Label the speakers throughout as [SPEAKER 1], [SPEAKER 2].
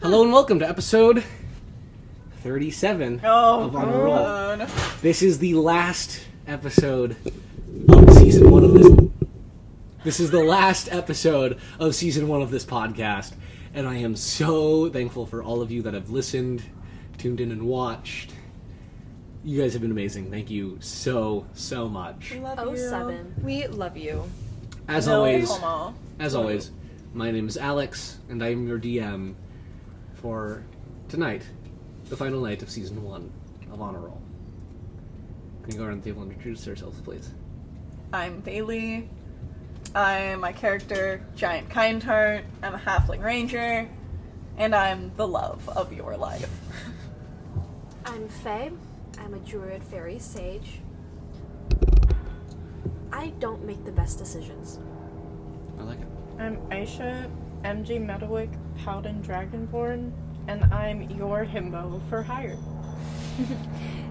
[SPEAKER 1] Hello and welcome to episode 37
[SPEAKER 2] Oh,
[SPEAKER 1] of On a Roll.
[SPEAKER 2] God.
[SPEAKER 1] This is the last episode of season one of this. This is the last episode of season one of this podcast, and I am so thankful for all of you that have listened, tuned in, and watched. You guys have been amazing. Thank you so so much.
[SPEAKER 2] Love
[SPEAKER 3] Oh,
[SPEAKER 2] you.
[SPEAKER 3] seven.
[SPEAKER 4] We love you.
[SPEAKER 1] As
[SPEAKER 2] No
[SPEAKER 1] always,
[SPEAKER 2] homo.
[SPEAKER 1] as always, my name is Alex, and I am your DM for tonight, the final night of season one of Honor Roll. Can you go around the table and introduce yourselves, please?
[SPEAKER 2] I'm Bailey. I'm my character, Giant Kind Heart. I'm a halfling ranger. And I'm the love of your life.
[SPEAKER 3] I'm Faye. I'm a druid fairy sage. I don't make the best decisions.
[SPEAKER 1] I like it.
[SPEAKER 5] I'm Aisha, MG Metalwick, Paladin Dragonborn, and I'm your himbo for hire.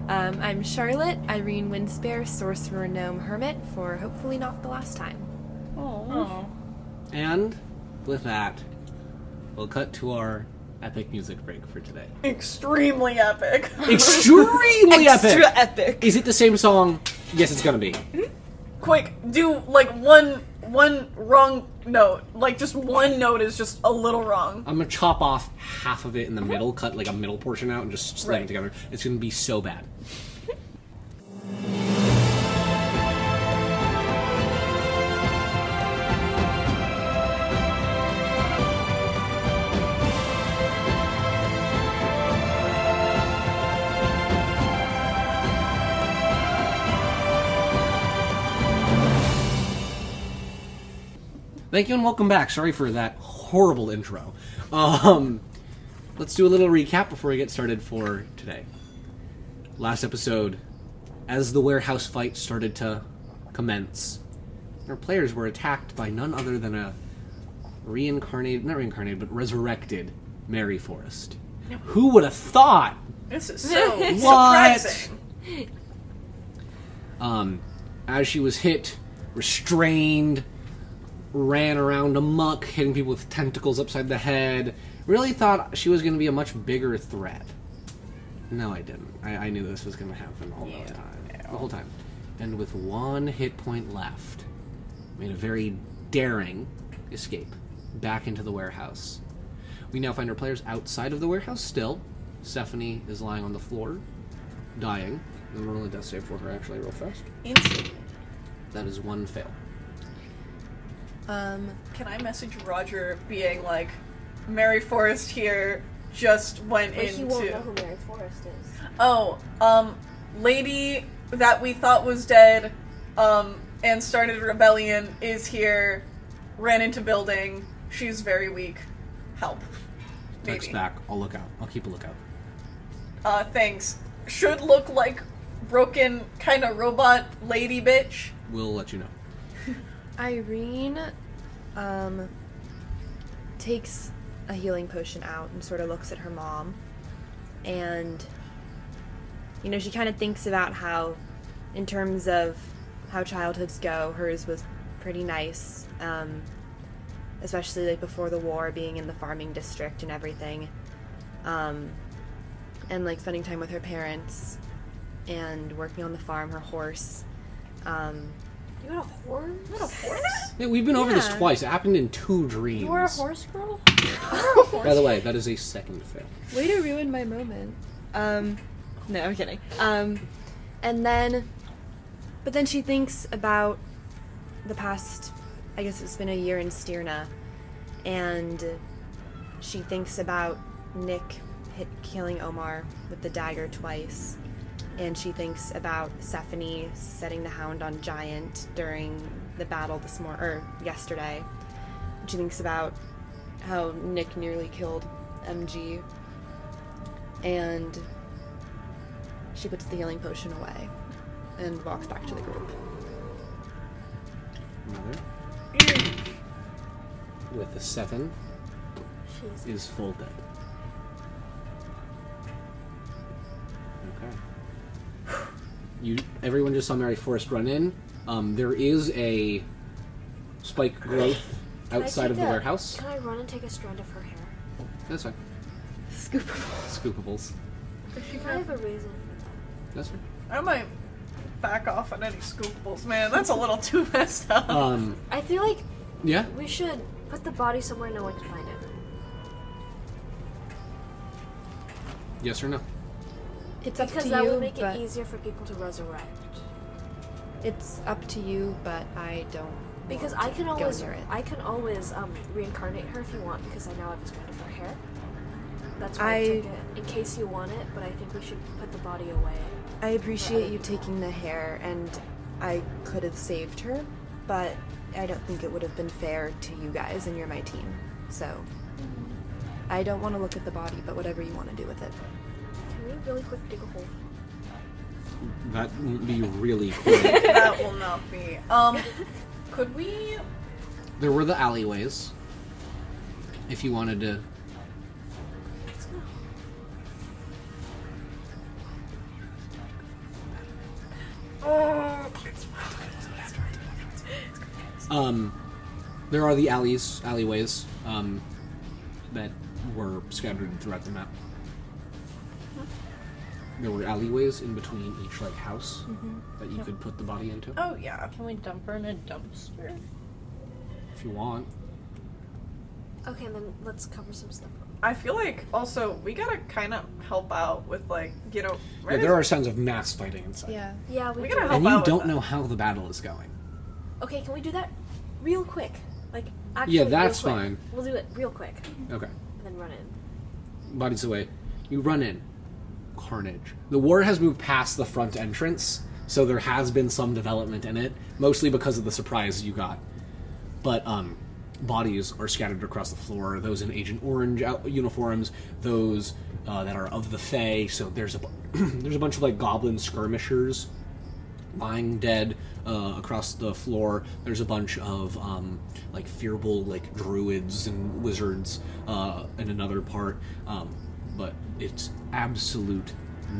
[SPEAKER 4] Um, I'm Charlotte Irene Winspear, sorcerer gnome hermit for hopefully not the last time.
[SPEAKER 2] Oh.
[SPEAKER 1] And with that, we'll cut to our epic music break for today.
[SPEAKER 2] Extremely epic.
[SPEAKER 1] Extremely epic.
[SPEAKER 2] Extra epic.
[SPEAKER 1] Is it the same song? Yes, it's gonna be.
[SPEAKER 2] Quick, do like one one wrong note. Like just one note is just a little wrong.
[SPEAKER 1] I'm gonna chop off half of it in the middle, cut like a middle portion out, and just slam it
[SPEAKER 2] Right.
[SPEAKER 1] together. It's gonna be so bad. Thank you and welcome back. Sorry for that horrible intro. Um, let's do a little recap before we get started for today. Last episode, as the warehouse fight started to commence, our players were attacked by none other than a reincarnated, not reincarnated, but resurrected Mary Forrest. Who would have thought?
[SPEAKER 2] This is so
[SPEAKER 1] What?
[SPEAKER 2] surprising.
[SPEAKER 1] Um, as she was hit, restrained, ran around amok, hitting people with tentacles upside the head. Really thought she was going to be a much bigger threat. No, I didn't. I, I knew this was going to happen all the time, the whole time. And with one hit point left, made a very daring escape back into the warehouse. We now find our players outside of the warehouse still. Stephanie is lying on the floor, dying. I'm gonna roll a death save for her actually real fast.
[SPEAKER 2] Instant.
[SPEAKER 1] That is one fail.
[SPEAKER 4] Um,
[SPEAKER 2] Can I message Roger being like, Mary Forrest here just went
[SPEAKER 3] But
[SPEAKER 2] into.
[SPEAKER 3] he won't know who Mary Forrest is.
[SPEAKER 2] Oh, um, lady that we thought was dead, um, and started a rebellion is here, ran into building. She's very weak. Help.
[SPEAKER 1] Text
[SPEAKER 2] Maybe.
[SPEAKER 1] back. I'll look out. I'll keep a lookout.
[SPEAKER 2] Uh, thanks. Should look like broken kind of robot lady bitch.
[SPEAKER 1] We'll let you know.
[SPEAKER 4] Irene um, takes a healing potion out and sort of looks at her mom. And, you know, she kind of thinks about how, in terms of how childhoods go, hers was pretty nice. Um, especially like before the war, being in the farming district and everything. Um, and like spending time with her parents and working on the farm, her horse. Um,
[SPEAKER 3] You got a horse?
[SPEAKER 1] Yeah, we've been over this
[SPEAKER 4] Yeah.
[SPEAKER 1] twice. It happened in two dreams.
[SPEAKER 3] You were a horse girl?
[SPEAKER 1] By the way, that is a second fail.
[SPEAKER 4] Way to ruin my moment. Um, no, I'm kidding. Um, and then, but then she thinks about the past. I guess it's been a year in Stirna, and she thinks about Nick hit, killing Omar with the dagger twice, and she thinks about Stephanie setting the hound on Giant during the battle this morning or yesterday. She thinks about how Nick nearly killed MG and she puts the healing potion away and walks back to the group.
[SPEAKER 1] Mother. With a seven
[SPEAKER 3] She's
[SPEAKER 1] is full dead. Okay. You everyone just saw Mary Forrest run in. Um, there is a spike growth
[SPEAKER 3] Can I
[SPEAKER 1] outside of
[SPEAKER 3] take
[SPEAKER 1] the
[SPEAKER 3] a-
[SPEAKER 1] warehouse.
[SPEAKER 3] Can I run and take a strand of her hair?
[SPEAKER 1] That's fine.
[SPEAKER 4] Scoopable.
[SPEAKER 1] Scoopables.
[SPEAKER 2] Is she
[SPEAKER 3] I
[SPEAKER 2] kind
[SPEAKER 3] have a reason for that.
[SPEAKER 1] Yes, sir.
[SPEAKER 2] of- I might back off on any scoopables, man. That's a little too messed up.
[SPEAKER 1] Um,
[SPEAKER 3] I feel like
[SPEAKER 1] yeah.
[SPEAKER 3] we should put the body somewhere no one can find it.
[SPEAKER 1] Yes or no?
[SPEAKER 4] It's up
[SPEAKER 3] Because
[SPEAKER 4] to
[SPEAKER 3] that
[SPEAKER 4] you,
[SPEAKER 3] would make
[SPEAKER 4] but
[SPEAKER 3] it easier for people to resurrect.
[SPEAKER 4] it's up to you, but I don't.
[SPEAKER 3] Because
[SPEAKER 4] want
[SPEAKER 3] I can
[SPEAKER 4] to go
[SPEAKER 3] always,
[SPEAKER 4] near it.
[SPEAKER 3] I can always um, reincarnate her if you want. Because I now have expanded her hair. That's why I,
[SPEAKER 4] I-
[SPEAKER 3] took it in case you want it. But I think we should put the body away.
[SPEAKER 4] I appreciate you taking the hair, and I could have saved her, but I don't think it would have been fair to you guys, and you're my team. So, I don't want to look at the body, but whatever you want to do with it.
[SPEAKER 3] Can we really quick dig a hole?
[SPEAKER 1] That would be really cool.
[SPEAKER 2] that will not be. Um, could we?
[SPEAKER 1] there were the alleyways. If you wanted to,
[SPEAKER 3] Let's go.
[SPEAKER 2] Oh,
[SPEAKER 1] um, there are the alleys, alleyways, um, that were scattered throughout the map. There were alleyways in between each like house that you could put the body into
[SPEAKER 2] oh yeah.
[SPEAKER 5] Can we dump her in a dumpster?
[SPEAKER 1] if you want.
[SPEAKER 3] Okay, then let's cover some stuff up.
[SPEAKER 2] I feel like also we gotta kind of help out with like you know.
[SPEAKER 1] Yeah, there are sounds of mass fighting inside.
[SPEAKER 3] Yeah, we,
[SPEAKER 2] We
[SPEAKER 3] do.
[SPEAKER 2] gotta help
[SPEAKER 1] And you
[SPEAKER 2] out with
[SPEAKER 1] don't
[SPEAKER 2] that.
[SPEAKER 1] know how the battle is going.
[SPEAKER 3] Okay, can we do that real quick? Like actually,
[SPEAKER 1] Yeah, that's
[SPEAKER 3] real quick.
[SPEAKER 1] fine.
[SPEAKER 3] We'll do it real quick
[SPEAKER 1] Okay.
[SPEAKER 3] and then run in.
[SPEAKER 1] bodies away. You run in. Carnage. The war has moved past the front entrance, so there has been some development in it, mostly because of the surprise you got. But um, bodies are scattered across the floor. Those in Agent Orange out- uniforms, those uh, that are of the Fae. So there's a bu- there's a bunch of like goblin skirmishers lying dead uh, across the floor. There's a bunch of um, like fearful like druids and wizards uh, in another part, um, but it's absolute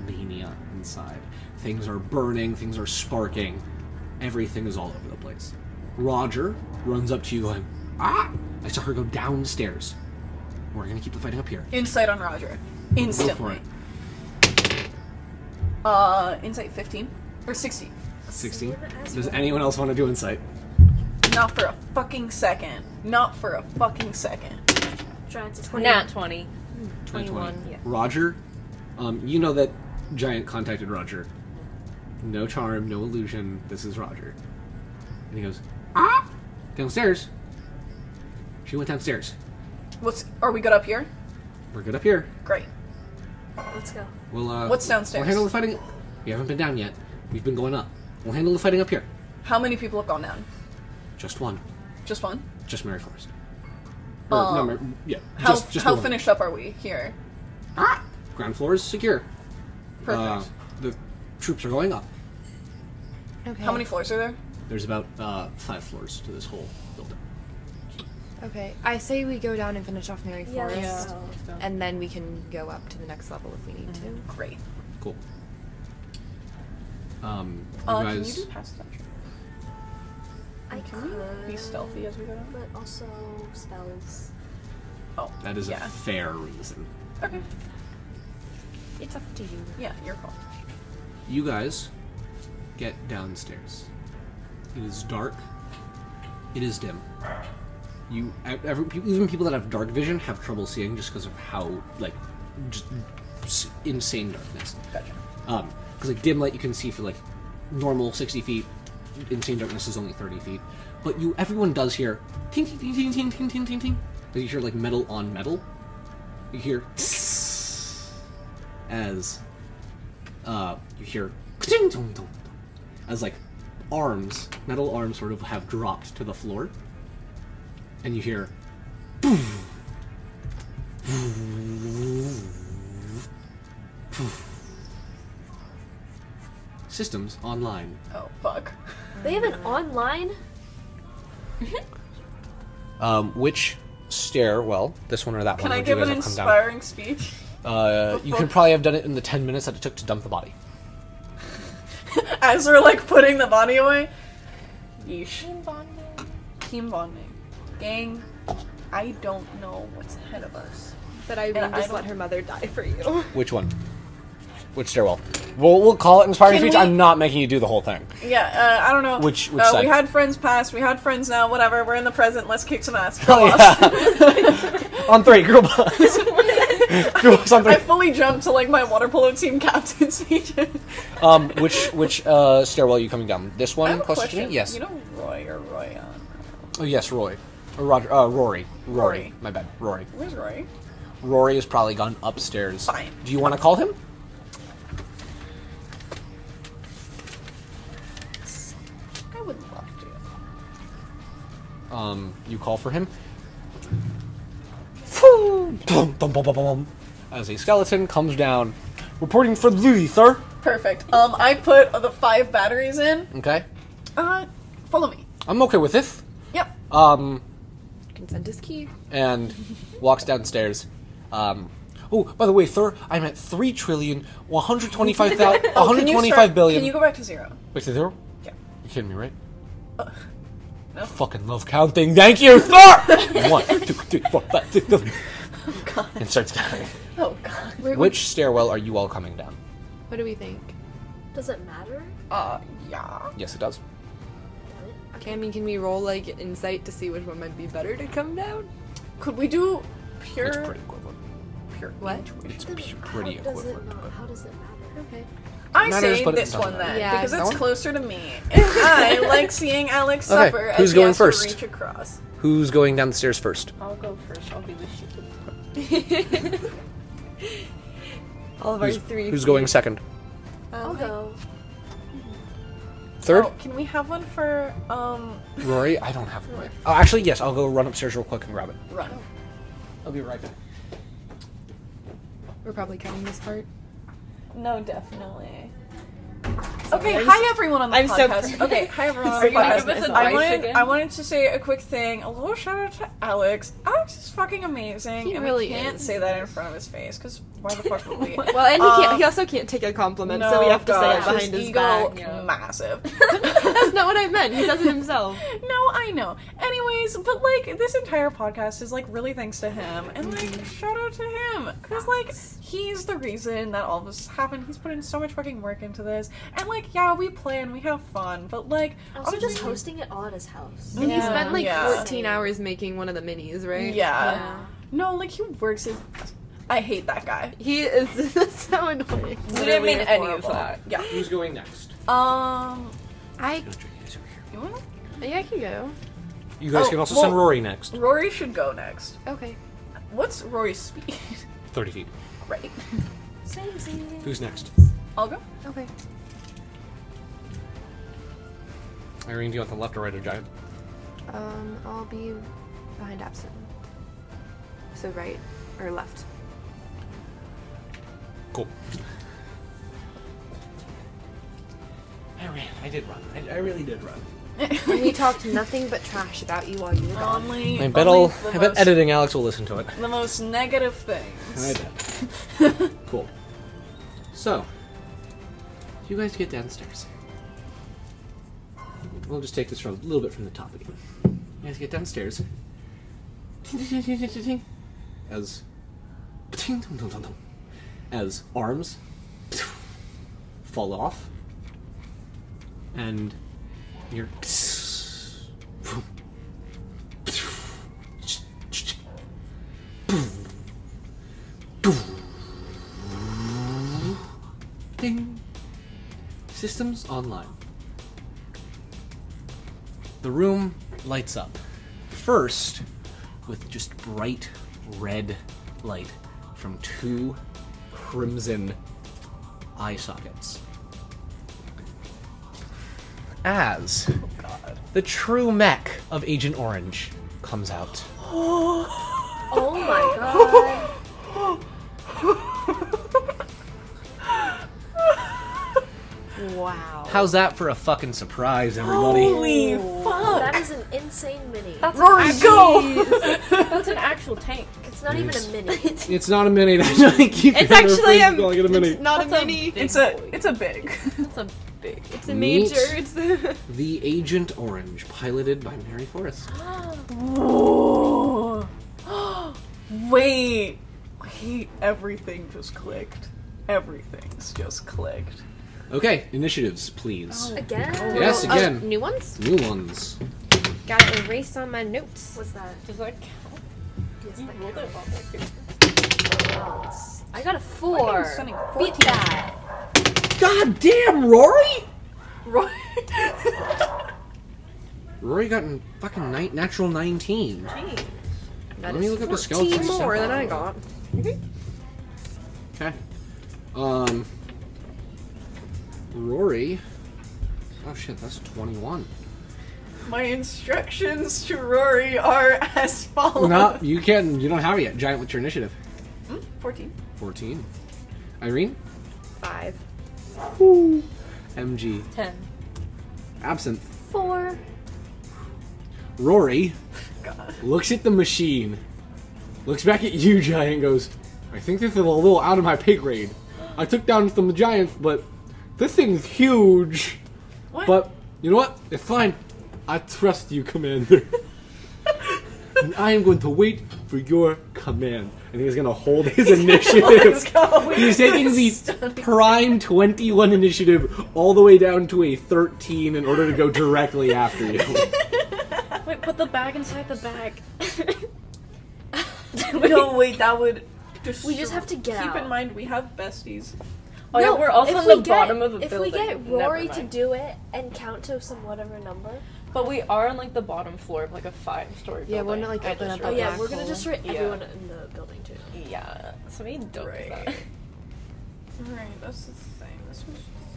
[SPEAKER 1] mania inside. Things are burning, things are sparking, everything is all over the place. Roger runs up to you going, "Ah!" I saw her go downstairs. We're gonna keep the fight up here.
[SPEAKER 2] Insight on Roger.
[SPEAKER 1] Go
[SPEAKER 2] Instantly.
[SPEAKER 1] for it.
[SPEAKER 2] Uh, insight fifteen or sixteen.
[SPEAKER 1] Sixteen. Does anyone else want to do insight?
[SPEAKER 2] Not for a fucking second. Not for a fucking second.
[SPEAKER 3] Giants is
[SPEAKER 5] Nat 20.
[SPEAKER 1] 21.
[SPEAKER 5] yeah.
[SPEAKER 1] Roger, um, you know that Giant contacted Roger. No charm, no illusion. This is Roger. And he goes, ah! Downstairs. She went downstairs.
[SPEAKER 2] What's? Are we good up here?
[SPEAKER 1] We're good up here.
[SPEAKER 2] Great.
[SPEAKER 3] Let's go.
[SPEAKER 1] We'll, uh.
[SPEAKER 2] What's downstairs?
[SPEAKER 1] We'll handle the fighting. You haven't been down yet. We've been going up. We'll handle the fighting up here.
[SPEAKER 2] How many people have gone down?
[SPEAKER 1] Just one.
[SPEAKER 2] Just one.
[SPEAKER 1] Just Mary Forrest. Or, no,
[SPEAKER 2] Um,
[SPEAKER 1] Mary, yeah.
[SPEAKER 2] How
[SPEAKER 1] just, just
[SPEAKER 2] how
[SPEAKER 1] the one.
[SPEAKER 2] finished up are we here?
[SPEAKER 1] Ah! Ground floor is secure. Uh,
[SPEAKER 2] Perfect.
[SPEAKER 1] the troops are going up.
[SPEAKER 4] Okay.
[SPEAKER 2] how many floors are there?
[SPEAKER 1] There's about uh, five floors to this whole building.
[SPEAKER 4] Okay. I say we go down and finish off Mary
[SPEAKER 3] Yeah,
[SPEAKER 4] Forest,
[SPEAKER 3] let's
[SPEAKER 5] Yeah.
[SPEAKER 3] go.
[SPEAKER 4] and then we can go up to the next level if we need to.
[SPEAKER 5] Mm-hmm.
[SPEAKER 2] Great.
[SPEAKER 1] Cool. Um, you
[SPEAKER 2] Uh, can you
[SPEAKER 1] guys,
[SPEAKER 2] do past that?
[SPEAKER 3] I
[SPEAKER 2] Can
[SPEAKER 3] could
[SPEAKER 2] we be stealthy as we go down?
[SPEAKER 3] but also spells.
[SPEAKER 2] Oh,
[SPEAKER 1] that is
[SPEAKER 2] yeah.
[SPEAKER 1] a fair reason.
[SPEAKER 2] okay.
[SPEAKER 4] It's up to you.
[SPEAKER 2] Yeah, your call.
[SPEAKER 1] You guys get downstairs. It is dark. It is dim. You, e- every, pe- even people that have dark vision have trouble seeing just because of how like just s- insane darkness.
[SPEAKER 2] Gotcha.
[SPEAKER 1] Um, because like dim light you can see for like normal sixty feet. Insane darkness is only thirty feet. But you, everyone does hear ting ting ting ting ting ting ting ting ting. Like, You hear like metal on metal. You hear tss as uh, you hear ka-ting, dong, dong, dong, as like arms, metal arms, sort of have dropped to the floor, and you hear systems online.
[SPEAKER 2] Oh fuck.
[SPEAKER 3] They have an online.
[SPEAKER 1] Um, which stairwell? This one or that
[SPEAKER 2] Can
[SPEAKER 1] one?
[SPEAKER 2] I
[SPEAKER 1] would
[SPEAKER 2] give
[SPEAKER 1] you guys
[SPEAKER 2] an
[SPEAKER 1] have come down?
[SPEAKER 2] inspiring speech?
[SPEAKER 1] Uh, you could probably have done it in the ten minutes that it took to dump the body.
[SPEAKER 2] As we're like putting the body away. Yeesh. Team bonding. Gang, I don't know what's ahead of us.
[SPEAKER 4] But Irene
[SPEAKER 6] I
[SPEAKER 4] just
[SPEAKER 6] don't-
[SPEAKER 4] let her mother die for you.
[SPEAKER 1] Which one? Which stairwell? We'll, we'll call it inspiring
[SPEAKER 6] Can
[SPEAKER 1] speech.
[SPEAKER 6] we-
[SPEAKER 1] I'm not making you do the whole thing.
[SPEAKER 5] Yeah, uh, I don't know.
[SPEAKER 1] Which- which
[SPEAKER 5] uh,
[SPEAKER 1] side?
[SPEAKER 5] We had friends past, we had friends now, whatever. We're in the present, let's kick some ass.
[SPEAKER 1] Oh, yeah. on three, group us. group us on
[SPEAKER 5] I
[SPEAKER 1] three.
[SPEAKER 5] fully jumped to like my water polo team captain's agent.
[SPEAKER 1] Um, which which uh, stairwell are you coming down? This one
[SPEAKER 5] I have a
[SPEAKER 1] closest to me?
[SPEAKER 5] question.
[SPEAKER 1] Yes.
[SPEAKER 5] You know Roy or Royan?
[SPEAKER 1] oh yes, Roy. Or Roger. Uh, Rory. Rory.
[SPEAKER 5] Rory.
[SPEAKER 1] My bad. Rory.
[SPEAKER 5] Where's Roy?
[SPEAKER 1] Rory has probably gone upstairs.
[SPEAKER 5] Fine.
[SPEAKER 1] Do you want to call him?
[SPEAKER 5] I would love to.
[SPEAKER 1] Um, you call for him. Phew! Dum, dum, bum, bum, bum. As a skeleton comes down, reporting for duty, sir.
[SPEAKER 5] Perfect. Um, I put the five batteries in.
[SPEAKER 1] Okay,
[SPEAKER 5] Uh, follow me.
[SPEAKER 1] I'm okay with this.
[SPEAKER 5] Yep.
[SPEAKER 1] Um,
[SPEAKER 4] Consent is key.
[SPEAKER 1] and walks downstairs. Um, oh, by the way, sir, I'm at three trillion one hundred twenty-five thousand one
[SPEAKER 5] Oh, Can
[SPEAKER 1] hundred
[SPEAKER 5] you
[SPEAKER 1] twenty-five
[SPEAKER 5] start-
[SPEAKER 1] billion.
[SPEAKER 5] Can you go back to zero?
[SPEAKER 1] Wait, is it zero?
[SPEAKER 5] Yeah.
[SPEAKER 1] You kidding me, right?
[SPEAKER 5] no.
[SPEAKER 1] Fucking love counting. Thank you, sir. One, two, three, four, five, six, seven.
[SPEAKER 5] God.
[SPEAKER 1] And starts counting.
[SPEAKER 5] Oh god.
[SPEAKER 3] Where,
[SPEAKER 1] Which stairwell are you all coming down?
[SPEAKER 6] What do we think?
[SPEAKER 3] Does it matter?
[SPEAKER 5] Uh, yeah.
[SPEAKER 1] Yes, it does.
[SPEAKER 3] Damn it.
[SPEAKER 4] Okay, I mean, can we roll like insight to see which one might be better to come down?
[SPEAKER 5] Could we do
[SPEAKER 1] It's
[SPEAKER 5] pure
[SPEAKER 1] pretty equivalent.
[SPEAKER 5] pure
[SPEAKER 4] What?
[SPEAKER 5] intuition?
[SPEAKER 1] It's
[SPEAKER 3] Then
[SPEAKER 1] p- pretty
[SPEAKER 3] how does it
[SPEAKER 1] equivalent.
[SPEAKER 3] not?
[SPEAKER 1] but-
[SPEAKER 3] How does it matter?
[SPEAKER 4] Okay.
[SPEAKER 5] I
[SPEAKER 1] matters,
[SPEAKER 5] say
[SPEAKER 1] but it
[SPEAKER 5] this
[SPEAKER 1] doesn't
[SPEAKER 5] one
[SPEAKER 1] matter.
[SPEAKER 5] then
[SPEAKER 4] Yeah,
[SPEAKER 5] because
[SPEAKER 4] that
[SPEAKER 5] it's
[SPEAKER 1] one?
[SPEAKER 5] closer to me. And I like seeing Alex
[SPEAKER 1] Okay,
[SPEAKER 5] suffer
[SPEAKER 1] who's
[SPEAKER 5] as he
[SPEAKER 1] going
[SPEAKER 5] has
[SPEAKER 1] first?
[SPEAKER 5] to reach across.
[SPEAKER 1] Who's going down the stairs first?
[SPEAKER 6] I'll go first. I'll be the stupid. one.
[SPEAKER 4] All of
[SPEAKER 1] Who's,
[SPEAKER 4] our three.
[SPEAKER 1] who's going second?
[SPEAKER 3] I'll
[SPEAKER 4] Um,
[SPEAKER 3] go.
[SPEAKER 1] Third?
[SPEAKER 5] Oh, can we have one for um
[SPEAKER 1] Rory? I don't have Rory. Oh, actually, yes, I'll go run upstairs real quick and grab it. Oh.
[SPEAKER 5] run?
[SPEAKER 1] I'll be right back.
[SPEAKER 4] We're probably cutting this part.
[SPEAKER 5] No, definitely. Okay, hi everyone on the
[SPEAKER 4] I'm so
[SPEAKER 5] podcast.
[SPEAKER 4] proud.
[SPEAKER 5] okay, hi everyone on
[SPEAKER 4] Are
[SPEAKER 5] the
[SPEAKER 4] you gonna
[SPEAKER 5] podcast.
[SPEAKER 4] give us
[SPEAKER 5] I
[SPEAKER 4] advice
[SPEAKER 5] wanted
[SPEAKER 4] again?
[SPEAKER 5] I wanted to say a quick thing. A little shout out to Alex. Alex is fucking amazing.
[SPEAKER 4] He
[SPEAKER 5] and
[SPEAKER 4] really
[SPEAKER 5] we can't
[SPEAKER 4] is.
[SPEAKER 5] say that in front of his face because why the fuck would we?
[SPEAKER 4] Well, and he,
[SPEAKER 5] Um,
[SPEAKER 4] can't, he also can't take a compliment,
[SPEAKER 5] no,
[SPEAKER 4] so we have to say it
[SPEAKER 5] gosh,
[SPEAKER 4] behind his
[SPEAKER 5] ego Mm.
[SPEAKER 4] back.
[SPEAKER 5] Massive.
[SPEAKER 4] That's not what I meant. He says it himself.
[SPEAKER 5] No, I know. Anyways, but like this entire podcast is like really thanks to him, and
[SPEAKER 3] Mm-hmm.
[SPEAKER 5] like shout out to him because like he's the reason that all of this happened. He's put in so much fucking work into this, and like yeah, we play and we have fun, but like
[SPEAKER 3] Also, just
[SPEAKER 5] obviously-
[SPEAKER 3] hosting it all at his house.
[SPEAKER 4] And he spent like
[SPEAKER 5] Yeah.
[SPEAKER 4] 14 hours making one of the minis, right?
[SPEAKER 5] Yeah.
[SPEAKER 3] Yeah.
[SPEAKER 5] no, like he works his. I hate that guy.
[SPEAKER 4] He is so annoying.
[SPEAKER 5] Literally horrible. Yeah.
[SPEAKER 1] Who's going next?
[SPEAKER 5] Um.
[SPEAKER 4] I
[SPEAKER 5] You wanna?
[SPEAKER 4] yeah, I can go.
[SPEAKER 1] You guys
[SPEAKER 5] Oh,
[SPEAKER 1] can also
[SPEAKER 5] well-
[SPEAKER 1] send Rory next.
[SPEAKER 5] Rory should go next.
[SPEAKER 4] Okay.
[SPEAKER 5] What's Rory's speed?
[SPEAKER 1] 30 feet.
[SPEAKER 5] Great.
[SPEAKER 3] Same thing.
[SPEAKER 1] Who's next?
[SPEAKER 5] I'll go.
[SPEAKER 4] Okay.
[SPEAKER 1] Irene, do you want the left or right of giant?
[SPEAKER 4] Um, I'll be behind absent. So right or left?
[SPEAKER 1] Cool. I ran. I did run. I, I really did run.
[SPEAKER 4] we talked nothing but trash about you while you were gone.
[SPEAKER 5] Only.
[SPEAKER 1] I bet,
[SPEAKER 5] only
[SPEAKER 1] I'll,
[SPEAKER 5] the
[SPEAKER 1] I bet
[SPEAKER 5] most-
[SPEAKER 1] editing Alex will listen to it.
[SPEAKER 5] The most negative things.
[SPEAKER 1] cool. So, you guys get downstairs. We'll just take this from a little bit from the top again. You guys get downstairs. As as arms fall off, and you're Ding. Systems online. The room lights up. First, with just bright red light from two crimson eye sockets. As the true mech of Agent Orange comes out.
[SPEAKER 3] Oh my god.
[SPEAKER 4] Um, Wow.
[SPEAKER 1] How's that for a fucking surprise, everybody?
[SPEAKER 5] Holy fuck!
[SPEAKER 3] that is an insane mini.
[SPEAKER 5] Rory, go!
[SPEAKER 6] That's an actual tank.
[SPEAKER 3] It's not even a mini.
[SPEAKER 1] It's not a mini. I keep
[SPEAKER 4] It's actually a,
[SPEAKER 1] calling it a mini.
[SPEAKER 4] It's not a
[SPEAKER 6] That's a
[SPEAKER 4] mini.
[SPEAKER 6] big-
[SPEAKER 5] It's a it's a big.
[SPEAKER 6] That's a big.
[SPEAKER 4] It's a
[SPEAKER 1] Neat.
[SPEAKER 4] major. It's a
[SPEAKER 1] The Agent Orange, piloted by Mary Forrest.
[SPEAKER 5] Wait, he everything just clicked. Everything's just clicked.
[SPEAKER 1] Okay, initiatives, please.
[SPEAKER 3] Again?
[SPEAKER 1] Yes,
[SPEAKER 4] Oh,
[SPEAKER 1] again.
[SPEAKER 4] new ones?
[SPEAKER 1] New ones.
[SPEAKER 4] Gotta erase on my notes.
[SPEAKER 3] What's that?
[SPEAKER 7] Does that count?
[SPEAKER 3] Yes,
[SPEAKER 7] You
[SPEAKER 3] that
[SPEAKER 7] rolled it off that character.
[SPEAKER 3] counts. I got a
[SPEAKER 5] Fucking
[SPEAKER 3] four.
[SPEAKER 5] stunning.
[SPEAKER 3] Beat that.
[SPEAKER 1] God damn, Rory!
[SPEAKER 3] Roy.
[SPEAKER 1] Rory got a fucking ni- natural 19.
[SPEAKER 4] That
[SPEAKER 1] Let me
[SPEAKER 4] is
[SPEAKER 1] look up the
[SPEAKER 4] 14
[SPEAKER 1] skeleton
[SPEAKER 4] more
[SPEAKER 1] stuff.
[SPEAKER 4] than I got.
[SPEAKER 1] Okay. Um. Rory. Oh shit, that's 21.
[SPEAKER 5] My instructions to Rory are as follows. Hmm?
[SPEAKER 1] no, you can't. You don't have it yet. Giant, what's your initiative?
[SPEAKER 5] Fourteen.
[SPEAKER 1] 14. Irene?
[SPEAKER 4] Five.
[SPEAKER 1] MG.
[SPEAKER 7] Ten.
[SPEAKER 1] Absent.
[SPEAKER 3] Four.
[SPEAKER 1] Rory
[SPEAKER 5] God.
[SPEAKER 1] looks at the machine, looks back at you, Giant, goes, I think this is a little out of my pay grade. I took down some giants, but this thing's huge.
[SPEAKER 5] What?
[SPEAKER 1] But you know what? It's fine. I trust you, Commander. and I am going to wait for your command. And he's going to hold his initiative. He's taking the prime 21 initiative all the way down to a 13 in order to go directly after you.
[SPEAKER 7] Wait, put the bag inside the bag.
[SPEAKER 5] no, wait, that would.
[SPEAKER 3] We just have to get
[SPEAKER 5] Keep
[SPEAKER 3] out.
[SPEAKER 5] in mind, we have besties.
[SPEAKER 7] Oh, yeah, we're also
[SPEAKER 3] if
[SPEAKER 7] on
[SPEAKER 3] we
[SPEAKER 7] the
[SPEAKER 3] get-
[SPEAKER 7] bottom of the
[SPEAKER 3] If
[SPEAKER 7] building.
[SPEAKER 3] we get
[SPEAKER 7] Never
[SPEAKER 3] Rory to
[SPEAKER 7] mind.
[SPEAKER 3] do it and count to some whatever number,
[SPEAKER 7] But we are on like the bottom floor of like a five story building.
[SPEAKER 4] Yeah, we're not, like,
[SPEAKER 7] I
[SPEAKER 4] open
[SPEAKER 7] just
[SPEAKER 4] up
[SPEAKER 3] oh
[SPEAKER 4] the
[SPEAKER 7] realized.
[SPEAKER 3] yeah,
[SPEAKER 4] black
[SPEAKER 3] we're gonna
[SPEAKER 4] hole.
[SPEAKER 3] destroy
[SPEAKER 7] Yeah.
[SPEAKER 3] everyone in the building too.
[SPEAKER 7] Yeah, so we don't
[SPEAKER 5] Right.
[SPEAKER 7] do that.
[SPEAKER 5] Right, that's the thing. This was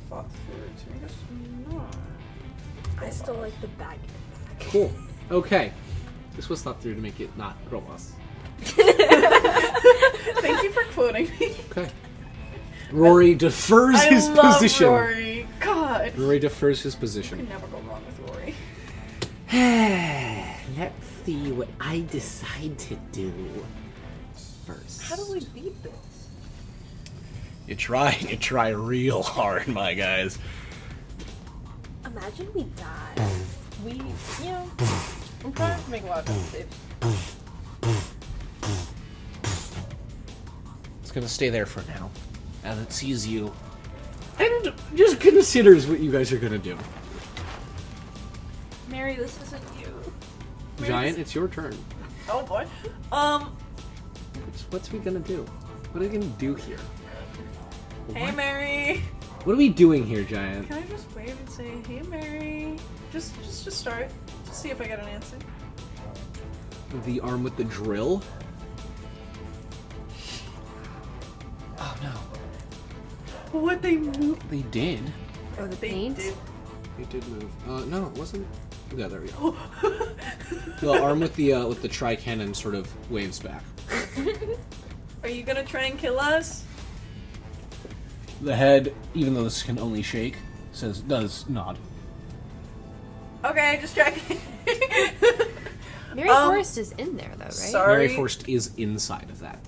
[SPEAKER 5] thought through to make us not.
[SPEAKER 3] I still like the bag.
[SPEAKER 1] Cool. Okay. This was thought through to make it not robust.
[SPEAKER 5] Thank you for quoting me.
[SPEAKER 1] Okay. Rory defers
[SPEAKER 5] I
[SPEAKER 1] his
[SPEAKER 5] love
[SPEAKER 1] position.
[SPEAKER 5] Rory. God.
[SPEAKER 1] Rory defers his
[SPEAKER 5] You
[SPEAKER 1] position.
[SPEAKER 5] can never go wrong with Rory.
[SPEAKER 1] Let's see what I decide to do first.
[SPEAKER 7] How do we beat this?
[SPEAKER 1] You try, you try real hard, my guys.
[SPEAKER 3] Imagine we die.
[SPEAKER 7] We, you know, I'm trying to make a lot of saves.
[SPEAKER 1] It's gonna stay there for now, as it sees you, and just considers what you guys are gonna do.
[SPEAKER 5] Mary, this isn't you.
[SPEAKER 1] Giant, it's your turn.
[SPEAKER 5] Oh boy. Um,
[SPEAKER 1] What's, what's we gonna do? What are we gonna do here?
[SPEAKER 5] hey Mary.
[SPEAKER 1] What are we doing here, Giant?
[SPEAKER 5] Can I just wave and say, hey Mary? Just, just, just start. Just see if I get an answer.
[SPEAKER 1] The arm with the drill? Oh no.
[SPEAKER 5] What they moved.
[SPEAKER 1] They did.
[SPEAKER 4] Oh, the
[SPEAKER 5] They
[SPEAKER 4] paint?
[SPEAKER 5] did.
[SPEAKER 1] They did move. Uh, no, it wasn't. Yeah, there we go. the arm with the uh, with the tri cannon sort of waves back.
[SPEAKER 5] Are you gonna try and kill us?
[SPEAKER 1] The head, even though this can only shake, says does nod.
[SPEAKER 5] Okay, just checking.
[SPEAKER 4] Mary
[SPEAKER 5] Um,
[SPEAKER 4] Forrest is in there, though, right?
[SPEAKER 5] Sorry.
[SPEAKER 1] Mary Forst is inside of that.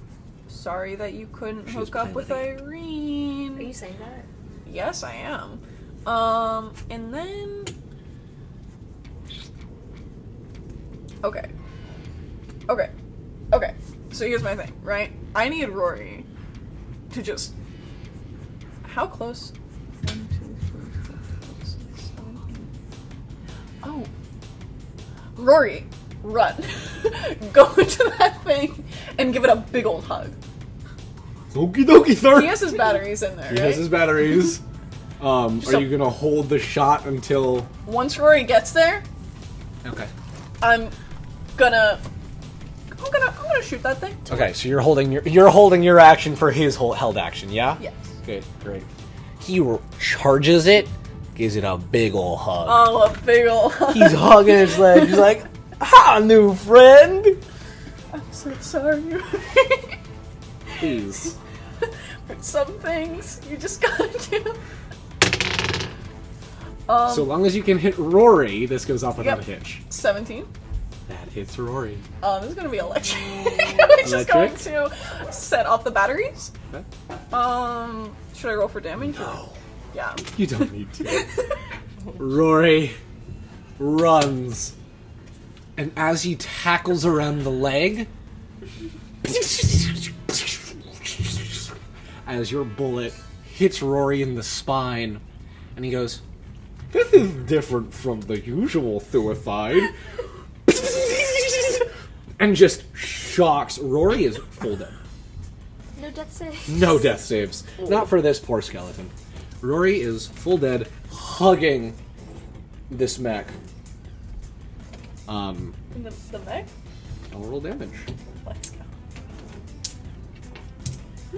[SPEAKER 5] Sorry that you couldn't
[SPEAKER 1] She was
[SPEAKER 5] hook up with
[SPEAKER 1] piloting.
[SPEAKER 3] Are you
[SPEAKER 5] Irene.
[SPEAKER 3] saying that?
[SPEAKER 5] Yes, I am. Um, and then. Okay. Okay. Okay. So here's my thing, right? I need Rory to just. How close? One, two, three, four, five, six, seven, eight. Oh. Rory, run. Go into that thing and give it a big old hug.
[SPEAKER 1] Okie dokie, sir.
[SPEAKER 5] He has his batteries in there,
[SPEAKER 1] He
[SPEAKER 5] right?
[SPEAKER 1] has his batteries. Um,
[SPEAKER 5] Just
[SPEAKER 1] are
[SPEAKER 5] a-
[SPEAKER 1] you gonna hold the shot until?
[SPEAKER 5] Once Rory gets there,
[SPEAKER 1] Okay.
[SPEAKER 5] I'm gonna. I'm gonna. I'm gonna shoot that thing.
[SPEAKER 1] Okay, so you're holding your you're holding your action for his whole held action, yeah?
[SPEAKER 5] Yes.
[SPEAKER 1] Okay, great. He r- charges it, gives it a big ol' hug.
[SPEAKER 5] Oh, a big ol' hug.
[SPEAKER 1] He's hugging his leg. He's like, "Hi, new friend."
[SPEAKER 5] I'm so sorry.
[SPEAKER 1] Please.
[SPEAKER 5] But some things you just gotta do. Um,
[SPEAKER 1] So long as you can hit Rory, this goes off without
[SPEAKER 5] Yep.
[SPEAKER 1] a hitch.
[SPEAKER 5] 17.
[SPEAKER 1] That hits Rory.
[SPEAKER 5] Um, this is gonna be electric. Which is going
[SPEAKER 1] Electric?
[SPEAKER 5] to set off the batteries.
[SPEAKER 1] Okay.
[SPEAKER 5] Um, should I roll for damage?
[SPEAKER 1] No,
[SPEAKER 5] Yeah.
[SPEAKER 1] you don't need to. Rory runs, and as he tackles around the leg, as your bullet hits Rory in the spine, and he goes, "This is different from the usual suicide." and just shocks Rory is full dead.
[SPEAKER 3] No death save.
[SPEAKER 1] No death saves. Not for this poor skeleton. Rory is full dead, hugging this mech. Um,
[SPEAKER 5] The, the mech?
[SPEAKER 1] I'll roll damage.
[SPEAKER 5] Let's go.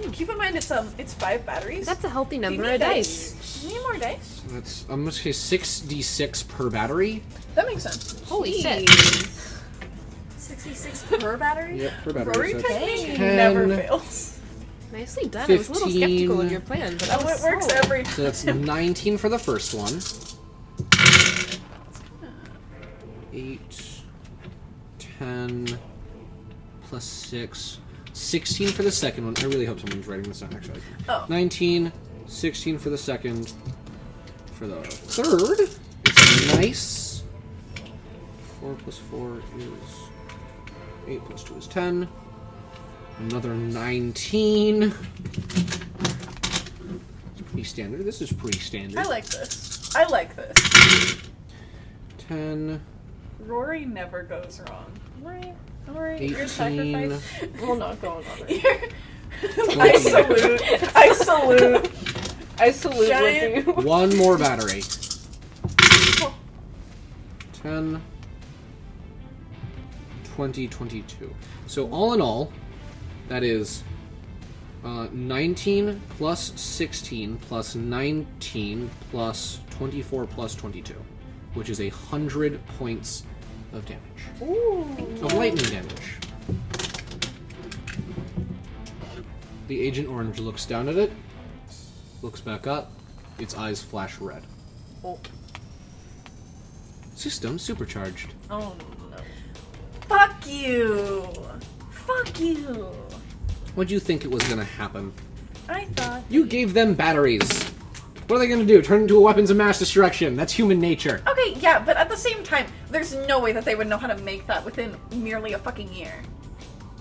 [SPEAKER 5] Hmm, keep in mind it's um it's five batteries.
[SPEAKER 4] That's a healthy number
[SPEAKER 5] need
[SPEAKER 4] of
[SPEAKER 5] dice.
[SPEAKER 4] dice.
[SPEAKER 5] need more dice.
[SPEAKER 1] That's I'm gonna say six d six per battery.
[SPEAKER 5] That makes sense.
[SPEAKER 4] Holy shit.
[SPEAKER 3] 66 per battery?
[SPEAKER 1] Yep, per battery.
[SPEAKER 5] Rory
[SPEAKER 1] so that's
[SPEAKER 5] technique
[SPEAKER 1] Ten.
[SPEAKER 5] never fails.
[SPEAKER 4] Nicely done. I was a little skeptical of your plan, but that
[SPEAKER 5] Oh, it
[SPEAKER 4] was
[SPEAKER 5] works
[SPEAKER 4] solid.
[SPEAKER 5] every
[SPEAKER 1] So
[SPEAKER 5] time.
[SPEAKER 1] that's 19 for the first one. 8, 10, plus 6, 16 for the second one. I really hope someone's writing this down, actually.
[SPEAKER 5] Oh.
[SPEAKER 1] 19, 16 for the second. For the third, it's a nice. 4 plus 4 is 8 plus 2 is 10. Another 19. It's pretty standard. This is pretty standard.
[SPEAKER 5] I like this. I like this.
[SPEAKER 1] 10,
[SPEAKER 5] Rory never goes wrong. Rory, Rory, your
[SPEAKER 1] 18,
[SPEAKER 5] sacrifice.
[SPEAKER 2] We'll not go another.
[SPEAKER 5] I salute. I salute.
[SPEAKER 2] I salute
[SPEAKER 5] Giant-
[SPEAKER 2] with you.
[SPEAKER 1] one more battery. 10, 20, 22. So, all in all, that is uh, 19 plus 16 plus 19 plus 24 plus 22, which is a 100 points of damage. Of lightning damage. The Agent Orange looks down at it, looks back up, its eyes flash red.
[SPEAKER 5] Oh.
[SPEAKER 1] System supercharged.
[SPEAKER 5] Oh no.
[SPEAKER 2] Fuck you. Fuck you.
[SPEAKER 1] What do you think it was gonna happen?
[SPEAKER 5] I thought.
[SPEAKER 1] You gave them batteries. What are they gonna do? Turn into weapons of mass destruction. That's human nature.
[SPEAKER 5] Okay, yeah, but at the same time, there's no way that they would know how to make that within merely a fucking year.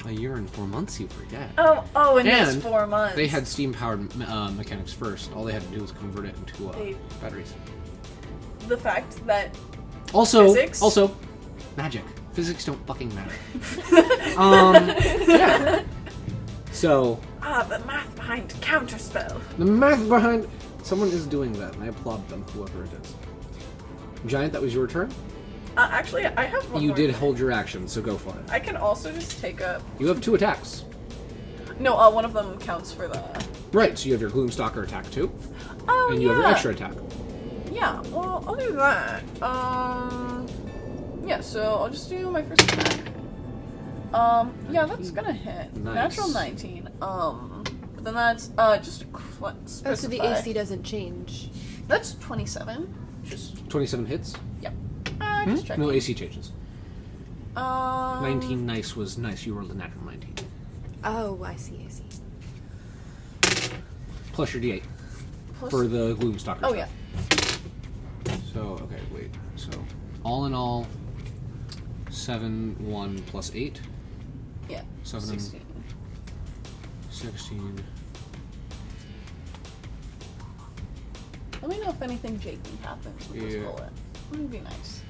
[SPEAKER 1] A year and four months, you forget.
[SPEAKER 5] Oh, oh, and, that's
[SPEAKER 1] And
[SPEAKER 5] four months.
[SPEAKER 1] They had steam powered uh, mechanics first. All they had to do was convert it into uh,
[SPEAKER 5] They-
[SPEAKER 1] batteries.
[SPEAKER 5] the fact that
[SPEAKER 1] Also,
[SPEAKER 5] Physics?
[SPEAKER 1] also, magic. Physics don't fucking matter. um, yeah. So
[SPEAKER 5] ah, the math behind counterspell.
[SPEAKER 1] The math behind someone is doing that, and I applaud them, whoever it is. Giant, that was your turn.
[SPEAKER 5] Uh, actually, I have one.
[SPEAKER 1] You
[SPEAKER 5] more.
[SPEAKER 1] did hold your action, so go for it.
[SPEAKER 5] I can also just take a.
[SPEAKER 1] You have two attacks.
[SPEAKER 5] No, uh, one of them counts for the.
[SPEAKER 1] Right, so you have your Gloomstalker attack too,
[SPEAKER 5] Oh
[SPEAKER 1] and
[SPEAKER 5] yeah.
[SPEAKER 1] you have your extra attack.
[SPEAKER 5] Yeah, well, I'll do that. Um, yeah, so I'll just do my first attack. Um, yeah, that's gonna hit.
[SPEAKER 1] Nice.
[SPEAKER 5] Natural 19. Um, but then that's, uh, just what
[SPEAKER 4] Oh, so the AC doesn't change.
[SPEAKER 5] That's 27. Just,
[SPEAKER 1] 27 hits?
[SPEAKER 5] yep. Uh, Hmm? just check.
[SPEAKER 1] Hmm? No, AC changes.
[SPEAKER 5] Um,
[SPEAKER 1] 19 nice was nice. You rolled a natural 19.
[SPEAKER 4] Oh, I see, I see.
[SPEAKER 1] Plus your d8
[SPEAKER 5] plus-
[SPEAKER 1] for the Gloomstalker.
[SPEAKER 5] oh,
[SPEAKER 1] attack.
[SPEAKER 5] yeah.
[SPEAKER 1] So, okay, wait. So, all in all, 7, 1 plus 8.
[SPEAKER 5] Yeah.
[SPEAKER 1] Seven and-
[SPEAKER 5] 16.
[SPEAKER 1] 16.
[SPEAKER 5] Let me know if anything janky happens with this
[SPEAKER 1] Yeah.
[SPEAKER 5] bullet. That would be nice.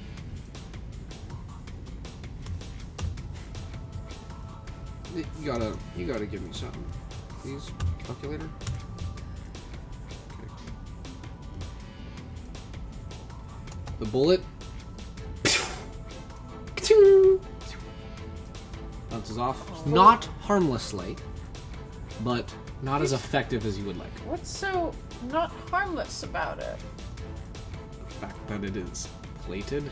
[SPEAKER 1] You gotta, you gotta give me something. Please, calculator. Okay. The bullet bounces off, not harmlessly, but not as effective as you would like.
[SPEAKER 5] What's so not harmless about it?
[SPEAKER 1] The fact that it is plated.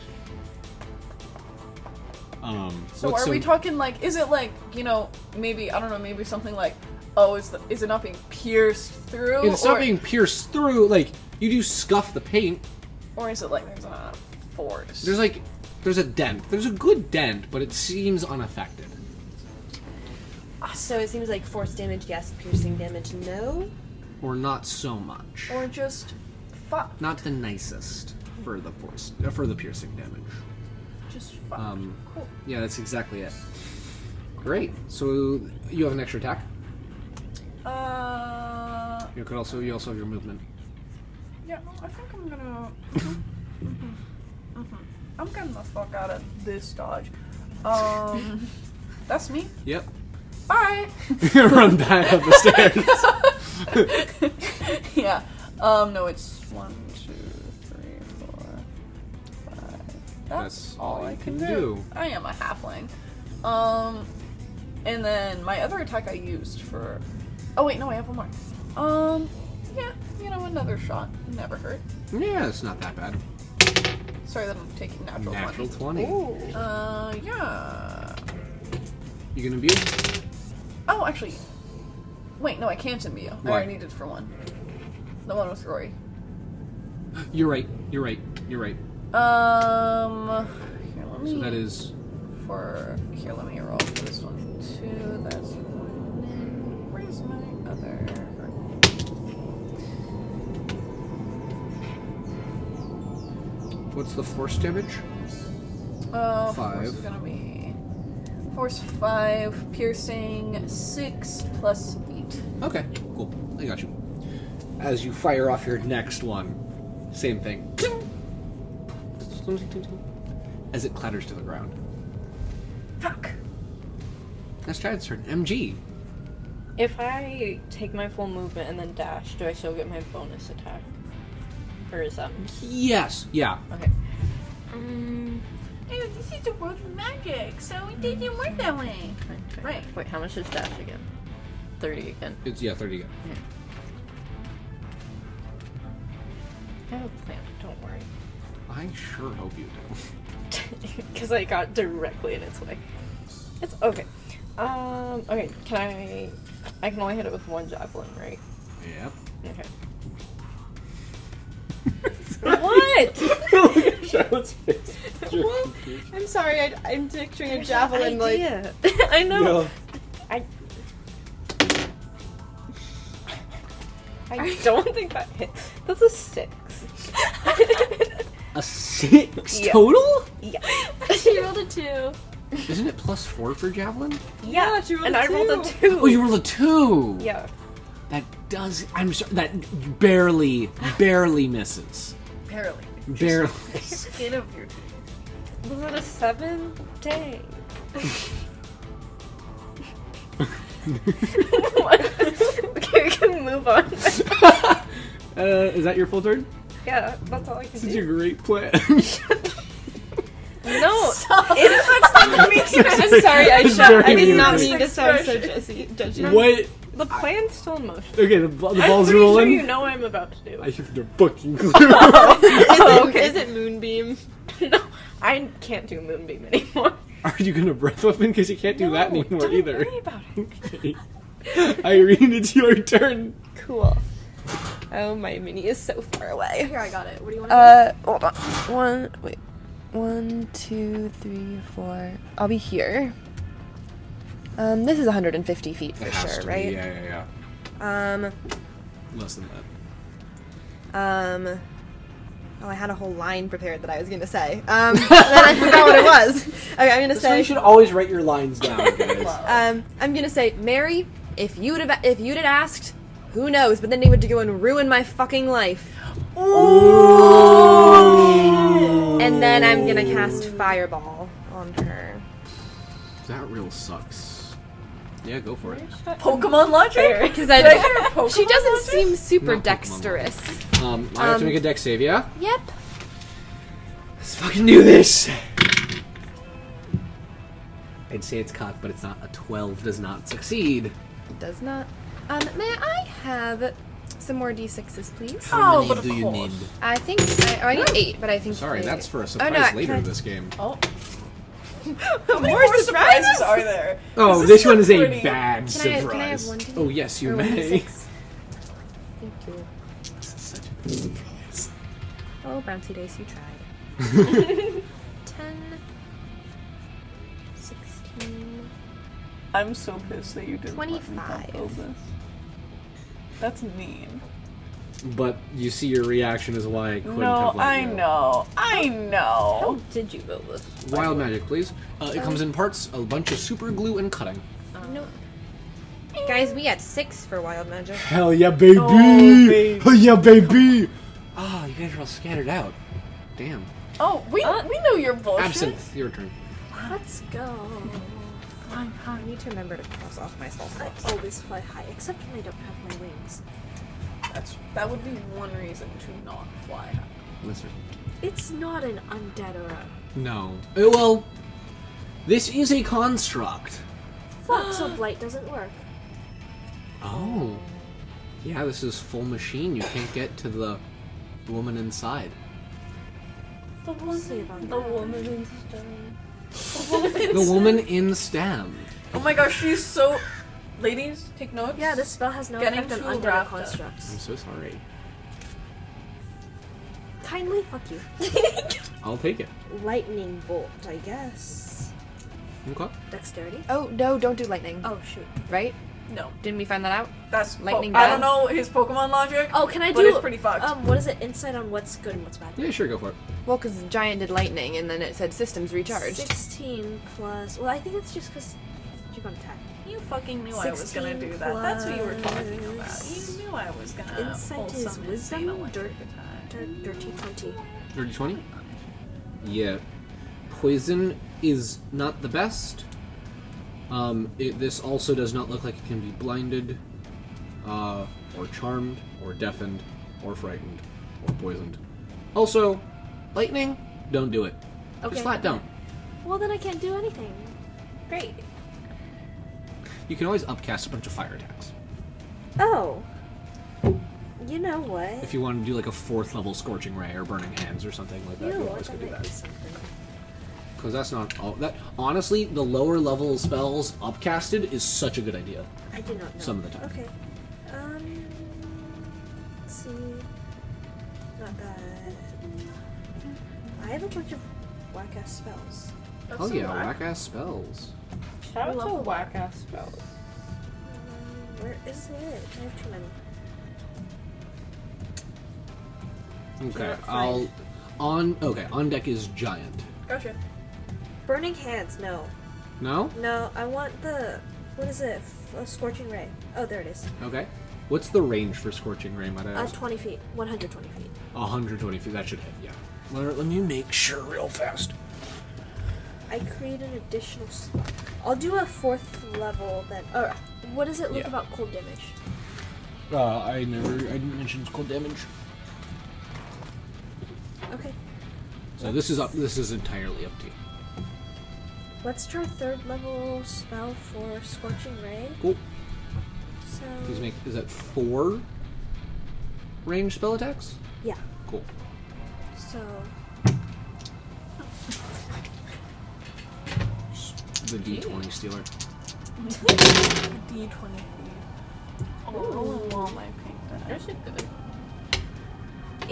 [SPEAKER 1] Um,
[SPEAKER 5] So
[SPEAKER 1] what's
[SPEAKER 5] are we talking like is it like, you know, maybe I don't know, maybe something like oh, is the, is it not being pierced through?
[SPEAKER 1] It's not
[SPEAKER 5] or,
[SPEAKER 1] being pierced through. Like you do scuff the paint,
[SPEAKER 5] or is it like there's not enough force?
[SPEAKER 1] There's like, there's a dent. There's a good dent, but it seems unaffected.
[SPEAKER 4] So it seems like force damage, yes. Piercing damage, no.
[SPEAKER 1] Or not so much.
[SPEAKER 5] or just fuck
[SPEAKER 1] Not the nicest for the force, uh, for the piercing damage.
[SPEAKER 5] just fuck.
[SPEAKER 1] Um,
[SPEAKER 5] cool.
[SPEAKER 1] Yeah, that's exactly it. Great. So you have an extra attack.
[SPEAKER 5] Uh
[SPEAKER 1] You could also you also have your movement.
[SPEAKER 5] Yeah, I think I'm gonna. Mhm. Mhm. I'm getting the fuck out of this dodge. Um, that's me.
[SPEAKER 1] Yep.
[SPEAKER 5] Bye.
[SPEAKER 1] Run back up the stairs.
[SPEAKER 5] yeah. Um, no, it's one, two, three, four, five. That's,
[SPEAKER 1] That's
[SPEAKER 5] all I can, do. I am a halfling. Um, and then my other attack I used for. Oh wait, no, I have one more. Um, yeah, you know, another shot never hurt.
[SPEAKER 1] Yeah, it's not that bad.
[SPEAKER 5] Sorry that I'm taking natural,
[SPEAKER 1] Natural
[SPEAKER 5] one.
[SPEAKER 1] twenty.
[SPEAKER 5] Uh, yeah.
[SPEAKER 1] You gonna be?
[SPEAKER 5] Oh, actually, wait, no, I can't imbue. I
[SPEAKER 1] Why?
[SPEAKER 5] already did for one. The one with Rory.
[SPEAKER 1] You're right. You're right. You're right.
[SPEAKER 5] Um, here, let me.
[SPEAKER 1] So that is
[SPEAKER 5] for here. Let me roll for this one. Two. That's one. Where's my other?
[SPEAKER 1] what's the force damage?
[SPEAKER 5] Oh,
[SPEAKER 1] Five.
[SPEAKER 5] force is gonna be force five, piercing six plus eight.
[SPEAKER 1] Okay, cool. I got you. As you fire off your next one, same thing. As it clatters to the ground.
[SPEAKER 5] Fuck.
[SPEAKER 1] That's Giant's turn. MG.
[SPEAKER 8] If I take my full movement and then dash, do I still get my bonus attack? Or is that
[SPEAKER 1] Yes. Yeah.
[SPEAKER 8] okay?
[SPEAKER 5] This is the world of magic, so it didn't work that way. Right.
[SPEAKER 8] Wait, how much is dash again? Thirty again.
[SPEAKER 1] It's yeah. Thirty.
[SPEAKER 8] I have a plan. Oh, Don't worry.
[SPEAKER 1] I sure hope you do.
[SPEAKER 8] Because I got directly in its way. It's okay. Um. Okay. Can I? I can only hit it with one javelin, right?
[SPEAKER 1] Yep.
[SPEAKER 8] Okay. what?
[SPEAKER 1] Charlotte's face.
[SPEAKER 8] Well, I'm sorry. I, I'm picturing a javelin.
[SPEAKER 4] idea.
[SPEAKER 8] Like I know. I don't think that hits. That's a six.
[SPEAKER 1] A six
[SPEAKER 8] Yeah.
[SPEAKER 1] total?
[SPEAKER 8] yeah.
[SPEAKER 3] she rolled a two.
[SPEAKER 1] Isn't it plus four for javelin?
[SPEAKER 8] Yeah.
[SPEAKER 4] she rolled
[SPEAKER 8] and
[SPEAKER 4] a
[SPEAKER 8] I rolled a two.
[SPEAKER 1] Oh, you rolled a two.
[SPEAKER 8] yeah.
[SPEAKER 1] That does. I'm sorry. That barely, barely misses.
[SPEAKER 5] Barely.
[SPEAKER 1] Barely.
[SPEAKER 5] Skin of your
[SPEAKER 8] Was it a seven? Dang. okay, we can move on.
[SPEAKER 1] uh, is that your full turn?
[SPEAKER 8] yeah, that's all I can
[SPEAKER 1] This
[SPEAKER 8] do.
[SPEAKER 1] is a great plan.
[SPEAKER 8] No, it's, that's not mean. I'm sorry. I,
[SPEAKER 1] It's
[SPEAKER 8] shot,
[SPEAKER 1] very
[SPEAKER 8] I did not
[SPEAKER 1] mean.
[SPEAKER 8] mean to sound so judgy. judgy.
[SPEAKER 1] what?
[SPEAKER 8] The plan's still in motion.
[SPEAKER 1] Okay, the, ba- the
[SPEAKER 8] I'm
[SPEAKER 1] ball's
[SPEAKER 8] pretty
[SPEAKER 1] rolling.
[SPEAKER 8] sure you know what I'm about to do.
[SPEAKER 1] I have no fucking clue.
[SPEAKER 8] oh,
[SPEAKER 4] Is it Moonbeam?
[SPEAKER 8] no, I can't do moonbeam anymore.
[SPEAKER 1] Are you gonna breath weapon? Because you can't do that
[SPEAKER 8] No,
[SPEAKER 1] anymore
[SPEAKER 8] don't
[SPEAKER 1] either.
[SPEAKER 8] worry about it.
[SPEAKER 1] Okay. Irene, it's your turn.
[SPEAKER 8] Cool. Oh, my mini is so far away.
[SPEAKER 3] Here, I got it. What do you want?
[SPEAKER 8] Uh, hold on. One, wait. One, two, three, four. I'll be here. Um, this is 150 feet for sure, right?
[SPEAKER 1] yeah, yeah.
[SPEAKER 4] Um,
[SPEAKER 1] Less than that.
[SPEAKER 4] um. Oh, I had a whole line prepared that I was gonna say. Um, and then I forgot what it was. Okay, I'm gonna
[SPEAKER 1] So you
[SPEAKER 4] say.
[SPEAKER 1] should always write your lines down, guys.
[SPEAKER 4] Um, I'm gonna say, Mary, if you'd have, if you'd had asked, who knows? But then they would go and ruin my fucking life. And then I'm gonna cast Fireball on her.
[SPEAKER 1] That real sucks. Yeah, go for it.
[SPEAKER 5] Pokemon logic.
[SPEAKER 4] Because I, she doesn't seem super
[SPEAKER 1] Not Pokemon.
[SPEAKER 4] dexterous.
[SPEAKER 1] Um, I have to
[SPEAKER 4] Um,
[SPEAKER 1] make a deck save, yeah?
[SPEAKER 4] Yep.
[SPEAKER 1] Let's fucking do this! I'd say it's cocked, but it's not. A 12 does not succeed.
[SPEAKER 4] Does not. Um, may I have some more d6s, please?
[SPEAKER 1] How
[SPEAKER 5] Oh,
[SPEAKER 1] many
[SPEAKER 5] but of
[SPEAKER 1] do you
[SPEAKER 5] course.
[SPEAKER 1] need?
[SPEAKER 4] I think I, oh, I need eight, but I think.
[SPEAKER 1] Sorry,
[SPEAKER 4] they-
[SPEAKER 1] that's for a
[SPEAKER 4] Oh,
[SPEAKER 1] surprise
[SPEAKER 4] no, I-
[SPEAKER 1] later
[SPEAKER 4] can I-
[SPEAKER 1] in this game.
[SPEAKER 5] Oh. How many more surprises are there?
[SPEAKER 1] Oh,
[SPEAKER 5] this
[SPEAKER 1] this one is a
[SPEAKER 5] pretty?
[SPEAKER 1] bad
[SPEAKER 4] Can I-
[SPEAKER 1] surprise.
[SPEAKER 4] can I have one today?
[SPEAKER 1] oh, yes, you
[SPEAKER 4] or one
[SPEAKER 1] may.
[SPEAKER 4] d6. Thank you.
[SPEAKER 1] This is such a surprise.
[SPEAKER 4] Oh, bouncy dice, you tried. 10, 16.
[SPEAKER 5] I'm so pissed that you didn't. let me
[SPEAKER 4] 25.
[SPEAKER 5] build this. That's mean.
[SPEAKER 1] but you see, your reaction is why I couldn't
[SPEAKER 5] No,
[SPEAKER 1] have let
[SPEAKER 5] I
[SPEAKER 1] you.
[SPEAKER 5] know. I know.
[SPEAKER 8] did you build this?
[SPEAKER 1] Wild magic, please. Uh, it comes in parts, a bunch of super glue and cutting.
[SPEAKER 4] No. Guys, we got six for wild magic.
[SPEAKER 1] Hell yeah, baby!
[SPEAKER 2] Oh, babe.
[SPEAKER 1] Hell yeah, baby! Ah, you guys are all scattered out. Damn.
[SPEAKER 5] Oh, we we know your bullshit.
[SPEAKER 1] Absinthe, your turn.
[SPEAKER 3] Let's go.
[SPEAKER 2] Fine,
[SPEAKER 4] I
[SPEAKER 2] fine.
[SPEAKER 4] need to remember to cross off my spell
[SPEAKER 3] I
[SPEAKER 4] slots.
[SPEAKER 3] always fly high, except when I don't have my wings.
[SPEAKER 5] That's that would be one reason to not fly. high.
[SPEAKER 1] Lizard.
[SPEAKER 3] It's not an undead aura.
[SPEAKER 1] No. Uh, Well, this is a construct.
[SPEAKER 3] Fuck, so blight doesn't work.
[SPEAKER 1] Oh. Yeah, this is full machine. You can't get to the woman inside.
[SPEAKER 5] The
[SPEAKER 3] See about
[SPEAKER 5] woman, the
[SPEAKER 3] that.
[SPEAKER 5] woman in stone. The woman.
[SPEAKER 1] The woman in stem.
[SPEAKER 5] oh my gosh, she's so. Ladies, take notes.
[SPEAKER 3] Yeah, this spell has no
[SPEAKER 5] Getting
[SPEAKER 3] effect on
[SPEAKER 5] too
[SPEAKER 3] undead or
[SPEAKER 5] wrapped up.
[SPEAKER 1] I'm
[SPEAKER 3] constructs.
[SPEAKER 1] so sorry.
[SPEAKER 3] Kindly, fuck you.
[SPEAKER 1] I'll take it.
[SPEAKER 4] Lightning bolt, I guess.
[SPEAKER 1] Okay.
[SPEAKER 3] Dexterity.
[SPEAKER 8] Oh no! Don't do lightning.
[SPEAKER 3] Oh shoot.
[SPEAKER 8] Right?
[SPEAKER 5] No,
[SPEAKER 8] Didn't we find that out?
[SPEAKER 5] that's
[SPEAKER 8] Lightning
[SPEAKER 5] lightning. I don't
[SPEAKER 8] bolt.
[SPEAKER 5] know his Pokemon logic.
[SPEAKER 3] Oh, can I
[SPEAKER 5] But
[SPEAKER 3] do?
[SPEAKER 5] it's pretty fucked.
[SPEAKER 3] Um, what is it? Insight on what's good and what's bad.
[SPEAKER 1] Yeah, sure, go for it.
[SPEAKER 8] Well, because Giant did lightning, and then it said systems recharged.
[SPEAKER 3] Sixteen plus. Well, I think it's just because you're gonna attack.
[SPEAKER 5] You fucking knew I was gonna
[SPEAKER 3] 16
[SPEAKER 5] do that. That's what you were talking about.
[SPEAKER 3] plus-
[SPEAKER 5] You knew I was gonna
[SPEAKER 3] Uh, Insight
[SPEAKER 5] pull
[SPEAKER 3] is
[SPEAKER 5] some
[SPEAKER 3] wisdom,
[SPEAKER 5] insane electric
[SPEAKER 3] dirt-
[SPEAKER 5] attack.
[SPEAKER 3] Dir- Dirty twenty.
[SPEAKER 1] Dirty 20? Yeah. Poison is not the best. Um, it, this also does not look like it can be blinded, uh, or charmed, or deafened, or frightened, or poisoned. Also, lightning, don't do it.
[SPEAKER 3] Okay.
[SPEAKER 1] Just flat don't.
[SPEAKER 3] Well, then I can't do anything. Great.
[SPEAKER 1] You can always upcast a bunch of fire attacks.
[SPEAKER 4] Oh. You know what?
[SPEAKER 1] If you want to do like a fourth level scorching ray or burning hands or something like that,
[SPEAKER 3] You know
[SPEAKER 1] you
[SPEAKER 3] what?
[SPEAKER 1] always
[SPEAKER 3] That
[SPEAKER 1] could
[SPEAKER 3] might
[SPEAKER 1] do
[SPEAKER 3] be
[SPEAKER 1] that.
[SPEAKER 3] something.
[SPEAKER 1] Because that's not all. That honestly, the lower level spells upcasted is such a good idea.
[SPEAKER 3] I do not know.
[SPEAKER 1] Some of the time.
[SPEAKER 3] Okay. Um. Let's see. Not bad. I have a bunch of whack ass spells.
[SPEAKER 5] That's
[SPEAKER 1] Oh
[SPEAKER 5] so
[SPEAKER 1] yeah,
[SPEAKER 5] whack.
[SPEAKER 1] whack ass spells.
[SPEAKER 5] I
[SPEAKER 2] Shout out
[SPEAKER 5] love
[SPEAKER 2] to
[SPEAKER 5] the
[SPEAKER 2] whack ass spells.
[SPEAKER 3] Um, where is it? I have too many.
[SPEAKER 1] Okay,
[SPEAKER 3] Yeah, fine.
[SPEAKER 1] I'll on okay, on deck is giant.
[SPEAKER 5] Gotcha.
[SPEAKER 4] Burning hands, no.
[SPEAKER 1] No?
[SPEAKER 4] No, I want the. What is it? F- a scorching ray. Oh, there it is.
[SPEAKER 1] Okay. What's the range for scorching ray, might I
[SPEAKER 3] Uh,
[SPEAKER 1] ask?
[SPEAKER 3] 20 feet. 120 feet.
[SPEAKER 1] 120 feet. That should hit, yeah. Let, let me make sure real fast.
[SPEAKER 4] I create an additional slot. I'll do a fourth level then.
[SPEAKER 3] Alright. What does it look
[SPEAKER 1] Yeah.
[SPEAKER 3] about cold damage?
[SPEAKER 1] Uh, I never I didn't mention cold damage.
[SPEAKER 4] Okay.
[SPEAKER 1] So this is up this is entirely up to you.
[SPEAKER 3] Let's try third level spell for Scorching Ray.
[SPEAKER 1] Cool.
[SPEAKER 3] So.
[SPEAKER 1] Please make is that four range spell attacks?
[SPEAKER 3] Yeah.
[SPEAKER 1] Cool.
[SPEAKER 3] So.
[SPEAKER 1] The D twenty stealer.
[SPEAKER 5] D twenty. Oh, rolling all my pink. die.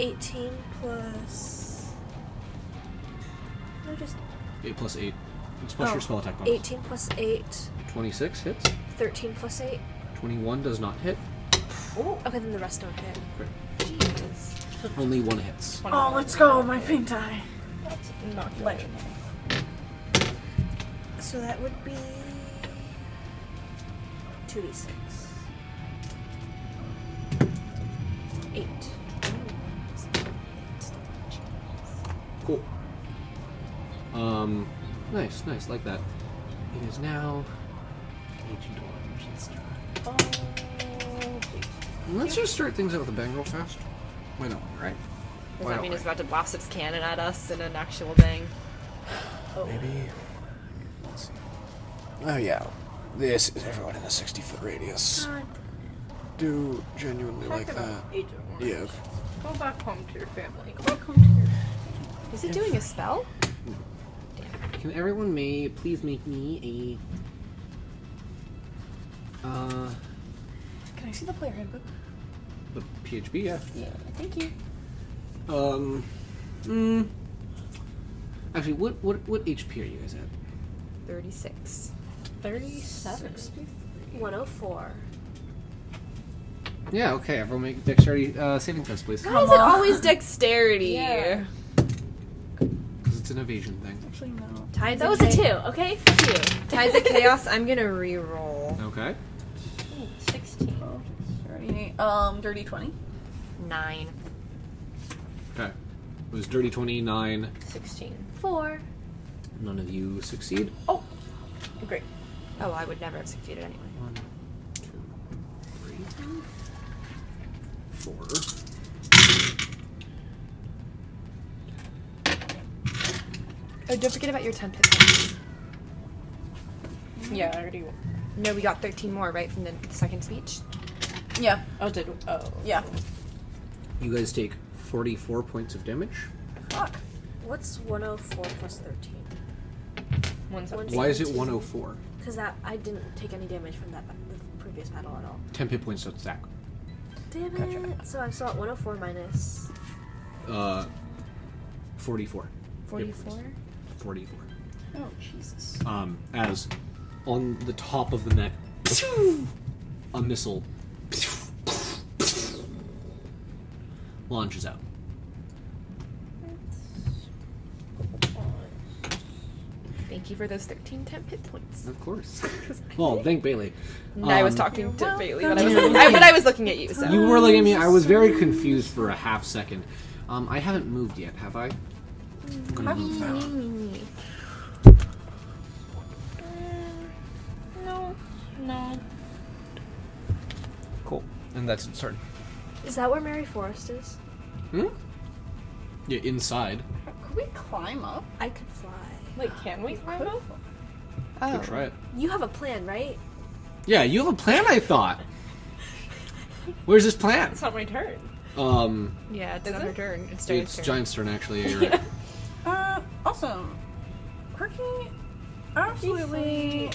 [SPEAKER 3] 18 plus. No, just
[SPEAKER 1] Eight plus eight. It's plus
[SPEAKER 3] Oh,
[SPEAKER 1] your spell attack bonus.
[SPEAKER 3] 18 plus 8.
[SPEAKER 1] Twenty six hits.
[SPEAKER 3] 13 plus 8.
[SPEAKER 1] Twenty one does not hit.
[SPEAKER 3] Okay, then the rest don't hit.
[SPEAKER 1] Only one hits.
[SPEAKER 5] Oh, let's go, my pink die.
[SPEAKER 8] Not good.
[SPEAKER 5] Like,
[SPEAKER 4] So that would be.
[SPEAKER 3] 2d6. 8.
[SPEAKER 1] Cool. Um, nice, nice, like that. It is now Agent Orange. Let's do it.
[SPEAKER 8] Oh,
[SPEAKER 1] And Let's just start things out with a bang real fast. Why not? Right?
[SPEAKER 8] Does
[SPEAKER 1] Why
[SPEAKER 8] that
[SPEAKER 1] not,
[SPEAKER 8] mean it's
[SPEAKER 1] right?
[SPEAKER 8] about to blast its cannon at us in an actual thing?
[SPEAKER 1] Maybe. Let's see. Oh yeah, this is everyone in the sixty foot radius. Do genuinely like that. Yeah.
[SPEAKER 2] Go back home to your family. Go back home to your
[SPEAKER 8] Is it doing a spell?
[SPEAKER 1] Can everyone may please make me a uh
[SPEAKER 5] Can I see the player handbook?
[SPEAKER 1] the PHB? Yeah.
[SPEAKER 5] Yeah, thank you.
[SPEAKER 1] Um. Mm, actually, what what what HP are you guys at?
[SPEAKER 8] Thirty-six.
[SPEAKER 5] 37.
[SPEAKER 3] 104.
[SPEAKER 1] Yeah. Okay. Everyone make dexterity uh, saving throws, please.
[SPEAKER 8] Why is it always dexterity?
[SPEAKER 5] Yeah.
[SPEAKER 1] Because it's an evasion thing.
[SPEAKER 5] Actually, no.
[SPEAKER 8] Tides.
[SPEAKER 3] That was a 2, okay? Fuck you.
[SPEAKER 8] Tides of chaos. I'm gonna re-roll.
[SPEAKER 1] Okay.
[SPEAKER 5] Okay, Oh, um, dirty 20.
[SPEAKER 4] Nine.
[SPEAKER 1] Okay. It was dirty 29.
[SPEAKER 4] Sixteen.
[SPEAKER 3] Four.
[SPEAKER 1] None of you succeed.
[SPEAKER 5] Great.
[SPEAKER 4] Oh, I would never have succeeded anyway.
[SPEAKER 1] One, two, three, four.
[SPEAKER 4] Oh, don't forget about your ten pistols.
[SPEAKER 8] Yeah, I already.
[SPEAKER 4] No, we got thirteen more right from the second speech.
[SPEAKER 5] Yeah,
[SPEAKER 8] Oh, did. Oh.
[SPEAKER 5] yeah.
[SPEAKER 1] You guys take 44 points of damage.
[SPEAKER 5] Fuck.
[SPEAKER 3] What's 104 plus 13?
[SPEAKER 8] One second.
[SPEAKER 3] One
[SPEAKER 1] Why is it 104?
[SPEAKER 3] Because that I didn't take any damage from that ba- the previous battle at all.
[SPEAKER 1] 10 hit points of stack.
[SPEAKER 3] Damn it! So I'm still at 104 minus.
[SPEAKER 1] Uh, 44. Hit points.
[SPEAKER 8] 44?
[SPEAKER 1] 44.
[SPEAKER 5] Oh, Jesus.
[SPEAKER 1] um, as on the top of the neck, a missile launches out.
[SPEAKER 8] Thank you for those 13 temp hit points.
[SPEAKER 1] Of course. Well, thank Bailey.
[SPEAKER 8] I was
[SPEAKER 1] Um,
[SPEAKER 8] talking to Bailey, but I was, looking, I, but I was looking at you, so.
[SPEAKER 1] You were looking at me. I was very confused for a half second. Um, I haven't moved yet, have I? I'm gonna move now.
[SPEAKER 5] No. No.
[SPEAKER 1] Cool. And that's its turn.
[SPEAKER 3] Is that where Mary Forrest is?
[SPEAKER 1] Hmm? Yeah, inside.
[SPEAKER 5] Could we climb up?
[SPEAKER 3] I could fly.
[SPEAKER 8] Like, can we climb up? Oh.
[SPEAKER 1] Good try it.
[SPEAKER 3] You have a plan, right?
[SPEAKER 1] Yeah, you have a plan, I thought. Where's this plan?
[SPEAKER 8] It's not my turn.
[SPEAKER 1] Um,
[SPEAKER 4] Yeah, it's not
[SPEAKER 8] it?
[SPEAKER 4] her turn. It's Jane's
[SPEAKER 1] it's
[SPEAKER 4] turn.
[SPEAKER 1] Giant's turn, actually. Yeah, you're right.
[SPEAKER 5] Uh, awesome. Quirky, absolutely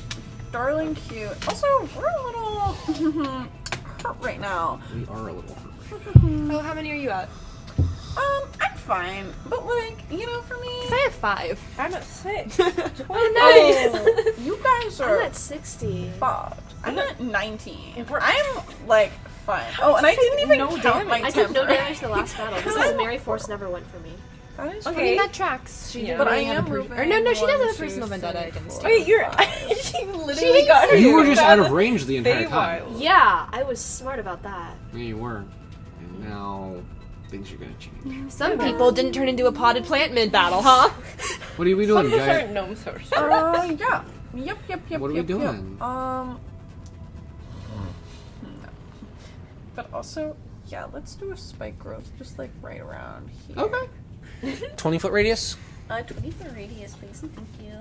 [SPEAKER 5] darling cute. Also, we're a little hurt right now.
[SPEAKER 1] We are a little hurt.
[SPEAKER 8] Oh, how many are you at?
[SPEAKER 5] Um, I'm fine, but like, you know, for me,
[SPEAKER 4] I have five.
[SPEAKER 8] I'm at six.
[SPEAKER 4] Oh, nice.
[SPEAKER 5] you guys
[SPEAKER 3] I'm
[SPEAKER 5] are
[SPEAKER 3] at 60.
[SPEAKER 5] fucked. I'm at 19. I'm like fine. Oh, and I didn't even
[SPEAKER 8] no
[SPEAKER 5] count my
[SPEAKER 3] I took no
[SPEAKER 5] temper.
[SPEAKER 3] damage the last battle because Mary Force never went for me.
[SPEAKER 5] That is
[SPEAKER 4] I mean, that tracks. She
[SPEAKER 8] Yeah.
[SPEAKER 4] yeah.
[SPEAKER 5] But I am moving.
[SPEAKER 4] Or no, no, she does
[SPEAKER 5] One,
[SPEAKER 4] have a
[SPEAKER 5] two,
[SPEAKER 4] personal vendetta
[SPEAKER 5] three,
[SPEAKER 4] against
[SPEAKER 5] four.
[SPEAKER 4] you.
[SPEAKER 8] Wait, you're. she literally
[SPEAKER 4] Jeez.
[SPEAKER 8] got her.
[SPEAKER 1] You were just out of range the entire time.
[SPEAKER 8] Feywild.
[SPEAKER 3] Yeah, I was smart about that.
[SPEAKER 1] Yeah, you were. And now things are gonna change.
[SPEAKER 4] Some people didn't turn into a potted plant mid battle, huh?
[SPEAKER 1] What are we
[SPEAKER 8] Some
[SPEAKER 1] doing,
[SPEAKER 8] of us
[SPEAKER 1] guys?
[SPEAKER 8] aren't gnome sorcerers.
[SPEAKER 5] Uh, yeah. Yep, yep, yep.
[SPEAKER 1] What are we
[SPEAKER 5] yep, yep.
[SPEAKER 1] doing?
[SPEAKER 5] Um. No. But also, yeah, let's do a spike growth just like right around here.
[SPEAKER 1] Okay. Twenty foot radius.
[SPEAKER 5] Uh, 20 for radius, please. and Thank you.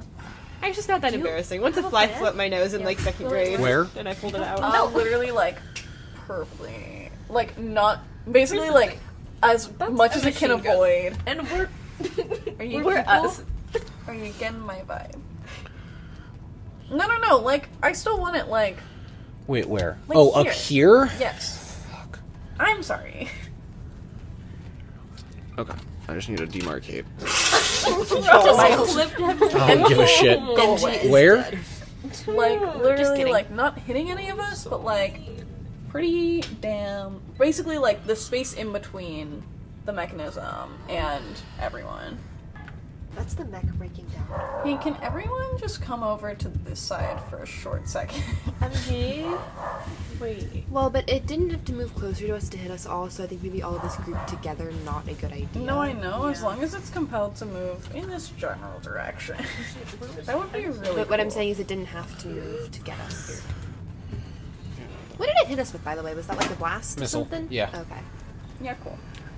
[SPEAKER 8] Actually, it's not that embarrassing. Once a
[SPEAKER 3] have a
[SPEAKER 8] fly
[SPEAKER 3] plan?
[SPEAKER 8] flew up my nose in like second grade,
[SPEAKER 1] Where?
[SPEAKER 8] and I pulled it out.
[SPEAKER 5] Uh, literally like purpley. Like, not. Basically, like, as much
[SPEAKER 8] a
[SPEAKER 5] as I
[SPEAKER 8] machine
[SPEAKER 5] can
[SPEAKER 8] gun.
[SPEAKER 5] avoid.
[SPEAKER 8] And we're
[SPEAKER 5] Are you
[SPEAKER 8] we're
[SPEAKER 5] people?
[SPEAKER 8] us.
[SPEAKER 5] Are you getting my vibe? No, no, no. Like, I still want it, like,
[SPEAKER 1] Wait, where?
[SPEAKER 5] Like
[SPEAKER 1] oh, up here.
[SPEAKER 5] yes. I'm sorry.
[SPEAKER 1] Okay. I just need to demarcate.
[SPEAKER 4] Flipped
[SPEAKER 1] I don't give a shit.
[SPEAKER 5] Go away.
[SPEAKER 1] Where?
[SPEAKER 5] like literally
[SPEAKER 4] kidding.
[SPEAKER 5] like not hitting any of us but like pretty damn basically like the space in between the mechanism and everyone
[SPEAKER 3] That's the mech breaking down.
[SPEAKER 5] hey can everyone just come over to this side for a short second
[SPEAKER 3] MG? Wait.
[SPEAKER 4] Well, but it didn't have to move closer to us to hit us all, so I think maybe all of us grouped together not a good idea.
[SPEAKER 5] no i know as long as it's compelled to move in this general direction that would be really
[SPEAKER 4] But what I'm
[SPEAKER 5] cool.
[SPEAKER 4] saying is it didn't have to move to get us. What did it hit us with, by the way? Was that like a blast
[SPEAKER 1] Missile.
[SPEAKER 4] or something?
[SPEAKER 1] Yeah.
[SPEAKER 4] Okay.
[SPEAKER 5] yeah cool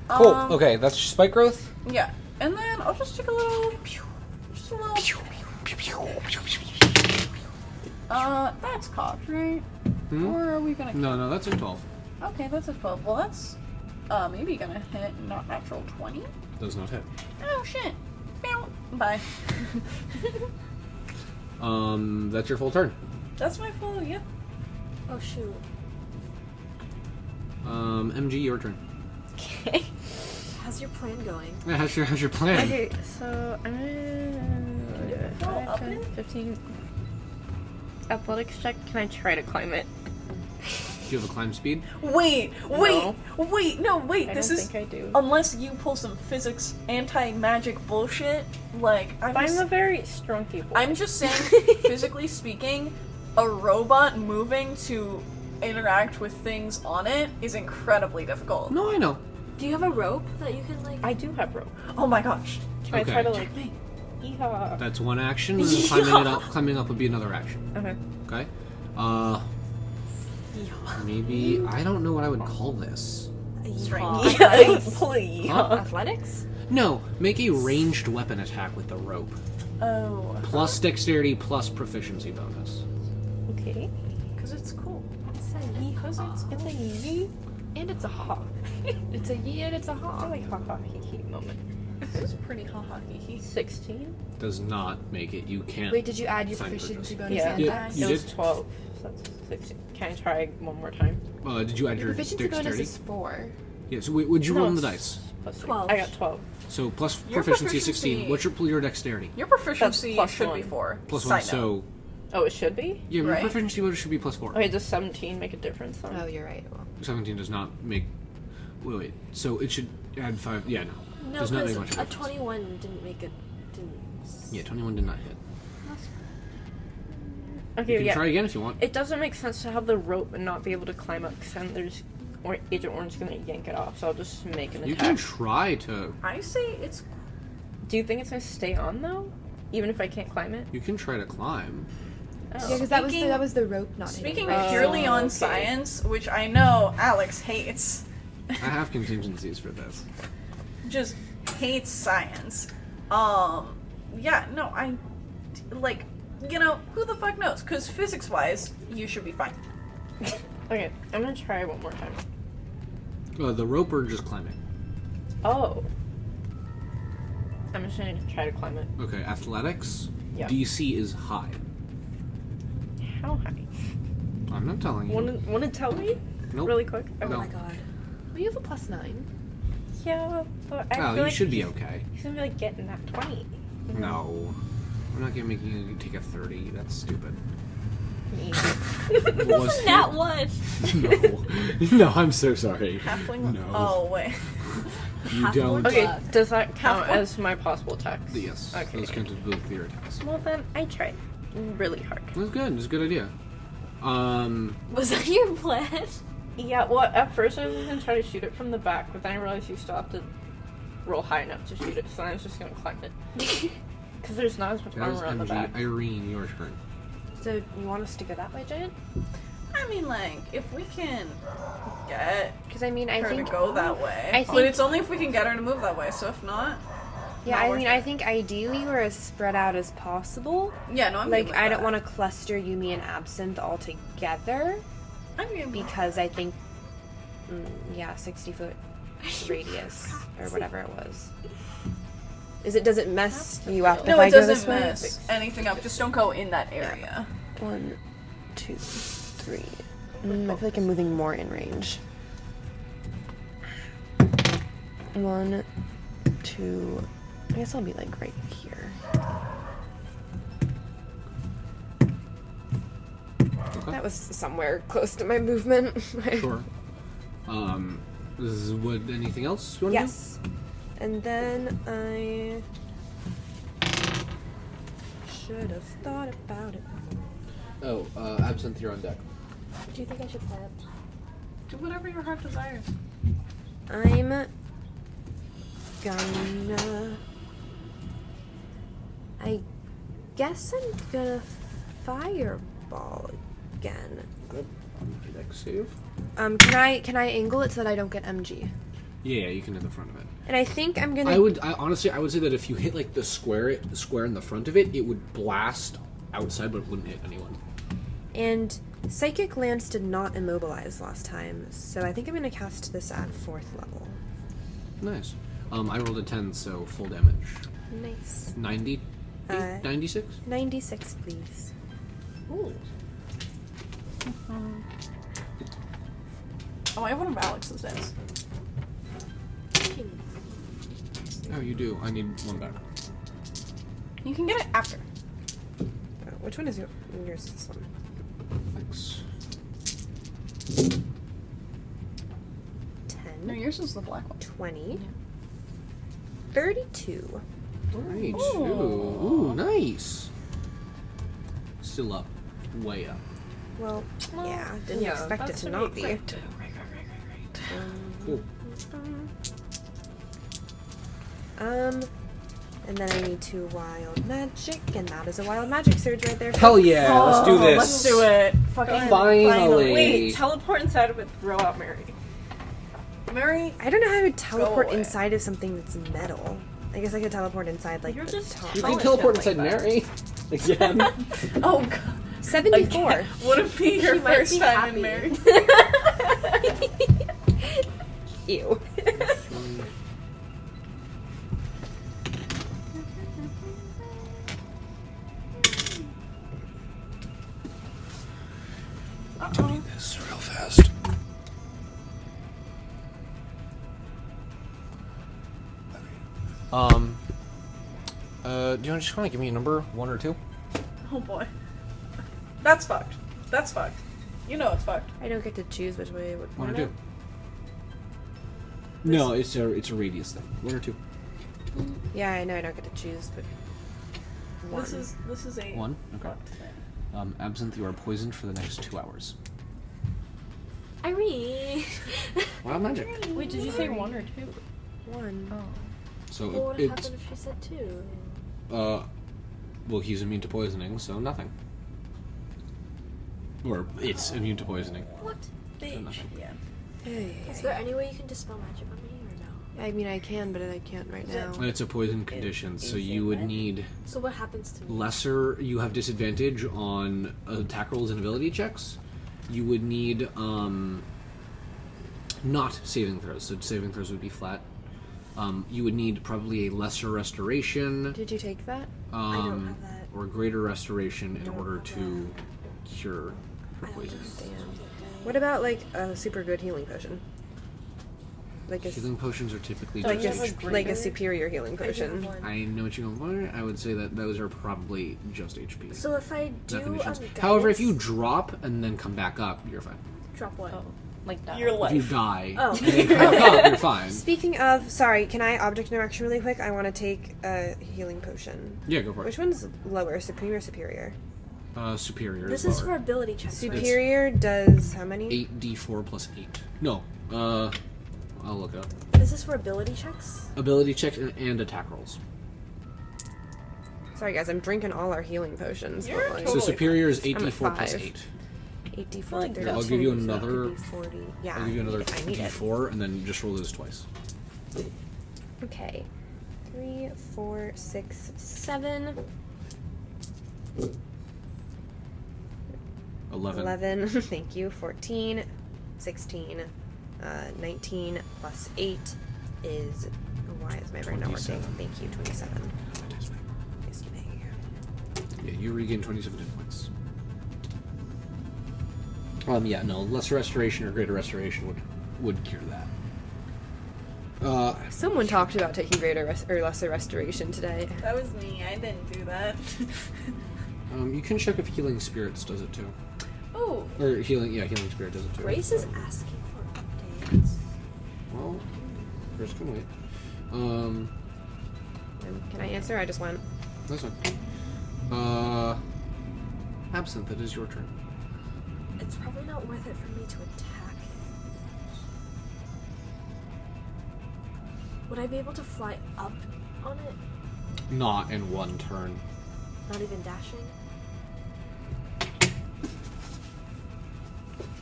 [SPEAKER 1] Cool.
[SPEAKER 5] Um,
[SPEAKER 1] okay, that's your spike growth.
[SPEAKER 5] yeah and then i'll just take a little pew, just a little uh that's cocked right
[SPEAKER 1] Hmm?
[SPEAKER 5] or are we gonna
[SPEAKER 1] No, no, that's a twelve.
[SPEAKER 5] Okay, that's a 12. Well, that's uh, maybe gonna hit not natural 20.
[SPEAKER 1] Does not hit.
[SPEAKER 5] Oh, shit. Meow. Bye.
[SPEAKER 1] Um, that's your full turn.
[SPEAKER 5] that's my full, yep.
[SPEAKER 3] Oh shoot.
[SPEAKER 1] Um, MG, your turn.
[SPEAKER 3] How's your plan going?
[SPEAKER 1] Yeah, how's your how's your plan?
[SPEAKER 8] Okay, so I'm in
[SPEAKER 5] Well, up
[SPEAKER 8] 10,
[SPEAKER 5] it?
[SPEAKER 8] 15. Athletics check. Can I try to climb it?
[SPEAKER 1] Do you have a climb speed?
[SPEAKER 5] Wait, wait, wait, no, wait.
[SPEAKER 8] I
[SPEAKER 5] this
[SPEAKER 8] don't
[SPEAKER 5] is.
[SPEAKER 8] think I do.
[SPEAKER 5] Unless you pull some physics anti magic bullshit, like, I'm,
[SPEAKER 8] I'm
[SPEAKER 5] s-
[SPEAKER 8] a very strunky boy.
[SPEAKER 5] I'm just saying, physically speaking, a robot moving to interact with things on it is incredibly difficult.
[SPEAKER 1] No, I know.
[SPEAKER 3] Do you have a rope that you can like?
[SPEAKER 7] I do have rope.
[SPEAKER 5] Oh my gosh.
[SPEAKER 7] Can I
[SPEAKER 1] Okay.
[SPEAKER 7] try to like? Yeehaw.
[SPEAKER 1] That's one action, and then climbing it up, climbing up would be another action.
[SPEAKER 7] Okay.
[SPEAKER 1] Okay. Uh, maybe I don't know what I would call this.
[SPEAKER 3] Strength.
[SPEAKER 7] Please.
[SPEAKER 1] Huh?
[SPEAKER 4] Athletics?
[SPEAKER 1] No, make a ranged weapon attack with the rope.
[SPEAKER 5] Oh.
[SPEAKER 1] Plus dexterity, plus proficiency bonus.
[SPEAKER 7] Okay.
[SPEAKER 5] Because it's cool.
[SPEAKER 7] Because it's it's a yee.
[SPEAKER 4] And it's a hawk. it's a yee and it's a
[SPEAKER 8] Oh,
[SPEAKER 7] I
[SPEAKER 4] hawk.
[SPEAKER 7] like ha ha hee hee moment.
[SPEAKER 5] This is pretty haha hee hee.
[SPEAKER 7] Sixteen.
[SPEAKER 1] Does not make it. You can't.
[SPEAKER 4] Wait, did you add your
[SPEAKER 1] Sign
[SPEAKER 4] proficiency
[SPEAKER 1] purchase.
[SPEAKER 4] bonus
[SPEAKER 7] Yeah.
[SPEAKER 4] and
[SPEAKER 1] Yeah,
[SPEAKER 4] that?
[SPEAKER 1] you
[SPEAKER 7] it
[SPEAKER 1] did.
[SPEAKER 7] was twelve. So that's sixteen. Can I try one more time?
[SPEAKER 1] uh, did you add
[SPEAKER 4] Your
[SPEAKER 1] your
[SPEAKER 4] proficiency bonus
[SPEAKER 1] dexterity?
[SPEAKER 4] is four.
[SPEAKER 1] Yeah. So wait, would you
[SPEAKER 7] No,
[SPEAKER 1] roll on the
[SPEAKER 7] it's
[SPEAKER 1] dice?
[SPEAKER 7] plus six.
[SPEAKER 3] Twelve.
[SPEAKER 7] I got twelve.
[SPEAKER 1] So plus
[SPEAKER 5] Your
[SPEAKER 1] proficiency, is sixteen.
[SPEAKER 5] proficiency-
[SPEAKER 1] What's your your dexterity?
[SPEAKER 5] Your proficiency
[SPEAKER 7] plus
[SPEAKER 5] should
[SPEAKER 7] one.
[SPEAKER 5] be four.
[SPEAKER 1] Plus
[SPEAKER 5] Side
[SPEAKER 1] one.
[SPEAKER 5] note.
[SPEAKER 1] So
[SPEAKER 7] Oh, it should be.
[SPEAKER 1] yeah, your
[SPEAKER 5] Right.
[SPEAKER 1] proficiency bonus should be plus four.
[SPEAKER 7] Okay, does seventeen make a difference? Then?
[SPEAKER 4] Oh, you're right. Well,
[SPEAKER 1] Seventeen does not make. Wait, wait. So it should add five. Yeah, no.
[SPEAKER 3] No,
[SPEAKER 1] does not make much of
[SPEAKER 3] because
[SPEAKER 1] a
[SPEAKER 3] a
[SPEAKER 1] difference.
[SPEAKER 3] twenty-one didn't make it. Didn't.
[SPEAKER 1] Yeah, twenty-one did not hit. You
[SPEAKER 7] okay,
[SPEAKER 1] can
[SPEAKER 7] yeah.
[SPEAKER 1] try again if you want.
[SPEAKER 7] It doesn't make sense to have the rope and not be able to climb up because then there's or Agent Orange is gonna yank it off. So I'll just make an
[SPEAKER 1] You
[SPEAKER 7] attack.
[SPEAKER 1] can try to.
[SPEAKER 5] I say it's
[SPEAKER 7] Do you think it's gonna stay on though, even if I can't climb it?
[SPEAKER 1] You can try to climb.
[SPEAKER 7] Oh.
[SPEAKER 4] yeah, because that was the,
[SPEAKER 5] Speaking-
[SPEAKER 4] that was the rope, not hitting,
[SPEAKER 5] speaking
[SPEAKER 4] right?
[SPEAKER 7] Oh,
[SPEAKER 5] purely on
[SPEAKER 7] okay.
[SPEAKER 5] science, which I know Alex hates.
[SPEAKER 1] I have contingencies for this.
[SPEAKER 5] just hates science. Um, yeah, no, I like, you know, who the fuck knows? Because physics wise, you should be fine.
[SPEAKER 7] Okay, I'm gonna try one more time.
[SPEAKER 1] Uh, the rope or just climbing?
[SPEAKER 7] Oh. I'm just gonna try to climb it.
[SPEAKER 1] Okay, athletics.
[SPEAKER 7] Yeah.
[SPEAKER 1] DC is high.
[SPEAKER 7] How high?
[SPEAKER 1] I'm not telling you.
[SPEAKER 7] Wanna wanna tell me
[SPEAKER 1] nope.
[SPEAKER 7] really quick? Okay.
[SPEAKER 3] Oh
[SPEAKER 1] No.
[SPEAKER 3] my god.
[SPEAKER 4] Well, you have a plus nine.
[SPEAKER 7] Yeah, but I
[SPEAKER 1] Oh,
[SPEAKER 7] feel
[SPEAKER 1] you
[SPEAKER 7] like
[SPEAKER 1] should be
[SPEAKER 7] he's,
[SPEAKER 1] okay.
[SPEAKER 7] he's gonna be like getting that twenty.
[SPEAKER 1] No. I'm not gonna make you take a 30. That's stupid.
[SPEAKER 7] Maybe.
[SPEAKER 1] Was he-
[SPEAKER 3] That one.
[SPEAKER 1] no. no, I'm so sorry.
[SPEAKER 5] Halfling.
[SPEAKER 1] No.
[SPEAKER 5] Oh wait.
[SPEAKER 1] You don't.
[SPEAKER 7] okay,
[SPEAKER 3] Fuck.
[SPEAKER 7] does that count
[SPEAKER 5] Half one?
[SPEAKER 7] as my possible attacks?
[SPEAKER 1] Yes.
[SPEAKER 7] Okay.
[SPEAKER 1] Those count as both your attacks.
[SPEAKER 7] Well then, I tried really hard.
[SPEAKER 1] That's good. It's a good idea. Um,
[SPEAKER 3] Was that your plan?
[SPEAKER 7] Yeah, well, at first I was gonna try to shoot it from the back, but then I realized you still have to roll high enough to shoot it, so then I was just gonna climb it. Because there's not as much
[SPEAKER 1] that was
[SPEAKER 7] armor on the back.
[SPEAKER 1] MG. Irene, your turn.
[SPEAKER 4] So you want us to go that way, Giant?
[SPEAKER 5] I mean, like, if we can get
[SPEAKER 4] Because I mean, I
[SPEAKER 5] her
[SPEAKER 4] think
[SPEAKER 5] to go that way,
[SPEAKER 4] I
[SPEAKER 5] but
[SPEAKER 4] think-
[SPEAKER 5] it's only if we can get her to move that way. So if not,
[SPEAKER 4] yeah,
[SPEAKER 5] not
[SPEAKER 4] I
[SPEAKER 5] worth
[SPEAKER 4] mean,
[SPEAKER 5] it.
[SPEAKER 4] I think ideally we're as spread out as possible.
[SPEAKER 5] yeah, no, I'm
[SPEAKER 4] Like, I don't want to cluster Yumi and Absinthe all together
[SPEAKER 5] to. I'm gonna be.
[SPEAKER 4] because I think, mm, yeah, sixty foot radius or whatever it was. Is it? Does it mess you up
[SPEAKER 5] No,
[SPEAKER 4] if I
[SPEAKER 5] it
[SPEAKER 4] go this
[SPEAKER 5] doesn't
[SPEAKER 4] way?
[SPEAKER 5] mess anything up. Just don't go in that area.
[SPEAKER 9] One, two, three. Mm, I feel like I'm moving more in range. One, two. I guess I'll be like right here.
[SPEAKER 4] That was somewhere close to my movement.
[SPEAKER 1] Sure. Um, is, would anything else you want to
[SPEAKER 4] yes. And then I
[SPEAKER 3] Should have thought about it.
[SPEAKER 1] do? Oh, uh, Absinthe, you're on deck.
[SPEAKER 3] Do you think I should play it?
[SPEAKER 5] Do whatever your heart desires.
[SPEAKER 4] I'm gonna. I guess I'm gonna fireball again.
[SPEAKER 1] Good. Deck save.
[SPEAKER 4] Um, can I can I angle it so that I don't get MG?
[SPEAKER 1] Yeah, yeah, you can hit the front of it.
[SPEAKER 4] And I think I'm gonna.
[SPEAKER 1] I would I, honestly, I would say that if you hit like the square, it, the square in the front of it, it would blast outside, but it wouldn't hit anyone.
[SPEAKER 4] And psychic lance did not immobilize last time, so I think I'm gonna cast this at fourth level.
[SPEAKER 1] Nice. Um, I rolled a ten, so full damage.
[SPEAKER 4] Nice.
[SPEAKER 1] 90,
[SPEAKER 4] Uh,
[SPEAKER 1] 96?
[SPEAKER 4] 96, please.
[SPEAKER 5] Oh, I have one of Alex's days.
[SPEAKER 1] Oh, you do. I need one back.
[SPEAKER 5] You can get it after.
[SPEAKER 4] Uh, which one is your, yours? This one.
[SPEAKER 1] Thanks.
[SPEAKER 5] No,
[SPEAKER 4] 10,
[SPEAKER 5] yours is the black one.
[SPEAKER 4] 20, 32.
[SPEAKER 1] Alright. Ooh. Ooh, nice. Still up. Way up.
[SPEAKER 3] Well, yeah, I didn't
[SPEAKER 8] yeah.
[SPEAKER 3] expect it
[SPEAKER 2] That's
[SPEAKER 3] to
[SPEAKER 2] to
[SPEAKER 3] not
[SPEAKER 2] be
[SPEAKER 3] be.
[SPEAKER 2] Right, right, right, right, right,
[SPEAKER 1] Cool.
[SPEAKER 3] Um, and then I need two wild magic, and that is a wild magic surge right there.
[SPEAKER 1] Hell yeah! let's do
[SPEAKER 2] Oh,
[SPEAKER 1] this.
[SPEAKER 2] Let's do it.
[SPEAKER 1] Finally.
[SPEAKER 2] Fucking
[SPEAKER 3] Wait, teleport inside of it. Throw out Mary.
[SPEAKER 2] Mary.
[SPEAKER 4] I don't know how I would teleport
[SPEAKER 2] away.
[SPEAKER 4] inside of something that's metal. I guess I could teleport inside like
[SPEAKER 3] You're
[SPEAKER 4] the
[SPEAKER 3] just
[SPEAKER 4] top.
[SPEAKER 1] You
[SPEAKER 3] Tell
[SPEAKER 1] can
[SPEAKER 3] us
[SPEAKER 1] teleport
[SPEAKER 3] shit
[SPEAKER 1] inside
[SPEAKER 3] like
[SPEAKER 1] Mary again.
[SPEAKER 2] Oh god.
[SPEAKER 4] Seventy-four.
[SPEAKER 2] Would it be your
[SPEAKER 4] might
[SPEAKER 2] first
[SPEAKER 4] be
[SPEAKER 2] time
[SPEAKER 4] happy.
[SPEAKER 2] in Mary?
[SPEAKER 4] Ew.
[SPEAKER 10] doing this real fast.
[SPEAKER 1] um. Uh, do you just want to give me a number, one or two?
[SPEAKER 2] Oh boy. That's fucked. That's fucked. You know it's fucked.
[SPEAKER 4] I don't get to choose which way it would
[SPEAKER 1] One or
[SPEAKER 4] want
[SPEAKER 1] two. No, it's a it's a radius thing. One or two.
[SPEAKER 4] Yeah, I know I don't get to choose, but one.
[SPEAKER 2] This is this is a
[SPEAKER 1] One. Okay. Um, absinthe, you are poisoned for the next two hours.
[SPEAKER 3] Irene.
[SPEAKER 1] Wow, magic.
[SPEAKER 5] Wait, did you say one or two?
[SPEAKER 4] one.
[SPEAKER 3] what
[SPEAKER 1] So
[SPEAKER 3] would
[SPEAKER 1] it,
[SPEAKER 3] have
[SPEAKER 1] it's
[SPEAKER 3] happened if she said two?
[SPEAKER 1] uh, well, he's immune to poisoning, so nothing. Or it's immune to poisoning.
[SPEAKER 3] What?
[SPEAKER 1] so nothing.
[SPEAKER 3] Is there any way you can dispel magic on me or no?
[SPEAKER 4] I mean, I can, but I can't right now.
[SPEAKER 1] And it's a poison condition, so you would need
[SPEAKER 3] So what happens to me?
[SPEAKER 1] lesser. You have disadvantage on uh, attack rolls and ability checks. You would need um, not saving throws, so saving throws would be flat. Um, you would need probably a lesser restoration.
[SPEAKER 4] Did you take that?
[SPEAKER 1] um,
[SPEAKER 3] don't have that.
[SPEAKER 1] or greater restoration in order to cure her poison.
[SPEAKER 4] What about like a super good healing potion? Like a
[SPEAKER 1] Healing potions are typically
[SPEAKER 4] like
[SPEAKER 1] just
[SPEAKER 4] a,
[SPEAKER 1] HP.
[SPEAKER 4] like a superior healing potion.
[SPEAKER 1] I know what you're going for. I would say that those are probably just HP.
[SPEAKER 3] So if I do
[SPEAKER 1] Nothing
[SPEAKER 3] um,
[SPEAKER 1] to chance. However, if you
[SPEAKER 3] guidance-
[SPEAKER 1] drop and then come back up, you're fine.
[SPEAKER 3] drop one,
[SPEAKER 1] Oh.
[SPEAKER 5] Like that.
[SPEAKER 2] Your
[SPEAKER 1] If you
[SPEAKER 2] life.
[SPEAKER 1] die
[SPEAKER 3] Oh.
[SPEAKER 1] and then come back up, you're fine.
[SPEAKER 4] Speaking of, sorry, can I object interaction really quick? I want to take a healing potion.
[SPEAKER 1] Yeah, go for it.
[SPEAKER 4] Which one's lower, superior, superior?
[SPEAKER 1] Uh, superior.
[SPEAKER 3] this
[SPEAKER 1] is
[SPEAKER 3] is for
[SPEAKER 1] lower.
[SPEAKER 3] ability checks. right?
[SPEAKER 4] Superior does how many?
[SPEAKER 1] 8d4 plus 8. No. Uh, I'll look it up.
[SPEAKER 3] This is for ability checks.
[SPEAKER 1] Ability checks and, and attack rolls.
[SPEAKER 4] Sorry guys, I'm drinking all our healing potions.
[SPEAKER 2] You're
[SPEAKER 4] but, like,
[SPEAKER 1] So
[SPEAKER 2] Totally
[SPEAKER 1] superior is
[SPEAKER 4] I'm at
[SPEAKER 1] 8d4 plus
[SPEAKER 4] five.
[SPEAKER 1] 8.
[SPEAKER 4] 84,
[SPEAKER 1] Here, I'll
[SPEAKER 4] 13,
[SPEAKER 1] give you
[SPEAKER 4] so that
[SPEAKER 1] another-
[SPEAKER 4] could be 40. Yeah,
[SPEAKER 1] I'll give you another
[SPEAKER 4] I need it.
[SPEAKER 1] d4 and then just roll those twice.
[SPEAKER 4] Okay. Three, four, six, seven,
[SPEAKER 1] 11.
[SPEAKER 4] 11, thank you, 14, 16, uh, 19 plus 8 is. Why is my brain not working?
[SPEAKER 1] 27.
[SPEAKER 4] Thank you, 27. Excuse me.
[SPEAKER 1] Yeah, you regain 27 hit points. Um, yeah, no, lesser restoration or greater restoration would would cure that. Uh,
[SPEAKER 4] Someone talked about taking greater res- or lesser restoration today.
[SPEAKER 2] That was me. I didn't do that.
[SPEAKER 1] um, you can check if healing spirits does it too,
[SPEAKER 2] oh,
[SPEAKER 1] or healing, yeah, healing spirit does it too.
[SPEAKER 3] Grace is asking for updates.
[SPEAKER 1] Well, Chris can wait. Um,
[SPEAKER 4] Um, Can I answer? I just went.
[SPEAKER 1] this one. Uh, absinthe, it is your turn.
[SPEAKER 3] It's probably not worth it for me to attack. Would I be able to fly up on it?
[SPEAKER 1] Not in one turn.
[SPEAKER 3] Not even dashing?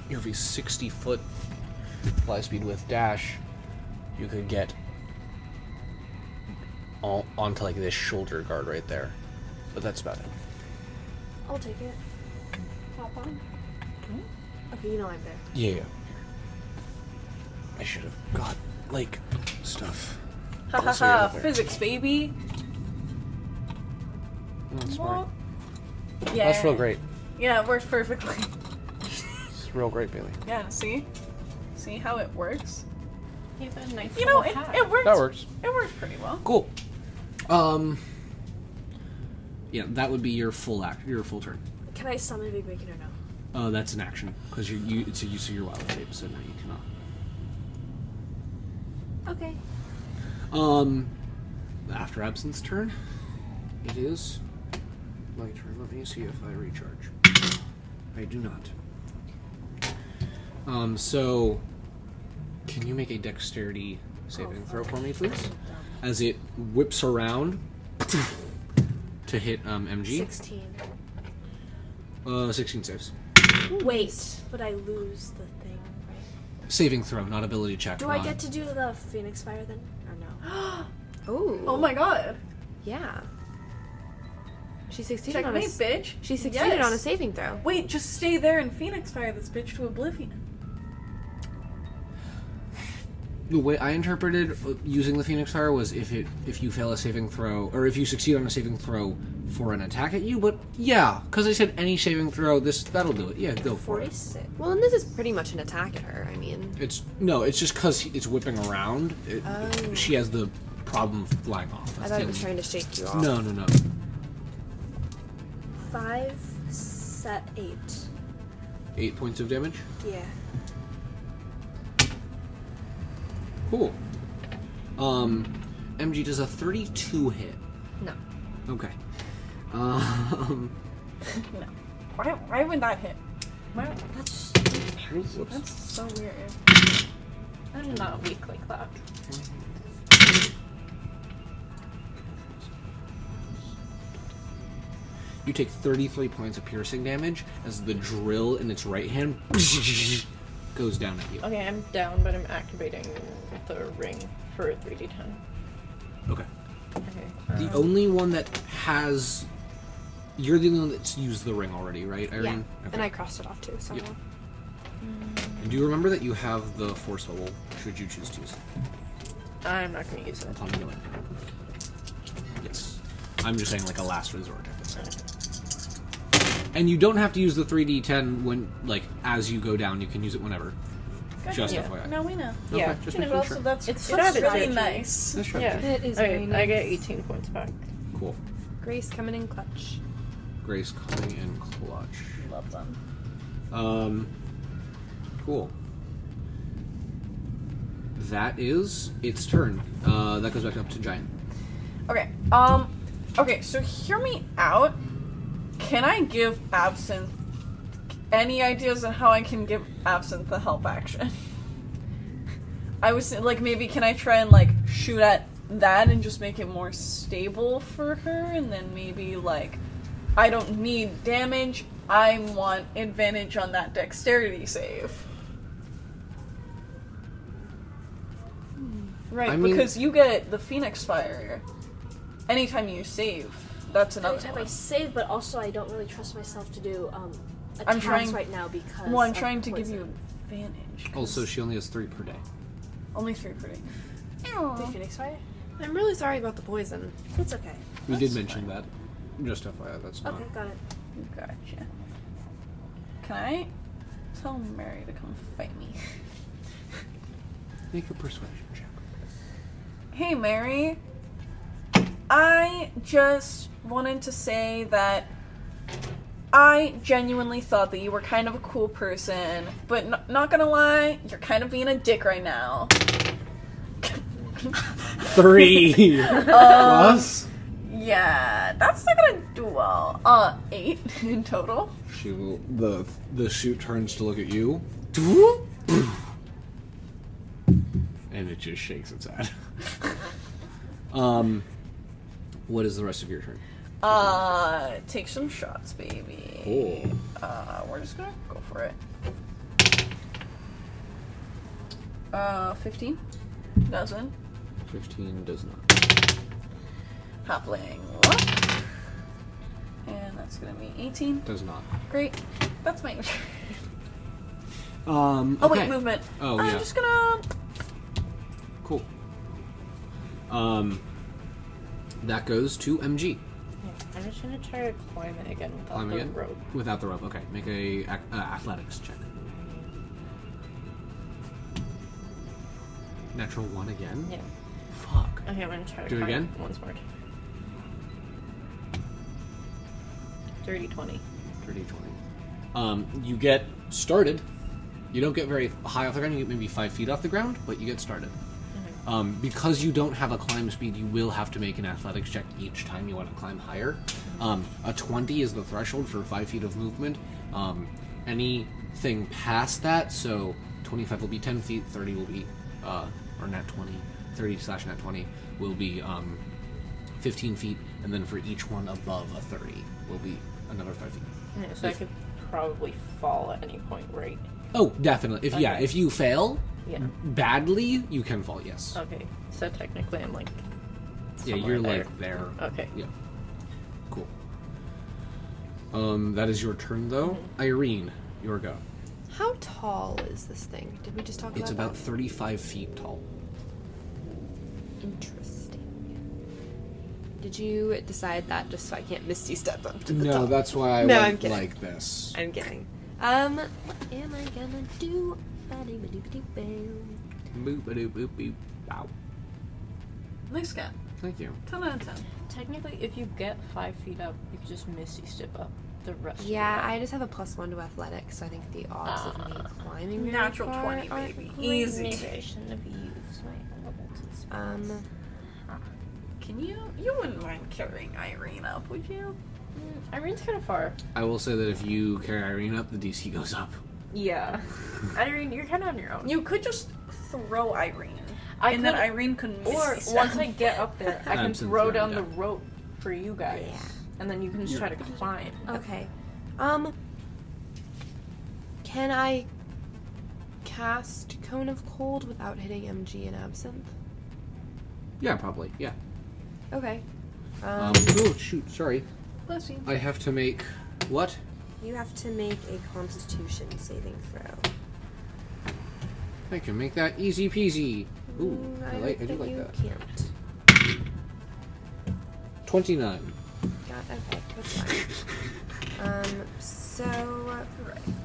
[SPEAKER 1] You have a 60 foot fly speed with dash. You could get all, onto like this shoulder guard right there, but that's about it.
[SPEAKER 3] I'll take it. Hop on. Okay, you know I'm there.
[SPEAKER 1] Yeah. I should have got like stuff.
[SPEAKER 2] ha ha
[SPEAKER 1] Also, you're
[SPEAKER 2] ha!
[SPEAKER 1] up there.
[SPEAKER 2] Physics, baby.
[SPEAKER 1] That's
[SPEAKER 2] Well,
[SPEAKER 1] smart.
[SPEAKER 2] Yeah.
[SPEAKER 1] That's real great.
[SPEAKER 2] Yeah, it works perfectly.
[SPEAKER 1] It's real great, Bailey.
[SPEAKER 2] Yeah. See, see how it works.
[SPEAKER 5] You have a nice
[SPEAKER 2] You know, it,
[SPEAKER 5] little hat.
[SPEAKER 2] it works.
[SPEAKER 1] That works.
[SPEAKER 2] It works pretty well.
[SPEAKER 1] Cool. Um. Yeah, that would be your full act, your full turn.
[SPEAKER 3] Can I summon Big Bacon or no?
[SPEAKER 1] Uh, that's an action because you, you it's a use of your wild shape, so now you cannot.
[SPEAKER 3] Okay.
[SPEAKER 1] Um, after absence turn, it is my turn. Let me see if I recharge. I do not. Um, so, can you make a dexterity saving throw for me, please? As it whips around to hit um, MG.
[SPEAKER 3] 16.
[SPEAKER 1] Uh, 16 saves.
[SPEAKER 3] Wait, but I lose the thing, right?
[SPEAKER 1] Saving throw, not ability check.
[SPEAKER 3] Do I
[SPEAKER 1] not-
[SPEAKER 3] get to do the Phoenix Fire then? Or no?
[SPEAKER 4] Ooh.
[SPEAKER 5] Oh my god.
[SPEAKER 4] Yeah. She succeeded on a
[SPEAKER 5] Checkmate,
[SPEAKER 4] s-
[SPEAKER 5] bitch.
[SPEAKER 4] she succeeded
[SPEAKER 5] Yes.
[SPEAKER 4] on a saving throw.
[SPEAKER 5] Wait, just stay there and Phoenix fire this bitch to oblivion.
[SPEAKER 1] The way I interpreted uh, using the Phoenix Fire was if it if you fail a saving throw or if you succeed on a saving throw for an attack at you, but yeah, because I said any saving throw, this that'll do it. Yeah, go for it.
[SPEAKER 3] 46.
[SPEAKER 4] Well, and this is pretty much an attack at her. I mean,
[SPEAKER 1] It's no, it's just because it's whipping around. It, She has the problem of flying off.
[SPEAKER 4] Oh. I
[SPEAKER 1] That's
[SPEAKER 4] thought
[SPEAKER 1] the
[SPEAKER 4] it was
[SPEAKER 1] only-
[SPEAKER 4] trying to shake you off.
[SPEAKER 1] No, no, no.
[SPEAKER 3] 5, set 8.
[SPEAKER 1] Eight points of damage.
[SPEAKER 3] Yeah.
[SPEAKER 1] Cool. Um, MG does a thirty-two hit.
[SPEAKER 4] No.
[SPEAKER 1] Okay. Um,
[SPEAKER 5] Why, why would that hit? Why,
[SPEAKER 3] That's.
[SPEAKER 1] whoops.
[SPEAKER 5] that's so weird. I'm not weak like that.
[SPEAKER 1] You take 33 points of piercing damage as the drill in its right hand goes down at you.
[SPEAKER 7] Okay, I'm down, but I'm activating the ring for 3d10.
[SPEAKER 1] Okay.
[SPEAKER 7] Okay.
[SPEAKER 1] The
[SPEAKER 4] Uh.
[SPEAKER 1] only one that has. You're the only one that's used the ring already, right, Irene?
[SPEAKER 4] Yeah.
[SPEAKER 1] Okay.
[SPEAKER 4] And I crossed it off too. So
[SPEAKER 1] Yep. And do you remember that you have the force level, should you choose to use it?
[SPEAKER 7] I'm not gonna use it.
[SPEAKER 1] upon healing? Yes. I'm just saying, like, a last resort. type of thing. And you don't have to use the 3d10 when, like, as you go down. You can use it whenever. Just
[SPEAKER 7] Yeah.
[SPEAKER 1] FYI.
[SPEAKER 5] Now we know.
[SPEAKER 1] Okay,
[SPEAKER 7] Yeah.
[SPEAKER 1] just
[SPEAKER 5] And it
[SPEAKER 1] making
[SPEAKER 5] also,
[SPEAKER 1] sure.
[SPEAKER 5] that's,
[SPEAKER 7] It's
[SPEAKER 5] that's
[SPEAKER 7] strategy.
[SPEAKER 5] really nice.
[SPEAKER 1] That's right.
[SPEAKER 7] Yeah.
[SPEAKER 4] It is
[SPEAKER 7] Okay,
[SPEAKER 4] very nice.
[SPEAKER 7] I get 18 points back.
[SPEAKER 1] Cool.
[SPEAKER 4] Grace coming in clutch.
[SPEAKER 1] Grace coming in clutch.
[SPEAKER 5] Love them.
[SPEAKER 1] Um, cool. That is its turn. Uh, that goes back up to Giant.
[SPEAKER 5] Okay, um, okay, so hear me out. Can I give Absinthe any ideas on how I can give Absinthe the help action? I was like, maybe can I try and like shoot at that and just make it more stable for her, and then maybe like I don't need damage. I want advantage on that dexterity save. Right,
[SPEAKER 1] I mean-
[SPEAKER 5] because you get the Phoenix Fire anytime you save. That's another
[SPEAKER 3] Anytime I
[SPEAKER 5] one.
[SPEAKER 3] save, but also I don't really trust myself to do um, attacks
[SPEAKER 5] I'm trying-
[SPEAKER 3] right now because.
[SPEAKER 5] Well, I'm
[SPEAKER 3] of
[SPEAKER 5] trying to give
[SPEAKER 3] poison.
[SPEAKER 5] you advantage.
[SPEAKER 1] Also, Oh, she only has three per day.
[SPEAKER 5] Only three pretty.
[SPEAKER 3] The Phoenix Fire?
[SPEAKER 4] I'm really sorry about the poison.
[SPEAKER 3] It's okay.
[SPEAKER 1] We did mention that. Just FYI, that's not.
[SPEAKER 3] Okay, got it.
[SPEAKER 5] Gotcha. Can I tell Mary to come fight me?
[SPEAKER 1] Make a persuasion check.
[SPEAKER 5] Hey, Mary. I just wanted to say that I genuinely thought that you were kind of a cool person, but n- not gonna lie, you're kind of being a dick right now.
[SPEAKER 1] Three plus.
[SPEAKER 5] Yeah, that's not gonna do well. Uh, eight in total.
[SPEAKER 1] She will. The the shoot turns to look at you, and it just shakes its head. um, what is the rest of your turn?
[SPEAKER 5] Uh, take some shots, baby.
[SPEAKER 1] Oh.
[SPEAKER 5] Uh, we're just gonna go for it. Uh, 15? Doesn't.
[SPEAKER 1] 15 does not.
[SPEAKER 5] Hopling. Look. And that's gonna be 18.
[SPEAKER 1] Does not.
[SPEAKER 5] Great. That's my.
[SPEAKER 1] Um,
[SPEAKER 5] oh,
[SPEAKER 1] okay.
[SPEAKER 5] wait, movement.
[SPEAKER 1] Oh,
[SPEAKER 5] I'm
[SPEAKER 1] yeah.
[SPEAKER 5] just gonna.
[SPEAKER 1] Cool. Um, that goes to MG.
[SPEAKER 7] I'm just gonna try to climb it again without
[SPEAKER 1] Climb
[SPEAKER 7] the
[SPEAKER 1] again?
[SPEAKER 7] rope.
[SPEAKER 1] Without the rope. Okay, make a ac- uh, athletics check. Natural one again.
[SPEAKER 7] Yeah.
[SPEAKER 1] Fuck.
[SPEAKER 7] Okay, I'm gonna try to
[SPEAKER 1] Do it
[SPEAKER 7] climb
[SPEAKER 1] again?
[SPEAKER 7] once more. Dirty 20.
[SPEAKER 1] Dirty twenty. Um, you get started. You don't get very high off the ground. You get maybe five feet off the ground, but you get started. Um, because you don't have a climb speed, you will have to make an athletics check each time you want to climb higher. Um, a 20 is the threshold for five feet of movement. Um, any thing past that, so 25 will be 10 feet, 30 will be, uh, or not 20, 30 slash not 20 will be um, 15 feet, and then for each one above a 30 will be another 5 feet.
[SPEAKER 7] Yeah, so I could probably fall at any point, right?
[SPEAKER 1] Oh, definitely. If yeah,
[SPEAKER 7] Okay.
[SPEAKER 1] if you fail
[SPEAKER 7] Yeah.
[SPEAKER 1] badly, you can fall. Yes.
[SPEAKER 7] Okay. So technically, I'm like.
[SPEAKER 1] yeah,
[SPEAKER 7] somewhere
[SPEAKER 1] you're
[SPEAKER 7] there.
[SPEAKER 1] like there.
[SPEAKER 7] Okay.
[SPEAKER 1] Yeah. Cool. Um, that is your turn, though. Irene, your go.
[SPEAKER 4] How tall is this thing? Did we just talk
[SPEAKER 1] It's
[SPEAKER 4] about
[SPEAKER 1] about 35 feet tall.
[SPEAKER 4] that? Interesting. Did you decide that just so I can't misty step up to the top?
[SPEAKER 1] that's why I
[SPEAKER 4] No, went I'm kidding.
[SPEAKER 1] like this.
[SPEAKER 4] I'm kidding. Um, what am I gonna do? Ba-dee-ba-doo-ba-doo-bam.
[SPEAKER 1] Boop, boop, boop, boop. Wow.
[SPEAKER 5] Nice cat.
[SPEAKER 1] Thank you.
[SPEAKER 5] 10 out of 10.
[SPEAKER 7] Technically, if you get five feet up, you can just misty step up the rest. of
[SPEAKER 4] Yeah,
[SPEAKER 7] the way.
[SPEAKER 4] I just have a plus one to athletics, so I think the odds of
[SPEAKER 1] Ah.
[SPEAKER 4] me climbing very
[SPEAKER 5] Natural
[SPEAKER 4] far
[SPEAKER 5] 20,
[SPEAKER 4] aren't
[SPEAKER 5] baby.
[SPEAKER 4] great.
[SPEAKER 5] Easy.
[SPEAKER 7] I shouldn't have used my abilities.
[SPEAKER 4] Um,
[SPEAKER 5] Can you? You wouldn't mind carrying Irene up, would you?
[SPEAKER 7] Mm, Irene's kind of far.
[SPEAKER 1] I will say that if you carry Irene up, the DC goes up.
[SPEAKER 7] Yeah. Irene, you're kind of on your own.
[SPEAKER 5] You could just throw Irene.
[SPEAKER 7] I
[SPEAKER 5] and
[SPEAKER 7] could,
[SPEAKER 5] then Irene could
[SPEAKER 7] or
[SPEAKER 5] miss
[SPEAKER 7] once I get up there, I can
[SPEAKER 1] I'm since
[SPEAKER 7] throw
[SPEAKER 1] you're
[SPEAKER 7] down
[SPEAKER 1] on
[SPEAKER 7] the
[SPEAKER 1] deck.
[SPEAKER 7] rope for you guys, and then you can just try to climb.
[SPEAKER 5] Oh.
[SPEAKER 4] okay. Um, can I cast Cone of Cold without hitting MG and Absinthe?
[SPEAKER 1] Yeah, probably. Yeah.
[SPEAKER 4] Okay.
[SPEAKER 1] Um,
[SPEAKER 4] Um,
[SPEAKER 1] oh, shoot. Sorry.
[SPEAKER 5] Bless you.
[SPEAKER 1] I have to make what?
[SPEAKER 3] You have to make a Constitution saving throw.
[SPEAKER 1] I can make that easy peasy. Ooh, I, like. I do
[SPEAKER 3] think
[SPEAKER 1] like
[SPEAKER 3] you
[SPEAKER 1] that.
[SPEAKER 3] Can't.
[SPEAKER 1] Twenty-nine.
[SPEAKER 4] got, okay, that's fine. Um, so,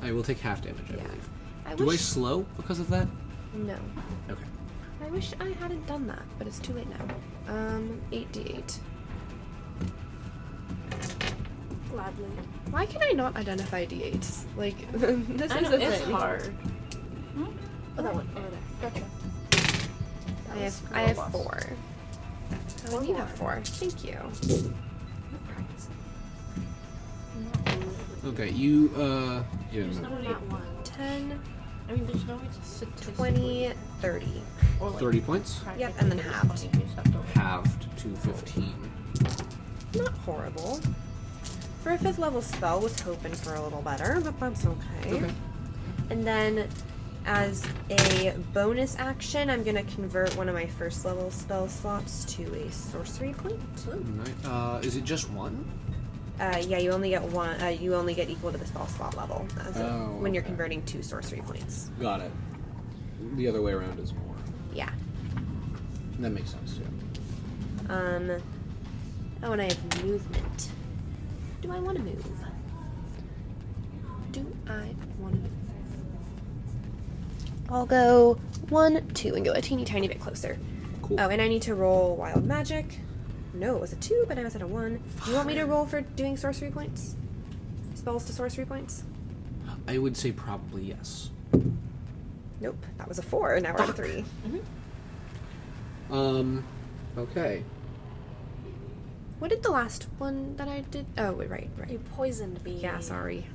[SPEAKER 1] I will take half damage. I
[SPEAKER 4] Yeah.
[SPEAKER 1] believe.
[SPEAKER 4] I
[SPEAKER 1] Do I
[SPEAKER 4] wish,
[SPEAKER 1] slow because of that?
[SPEAKER 4] no.
[SPEAKER 1] Okay.
[SPEAKER 4] I wish I hadn't done that, but it's too late now. Um, 8d8.
[SPEAKER 3] Gladly.
[SPEAKER 4] Why can I not identify d8s? Like, this
[SPEAKER 7] I
[SPEAKER 4] is
[SPEAKER 7] know,
[SPEAKER 4] the
[SPEAKER 7] it's
[SPEAKER 4] thing.
[SPEAKER 7] hard.
[SPEAKER 3] Oh, that one over there. Gotcha.
[SPEAKER 4] I have, I have four. Oh, you have four. Thank you.
[SPEAKER 1] Okay. You uh. You didn't move.
[SPEAKER 7] Not really-
[SPEAKER 4] 10,
[SPEAKER 7] e- I mean, there's no way to statistically
[SPEAKER 4] 20, 30.
[SPEAKER 7] or, like,
[SPEAKER 1] Thirty points.
[SPEAKER 4] Yep, and then halved.
[SPEAKER 7] You just have to
[SPEAKER 1] Halved to fifteen.
[SPEAKER 4] Not horrible. For a fifth level spell, was hoping for a little better, but that's okay.
[SPEAKER 1] Okay.
[SPEAKER 4] And then, as a bonus action, I'm gonna convert one of my first level spell slots to a sorcery point.
[SPEAKER 1] Right. Uh, is it just one?
[SPEAKER 4] Uh, yeah, you only get one. Uh, you only get equal to the spell slot level as a-
[SPEAKER 1] Oh,
[SPEAKER 4] when you're
[SPEAKER 1] okay.
[SPEAKER 4] converting two sorcery points.
[SPEAKER 1] Got it. The other way around is more.
[SPEAKER 4] Yeah.
[SPEAKER 1] That makes sense too.
[SPEAKER 4] Um. Oh, and I have movement. Do I want to move? Do I want to move? I'll go one, two, and go a teeny tiny bit closer.
[SPEAKER 1] Cool.
[SPEAKER 4] Oh, and I need to roll wild magic. No, it was a two, but I was at a one. Do you want me to roll for doing sorcery points? Spells to sorcery points?
[SPEAKER 1] I would say probably yes.
[SPEAKER 4] Nope, that was a four. Now we're at a three.
[SPEAKER 1] Um. Okay.
[SPEAKER 4] What did the last one that I did? Oh, wait, right, right.
[SPEAKER 3] You poisoned me.
[SPEAKER 4] Yeah, sorry.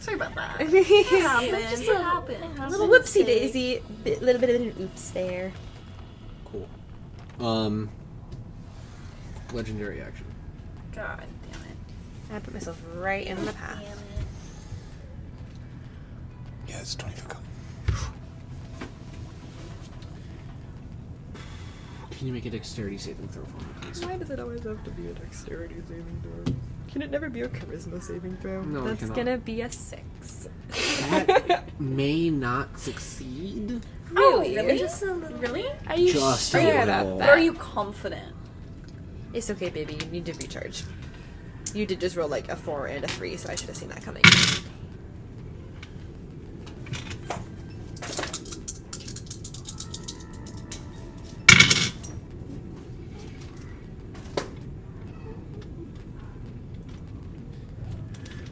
[SPEAKER 5] Sorry about that.
[SPEAKER 4] Just
[SPEAKER 5] It happened.
[SPEAKER 4] a little whoopsie daisy, bit, little bit of an oops there.
[SPEAKER 1] Cool. Um. Legendary action.
[SPEAKER 5] God damn it.
[SPEAKER 4] I put myself right in the path.
[SPEAKER 10] Yeah, it's 20 foot cone.
[SPEAKER 1] Can you make a dexterity saving throw for me, please?
[SPEAKER 4] Why does it always have to be a dexterity saving throw? Can it never be a charisma saving throw?
[SPEAKER 1] No, it
[SPEAKER 4] That's
[SPEAKER 1] cannot.
[SPEAKER 4] gonna be a six.
[SPEAKER 1] That may not succeed.
[SPEAKER 4] Oh, really?
[SPEAKER 5] Just a little. Really?
[SPEAKER 4] Are you
[SPEAKER 1] Just
[SPEAKER 4] sure
[SPEAKER 1] a
[SPEAKER 4] about
[SPEAKER 1] little.
[SPEAKER 5] Are
[SPEAKER 4] that?
[SPEAKER 5] you confident?
[SPEAKER 4] It's okay, baby. You need to recharge. You did just roll like a four and a three, so I should have seen that coming.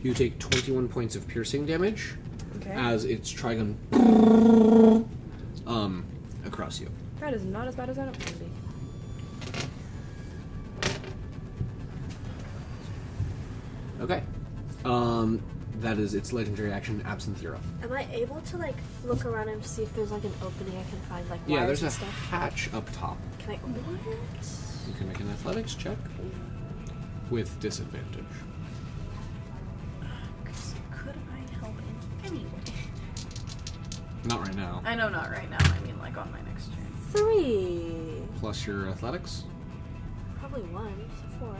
[SPEAKER 1] You take 21 points of piercing damage
[SPEAKER 4] Okay.
[SPEAKER 1] as its trigon um across you.
[SPEAKER 4] That is not as bad as I don't want to be.
[SPEAKER 1] Okay. Um That is its legendary action, Absinthe
[SPEAKER 3] Am I able to like look around and see if there's like an opening I can find like wires
[SPEAKER 1] Yeah, there's a
[SPEAKER 3] and stuff?
[SPEAKER 1] hatch up top.
[SPEAKER 3] Can I? What?
[SPEAKER 1] You can make an athletics check with disadvantage.
[SPEAKER 3] Could I help in
[SPEAKER 5] Anyway.
[SPEAKER 1] Not right now.
[SPEAKER 5] I know not right now. I mean, like on my next turn.
[SPEAKER 3] three?
[SPEAKER 1] Plus your athletics
[SPEAKER 3] Probably one, so four.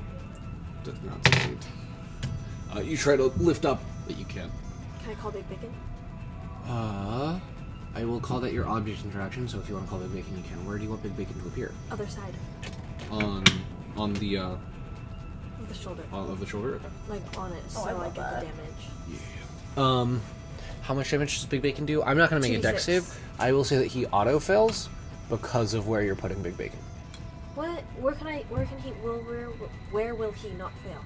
[SPEAKER 1] does not succeed. Uh, you try to lift up, but you can't.
[SPEAKER 3] Can I call Big Bacon?
[SPEAKER 1] Uh, I will call that your object interaction. So if you want to call Big Bacon, you can. Where do you want Big Bacon to appear?
[SPEAKER 3] Other side
[SPEAKER 1] On on the uh,
[SPEAKER 3] of the shoulder,
[SPEAKER 1] on- of the shoulder. Okay.
[SPEAKER 3] like on it, so I, get the damage.
[SPEAKER 1] Um, how much damage does Big Bacon do? I'm not going to make a deck
[SPEAKER 3] 2d6.
[SPEAKER 1] save. I will say that he auto fails because of where you're putting Big Bacon.
[SPEAKER 3] What? Where can I? Where can he? Will where? Where will he not fail?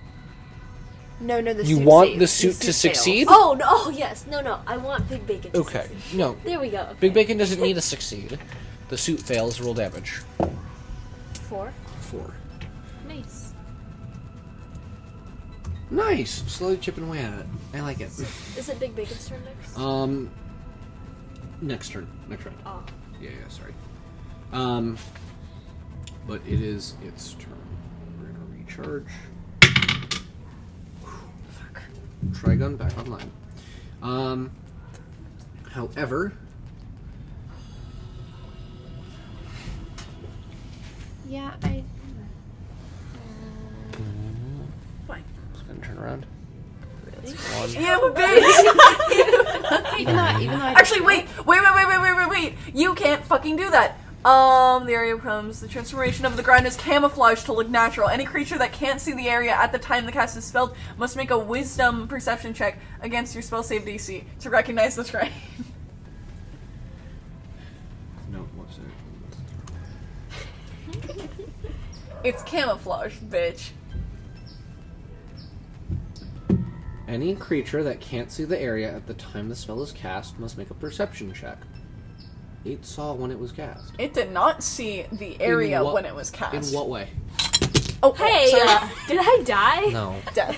[SPEAKER 4] No, no, the
[SPEAKER 1] You
[SPEAKER 4] suit
[SPEAKER 1] want
[SPEAKER 4] saves.
[SPEAKER 1] the suit to
[SPEAKER 4] fails.
[SPEAKER 1] succeed?
[SPEAKER 3] Oh no! Oh yes! No no! I want Big Bacon. To
[SPEAKER 1] Okay,
[SPEAKER 3] succeed.
[SPEAKER 1] no.
[SPEAKER 3] There we go. Okay.
[SPEAKER 1] Big Bacon doesn't need to succeed. The suit fails. Roll damage.
[SPEAKER 3] Four.
[SPEAKER 1] Four.
[SPEAKER 4] Nice.
[SPEAKER 1] Nice. Slowly chipping away at it. I like it.
[SPEAKER 3] Is it Big Bacon's turn next?
[SPEAKER 1] Um, next turn. Next round.
[SPEAKER 3] oh,
[SPEAKER 1] Yeah, yeah, sorry. Um, but it is its turn. We're gonna recharge. Trigun back online. Um, however,
[SPEAKER 8] Yeah, I. uh,
[SPEAKER 1] just gonna turn around.
[SPEAKER 5] You bitch!
[SPEAKER 8] Even though, I- even though I
[SPEAKER 5] Actually, wait, wait, wait, wait, wait, wait, wait, wait. You can't fucking do that. Um, the area becomes the transformation of the ground is camouflaged to look natural. Any creature that can't see the area at the time the cast is spelled must make a wisdom perception check against your spell save DC to recognize the terrain.
[SPEAKER 1] No, what's it?
[SPEAKER 5] it's camouflage, bitch.
[SPEAKER 1] Any creature that can't see the area at the time the spell is cast must make a perception check. It saw when it was cast.
[SPEAKER 5] It did not see the area
[SPEAKER 1] In what-
[SPEAKER 5] when it was cast.
[SPEAKER 1] In what way?
[SPEAKER 5] oh, hey,
[SPEAKER 3] uh, did I die?
[SPEAKER 1] No.
[SPEAKER 5] Death.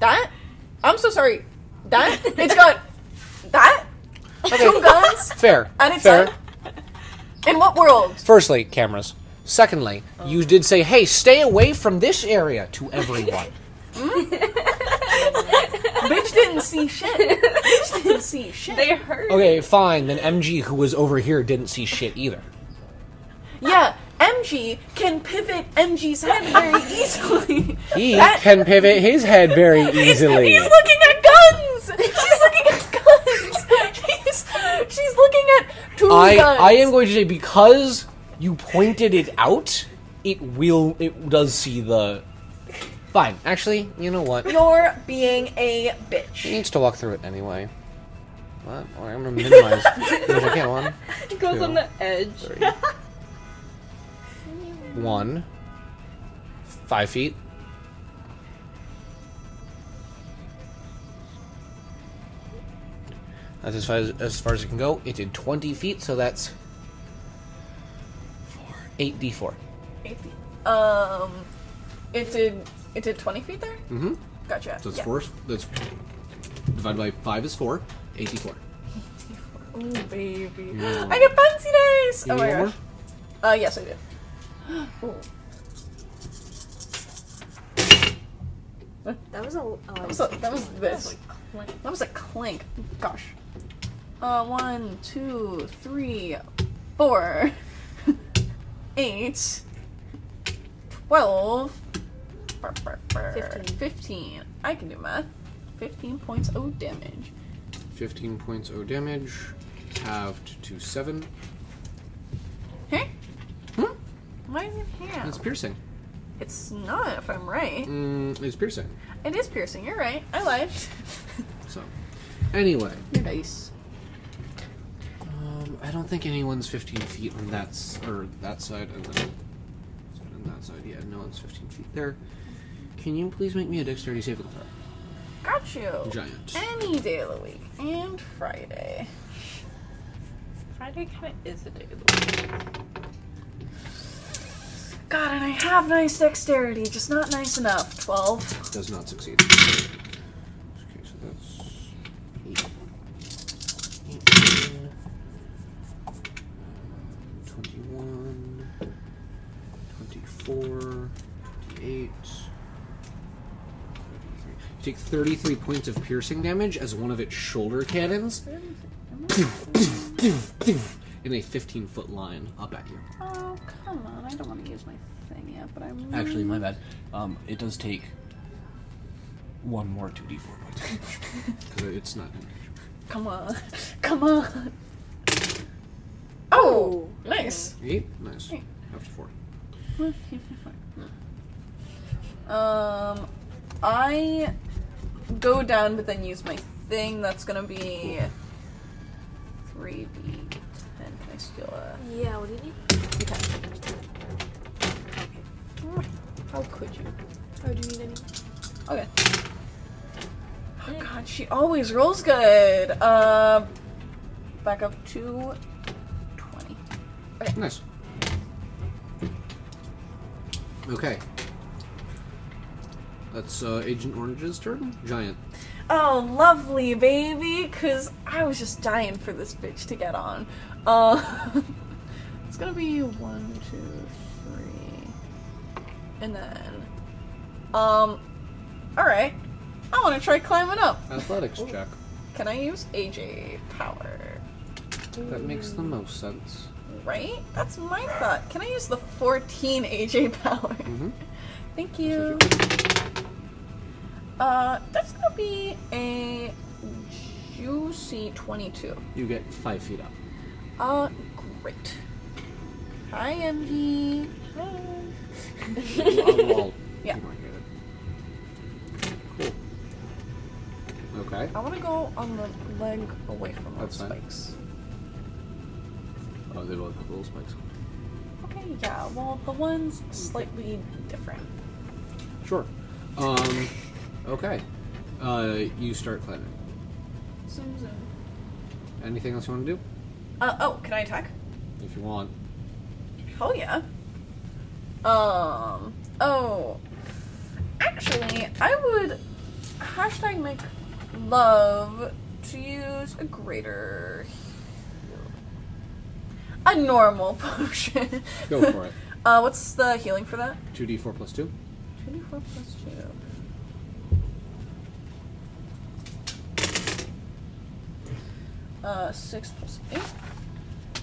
[SPEAKER 5] that? I'm so sorry. That? It's got that? Two guns?
[SPEAKER 1] Fair.
[SPEAKER 5] And it's
[SPEAKER 1] Fair.
[SPEAKER 5] like- In what world?
[SPEAKER 1] Firstly, cameras. Secondly,
[SPEAKER 5] Oh.
[SPEAKER 1] you did say, "Hey, stay away from this area" to everyone.
[SPEAKER 5] Bitch didn't see shit. Bitch didn't see shit.
[SPEAKER 7] They hurt.
[SPEAKER 1] okay, fine. Then MG, who was over here, didn't see shit either.
[SPEAKER 5] yeah, MG can pivot MG's head very easily.
[SPEAKER 1] He can pivot his head very easily.
[SPEAKER 5] He's looking at guns. She's looking at guns. She's she's looking at two
[SPEAKER 1] I
[SPEAKER 5] guns.
[SPEAKER 1] I am going to say because you pointed it out, it will it does see the. Fine. Actually, you know what? It
[SPEAKER 5] You're being a bitch.
[SPEAKER 1] needs to walk through it anyway. What? Or I'm gonna minimize. Because I can't one.
[SPEAKER 7] It goes
[SPEAKER 1] Two.
[SPEAKER 7] on the edge.
[SPEAKER 1] three, one, five feet. That's as far as, as far as it can go. It did 20 feet, so that's 8d4.
[SPEAKER 5] Um, it did it did twenty feet there.
[SPEAKER 1] Mm-hmm.
[SPEAKER 5] Gotcha.
[SPEAKER 1] So it's
[SPEAKER 5] Yeah.
[SPEAKER 1] four. That's divided by five is four. 84.
[SPEAKER 5] Ooh, baby.
[SPEAKER 1] Mm.
[SPEAKER 5] I get fancy dice. Oh my
[SPEAKER 1] one
[SPEAKER 5] gosh. Uh, yes, I did. Ooh.
[SPEAKER 3] That was a. Oh, I
[SPEAKER 5] That was a, that was this. That was a clink. Gosh. Uh, one, two, three, four, eight, twelve, brr, brr, brr,
[SPEAKER 3] Fifteen.
[SPEAKER 5] fifteen. I can do math. Fifteen points of damage.
[SPEAKER 1] 15 points of damage. Halved to seven.
[SPEAKER 5] Hey.
[SPEAKER 1] Hmm?
[SPEAKER 5] Why is it here?
[SPEAKER 1] It's piercing.
[SPEAKER 5] It's not, if I'm right.
[SPEAKER 1] Mm, it's piercing.
[SPEAKER 5] It is piercing. You're right. I lied.
[SPEAKER 1] So, anyway.
[SPEAKER 5] Your dice.
[SPEAKER 1] Um, I don't think anyone's 15 feet on that s- or that side, and then on that side. Yeah, no one's 15 feet there. Can you please make me a dexterity saving throw?
[SPEAKER 5] Got you.
[SPEAKER 1] Giant.
[SPEAKER 5] Any day of the week and Friday.
[SPEAKER 7] Friday kind of is a day of the week.
[SPEAKER 5] God, and I have nice dexterity, just not nice enough. Twelve.
[SPEAKER 1] Does not succeed. 21, 24, 28. 33. You take 33 points of piercing damage as one of its shoulder cannons in a 15 foot line up at you.
[SPEAKER 5] Oh, come on. I don't want to use my thing yet, but I'm.
[SPEAKER 1] Actually, my bad. Um, it does take one more 2d4 points. Because it's not.
[SPEAKER 5] Come on. Come on. Oh! Nice.
[SPEAKER 1] Eight? Nice. Up to four.
[SPEAKER 5] Um, I go down, but then use my thing. That's gonna be 3d10. Can I steal a.
[SPEAKER 3] Yeah, what do you need?
[SPEAKER 5] How could you?
[SPEAKER 3] Oh, do you need any?
[SPEAKER 5] Okay. Oh god, she always rolls good. Uh, back up to 20.
[SPEAKER 1] Nice. Okay. That's uh, Agent Orange's turn. Giant.
[SPEAKER 5] Oh, lovely, baby, because I was just dying for this bitch to get on. Uh, it's gonna be one, two, three, and then. Um, alright. I want to try climbing up.
[SPEAKER 1] Athletics check.
[SPEAKER 5] Can I use AJ power?
[SPEAKER 1] That makes the most sense.
[SPEAKER 5] Right? That's my thought. Can I use the 14 AJ power?
[SPEAKER 1] Mhm.
[SPEAKER 5] Thank you. Uh, that's gonna be a juicy 22.
[SPEAKER 1] You get five feet up.
[SPEAKER 5] Uh, great. Hi, MD.
[SPEAKER 1] A wall.
[SPEAKER 5] Yeah.
[SPEAKER 1] You might get it. Cool. Okay. Oh,
[SPEAKER 5] I want to go on the leg away from the
[SPEAKER 1] That's fine.
[SPEAKER 5] spikes.
[SPEAKER 1] Oh, they both have little spikes.
[SPEAKER 5] Okay, yeah. Well, the one's slightly different.
[SPEAKER 1] Sure. Um, okay. Uh, you start climbing.
[SPEAKER 5] Zoom, zoom.
[SPEAKER 1] Anything else you want to do?
[SPEAKER 5] Uh, oh, can I attack?
[SPEAKER 1] If you want.
[SPEAKER 5] Oh yeah. Um. Oh. Actually, I would hashtag make love to use a greater. heal- A normal potion.
[SPEAKER 1] Go for it.
[SPEAKER 5] Uh, what's the healing for that?
[SPEAKER 1] 2d4 plus 2.
[SPEAKER 5] 24 plus 2. Uh, 6 plus 8.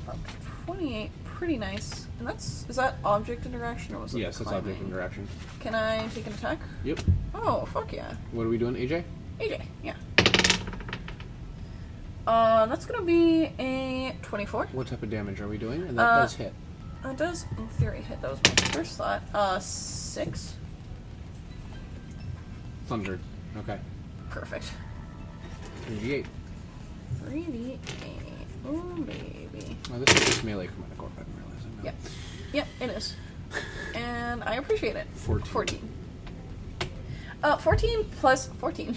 [SPEAKER 5] Up to 28. Pretty nice. And that's. Is that object interaction or was it?
[SPEAKER 1] Yes, that's
[SPEAKER 5] climbing?
[SPEAKER 1] object interaction.
[SPEAKER 5] Can I take an attack?
[SPEAKER 1] Yep.
[SPEAKER 5] Oh, fuck yeah.
[SPEAKER 1] What are we doing, AJ?
[SPEAKER 5] AJ, yeah. Uh, that's gonna be a 24.
[SPEAKER 1] What type of damage are we doing? And that
[SPEAKER 5] Uh,
[SPEAKER 1] does hit.
[SPEAKER 5] That does, in theory, hit. That was my first thought. Uh, 6.
[SPEAKER 1] Thundered. Okay.
[SPEAKER 5] Perfect.
[SPEAKER 1] 3d8.
[SPEAKER 5] 3d8. Ooh, baby.
[SPEAKER 1] Oh, this is just melee Chromatic Orb. I didn't realize it. No.
[SPEAKER 5] Yep. Yep, it is. And I appreciate it.
[SPEAKER 1] 14.
[SPEAKER 5] 14. Uh, 14 plus 14.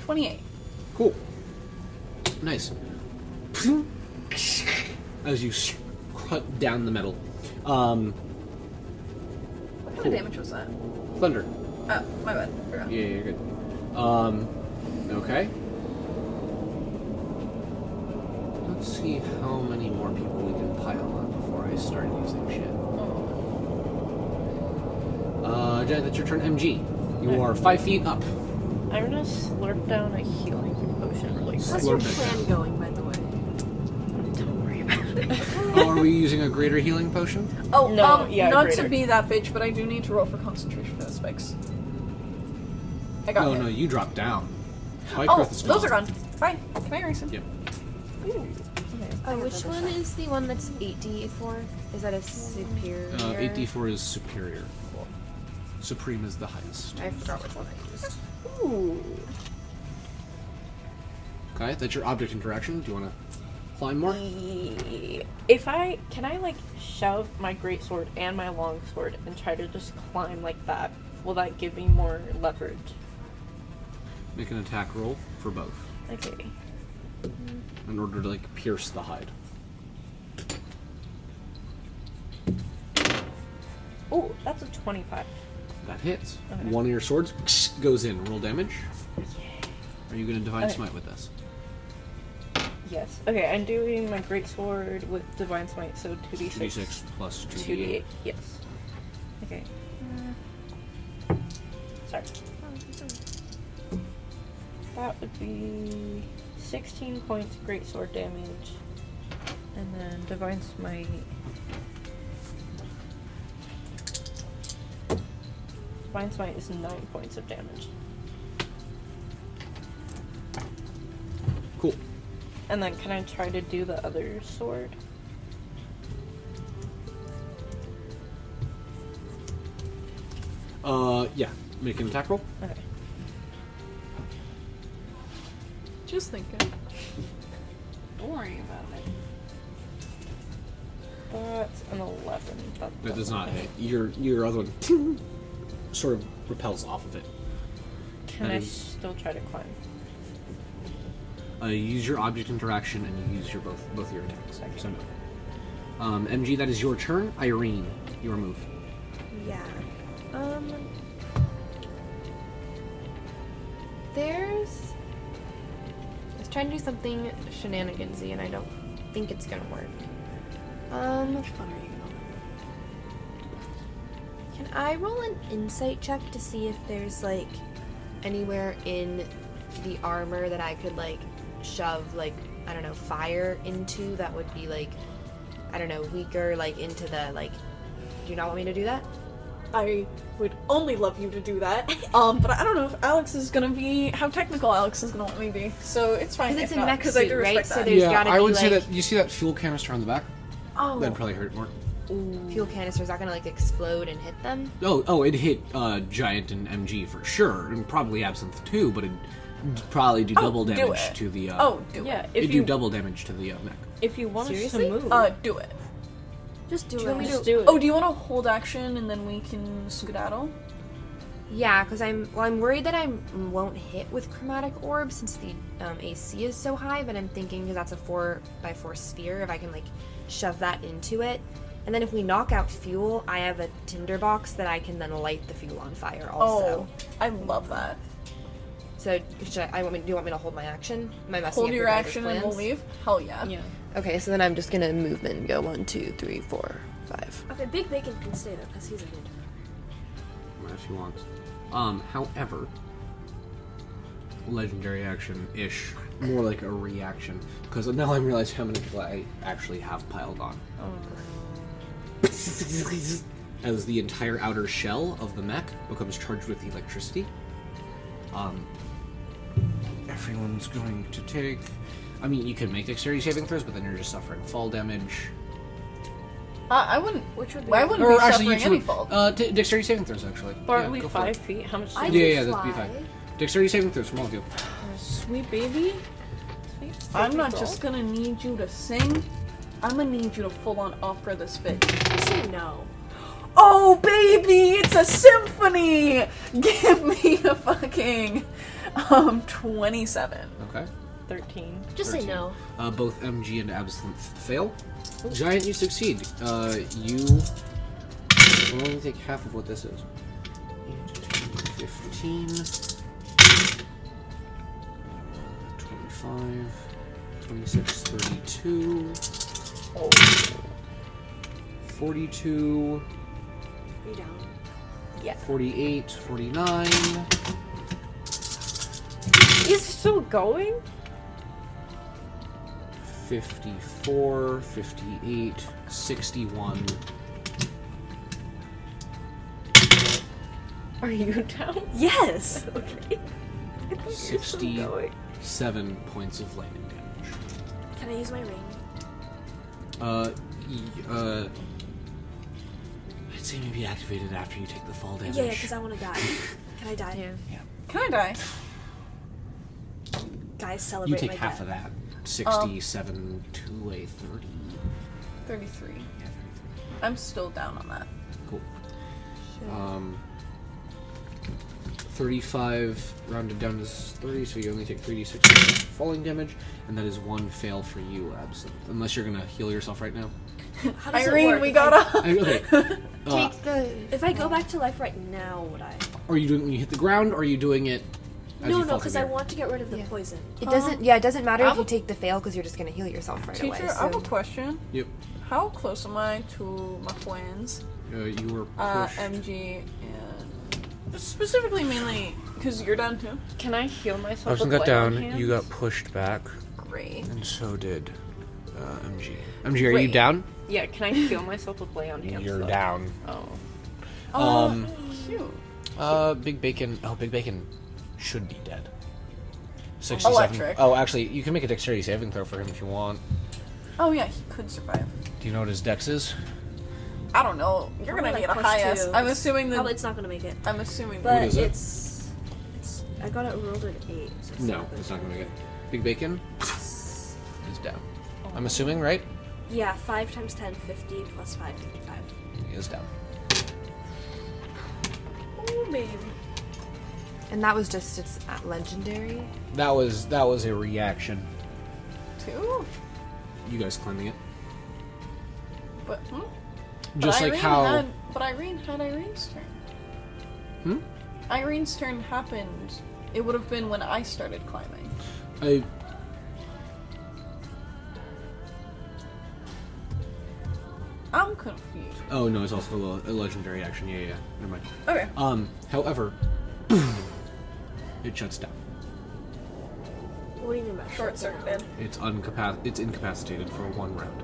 [SPEAKER 5] 28.
[SPEAKER 1] Cool. Nice. As you s- cut down the metal. Um,
[SPEAKER 5] What kind
[SPEAKER 1] Cool.
[SPEAKER 5] of damage was that?
[SPEAKER 1] thunder.
[SPEAKER 5] Oh, my bad. Forgot.
[SPEAKER 1] Yeah, you're good. Um, okay. Let's see how many more people we can pile on before I start using shit. Uh, Jed, that's your turn. MG, you are five feet up.
[SPEAKER 7] I'm gonna slurp down a healing potion really quick.
[SPEAKER 3] How's your
[SPEAKER 1] Slurp it.
[SPEAKER 3] plan going, by the way?
[SPEAKER 7] Don't worry about it.
[SPEAKER 1] Oh, are we using a greater healing potion?
[SPEAKER 5] Oh,
[SPEAKER 7] No,
[SPEAKER 5] um,
[SPEAKER 7] yeah,
[SPEAKER 5] not
[SPEAKER 7] greater.
[SPEAKER 5] to be that bitch, but I do need to roll for concentration for the spikes. I got
[SPEAKER 1] Oh, No,
[SPEAKER 5] it.
[SPEAKER 1] no, you dropped down. Spike
[SPEAKER 5] Oh,
[SPEAKER 1] growth is
[SPEAKER 5] those are gone. Bye. Can I erase them?
[SPEAKER 1] Yep.
[SPEAKER 4] Oh, which one is the one that's 8d4? Is that a superior?
[SPEAKER 1] Uh, 8d4 is superior. Supreme is the highest.
[SPEAKER 4] I forgot which one I used.
[SPEAKER 1] Okay, that's your object interaction. Do you want to climb more?
[SPEAKER 7] If I can, I like shove my greatsword and my longsword and try to just climb like that. Will that give me more leverage?
[SPEAKER 1] Make an attack roll for both
[SPEAKER 7] Okay.
[SPEAKER 1] in order to like pierce the hide.
[SPEAKER 7] Oh, that's a twenty-five.
[SPEAKER 1] That hits.
[SPEAKER 7] Okay.
[SPEAKER 1] One of your swords goes in. Roll damage. Are you going to divine
[SPEAKER 7] Okay.
[SPEAKER 1] smite with this?
[SPEAKER 7] Yes. Okay, I'm doing my great sword with divine smite, so two d
[SPEAKER 1] D six plus two D
[SPEAKER 7] Two d
[SPEAKER 1] eight.
[SPEAKER 7] eight. Yes. Okay. Uh, Sorry. That would be sixteen points great sword damage, and then divine smite. Divine smite is nine points of damage,
[SPEAKER 1] Cool.
[SPEAKER 7] and then can I try to do the other sword?
[SPEAKER 1] Uh, yeah. Make an attack roll.
[SPEAKER 7] Okay.
[SPEAKER 5] Just thinking. Don't worry about it.
[SPEAKER 7] That's an eleven. That
[SPEAKER 1] That does not hit. Your your other one ting, sort of repels off of it.
[SPEAKER 7] Can
[SPEAKER 1] That
[SPEAKER 7] I
[SPEAKER 1] is-
[SPEAKER 7] still try to climb?
[SPEAKER 1] Uh, you use your object interaction and you use your both both your attacks.
[SPEAKER 7] Okay.
[SPEAKER 1] So no. Um, MG, that is your turn. Irene, your move.
[SPEAKER 3] Yeah.
[SPEAKER 4] Um. There's. I was trying to do something shenanigansy, and I don't think it's gonna work. Um. Can I roll an insight check to see if there's like anywhere in the armor that I could like shove like I don't know fire into that would be like I don't know weaker like into the like. Do you not want me to do that?
[SPEAKER 2] I would only love you to do that. Um, but I don't know if Alex is gonna be how technical Alex is gonna want me to be. So it's fine.
[SPEAKER 4] Because it's
[SPEAKER 2] if
[SPEAKER 4] a
[SPEAKER 2] not,
[SPEAKER 4] mech
[SPEAKER 2] 'cause I
[SPEAKER 4] suit,
[SPEAKER 2] do
[SPEAKER 4] right?
[SPEAKER 2] respect
[SPEAKER 4] So
[SPEAKER 2] that.
[SPEAKER 4] there's gotta
[SPEAKER 1] I
[SPEAKER 4] be
[SPEAKER 1] would
[SPEAKER 4] like
[SPEAKER 1] say that you see that fuel canister on the back.
[SPEAKER 4] oh
[SPEAKER 1] That'd probably hurt more.
[SPEAKER 4] fuel canisters not gonna like explode and hit them.
[SPEAKER 1] Oh, oh, it hit uh, Giant and MG for sure, and probably Absinthe too, but it probably do double
[SPEAKER 2] Oh, do
[SPEAKER 1] damage
[SPEAKER 2] it.
[SPEAKER 1] to the. Uh,
[SPEAKER 2] Oh, do
[SPEAKER 7] Yeah,
[SPEAKER 1] it
[SPEAKER 7] if
[SPEAKER 1] do
[SPEAKER 7] you
[SPEAKER 1] double damage to the uh, mech.
[SPEAKER 7] if you want
[SPEAKER 4] Seriously?
[SPEAKER 7] us to move,
[SPEAKER 2] it. Uh, do it.
[SPEAKER 4] Just do,
[SPEAKER 7] we
[SPEAKER 4] it.
[SPEAKER 7] just do it.
[SPEAKER 2] Oh, do you want to hold action and then we can skedaddle?
[SPEAKER 4] Yeah, because I'm well, I'm worried that I won't hit with chromatic orb since the um, AC is so high. But I'm thinking 'cause that's a four by four sphere, if I can like shove that into it, and then if we knock out fuel, I have a tinderbox that I can then light the fuel on fire. Also,
[SPEAKER 2] Oh, I love that.
[SPEAKER 4] so should I, I want me, do you want me to hold my action? Am I messing
[SPEAKER 2] Hold
[SPEAKER 4] up
[SPEAKER 2] your
[SPEAKER 4] guys'
[SPEAKER 2] action and we'll
[SPEAKER 4] plans?
[SPEAKER 2] leave. Hell yeah.
[SPEAKER 8] Okay, so then I'm just gonna movement and go one, two, three, four, five.
[SPEAKER 3] Okay, Big Bacon can stay though, because he's a good.
[SPEAKER 1] if she wants. Um, however, legendary action ish, more like a reaction, because now I'm realizing how many people I actually have piled on. As the entire outer shell of the mech becomes charged with electricity, um, everyone's going to take. I mean, you can make dexterity saving throws, but then you're just suffering fall damage.
[SPEAKER 2] Uh,
[SPEAKER 5] I, I wouldn't. Which would be? I wouldn't
[SPEAKER 1] Or
[SPEAKER 5] be
[SPEAKER 1] actually, you
[SPEAKER 5] suffering any
[SPEAKER 1] two.
[SPEAKER 5] fault.
[SPEAKER 1] Uh, d- dexterity saving throws, actually.
[SPEAKER 7] Aren't
[SPEAKER 1] Yeah,
[SPEAKER 7] we
[SPEAKER 1] go for it.
[SPEAKER 7] five feet? How much?
[SPEAKER 3] I
[SPEAKER 7] do
[SPEAKER 1] Yeah,
[SPEAKER 3] can
[SPEAKER 1] yeah, that'd be
[SPEAKER 3] fly.
[SPEAKER 1] fine. Dexterity saving throws from all of you.
[SPEAKER 7] Sweet baby. Sweet
[SPEAKER 5] I'm not
[SPEAKER 7] baby
[SPEAKER 5] just
[SPEAKER 7] doll.
[SPEAKER 5] gonna need you to sing. I'm gonna need you to full on opera this bitch.
[SPEAKER 3] I say no.
[SPEAKER 5] Oh baby, it's a symphony. Give me a fucking um 27.
[SPEAKER 1] Okay.
[SPEAKER 7] thirteen.
[SPEAKER 3] Just say
[SPEAKER 1] 13.
[SPEAKER 3] no.
[SPEAKER 1] Uh, both MG and Absinthe fail. Giant, you succeed. Uh, you will only take half of what this is. 8, 15, 25, 26, 32, 42,
[SPEAKER 3] Are you down?
[SPEAKER 1] 48, 49.
[SPEAKER 7] He's still going.
[SPEAKER 1] 54, 58, 61.
[SPEAKER 7] Are you down?
[SPEAKER 2] Yes.
[SPEAKER 7] Okay. I think you're still
[SPEAKER 1] 60.
[SPEAKER 7] going.
[SPEAKER 1] seven points of lightning damage.
[SPEAKER 3] Can I use my ring?
[SPEAKER 1] Uh, y- uh, I'd say maybe activated after you take the fall damage.
[SPEAKER 3] Yeah, yeah, because I want to die. Can I die?
[SPEAKER 5] Can I die?
[SPEAKER 3] Guys,
[SPEAKER 1] you
[SPEAKER 3] celebrate
[SPEAKER 1] take
[SPEAKER 3] my Um,
[SPEAKER 1] half
[SPEAKER 3] death.
[SPEAKER 1] of that. Sixty-seven to a thirty.
[SPEAKER 5] 33. I'm still down on that.
[SPEAKER 1] Cool. Um, thirty-five rounded down to s- thirty, so you only take three d six falling damage, and that is one fail for you, absent. Unless you're gonna heal yourself right now.
[SPEAKER 3] How does it
[SPEAKER 5] Irene,
[SPEAKER 3] work?
[SPEAKER 5] we
[SPEAKER 3] If I-
[SPEAKER 5] got off.
[SPEAKER 1] I, okay. Uh,
[SPEAKER 8] Take the
[SPEAKER 3] If I go back to life right now, would I?
[SPEAKER 1] are you doing it when you hit the ground? Or are you doing it as you
[SPEAKER 3] no, no,
[SPEAKER 1] fall through
[SPEAKER 3] because
[SPEAKER 1] the
[SPEAKER 3] I
[SPEAKER 1] air.
[SPEAKER 3] want to get rid of the poison.
[SPEAKER 4] It doesn't. Yeah, it doesn't matter if
[SPEAKER 5] I'll-
[SPEAKER 4] you take the fail because you're just gonna heal yourself right away.
[SPEAKER 5] Teacher, I have a
[SPEAKER 4] So.
[SPEAKER 5] question.
[SPEAKER 1] Yep.
[SPEAKER 5] How close am I to my friends,
[SPEAKER 1] Uh, you were
[SPEAKER 5] uh,
[SPEAKER 1] pushed.
[SPEAKER 5] MG, and specifically mainly because you're down too?
[SPEAKER 7] Can I heal myself?
[SPEAKER 10] Upson
[SPEAKER 7] with
[SPEAKER 10] got
[SPEAKER 7] light
[SPEAKER 10] down.
[SPEAKER 7] hand?
[SPEAKER 10] You got pushed back,
[SPEAKER 5] Great.
[SPEAKER 10] and so did uh, MG.
[SPEAKER 1] MG, are you
[SPEAKER 7] Wait.
[SPEAKER 1] down?
[SPEAKER 7] Yeah, can I heal myself with lay on hands?
[SPEAKER 10] You're
[SPEAKER 7] though?
[SPEAKER 10] down.
[SPEAKER 7] Oh.
[SPEAKER 5] Um, cute.
[SPEAKER 1] Uh, Big Bacon. Oh, Big Bacon should be dead. Six
[SPEAKER 5] Electric.
[SPEAKER 1] Oh, actually, you can make a dexterity saving throw for him if you want.
[SPEAKER 5] Oh yeah, he could survive.
[SPEAKER 1] Do you know what his dex is?
[SPEAKER 5] I don't know. You're
[SPEAKER 3] Probably
[SPEAKER 5] gonna need a
[SPEAKER 3] like plus
[SPEAKER 5] high ass.
[SPEAKER 3] two.
[SPEAKER 5] I'm assuming
[SPEAKER 3] Probably
[SPEAKER 5] the.
[SPEAKER 3] it's not gonna make it.
[SPEAKER 5] I'm assuming.
[SPEAKER 3] But
[SPEAKER 1] is it?
[SPEAKER 3] it's, it's. I got it rolled at eight. So it's
[SPEAKER 1] No,
[SPEAKER 3] gonna
[SPEAKER 1] it's not gonna make it. Big Bacon is down. I'm assuming, right?
[SPEAKER 3] Yeah, 5 times 10, 50 plus 5, 55.
[SPEAKER 1] He is down.
[SPEAKER 3] Oh, baby.
[SPEAKER 4] And that was just it's at legendary.
[SPEAKER 1] That was that was a reaction.
[SPEAKER 5] two.
[SPEAKER 1] You guys climbing it,
[SPEAKER 5] But hmm?
[SPEAKER 1] just
[SPEAKER 5] but
[SPEAKER 1] like
[SPEAKER 5] Irene
[SPEAKER 1] how
[SPEAKER 5] Had, but Irene had Irene's turn.
[SPEAKER 1] Hmm?
[SPEAKER 5] Irene's turn happened. It would have been when I started climbing.
[SPEAKER 1] I.
[SPEAKER 5] I'm confused.
[SPEAKER 1] Oh no, it's also a, le- a legendary action. Yeah, yeah, yeah. Never mind.
[SPEAKER 5] Okay.
[SPEAKER 1] Um, however, it shuts down.
[SPEAKER 3] What do you mean by
[SPEAKER 5] Short circuited.
[SPEAKER 1] It's uncapac- It's incapacitated for one round.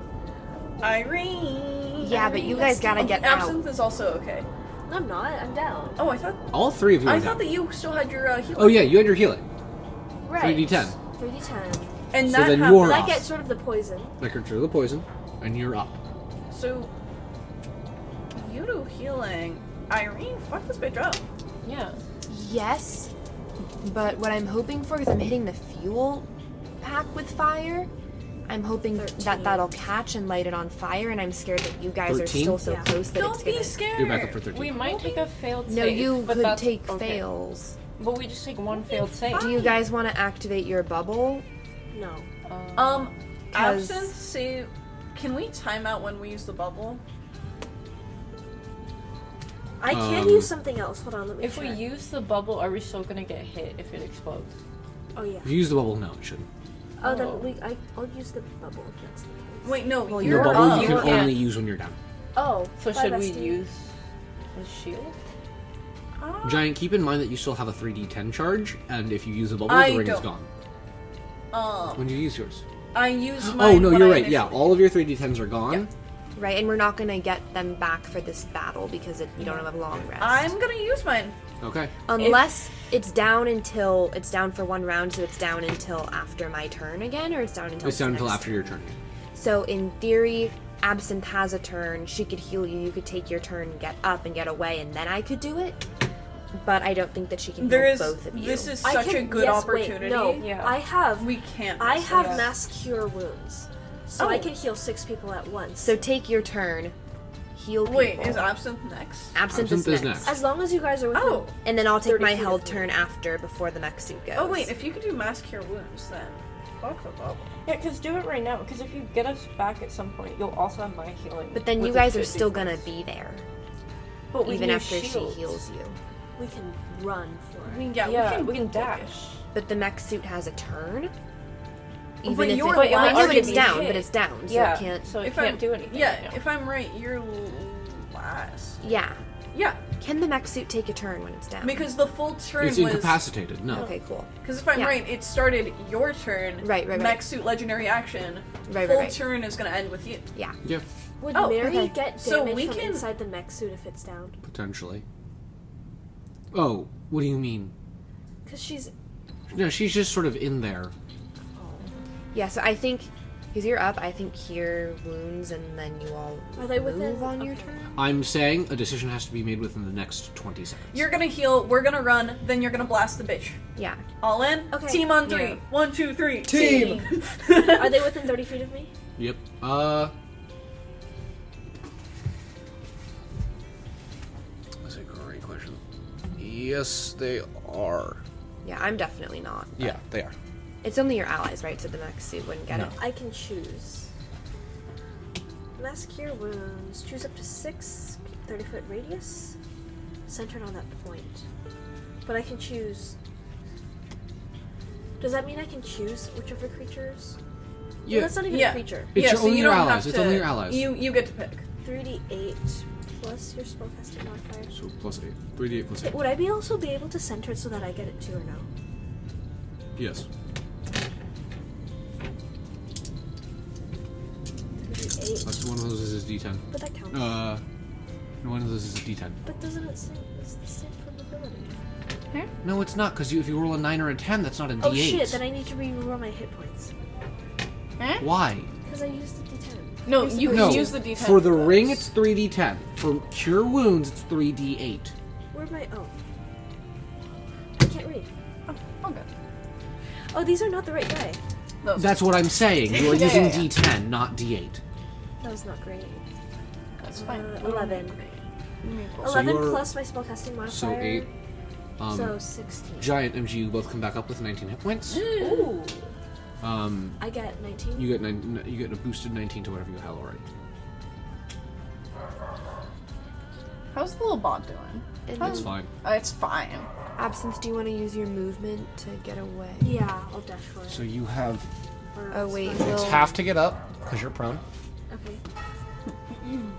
[SPEAKER 5] Irene.
[SPEAKER 4] Yeah, but you guys gotta get out.
[SPEAKER 5] Absinthe is also okay.
[SPEAKER 3] I'm not, I'm down.
[SPEAKER 5] Oh, I thought
[SPEAKER 1] All three of you.
[SPEAKER 5] I
[SPEAKER 1] are down.
[SPEAKER 5] thought that you still had your uh, healing.
[SPEAKER 1] Oh yeah, you had your healing.
[SPEAKER 3] Right.
[SPEAKER 1] 3d10.
[SPEAKER 3] 3d10.
[SPEAKER 5] and
[SPEAKER 1] so
[SPEAKER 5] that
[SPEAKER 1] then
[SPEAKER 5] happened.
[SPEAKER 1] you're
[SPEAKER 3] But I
[SPEAKER 1] off.
[SPEAKER 3] get sort of the poison.
[SPEAKER 1] That control the poison, and you're up.
[SPEAKER 5] So you do healing. Irene, fuck this bitch up.
[SPEAKER 7] Yeah.
[SPEAKER 4] Yes, but what I'm hoping for is I'm hitting the fuel pack with fire. I'm hoping that
[SPEAKER 3] Thirteen.
[SPEAKER 4] that'll catch and light it on fire, and I'm scared that you guys are
[SPEAKER 1] Thirteen?
[SPEAKER 4] still so
[SPEAKER 3] Yeah.
[SPEAKER 4] close that it's
[SPEAKER 5] Don't
[SPEAKER 4] gonna.
[SPEAKER 5] be scared.
[SPEAKER 1] You're back up for 13.
[SPEAKER 7] We might take a failed
[SPEAKER 4] No,
[SPEAKER 7] save.
[SPEAKER 4] you
[SPEAKER 7] but
[SPEAKER 4] could
[SPEAKER 7] that's-
[SPEAKER 4] take
[SPEAKER 7] okay.
[SPEAKER 4] fails.
[SPEAKER 7] But we just take one failed save.
[SPEAKER 4] Do you guys want to activate your bubble?
[SPEAKER 3] No.
[SPEAKER 5] Um,
[SPEAKER 4] 'Cause-
[SPEAKER 5] absinthe save. Can we time out when we use the bubble?
[SPEAKER 3] I can
[SPEAKER 1] Um,
[SPEAKER 3] use something else. Hold on, let me
[SPEAKER 7] If we
[SPEAKER 3] check.
[SPEAKER 7] use the bubble, are we still gonna get hit if it explodes?
[SPEAKER 3] Oh, yeah.
[SPEAKER 1] If you use the bubble, no, it shouldn't.
[SPEAKER 3] Oh, then we, I, I'll use the bubble if that's the case.
[SPEAKER 5] Wait, no.
[SPEAKER 4] Well,
[SPEAKER 1] Your
[SPEAKER 4] You're
[SPEAKER 1] bubble
[SPEAKER 4] up.
[SPEAKER 1] you can
[SPEAKER 7] Yeah.
[SPEAKER 1] only use when you're down.
[SPEAKER 3] Oh,
[SPEAKER 7] So
[SPEAKER 3] bye,
[SPEAKER 7] should we
[SPEAKER 3] bestie.
[SPEAKER 7] use a shield?
[SPEAKER 1] Giant, keep in mind that you still have a 3d10 charge, and if you use the bubble,
[SPEAKER 5] I
[SPEAKER 1] the ring is
[SPEAKER 5] don't.
[SPEAKER 1] gone.
[SPEAKER 5] Um,
[SPEAKER 1] When do you use yours?
[SPEAKER 5] I use my.
[SPEAKER 1] Oh no, you're right. Yeah, all of your 3d10s are gone.
[SPEAKER 4] Right, and we're not gonna get them back for this battle because it, you don't have a long rest.
[SPEAKER 5] I'm gonna use mine.
[SPEAKER 1] Okay.
[SPEAKER 4] Unless it's down until it's down for one round, so it's down until after my turn again, or it's down until
[SPEAKER 1] It's down until
[SPEAKER 4] next-
[SPEAKER 1] after your turn.
[SPEAKER 4] So in theory, Absinthe has a turn. She could heal you. You could take your turn, get up, and get away, and then I could do it. But I don't think that she can
[SPEAKER 5] There
[SPEAKER 4] heal
[SPEAKER 5] is.
[SPEAKER 4] both of you.
[SPEAKER 5] This is
[SPEAKER 3] I
[SPEAKER 5] such
[SPEAKER 3] can,
[SPEAKER 5] a good
[SPEAKER 3] yes,
[SPEAKER 5] opportunity.
[SPEAKER 3] Wait, no,
[SPEAKER 7] Yeah.
[SPEAKER 3] I have.
[SPEAKER 5] We can't.
[SPEAKER 3] I
[SPEAKER 5] mess
[SPEAKER 3] have
[SPEAKER 5] this up.
[SPEAKER 3] mass cure wounds, so I
[SPEAKER 5] Oh.
[SPEAKER 3] can heal six people at once.
[SPEAKER 4] so take your turn, heal people.
[SPEAKER 5] Wait, is absinthe next?
[SPEAKER 4] Absinthe,
[SPEAKER 1] Absinthe is next.
[SPEAKER 3] as long as you guys are with
[SPEAKER 5] Oh.
[SPEAKER 3] me.
[SPEAKER 4] And then I'll take
[SPEAKER 3] 30
[SPEAKER 4] my
[SPEAKER 3] feet
[SPEAKER 4] held
[SPEAKER 3] of
[SPEAKER 4] turn after before the next suit goes.
[SPEAKER 5] Oh wait, if you could do mass cure wounds, then fuck the bubble.
[SPEAKER 7] Yeah, because do it right now. Because if you get us back at some point, you'll also have my healing.
[SPEAKER 4] But then you
[SPEAKER 7] with a
[SPEAKER 4] guys are
[SPEAKER 7] 50
[SPEAKER 4] still gonna
[SPEAKER 7] plus.
[SPEAKER 4] be there,
[SPEAKER 7] But we
[SPEAKER 4] even
[SPEAKER 7] need
[SPEAKER 4] after
[SPEAKER 7] shields.
[SPEAKER 4] she heals you.
[SPEAKER 3] We can run for it.
[SPEAKER 5] mean, yeah,
[SPEAKER 7] Yeah,
[SPEAKER 5] we can,
[SPEAKER 7] dash.
[SPEAKER 4] But the mech suit has a turn. Even
[SPEAKER 5] But
[SPEAKER 4] if
[SPEAKER 5] you're
[SPEAKER 4] it, I
[SPEAKER 5] allowed
[SPEAKER 4] know
[SPEAKER 5] to
[SPEAKER 4] it's
[SPEAKER 5] be
[SPEAKER 4] down,
[SPEAKER 5] hit.
[SPEAKER 4] but it's down, so
[SPEAKER 7] yeah,
[SPEAKER 4] it can't.
[SPEAKER 7] so it
[SPEAKER 5] If
[SPEAKER 7] can't
[SPEAKER 5] I'm-
[SPEAKER 7] do anything.
[SPEAKER 5] Yeah,
[SPEAKER 7] right now.
[SPEAKER 5] if I'm right, you're l- last.
[SPEAKER 4] Yeah.
[SPEAKER 5] Yeah,
[SPEAKER 4] Can the mech suit take a turn when it's down?
[SPEAKER 5] because the full turn
[SPEAKER 1] It's
[SPEAKER 5] was
[SPEAKER 1] incapacitated. No.
[SPEAKER 4] okay, cool.
[SPEAKER 5] because if I'm
[SPEAKER 4] Yeah.
[SPEAKER 5] right, it started your turn.
[SPEAKER 4] Right, right, right.
[SPEAKER 5] Next suit legendary action.
[SPEAKER 4] Right, right,
[SPEAKER 5] full
[SPEAKER 4] right.
[SPEAKER 5] turn is gonna end with you.
[SPEAKER 4] Yeah.
[SPEAKER 1] Yeah,
[SPEAKER 3] Would
[SPEAKER 5] Oh,
[SPEAKER 3] Mary
[SPEAKER 4] okay.
[SPEAKER 3] get damage
[SPEAKER 5] So we
[SPEAKER 3] from
[SPEAKER 5] can-
[SPEAKER 3] inside the mech suit if it's down?
[SPEAKER 1] potentially. Oh, what do you mean?
[SPEAKER 3] Because she's.
[SPEAKER 1] No, she's just sort of in there.
[SPEAKER 4] Yeah, so I think because you're up, I think cure wounds and then you all
[SPEAKER 3] Are they
[SPEAKER 4] move
[SPEAKER 3] within?
[SPEAKER 4] on your
[SPEAKER 3] okay.
[SPEAKER 4] turn.
[SPEAKER 1] I'm saying a decision has to be made within the next 20 seconds.
[SPEAKER 5] You're gonna heal. We're gonna run. Then you're gonna blast the bitch.
[SPEAKER 4] Yeah.
[SPEAKER 5] All in.
[SPEAKER 3] Okay.
[SPEAKER 5] Team on three.
[SPEAKER 7] Yeah.
[SPEAKER 5] One, two, three.
[SPEAKER 1] Team.
[SPEAKER 3] Are they within 30 feet of me?
[SPEAKER 1] Yep. Uh. That's a great question. Yes, they are.
[SPEAKER 4] Yeah, I'm definitely not.
[SPEAKER 1] Yeah, they are.
[SPEAKER 4] It's only your allies, right? So the mech suit wouldn't get
[SPEAKER 1] No.
[SPEAKER 4] it.
[SPEAKER 3] I can choose. Mass cure wounds. Choose up to six 30 foot radius centered on that point. But I can choose Does that mean I can choose whichever creatures?
[SPEAKER 1] Yeah,
[SPEAKER 3] That's
[SPEAKER 1] it's
[SPEAKER 3] not even
[SPEAKER 5] Yeah.
[SPEAKER 3] a creature.
[SPEAKER 5] yeah,
[SPEAKER 1] your
[SPEAKER 5] so
[SPEAKER 1] only
[SPEAKER 5] you
[SPEAKER 1] your
[SPEAKER 5] don't
[SPEAKER 1] allies.
[SPEAKER 5] have
[SPEAKER 1] It's
[SPEAKER 5] to.
[SPEAKER 1] only your allies.
[SPEAKER 5] You you get to pick.
[SPEAKER 3] 3d8 plus your spellcasting modifier.
[SPEAKER 1] So plus eight, three d eight plus
[SPEAKER 3] Th-
[SPEAKER 1] eight.
[SPEAKER 3] Would I be also be able to center it so that I get it too or no?
[SPEAKER 1] Yes.
[SPEAKER 3] 3d8.
[SPEAKER 1] Plus one of those is a d10.
[SPEAKER 3] But that counts.
[SPEAKER 1] Uh, no, one of those is a d10.
[SPEAKER 3] But doesn't it say it's the same probability?
[SPEAKER 1] No, it's not because you, if you roll a nine or a ten, that's not a d8.
[SPEAKER 3] Oh shit, then I need to re-roll my hit points.
[SPEAKER 1] Why?
[SPEAKER 3] Because I used the d10.
[SPEAKER 5] No, you can
[SPEAKER 1] No.
[SPEAKER 5] use the d10
[SPEAKER 1] For the
[SPEAKER 5] this.
[SPEAKER 1] ring, it's three d10. For cure wounds, it's three d8.
[SPEAKER 3] Where my oh? I can't read.
[SPEAKER 5] Oh, okay.
[SPEAKER 3] Oh, these are not the right die.
[SPEAKER 5] Those.
[SPEAKER 1] That's what I'm saying. You are
[SPEAKER 5] Yeah,
[SPEAKER 1] using
[SPEAKER 5] yeah, yeah.
[SPEAKER 1] d10, not d8.
[SPEAKER 3] That was not great.
[SPEAKER 5] That's fine.
[SPEAKER 3] Uh, 11.
[SPEAKER 1] So
[SPEAKER 3] 11
[SPEAKER 1] you're-
[SPEAKER 3] plus my spellcasting modifier.
[SPEAKER 1] So eight. Um,
[SPEAKER 3] so 16.
[SPEAKER 1] giant MG, you both come back up with 19 hit points.
[SPEAKER 3] Ooh.
[SPEAKER 1] Um,
[SPEAKER 3] I get 19.
[SPEAKER 1] you get nine, you get a boosted 19 to whatever you had already.
[SPEAKER 5] How's the little bot doing?
[SPEAKER 4] And
[SPEAKER 1] That's
[SPEAKER 3] Oh.
[SPEAKER 4] then,
[SPEAKER 1] fine.
[SPEAKER 5] Uh, it's fine.
[SPEAKER 4] absence, do you want to use your movement to get away?
[SPEAKER 3] yeah, I'll dash for it.
[SPEAKER 1] So you have
[SPEAKER 3] Or
[SPEAKER 4] Oh
[SPEAKER 3] as
[SPEAKER 4] wait,
[SPEAKER 3] far-
[SPEAKER 4] will
[SPEAKER 1] half to get up because you're prone.
[SPEAKER 3] Okay.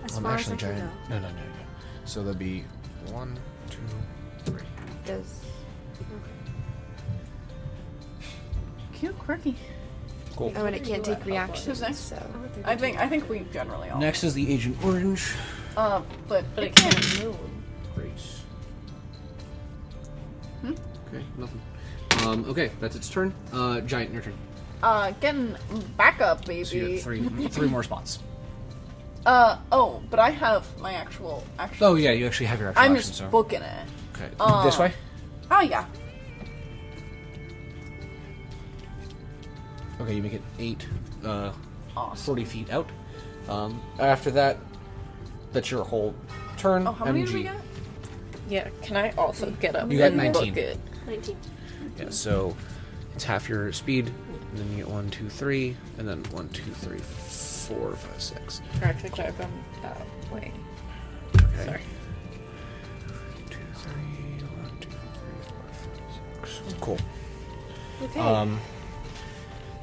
[SPEAKER 3] As
[SPEAKER 10] I'm
[SPEAKER 3] far
[SPEAKER 10] actually
[SPEAKER 3] as I can
[SPEAKER 10] giant. No, no, no, no. So there'll be one, two, three.
[SPEAKER 4] does
[SPEAKER 5] Cute, quirky.
[SPEAKER 10] Cool.
[SPEAKER 4] oh, and it can't take
[SPEAKER 5] Who's
[SPEAKER 4] reactions.
[SPEAKER 5] next?
[SPEAKER 4] So
[SPEAKER 5] I think I think we generally all.
[SPEAKER 1] Next is the Agent Orange.
[SPEAKER 5] Uh, but
[SPEAKER 7] But
[SPEAKER 5] it
[SPEAKER 7] it
[SPEAKER 5] can.
[SPEAKER 7] can't move.
[SPEAKER 1] Grace.
[SPEAKER 5] Hmm?
[SPEAKER 1] Okay, nothing. Um, okay, that's its turn. Uh, Giant, your turn.
[SPEAKER 5] Uh, getting back up, baby.
[SPEAKER 1] So you got three, three more spots.
[SPEAKER 5] Uh oh, but I have my actual action.
[SPEAKER 1] Oh yeah, you actually have your actual
[SPEAKER 5] I'm
[SPEAKER 1] action.
[SPEAKER 5] just
[SPEAKER 1] so
[SPEAKER 5] booking it.
[SPEAKER 1] okay,
[SPEAKER 5] uh,
[SPEAKER 1] this way.
[SPEAKER 5] Oh yeah.
[SPEAKER 1] Okay, you make it eight, uh,
[SPEAKER 5] Awesome.
[SPEAKER 1] forty feet out. Um, after that, that's your whole turn.
[SPEAKER 5] Oh, how many did we
[SPEAKER 1] MG.
[SPEAKER 5] get?
[SPEAKER 7] Yeah, can I also get up
[SPEAKER 1] You got
[SPEAKER 7] and
[SPEAKER 1] 19.
[SPEAKER 7] book it?
[SPEAKER 3] 19.
[SPEAKER 10] Yeah, so it's half your speed, and then you get one, two, three, and then one, two, three, four, five, six.
[SPEAKER 7] Actually, could I have gone that way?
[SPEAKER 10] Okay.
[SPEAKER 7] Sorry.
[SPEAKER 10] Two, three, one, two, three, four, five, six. Cool.
[SPEAKER 4] okay.
[SPEAKER 1] Um,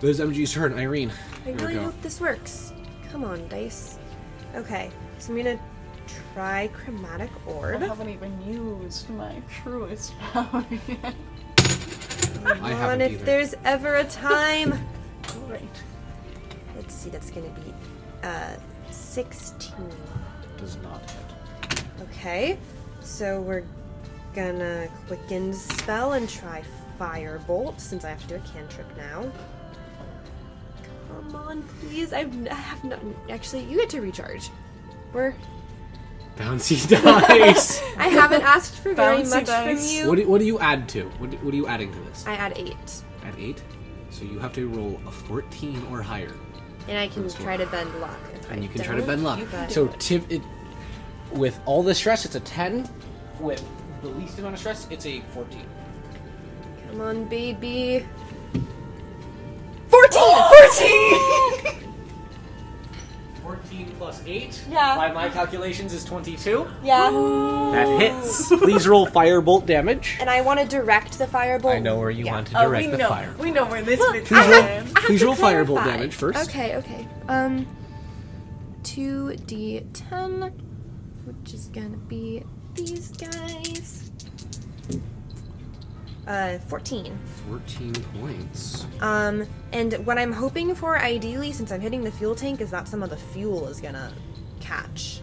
[SPEAKER 1] this is MG's turn. Irene,
[SPEAKER 4] I
[SPEAKER 1] here we
[SPEAKER 4] really
[SPEAKER 1] go.
[SPEAKER 4] hope this works. Come on, dice. Okay, so I'm gonna try chromatic
[SPEAKER 5] I
[SPEAKER 4] orb.
[SPEAKER 5] haven't even used my truest power yet.
[SPEAKER 1] I
[SPEAKER 4] Come
[SPEAKER 1] haven't
[SPEAKER 4] on, if
[SPEAKER 1] either.
[SPEAKER 4] there's ever a time.
[SPEAKER 5] Great.
[SPEAKER 4] Let's see, that's gonna be uh, 16.
[SPEAKER 1] Does not hit.
[SPEAKER 4] Okay, so we're gonna quicken spell and try firebolt since I have to do a cantrip now. Come on, please. I've n- I have not. Actually, you get to recharge. We're.
[SPEAKER 1] Bouncy dice.
[SPEAKER 4] I haven't asked for very
[SPEAKER 5] Bouncy
[SPEAKER 4] much
[SPEAKER 5] dice.
[SPEAKER 4] from you.
[SPEAKER 1] what, do, what do you add to? What, do- what are you adding to this?
[SPEAKER 4] I add eight,
[SPEAKER 1] At eight, so you have to roll a fourteen or higher.
[SPEAKER 4] and I can try to bend luck. if
[SPEAKER 1] and
[SPEAKER 4] I
[SPEAKER 1] you can try to
[SPEAKER 4] don't,
[SPEAKER 1] bend luck.
[SPEAKER 4] you got
[SPEAKER 1] So
[SPEAKER 4] it.
[SPEAKER 1] tip it with all the stress, it's a ten. With the least amount of stress, it's a fourteen.
[SPEAKER 4] come on, baby. Oh!
[SPEAKER 1] 14 plus 8
[SPEAKER 4] Yeah.
[SPEAKER 1] by my calculations is 22
[SPEAKER 4] Yeah,
[SPEAKER 1] that hits please roll firebolt damage
[SPEAKER 4] and I want to direct the firebolt.
[SPEAKER 1] i know where you want to
[SPEAKER 5] Uh,
[SPEAKER 4] Oh,
[SPEAKER 1] direct
[SPEAKER 5] we
[SPEAKER 1] the
[SPEAKER 5] know.
[SPEAKER 1] fire
[SPEAKER 5] We know where this bitch
[SPEAKER 1] please
[SPEAKER 5] is
[SPEAKER 1] roll,
[SPEAKER 5] going.
[SPEAKER 1] please roll firebolt
[SPEAKER 4] clarify.
[SPEAKER 1] damage first
[SPEAKER 4] Okay, okay. Um, 2d10, which is gonna be these guys. Uh, 14.
[SPEAKER 1] 14 points
[SPEAKER 4] Um, and what I'm hoping for, ideally, since I'm hitting the fuel tank, is that some of the fuel is gonna catch.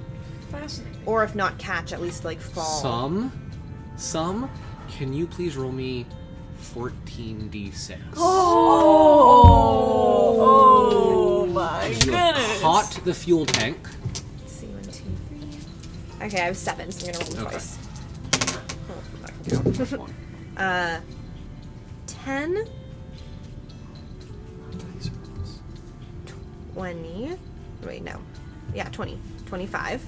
[SPEAKER 5] Fascinating.
[SPEAKER 4] Or if not catch, at least like fall.
[SPEAKER 1] some some can you please roll me 14d6
[SPEAKER 5] Oh, oh my
[SPEAKER 1] you
[SPEAKER 5] goodness.
[SPEAKER 1] have caught the fuel tank
[SPEAKER 4] Let's see, one, two, three. Okay, I have seven, so I'm gonna roll them
[SPEAKER 1] Okay.
[SPEAKER 4] twice. Uh, 10, 20. Wait, no. Yeah, 20. 25.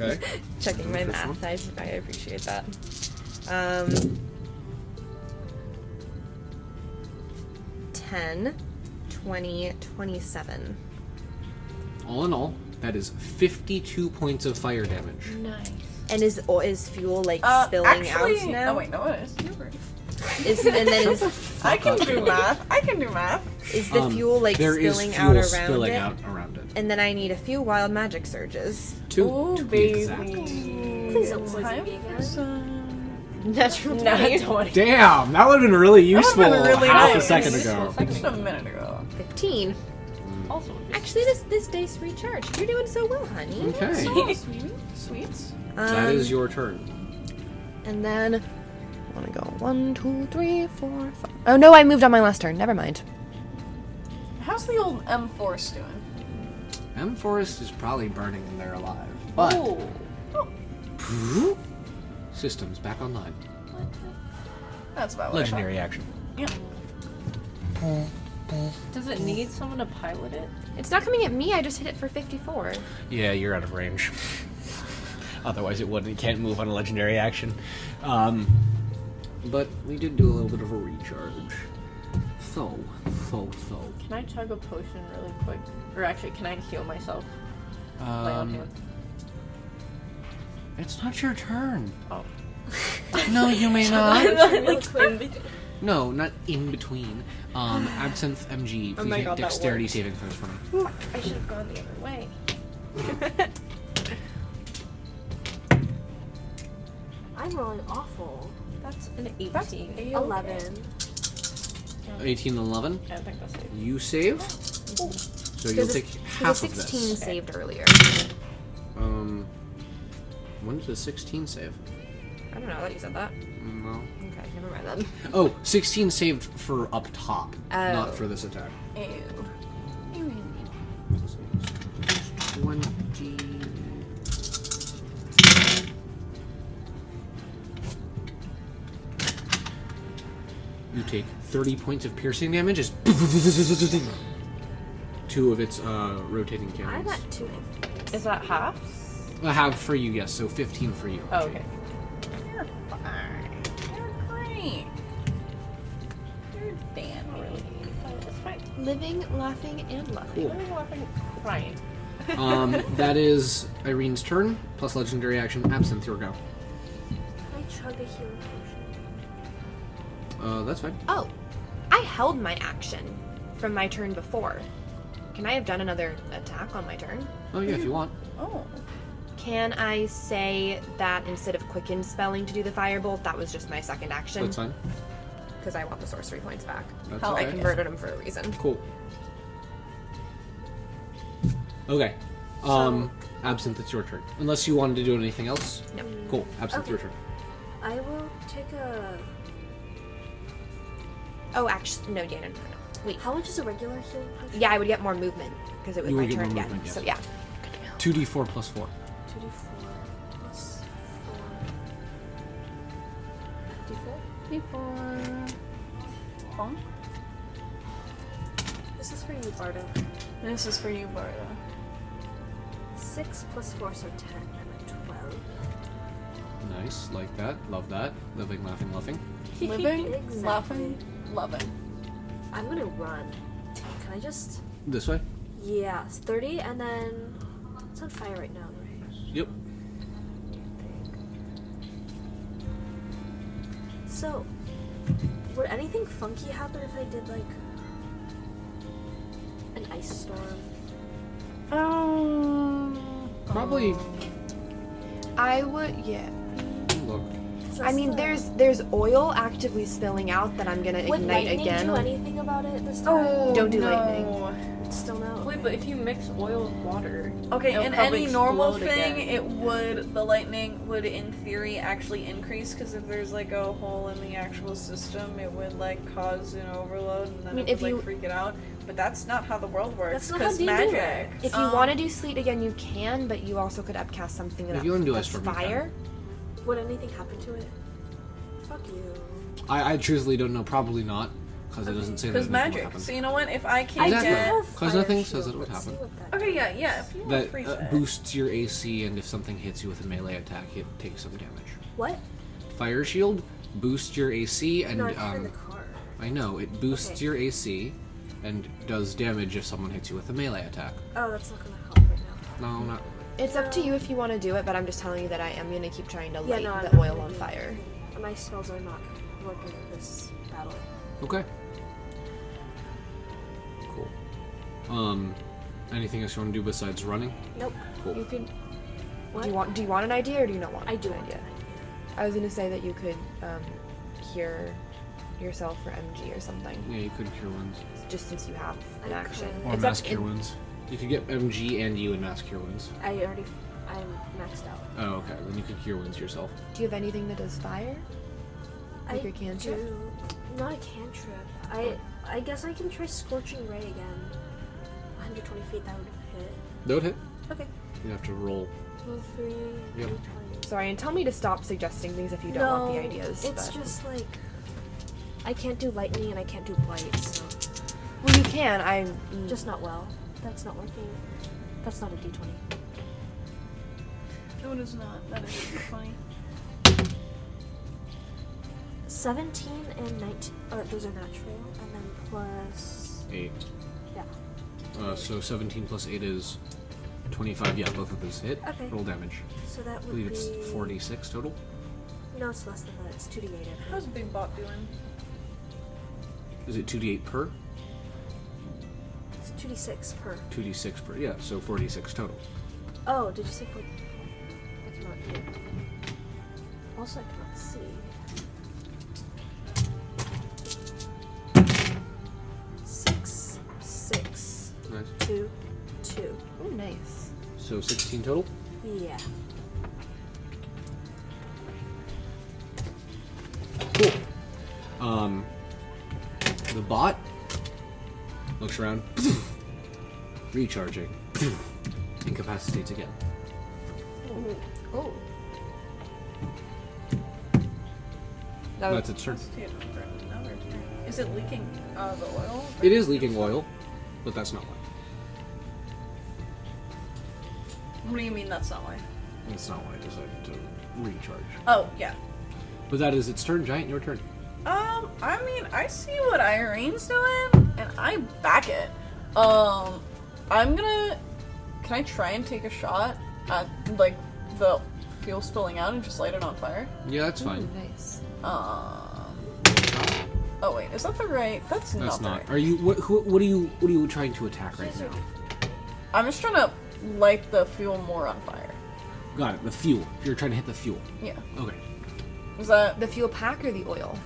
[SPEAKER 1] okay
[SPEAKER 4] Checking my
[SPEAKER 1] First
[SPEAKER 4] math. I, I appreciate that. Um, 10, 20, 27.
[SPEAKER 1] all in all that is 52 points of fire damage
[SPEAKER 4] And is, oh, is fuel like
[SPEAKER 5] Uh,
[SPEAKER 4] spilling
[SPEAKER 5] actually,
[SPEAKER 4] out now?
[SPEAKER 5] Oh wait, no, it is. You're right.
[SPEAKER 4] Is, and then is,
[SPEAKER 2] I can do math. I can do math.
[SPEAKER 4] is the
[SPEAKER 1] Um,
[SPEAKER 4] fuel like
[SPEAKER 1] there is
[SPEAKER 4] spilling
[SPEAKER 1] fuel
[SPEAKER 4] out around
[SPEAKER 1] spilling
[SPEAKER 4] it?
[SPEAKER 1] out around it.
[SPEAKER 4] And then I need a few wild magic surges.
[SPEAKER 1] Two,
[SPEAKER 5] Oh,
[SPEAKER 2] Ooh,
[SPEAKER 1] to be exact.
[SPEAKER 2] baby.
[SPEAKER 3] Please don't poison me again.
[SPEAKER 4] Natural
[SPEAKER 7] Nat
[SPEAKER 4] 20.
[SPEAKER 7] 20.
[SPEAKER 1] Damn, that would have been really
[SPEAKER 2] would've
[SPEAKER 1] useful
[SPEAKER 2] been really
[SPEAKER 1] half
[SPEAKER 2] nice.
[SPEAKER 1] a second ago.
[SPEAKER 2] Just a minute ago.
[SPEAKER 4] 15.
[SPEAKER 7] Also,
[SPEAKER 4] Actually, this this dice recharged. You're doing so well, honey.
[SPEAKER 1] Okay,
[SPEAKER 2] Sweet. Sweets.
[SPEAKER 4] Um,
[SPEAKER 1] that is your turn.
[SPEAKER 4] And then I want to go one, two, three, four, five. Oh no, I moved on my last turn. Never mind.
[SPEAKER 2] How's the old M Force doing?
[SPEAKER 1] M Forest is probably burning and they're alive, but systems back online.
[SPEAKER 2] That's about what I
[SPEAKER 10] Oh. Legendary action.
[SPEAKER 7] does it need someone to pilot it?
[SPEAKER 4] It's not coming at me. I just hit it for 54.
[SPEAKER 10] Yeah, you're out of range. Otherwise, it wouldn't. It can't move on a legendary action. Um,
[SPEAKER 1] But we did do a little bit of a recharge. So, so, so.
[SPEAKER 7] Can I chug a potion really quick? Or actually, can I heal myself? My own
[SPEAKER 10] um,
[SPEAKER 7] hand.
[SPEAKER 1] It's not your turn.
[SPEAKER 7] Oh.
[SPEAKER 1] No, you may not.
[SPEAKER 7] Like,
[SPEAKER 1] No, not in between. Um, absinthe MG. Please
[SPEAKER 7] Oh my
[SPEAKER 1] make
[SPEAKER 7] God, that
[SPEAKER 1] dexterity
[SPEAKER 7] worked.
[SPEAKER 1] saving throws for me.
[SPEAKER 7] I should have gone the other way.
[SPEAKER 3] I'm rolling awful.
[SPEAKER 7] That's an 18.
[SPEAKER 3] Eleven.
[SPEAKER 1] 18 and 11.
[SPEAKER 7] I don't think that's it.
[SPEAKER 1] You save. So you'll
[SPEAKER 4] Does it-
[SPEAKER 1] take
[SPEAKER 4] Because
[SPEAKER 1] half
[SPEAKER 4] the
[SPEAKER 1] of
[SPEAKER 4] 16
[SPEAKER 1] this.
[SPEAKER 4] saved earlier.
[SPEAKER 1] Um, when did the 16 save? Mm,
[SPEAKER 4] I don't know. I thought you said that.
[SPEAKER 1] No.
[SPEAKER 4] Okay, never mind then.
[SPEAKER 1] Oh, 16 saved for up top,
[SPEAKER 4] Oh.
[SPEAKER 1] not for this attack.
[SPEAKER 2] Ew.
[SPEAKER 1] Twenty. You take thirty points of piercing damage. As two of its uh, rotating
[SPEAKER 3] I
[SPEAKER 1] cannons.
[SPEAKER 3] got two.
[SPEAKER 7] Is that half?
[SPEAKER 1] I have for you, yes. So fifteen for you.
[SPEAKER 7] Oh, okay.
[SPEAKER 2] You're fine. You're great. You're damn really.
[SPEAKER 7] It's fine.
[SPEAKER 4] Living, laughing, and loving.
[SPEAKER 1] Cool.
[SPEAKER 7] I'm laughing, crying.
[SPEAKER 1] Um, that is Irene's turn plus legendary action. Absinthe, your go.
[SPEAKER 3] I chug a healing potion.
[SPEAKER 1] Uh, that's fine.
[SPEAKER 4] Oh, I held my action from my turn before. Can I have done another attack on my turn?
[SPEAKER 1] Oh yeah, if you want.
[SPEAKER 2] Oh.
[SPEAKER 4] Can I say that instead of quicken spelling to do the firebolt, that was just my second action?
[SPEAKER 1] That's fine.
[SPEAKER 4] Because I want the sorcery points back.
[SPEAKER 1] That's
[SPEAKER 4] I
[SPEAKER 1] okay.
[SPEAKER 4] converted them for a reason.
[SPEAKER 1] Cool. Okay. Um, Absinthe, it's your turn. Unless you wanted to do anything else.
[SPEAKER 4] No.
[SPEAKER 1] Cool. Absinthe, your
[SPEAKER 3] Okay.
[SPEAKER 1] turn.
[SPEAKER 3] I will take a.
[SPEAKER 4] Oh, actually, no, yeah, no, no, no. Wait.
[SPEAKER 3] How much is a regular healing potion?
[SPEAKER 4] Yeah, I would get more movement because it was
[SPEAKER 1] You would
[SPEAKER 4] my
[SPEAKER 1] get
[SPEAKER 4] turn
[SPEAKER 1] more
[SPEAKER 4] again.
[SPEAKER 1] movement, yes.
[SPEAKER 4] So yeah.
[SPEAKER 1] 2d4 plus 4.
[SPEAKER 3] Two D four plus four. D four.
[SPEAKER 2] Before. Bonk.
[SPEAKER 3] This is for you, Bardo.
[SPEAKER 2] This is for you, Bardo.
[SPEAKER 3] Six plus four, so ten. I'm at twelve.
[SPEAKER 1] Nice. Like that. Love that. Living, laughing, laughing.
[SPEAKER 2] Living,
[SPEAKER 3] Exactly.
[SPEAKER 2] laughing, loving.
[SPEAKER 3] I'm gonna run. Can I just?
[SPEAKER 1] This way?
[SPEAKER 3] Yeah, it's thirty, and then it's on fire right now, right?
[SPEAKER 1] Yep.
[SPEAKER 3] So, would anything funky happen if I did like an ice storm?
[SPEAKER 2] Um.
[SPEAKER 1] Probably.
[SPEAKER 4] I would, yeah.
[SPEAKER 1] Look.
[SPEAKER 3] 'Cause
[SPEAKER 4] I
[SPEAKER 3] that's
[SPEAKER 4] mean,
[SPEAKER 3] the-
[SPEAKER 4] there's there's oil actively spilling out that I'm gonna
[SPEAKER 3] Would
[SPEAKER 4] ignite
[SPEAKER 3] lightning
[SPEAKER 4] again.
[SPEAKER 3] do anything about it this time?
[SPEAKER 2] Oh,
[SPEAKER 4] Don't do
[SPEAKER 2] no.
[SPEAKER 4] lightning.
[SPEAKER 3] Still no.
[SPEAKER 7] Wait, but if you mix oil and water,
[SPEAKER 2] Okay,
[SPEAKER 7] It'll
[SPEAKER 2] in
[SPEAKER 7] probably
[SPEAKER 2] any normal
[SPEAKER 7] explode
[SPEAKER 2] thing,
[SPEAKER 7] again.
[SPEAKER 2] it would the lightning would in theory actually increase because if there's like a hole in the actual system, it would like cause an overload and then
[SPEAKER 4] mean,
[SPEAKER 2] it
[SPEAKER 4] if
[SPEAKER 2] would
[SPEAKER 4] you-
[SPEAKER 2] like freak it out. But that's not how the world works.
[SPEAKER 3] That's not how
[SPEAKER 2] 'cause
[SPEAKER 3] D&D
[SPEAKER 2] magic. Um,
[SPEAKER 3] works.
[SPEAKER 4] If you want to do sleet again, you can, but you also could upcast something
[SPEAKER 1] If
[SPEAKER 4] that-
[SPEAKER 1] you wanna do
[SPEAKER 4] that's
[SPEAKER 1] ice storm, you
[SPEAKER 4] fire.
[SPEAKER 3] Would anything happen to it? Fuck you.
[SPEAKER 1] I, I truthfully don't know. Probably not. Because it doesn't say that
[SPEAKER 2] Because
[SPEAKER 1] anything would
[SPEAKER 2] magic.
[SPEAKER 1] happen.
[SPEAKER 2] So you know what? If I
[SPEAKER 3] I
[SPEAKER 2] can't
[SPEAKER 1] Exactly.
[SPEAKER 2] get
[SPEAKER 3] do have
[SPEAKER 1] 'Cause
[SPEAKER 3] fire
[SPEAKER 1] nothing says
[SPEAKER 3] shield.
[SPEAKER 1] it would
[SPEAKER 3] Let's see
[SPEAKER 1] happen.
[SPEAKER 3] what that
[SPEAKER 2] Okay, yeah, yeah. If you want to
[SPEAKER 1] That
[SPEAKER 2] freeze
[SPEAKER 1] uh,
[SPEAKER 2] it.
[SPEAKER 1] boosts your AC, and if something hits you with a melee attack, it takes some damage.
[SPEAKER 3] What?
[SPEAKER 1] Fire shield boosts your AC, and
[SPEAKER 3] No, I
[SPEAKER 1] um,
[SPEAKER 3] in the car.
[SPEAKER 1] I know. It boosts
[SPEAKER 3] Okay.
[SPEAKER 1] your AC and does damage if someone hits you with a melee attack.
[SPEAKER 3] Oh, that's not gonna help right now.
[SPEAKER 1] No, not.
[SPEAKER 4] It's up to you if you want to do it, but I'm just telling you that I am gonna keep trying to light
[SPEAKER 3] no, I'm
[SPEAKER 4] the
[SPEAKER 3] not
[SPEAKER 4] oil
[SPEAKER 3] gonna
[SPEAKER 4] on
[SPEAKER 3] do it.
[SPEAKER 4] fire.
[SPEAKER 3] My spells are not. working with this battle.
[SPEAKER 1] Okay. Cool. Um, anything else you want to do besides running?
[SPEAKER 3] Nope.
[SPEAKER 4] You could.
[SPEAKER 3] What?
[SPEAKER 4] Do you want? Do you want an idea or do you not want?
[SPEAKER 3] I do
[SPEAKER 4] an
[SPEAKER 3] want
[SPEAKER 4] idea.
[SPEAKER 3] an idea.
[SPEAKER 4] I was gonna say that you could um, cure yourself for MG or something,
[SPEAKER 1] Yeah, you could cure wounds.
[SPEAKER 4] just since you have an
[SPEAKER 3] I
[SPEAKER 4] action.
[SPEAKER 3] could.
[SPEAKER 1] Or
[SPEAKER 4] Except
[SPEAKER 1] mass cure
[SPEAKER 4] it-
[SPEAKER 1] wounds. You could get MG and you and mass cure wounds.
[SPEAKER 3] I already. I'm maxed out.
[SPEAKER 1] Oh, okay. Then you could cure wounds yourself.
[SPEAKER 4] Do you have anything that does fire?
[SPEAKER 3] I
[SPEAKER 4] your cantrip?
[SPEAKER 3] do- Not a cantrip. I I guess I can try scorching ray again. 120 feet. That would hit.
[SPEAKER 1] That would hit.
[SPEAKER 3] Okay.
[SPEAKER 1] You have to roll.
[SPEAKER 3] Roll three.
[SPEAKER 1] Yeah.
[SPEAKER 3] d20.
[SPEAKER 4] Sorry, and tell me to stop suggesting things if you don't want the ideas.
[SPEAKER 3] It's
[SPEAKER 4] but-
[SPEAKER 3] just like I can't do lightning and I can't do blight, so
[SPEAKER 4] well, you can. I
[SPEAKER 3] just not well. That's not working. That's not a D twenty.
[SPEAKER 5] No, it is not. That is funny.
[SPEAKER 3] Seventeen and nineteen or those are natural. And then plus
[SPEAKER 1] Eight.
[SPEAKER 3] yeah.
[SPEAKER 1] Uh, so 17 plus 8 is 25. Yeah, both of those hit.
[SPEAKER 3] Okay.
[SPEAKER 1] Roll damage.
[SPEAKER 3] So that
[SPEAKER 1] I
[SPEAKER 3] would
[SPEAKER 1] believe it's
[SPEAKER 3] be
[SPEAKER 1] 46 total.
[SPEAKER 3] No, it's less than that. It's two D eight
[SPEAKER 5] How's Big Bot doing?
[SPEAKER 1] Is it 2d8 per?
[SPEAKER 3] It's two D six per.
[SPEAKER 1] 2d6 per. Yeah, so 46 total.
[SPEAKER 3] Oh, did you say four? I cannot hear. Also I cannot see. Six, six,
[SPEAKER 1] Nice.
[SPEAKER 3] two, two.
[SPEAKER 4] Ooh, nice.
[SPEAKER 1] So 16 total.
[SPEAKER 3] Yeah.
[SPEAKER 1] Cool. Um, the bot looks around, recharging, incapacitates again.
[SPEAKER 4] Oh,
[SPEAKER 7] That
[SPEAKER 1] That's its turn.
[SPEAKER 5] Let's take it for another turn. Is it leaking uh, the oil?
[SPEAKER 1] It is leaking oil, but that's not why.
[SPEAKER 5] What do you mean that's not why?
[SPEAKER 1] That's not why I decided to recharge.
[SPEAKER 5] Oh, yeah.
[SPEAKER 1] But that is its turn, Giant. Your turn.
[SPEAKER 5] Um, I mean, I see what Irene's doing, and I back it. Um, I'm gonna. Can I try and take a shot at like the fuel spilling out and just light it on fire?
[SPEAKER 1] Yeah, that's fine.
[SPEAKER 4] nice.
[SPEAKER 5] Um. Oh wait, is that the right? That's not.
[SPEAKER 1] That's
[SPEAKER 5] the
[SPEAKER 1] not.
[SPEAKER 5] Right.
[SPEAKER 1] Are you? What? Who, what are you? What are you trying to attack right now?
[SPEAKER 5] I'm just trying to light the fuel more on fire.
[SPEAKER 1] Got it. The fuel. You're trying to hit the fuel.
[SPEAKER 5] Yeah.
[SPEAKER 1] Okay.
[SPEAKER 5] Is that?
[SPEAKER 4] The fuel pack or the oil?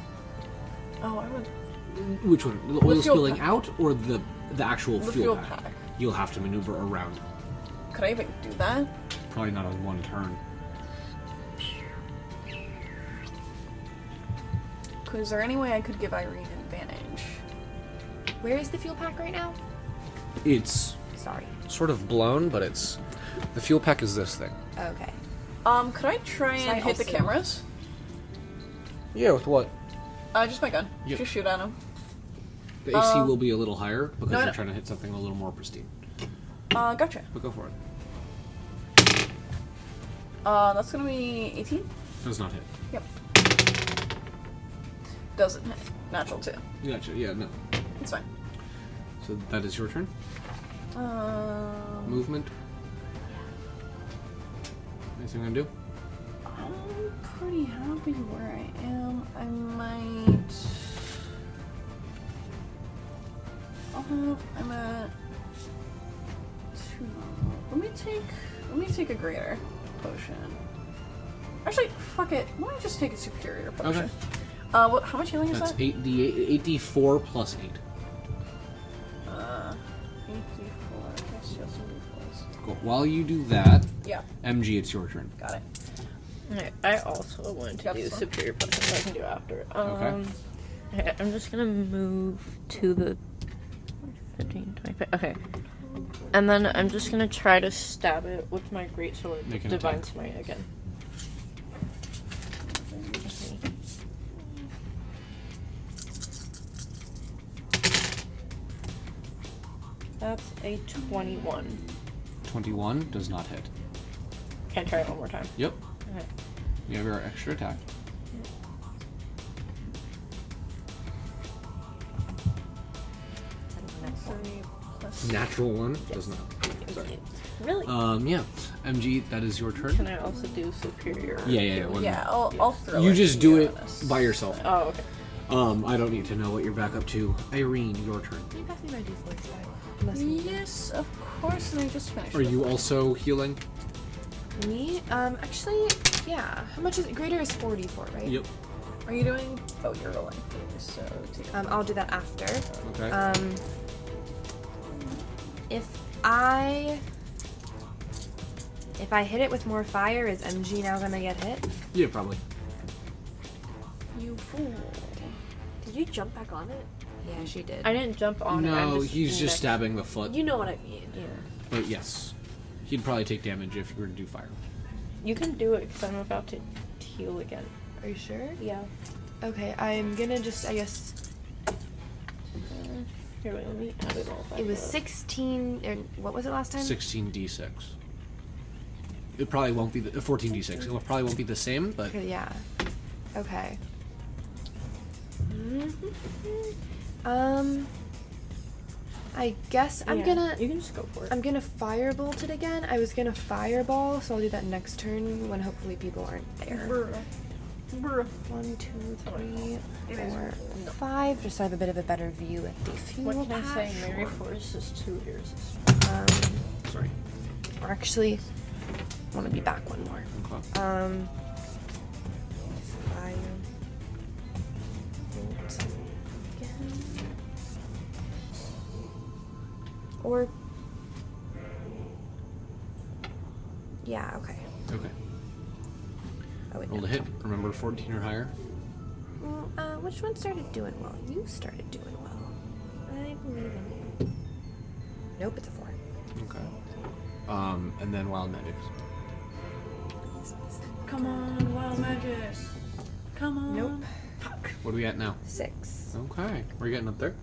[SPEAKER 5] Oh, I would.
[SPEAKER 1] Which one? The oil
[SPEAKER 5] fuel
[SPEAKER 1] spilling
[SPEAKER 5] pack.
[SPEAKER 1] out or the the actual
[SPEAKER 5] The
[SPEAKER 1] fuel,
[SPEAKER 5] fuel
[SPEAKER 1] pack?
[SPEAKER 5] pack.
[SPEAKER 1] You'll have to maneuver around.
[SPEAKER 5] Could I even do that?
[SPEAKER 1] Probably not on one turn.
[SPEAKER 5] Could- Is there any way I could give Irene advantage?
[SPEAKER 4] Where is the fuel pack right now?
[SPEAKER 1] It's
[SPEAKER 4] Sorry.
[SPEAKER 10] Sort of blown, but it's the fuel pack is this thing.
[SPEAKER 4] Okay.
[SPEAKER 5] Um, could I try
[SPEAKER 4] So
[SPEAKER 5] and
[SPEAKER 4] I
[SPEAKER 5] hit the
[SPEAKER 4] also-
[SPEAKER 5] cameras?
[SPEAKER 10] Yeah, with what?
[SPEAKER 5] Uh, just my gun.
[SPEAKER 1] Yeah.
[SPEAKER 5] Just shoot at him.
[SPEAKER 1] the AC
[SPEAKER 5] Uh,
[SPEAKER 1] will be a little higher because
[SPEAKER 5] no,
[SPEAKER 1] you're
[SPEAKER 5] no.
[SPEAKER 1] trying to hit something a little more pristine.
[SPEAKER 5] Uh, gotcha.
[SPEAKER 1] But go for it.
[SPEAKER 5] Uh, that's gonna be 18.
[SPEAKER 1] Does not hit.
[SPEAKER 5] Yep. Doesn't hit. Natural too.
[SPEAKER 1] Gotcha. Yeah. No.
[SPEAKER 5] It's fine.
[SPEAKER 1] So that is your turn.
[SPEAKER 5] Um,
[SPEAKER 1] Movement. Anything you gonna do?
[SPEAKER 5] I'm pretty happy where I am. I might. Uh, I'm at. Two. Let me take. Let me take a greater potion. Actually, fuck it. Let me just take a superior potion.
[SPEAKER 1] Okay.
[SPEAKER 5] Uh, what, how much healing is
[SPEAKER 1] That's
[SPEAKER 5] that?
[SPEAKER 1] eight d eight eight d four plus eight.
[SPEAKER 5] Uh, 84. Let's see how some d4s.
[SPEAKER 1] Cool. While you do that,
[SPEAKER 5] Yeah,
[SPEAKER 1] MG, it's your turn.
[SPEAKER 5] got it.
[SPEAKER 7] Alright, I also want to
[SPEAKER 5] That's
[SPEAKER 7] do
[SPEAKER 5] fine.
[SPEAKER 7] superior potion, but I can do after.
[SPEAKER 1] Okay.
[SPEAKER 7] Um, okay. I'm just gonna move to the 15, 25. Okay. And then I'm just gonna try to stab it with my greatsword,
[SPEAKER 1] Make
[SPEAKER 7] with
[SPEAKER 1] an
[SPEAKER 7] Divine
[SPEAKER 1] attack.
[SPEAKER 7] Smite again. That's a 21.
[SPEAKER 1] Twenty one does not hit.
[SPEAKER 7] Can I try it one more time?
[SPEAKER 1] Yep.
[SPEAKER 7] Okay.
[SPEAKER 1] You have your extra attack.
[SPEAKER 5] Three plus-
[SPEAKER 1] Natural one does not. Sorry.
[SPEAKER 7] Really?
[SPEAKER 1] Um, yeah. MG, that is your turn.
[SPEAKER 7] Can I also do superior?
[SPEAKER 1] Yeah, yeah, yeah. one-
[SPEAKER 5] Yeah, I'll, I'll throw
[SPEAKER 1] You
[SPEAKER 5] it
[SPEAKER 1] just
[SPEAKER 5] to
[SPEAKER 1] do
[SPEAKER 5] you
[SPEAKER 1] it
[SPEAKER 5] on this.
[SPEAKER 1] by yourself.
[SPEAKER 7] Oh, okay.
[SPEAKER 1] Um, I don't need to know what you're back up to. Irene, your turn.
[SPEAKER 5] Yes, of course, and I just finished.
[SPEAKER 1] Are
[SPEAKER 5] it.
[SPEAKER 1] you also healing?
[SPEAKER 4] Me? Um, actually, yeah. How much is Greater is 44, right?
[SPEAKER 5] Are you doing? Oh, you're rolling for this, so take
[SPEAKER 4] Um, I'll do that after.
[SPEAKER 1] Okay.
[SPEAKER 4] Um, if I if I hit it with more fire, is MG now gonna get hit?
[SPEAKER 1] yeah, probably.
[SPEAKER 5] you fool.
[SPEAKER 3] Did you jump back on it?
[SPEAKER 4] Yeah, she did.
[SPEAKER 7] I didn't jump on it. I'm
[SPEAKER 1] no,
[SPEAKER 7] just
[SPEAKER 1] he's just
[SPEAKER 7] next-
[SPEAKER 1] stabbing the foot.
[SPEAKER 3] You know what I mean.
[SPEAKER 1] But yes, he'd probably take damage if you were to do fire.
[SPEAKER 7] You can do it because I'm about to heal again.
[SPEAKER 8] Are you sure?
[SPEAKER 7] Yeah.
[SPEAKER 8] Okay, I'm gonna just, I guess,
[SPEAKER 7] Here, wait, let me add it all back.
[SPEAKER 4] It was
[SPEAKER 7] up.
[SPEAKER 4] 16. Or what was it last time?
[SPEAKER 1] 16d6. It probably won't be the, uh, 14d6. It probably won't be the same, but
[SPEAKER 4] Okay, yeah. Okay. um, I guess I'm
[SPEAKER 7] Yeah,
[SPEAKER 4] gonna
[SPEAKER 7] You can just go for it.
[SPEAKER 4] I'm gonna firebolt it again. I was gonna fireball, so I'll do that next turn when hopefully people aren't there.
[SPEAKER 5] Bruh. Bruh.
[SPEAKER 4] One, two, three,
[SPEAKER 5] It is-
[SPEAKER 4] four, five. Just so I have a bit of a better view at the fuel.
[SPEAKER 7] What can I say?
[SPEAKER 4] patch.
[SPEAKER 7] Mary Force is two years.
[SPEAKER 4] Um,
[SPEAKER 1] sorry.
[SPEAKER 4] or actually, I want to be back one more.
[SPEAKER 1] Okay.
[SPEAKER 4] Um, firebolt again. Or yeah, okay.
[SPEAKER 1] Okay.
[SPEAKER 4] Oh wait, no.
[SPEAKER 1] Roll to hit. Remember 14 or higher.
[SPEAKER 4] Well, uh, which one started doing well? You started doing well. I believe in you. Nope, it's a four.
[SPEAKER 1] Okay. Um, and then wild magics.
[SPEAKER 5] Come on, wild magic. Come on.
[SPEAKER 4] Nope.
[SPEAKER 1] What are we at now?
[SPEAKER 4] Six.
[SPEAKER 1] Okay. We're getting up there.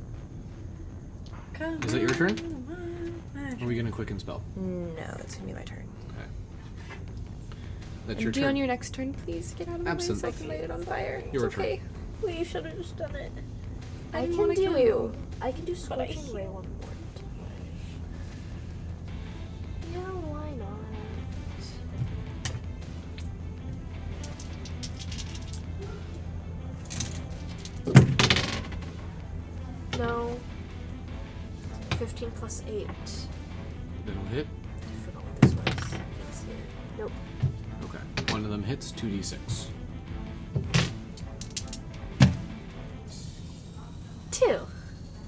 [SPEAKER 5] Come
[SPEAKER 1] Is it your turn?
[SPEAKER 5] on, wild magic.
[SPEAKER 1] Are we gonna quicken spell?
[SPEAKER 4] No, it's gonna be my turn.
[SPEAKER 1] Okay. That's
[SPEAKER 4] Do
[SPEAKER 1] your turn.
[SPEAKER 4] on your next turn, please. Get out of my way so I
[SPEAKER 1] Absolutely.
[SPEAKER 4] can light it on fire.
[SPEAKER 1] Your
[SPEAKER 4] it's
[SPEAKER 1] turn.
[SPEAKER 4] okay.
[SPEAKER 7] We should have just done it.
[SPEAKER 3] I
[SPEAKER 4] didn't
[SPEAKER 3] can
[SPEAKER 4] wanna
[SPEAKER 3] do
[SPEAKER 4] kill
[SPEAKER 3] you. I can do
[SPEAKER 7] But I
[SPEAKER 3] scorching ray one more. time. Yeah, why not? No. Fifteen plus eight.
[SPEAKER 1] That'll hit.
[SPEAKER 3] I forgot what this was. It's here. Nope.
[SPEAKER 1] Okay. One of them hits. Two d6.
[SPEAKER 3] Two.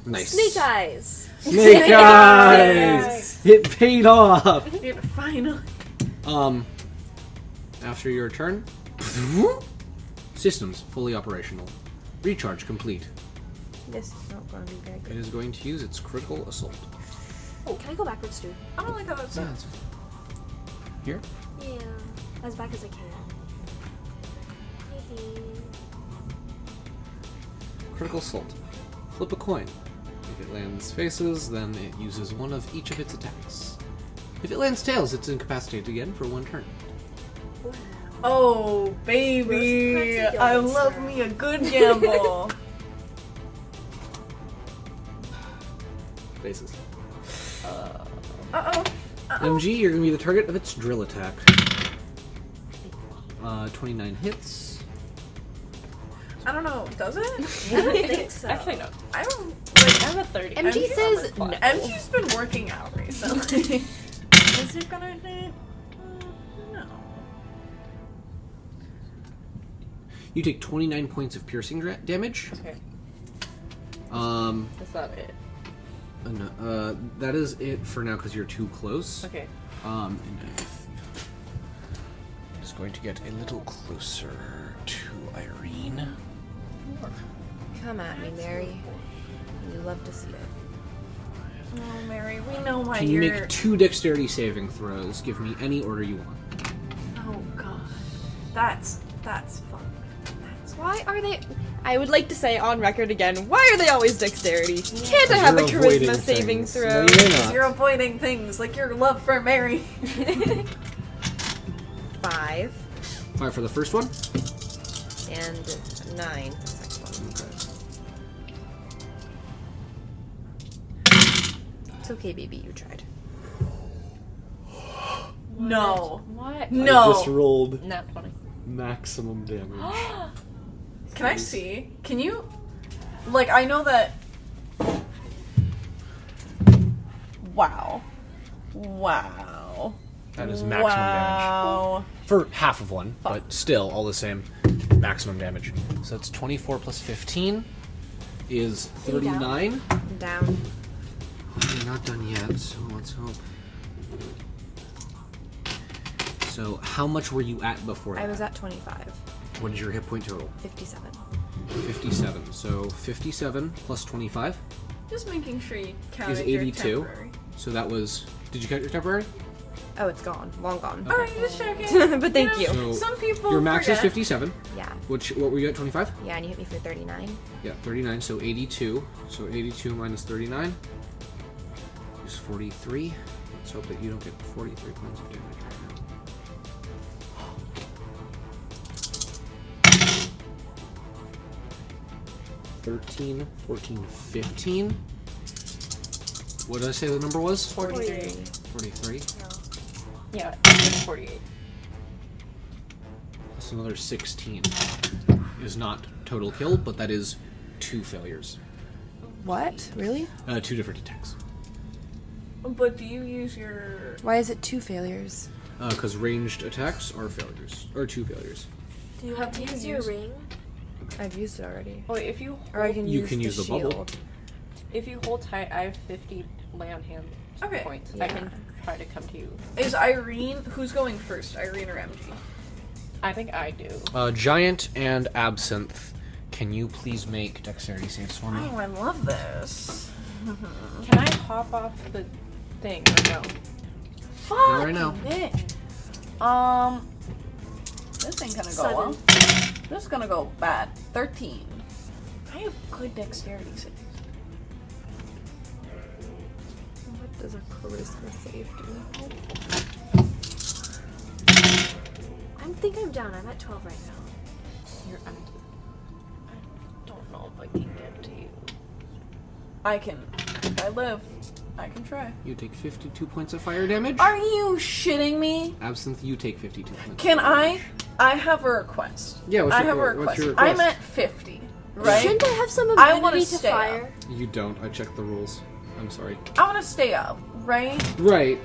[SPEAKER 1] Nice.
[SPEAKER 3] Snake eyes.
[SPEAKER 1] Snake eyes. It paid off.
[SPEAKER 5] Finally.
[SPEAKER 1] Um, after your turn, systems fully operational. Recharge complete.
[SPEAKER 4] This is not gonna be very
[SPEAKER 1] It
[SPEAKER 4] good.
[SPEAKER 1] is going to use its critical assault.
[SPEAKER 3] Can I go backwards too?
[SPEAKER 5] I don't like how that's
[SPEAKER 1] Yeah, it's- Here?
[SPEAKER 3] Yeah. As back as I can. Hehe.
[SPEAKER 1] Critical assault. Flip a coin. If it lands faces, then it uses one of each of its attacks. If it lands tails, it's incapacitated again for one turn.
[SPEAKER 5] Oh, baby.
[SPEAKER 3] Roast pretzel
[SPEAKER 5] I
[SPEAKER 3] donuts,
[SPEAKER 5] love
[SPEAKER 3] sir.
[SPEAKER 5] me a good gamble.
[SPEAKER 1] Faces.
[SPEAKER 5] uh oh.
[SPEAKER 1] MG, you're going to be the target of its drill attack. Uh, 29 hits.
[SPEAKER 5] I don't know. Does it?
[SPEAKER 3] I don't think so.
[SPEAKER 7] Actually, no.
[SPEAKER 5] I don't. Like, I'm a 30.
[SPEAKER 4] MG says no.
[SPEAKER 5] MG's been working out recently. Is it gonna hit? Uh, no.
[SPEAKER 1] You take 29 points of piercing dra- damage.
[SPEAKER 7] Okay.
[SPEAKER 1] Um,
[SPEAKER 7] That's not it.
[SPEAKER 1] uh, no, uh, that is it for now because you're too close.
[SPEAKER 7] Okay.
[SPEAKER 1] Um, and if- I'm just going to get a little closer to Irene.
[SPEAKER 4] Uh, Come at me, Mary. You love to see it.
[SPEAKER 5] Oh, Mary, we know why
[SPEAKER 1] Can you
[SPEAKER 5] you're.
[SPEAKER 1] make two dexterity saving throws? Give me any order you want.
[SPEAKER 5] Oh god. That's that's fun. That's fun.
[SPEAKER 4] Why are they? I would like to say on record again. Why are they always dexterity? Can't I have a
[SPEAKER 1] You're avoiding
[SPEAKER 4] charisma saving
[SPEAKER 1] things.
[SPEAKER 4] throw?
[SPEAKER 1] Yeah.
[SPEAKER 5] You're avoiding things like your love for Mary.
[SPEAKER 4] Five
[SPEAKER 1] All right, for the first one.
[SPEAKER 4] and nine. for the second one.
[SPEAKER 1] Okay.
[SPEAKER 4] It's okay, baby. You tried.
[SPEAKER 5] No.
[SPEAKER 7] What?
[SPEAKER 1] I
[SPEAKER 5] No.
[SPEAKER 1] just rolled
[SPEAKER 7] Not 20.
[SPEAKER 1] maximum damage.
[SPEAKER 5] Can I see? Can you? Like, I know that. Wow. Wow.
[SPEAKER 10] That is maximum damage.
[SPEAKER 5] Wow.
[SPEAKER 10] For half of one, but still all the same maximum damage. So that's 24 plus 15
[SPEAKER 1] Is 39.
[SPEAKER 4] Down.
[SPEAKER 1] You're not done yet, so let's hope. So, how much were you at before
[SPEAKER 4] I
[SPEAKER 1] that?
[SPEAKER 4] was at 25.
[SPEAKER 1] What is your hit point total?
[SPEAKER 4] 57.
[SPEAKER 1] 57. So, 57 plus 25
[SPEAKER 5] Just making sure you count
[SPEAKER 1] is
[SPEAKER 5] it your
[SPEAKER 1] 82.
[SPEAKER 5] temporary.
[SPEAKER 1] So, that was. Did you count your temporary?
[SPEAKER 4] Oh, it's gone. Long gone.
[SPEAKER 5] All right, Oh, just checking.
[SPEAKER 4] but thank you.
[SPEAKER 1] So,
[SPEAKER 5] Some people
[SPEAKER 1] your max
[SPEAKER 5] forget.
[SPEAKER 1] is 57.
[SPEAKER 4] Yeah.
[SPEAKER 1] Which, what were you at, 25?
[SPEAKER 4] Yeah, and you hit me for 39.
[SPEAKER 1] Yeah, 39, so 82. So 82 minus 39 is 43. Let's hope that you don't get 43 points of damage right now. Thirteen, fourteen, fifteen. What did I say the number was?
[SPEAKER 7] 43.
[SPEAKER 1] Forty-three.
[SPEAKER 7] Yeah, it's 48.
[SPEAKER 1] That's another sixteen. Is not total kill, but that is two failures.
[SPEAKER 8] What? Really?
[SPEAKER 1] Uh, two different attacks.
[SPEAKER 5] But do you use your?
[SPEAKER 8] Why is it two failures?
[SPEAKER 1] Because Uh, ranged attacks are failures, or two failures.
[SPEAKER 5] Do you have to
[SPEAKER 3] Is
[SPEAKER 5] use
[SPEAKER 3] your
[SPEAKER 5] your?
[SPEAKER 3] ring?
[SPEAKER 8] I've used it already.
[SPEAKER 7] Oh, wait, if you
[SPEAKER 4] Or I can
[SPEAKER 1] You
[SPEAKER 4] use
[SPEAKER 1] can
[SPEAKER 4] the
[SPEAKER 1] use the
[SPEAKER 4] shield.
[SPEAKER 1] bubble.
[SPEAKER 7] if you hold tight, I have 50 lay on hand
[SPEAKER 5] Okay.
[SPEAKER 7] points. I can try to come to you.
[SPEAKER 5] Is Irene? Who's going first? Irene or MG?
[SPEAKER 7] I think I do.
[SPEAKER 10] Uh, Giant and Absinthe, can you please make dexterity saves for me?
[SPEAKER 5] Oh, I love this.
[SPEAKER 7] Can I hop off the thing or no?
[SPEAKER 5] Fuck.
[SPEAKER 1] right now.
[SPEAKER 5] it. Um, this ain't gonna go well. This is gonna go bad. Thirteen. I have good dexterity saves.
[SPEAKER 4] What does a charisma save do?
[SPEAKER 3] I think I'm down. I'm at 12 right now.
[SPEAKER 7] You're I don't know if I can get to you.
[SPEAKER 5] I can. If I live, I can try.
[SPEAKER 1] You take 52 points of fire damage.
[SPEAKER 5] Are you shitting me?
[SPEAKER 1] Absinthe, you take 52 points.
[SPEAKER 5] Can I? I have a request.
[SPEAKER 1] Yeah, what's
[SPEAKER 5] I
[SPEAKER 1] your-
[SPEAKER 5] have a
[SPEAKER 1] what's
[SPEAKER 5] request.
[SPEAKER 1] your
[SPEAKER 5] I'm
[SPEAKER 1] request?
[SPEAKER 5] at fifty. Right.
[SPEAKER 3] Shouldn't I have some
[SPEAKER 5] I
[SPEAKER 3] ability
[SPEAKER 5] wanna
[SPEAKER 3] to
[SPEAKER 5] stay up.
[SPEAKER 3] fire?
[SPEAKER 1] You don't. I checked the rules. I'm sorry.
[SPEAKER 5] I want to stay up. Right.
[SPEAKER 1] Right.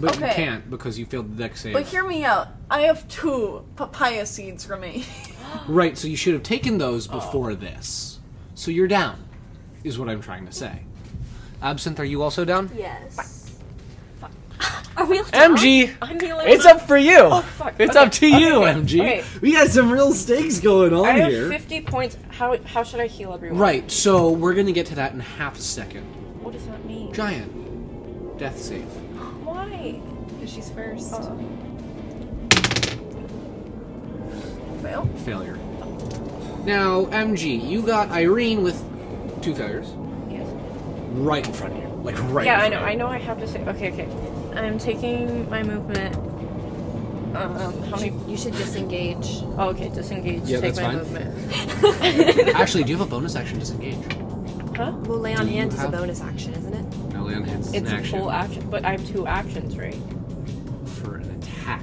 [SPEAKER 1] But you
[SPEAKER 5] Okay.
[SPEAKER 1] can't because you failed the deck save.
[SPEAKER 5] But hear me out. I have two papaya seeds remaining.
[SPEAKER 1] right, so you should have taken those before this. So you're down, is what I'm trying to say. Absinthe, are you also down?
[SPEAKER 3] Yes. Are we allowed?
[SPEAKER 10] MG!
[SPEAKER 7] I'm the only
[SPEAKER 10] It's
[SPEAKER 7] one-
[SPEAKER 10] up for you!
[SPEAKER 7] Oh, fuck.
[SPEAKER 10] It's
[SPEAKER 7] Okay.
[SPEAKER 10] up to you, MG!
[SPEAKER 7] okay.
[SPEAKER 1] We got some real stakes going on
[SPEAKER 7] I have
[SPEAKER 1] here.
[SPEAKER 7] 50 points. How how should I heal everyone?
[SPEAKER 1] Right, so we're gonna get to that in half a second.
[SPEAKER 7] What does that mean?
[SPEAKER 1] Giant, death save.
[SPEAKER 7] Why?
[SPEAKER 4] Because she's first.
[SPEAKER 5] Well,
[SPEAKER 1] failure. Now, MG, you got Irene with two failures
[SPEAKER 7] Yes.
[SPEAKER 1] right in front of you, like right.
[SPEAKER 7] Yeah, I
[SPEAKER 1] in
[SPEAKER 7] know. I
[SPEAKER 1] front
[SPEAKER 7] know. I have to say. Okay, okay. I'm taking my movement. Um, how many?
[SPEAKER 4] You should disengage.
[SPEAKER 7] Oh, okay, disengage.
[SPEAKER 1] Yeah,
[SPEAKER 7] take
[SPEAKER 1] that's
[SPEAKER 7] my
[SPEAKER 1] fine.
[SPEAKER 7] movement.
[SPEAKER 1] know. Actually, do you have a bonus action disengage?
[SPEAKER 4] Well, lay on
[SPEAKER 1] Do you
[SPEAKER 4] hand is a
[SPEAKER 1] have-
[SPEAKER 4] bonus action, isn't it?
[SPEAKER 1] No, lay on hands. is
[SPEAKER 7] it's
[SPEAKER 1] an
[SPEAKER 7] a
[SPEAKER 1] action
[SPEAKER 7] full action, but I have two actions, right?
[SPEAKER 1] for an attack.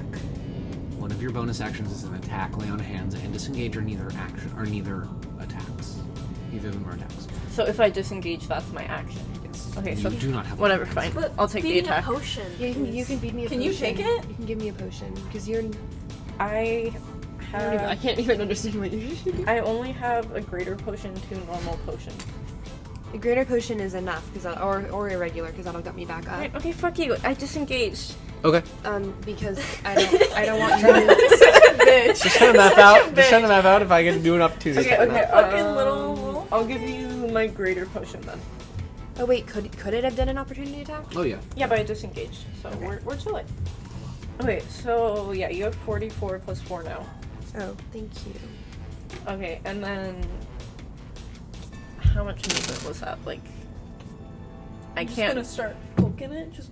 [SPEAKER 1] One of your bonus actions is an attack. Lay on hands and disengage are neither action or neither attacks. Neither of them are attacks.
[SPEAKER 7] So if I disengage, that's my action.
[SPEAKER 1] Yes.
[SPEAKER 7] Okay,
[SPEAKER 1] you
[SPEAKER 7] so
[SPEAKER 1] do not have.
[SPEAKER 7] Whatever, fine. I'll take the
[SPEAKER 3] Feeding
[SPEAKER 7] attack.
[SPEAKER 3] a potion.
[SPEAKER 4] Yeah, you can, you
[SPEAKER 3] is-
[SPEAKER 4] can feed me a
[SPEAKER 5] Can you
[SPEAKER 4] potion.
[SPEAKER 5] take it?
[SPEAKER 4] You can give me a potion. Because you're.
[SPEAKER 7] I
[SPEAKER 4] I, don't even, I
[SPEAKER 7] have.
[SPEAKER 4] can't even understand what you should do.
[SPEAKER 7] I only have a greater potion to normal potion.
[SPEAKER 4] A greater potion is enough, because or, or irregular, because that'll get me back up.
[SPEAKER 7] Right, okay, fuck you. I disengaged.
[SPEAKER 10] Okay.
[SPEAKER 4] Um, because I don't, I don't want you.
[SPEAKER 10] Just send a map out. Just send a map out if I can do an opportunity.
[SPEAKER 7] Okay, okay.
[SPEAKER 5] fucking
[SPEAKER 7] um,
[SPEAKER 5] little wolf.
[SPEAKER 7] I'll give you my greater potion then.
[SPEAKER 4] Oh wait, could could it have done an opportunity attack?
[SPEAKER 1] Oh yeah.
[SPEAKER 7] Yeah, but I disengaged, so we're, we're chilling. Okay, so yeah, you have 44 plus 4 now.
[SPEAKER 4] Oh, thank you.
[SPEAKER 7] Okay, and then. How much movement was that? Like. I
[SPEAKER 5] I'm just gonna
[SPEAKER 7] can't.
[SPEAKER 5] start poking it. Just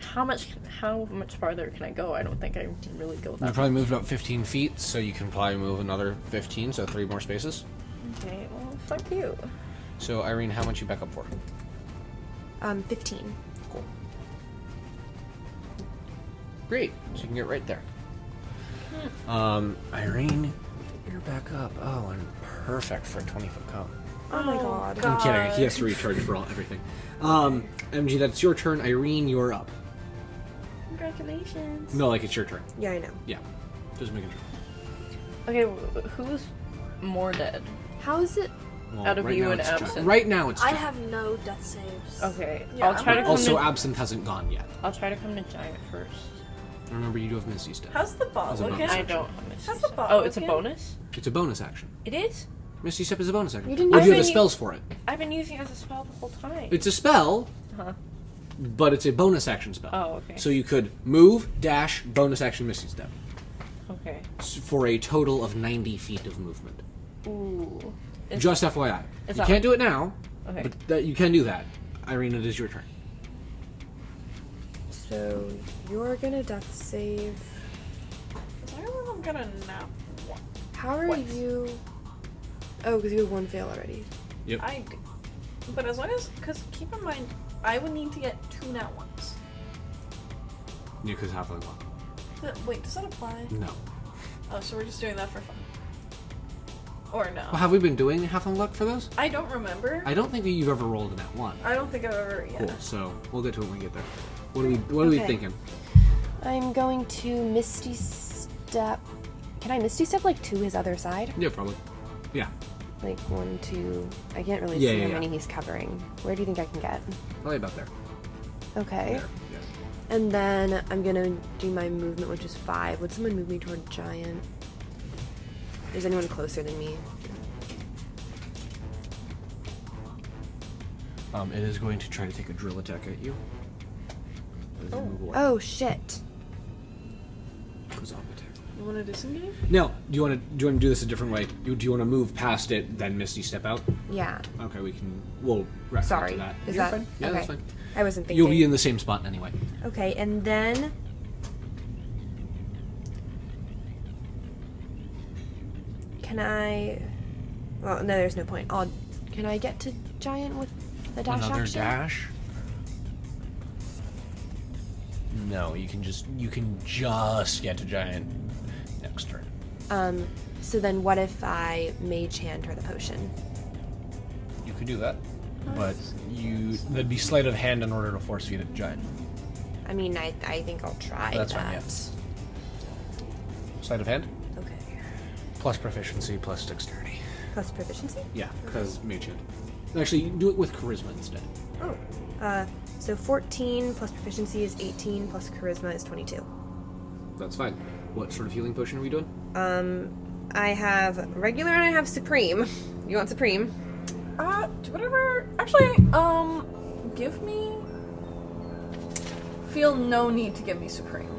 [SPEAKER 7] How much How much farther can I go? I don't think I can really go
[SPEAKER 10] You
[SPEAKER 7] that
[SPEAKER 10] probably moved about 15 feet, so you can probably move another 15, so three more spaces.
[SPEAKER 7] Okay, well, fuck you.
[SPEAKER 10] So Irene, how much you back up for?
[SPEAKER 4] Um, fifteen.
[SPEAKER 10] Great. So you can get right there.
[SPEAKER 7] Hmm.
[SPEAKER 10] Um, Irene, you're back up. Oh, and perfect for a 20 foot cone.
[SPEAKER 3] Oh my god.
[SPEAKER 1] I'm kidding. He has to recharge for all everything. Um, MG, that's your turn. Irene, you're up.
[SPEAKER 3] Congratulations.
[SPEAKER 1] No, like it's your turn.
[SPEAKER 4] Yeah, I know.
[SPEAKER 1] Yeah, just making sure.
[SPEAKER 7] Okay, wh- who's more dead?
[SPEAKER 4] How is it?
[SPEAKER 1] Well,
[SPEAKER 7] Out of
[SPEAKER 1] right
[SPEAKER 7] you
[SPEAKER 1] now
[SPEAKER 7] and
[SPEAKER 1] it's Jo-
[SPEAKER 7] Absinthe.
[SPEAKER 1] Right now it's.
[SPEAKER 3] I
[SPEAKER 1] Jo.
[SPEAKER 3] have no death saves.
[SPEAKER 7] Okay,
[SPEAKER 2] Yeah,
[SPEAKER 7] I'll try to
[SPEAKER 1] But
[SPEAKER 7] come
[SPEAKER 1] also,
[SPEAKER 7] to.
[SPEAKER 1] absinthe hasn't gone yet.
[SPEAKER 7] I'll try to come to giant first.
[SPEAKER 1] Remember, you do have Misty step.
[SPEAKER 2] How's the bot
[SPEAKER 1] As a
[SPEAKER 2] looking?
[SPEAKER 1] bonus.
[SPEAKER 7] I don't. have Misty
[SPEAKER 2] How's the
[SPEAKER 7] Step.
[SPEAKER 2] bot
[SPEAKER 7] Oh, it's a
[SPEAKER 2] looking?
[SPEAKER 7] bonus.
[SPEAKER 1] It's a bonus action.
[SPEAKER 7] It is.
[SPEAKER 1] Misty step is a bonus action.
[SPEAKER 4] You didn't
[SPEAKER 1] Or do
[SPEAKER 7] use
[SPEAKER 1] you
[SPEAKER 7] it.
[SPEAKER 1] have the spells for it?
[SPEAKER 7] I've been using it as a spell the whole time.
[SPEAKER 1] It's a spell,
[SPEAKER 7] Huh.
[SPEAKER 1] but it's a bonus action spell.
[SPEAKER 7] Uh-huh. Oh, okay.
[SPEAKER 1] So you could move, dash, bonus action, Misty step,
[SPEAKER 7] okay.
[SPEAKER 1] s- for a total of 90 feet of movement.
[SPEAKER 7] Ooh. Is-
[SPEAKER 1] Just FYI, you
[SPEAKER 7] is that-
[SPEAKER 1] can't do it now,
[SPEAKER 7] Okay.
[SPEAKER 1] but that, you can do that. Irene, it is your turn.
[SPEAKER 4] So you're gonna death save.
[SPEAKER 2] Is everyone of them gonna nap?
[SPEAKER 4] How are
[SPEAKER 2] Twice.
[SPEAKER 4] you? Oh, because you have one fail already.
[SPEAKER 2] I do. But as long as, because keep in mind, I would need to get two nat ones.
[SPEAKER 1] You could have one.
[SPEAKER 2] Th- Uh, Wait, does that apply?
[SPEAKER 1] No.
[SPEAKER 2] Oh, so we're just doing that for fun. Or
[SPEAKER 1] Well,
[SPEAKER 2] no.
[SPEAKER 1] have we been doing half on luck for those?
[SPEAKER 2] I don't remember.
[SPEAKER 1] I don't think that you've ever rolled in that one.
[SPEAKER 2] I don't think I've ever, yeah.
[SPEAKER 1] Cool. So we'll get to it when we get there. What are we? What are we
[SPEAKER 4] Okay.
[SPEAKER 1] thinking?
[SPEAKER 4] I'm going to misty step. Can I misty step like to his other side?
[SPEAKER 1] Yeah, probably. Yeah,
[SPEAKER 4] Like one, two. I can't really
[SPEAKER 1] Yeah,
[SPEAKER 4] see
[SPEAKER 1] yeah,
[SPEAKER 4] how
[SPEAKER 1] yeah.
[SPEAKER 4] many he's covering. Where do you think I can get?
[SPEAKER 1] probably about there.
[SPEAKER 4] Okay.
[SPEAKER 1] There. Yeah.
[SPEAKER 4] And then I'm gonna do my movement, which is five. Would someone move me toward giant? Is anyone closer than me?
[SPEAKER 1] Um, it is going to try to take a drill attack at you. As you move away.
[SPEAKER 4] Oh shit! Oh.
[SPEAKER 1] Goes off attack.
[SPEAKER 2] You want to disengage?
[SPEAKER 1] Now, do you want to do you want to do this a different way? Do, do you want to move past it, then Misty step out?
[SPEAKER 4] Yeah.
[SPEAKER 1] Okay, we can. We'll reference
[SPEAKER 4] Sorry.
[SPEAKER 1] to that.
[SPEAKER 4] Is
[SPEAKER 1] You're
[SPEAKER 4] that
[SPEAKER 1] fine. Yeah,
[SPEAKER 4] okay?
[SPEAKER 1] that's fine.
[SPEAKER 4] I wasn't thinking.
[SPEAKER 1] You'll be in the same spot anyway.
[SPEAKER 4] Okay, and then. Can I. Well, no, there's no point. I'll. Can I get to giant with the dash
[SPEAKER 10] Another
[SPEAKER 4] action?
[SPEAKER 10] dash? No, you can just you can just get to giant next turn.
[SPEAKER 4] Um, so then what if I mage hand her the potion?
[SPEAKER 10] You could do that, but you that'd be sleight of hand in order to force you to giant.
[SPEAKER 4] I mean, I, I think I'll try
[SPEAKER 10] That's fine,
[SPEAKER 4] that.
[SPEAKER 10] Sleight of hand
[SPEAKER 4] Okay.
[SPEAKER 10] plus proficiency plus dexterity.
[SPEAKER 4] Plus proficiency?
[SPEAKER 1] Yeah, because mage hand. Actually, you can do it with charisma instead.
[SPEAKER 4] Oh. Uh, so 14 plus proficiency is 18, plus charisma is 22.
[SPEAKER 1] That's fine. What sort of healing potion are we doing?
[SPEAKER 4] Um, I have regular and I have supreme. You want supreme?
[SPEAKER 2] Uh, do whatever. Actually, um, give me. Feel no need to give me Supreme.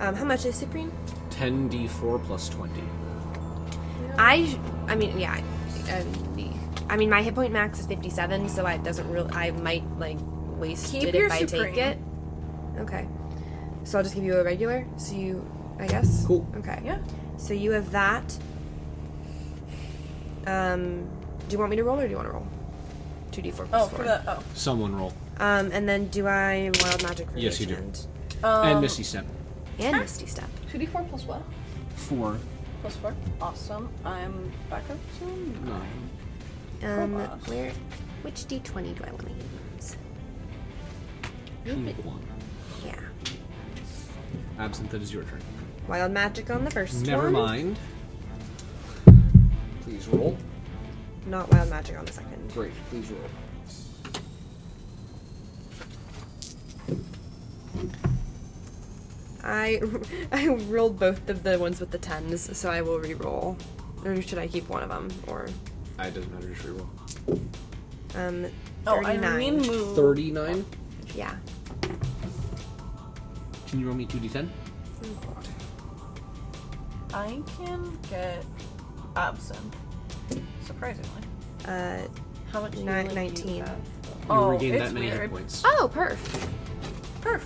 [SPEAKER 4] Um, how much is supreme?
[SPEAKER 1] 10d4 plus 20.
[SPEAKER 4] I, I mean, yeah. Um, I mean, my hit point max is 57, so I doesn't really. I might like waste
[SPEAKER 2] Keep
[SPEAKER 4] it
[SPEAKER 2] your
[SPEAKER 4] if I
[SPEAKER 2] Supreme.
[SPEAKER 4] take it. Okay. So I'll just give you a regular. So you, I guess.
[SPEAKER 1] Cool.
[SPEAKER 4] Okay.
[SPEAKER 2] Yeah.
[SPEAKER 4] So you have that. Um, do you want me to roll or do you want to roll? Two D four.
[SPEAKER 2] Oh, for the. Oh.
[SPEAKER 1] Someone roll.
[SPEAKER 4] Um, and then do I wild magic? for
[SPEAKER 1] Yes, you do.
[SPEAKER 4] Radiant
[SPEAKER 1] and Misty step.
[SPEAKER 4] And misty step.
[SPEAKER 2] 2d4 plus what?
[SPEAKER 1] 4,
[SPEAKER 2] Plus 4. Awesome. I'm back up to
[SPEAKER 1] 9.
[SPEAKER 2] Oh,
[SPEAKER 4] Um,
[SPEAKER 2] Probos.
[SPEAKER 4] where? Which D twenty do I want to use?
[SPEAKER 1] Need one.
[SPEAKER 4] Yeah.
[SPEAKER 1] Absinthe, that is your turn.
[SPEAKER 4] Wild magic on the first
[SPEAKER 1] Never
[SPEAKER 4] one.
[SPEAKER 1] mind. Please roll.
[SPEAKER 4] Not wild magic on the second.
[SPEAKER 1] Great, please roll.
[SPEAKER 4] I I rolled both of the ones with the tens, so I will re-roll. Or should I keep one of them? Or
[SPEAKER 1] Ah, It doesn't matter, just reroll.
[SPEAKER 4] um,
[SPEAKER 2] Oh,
[SPEAKER 4] 39.
[SPEAKER 2] I mean move.
[SPEAKER 1] 39.
[SPEAKER 4] Yeah.
[SPEAKER 1] Can you roll me 2d10?
[SPEAKER 2] Oh, I can get absinthe. Surprisingly.
[SPEAKER 4] Uh,
[SPEAKER 7] How much?
[SPEAKER 4] Ni-
[SPEAKER 7] healing do you
[SPEAKER 4] 19.
[SPEAKER 7] have?
[SPEAKER 1] You
[SPEAKER 2] oh,
[SPEAKER 1] regain
[SPEAKER 2] it's
[SPEAKER 1] that many hit
[SPEAKER 2] weird.
[SPEAKER 1] points.
[SPEAKER 4] oh, perf.
[SPEAKER 2] Perf.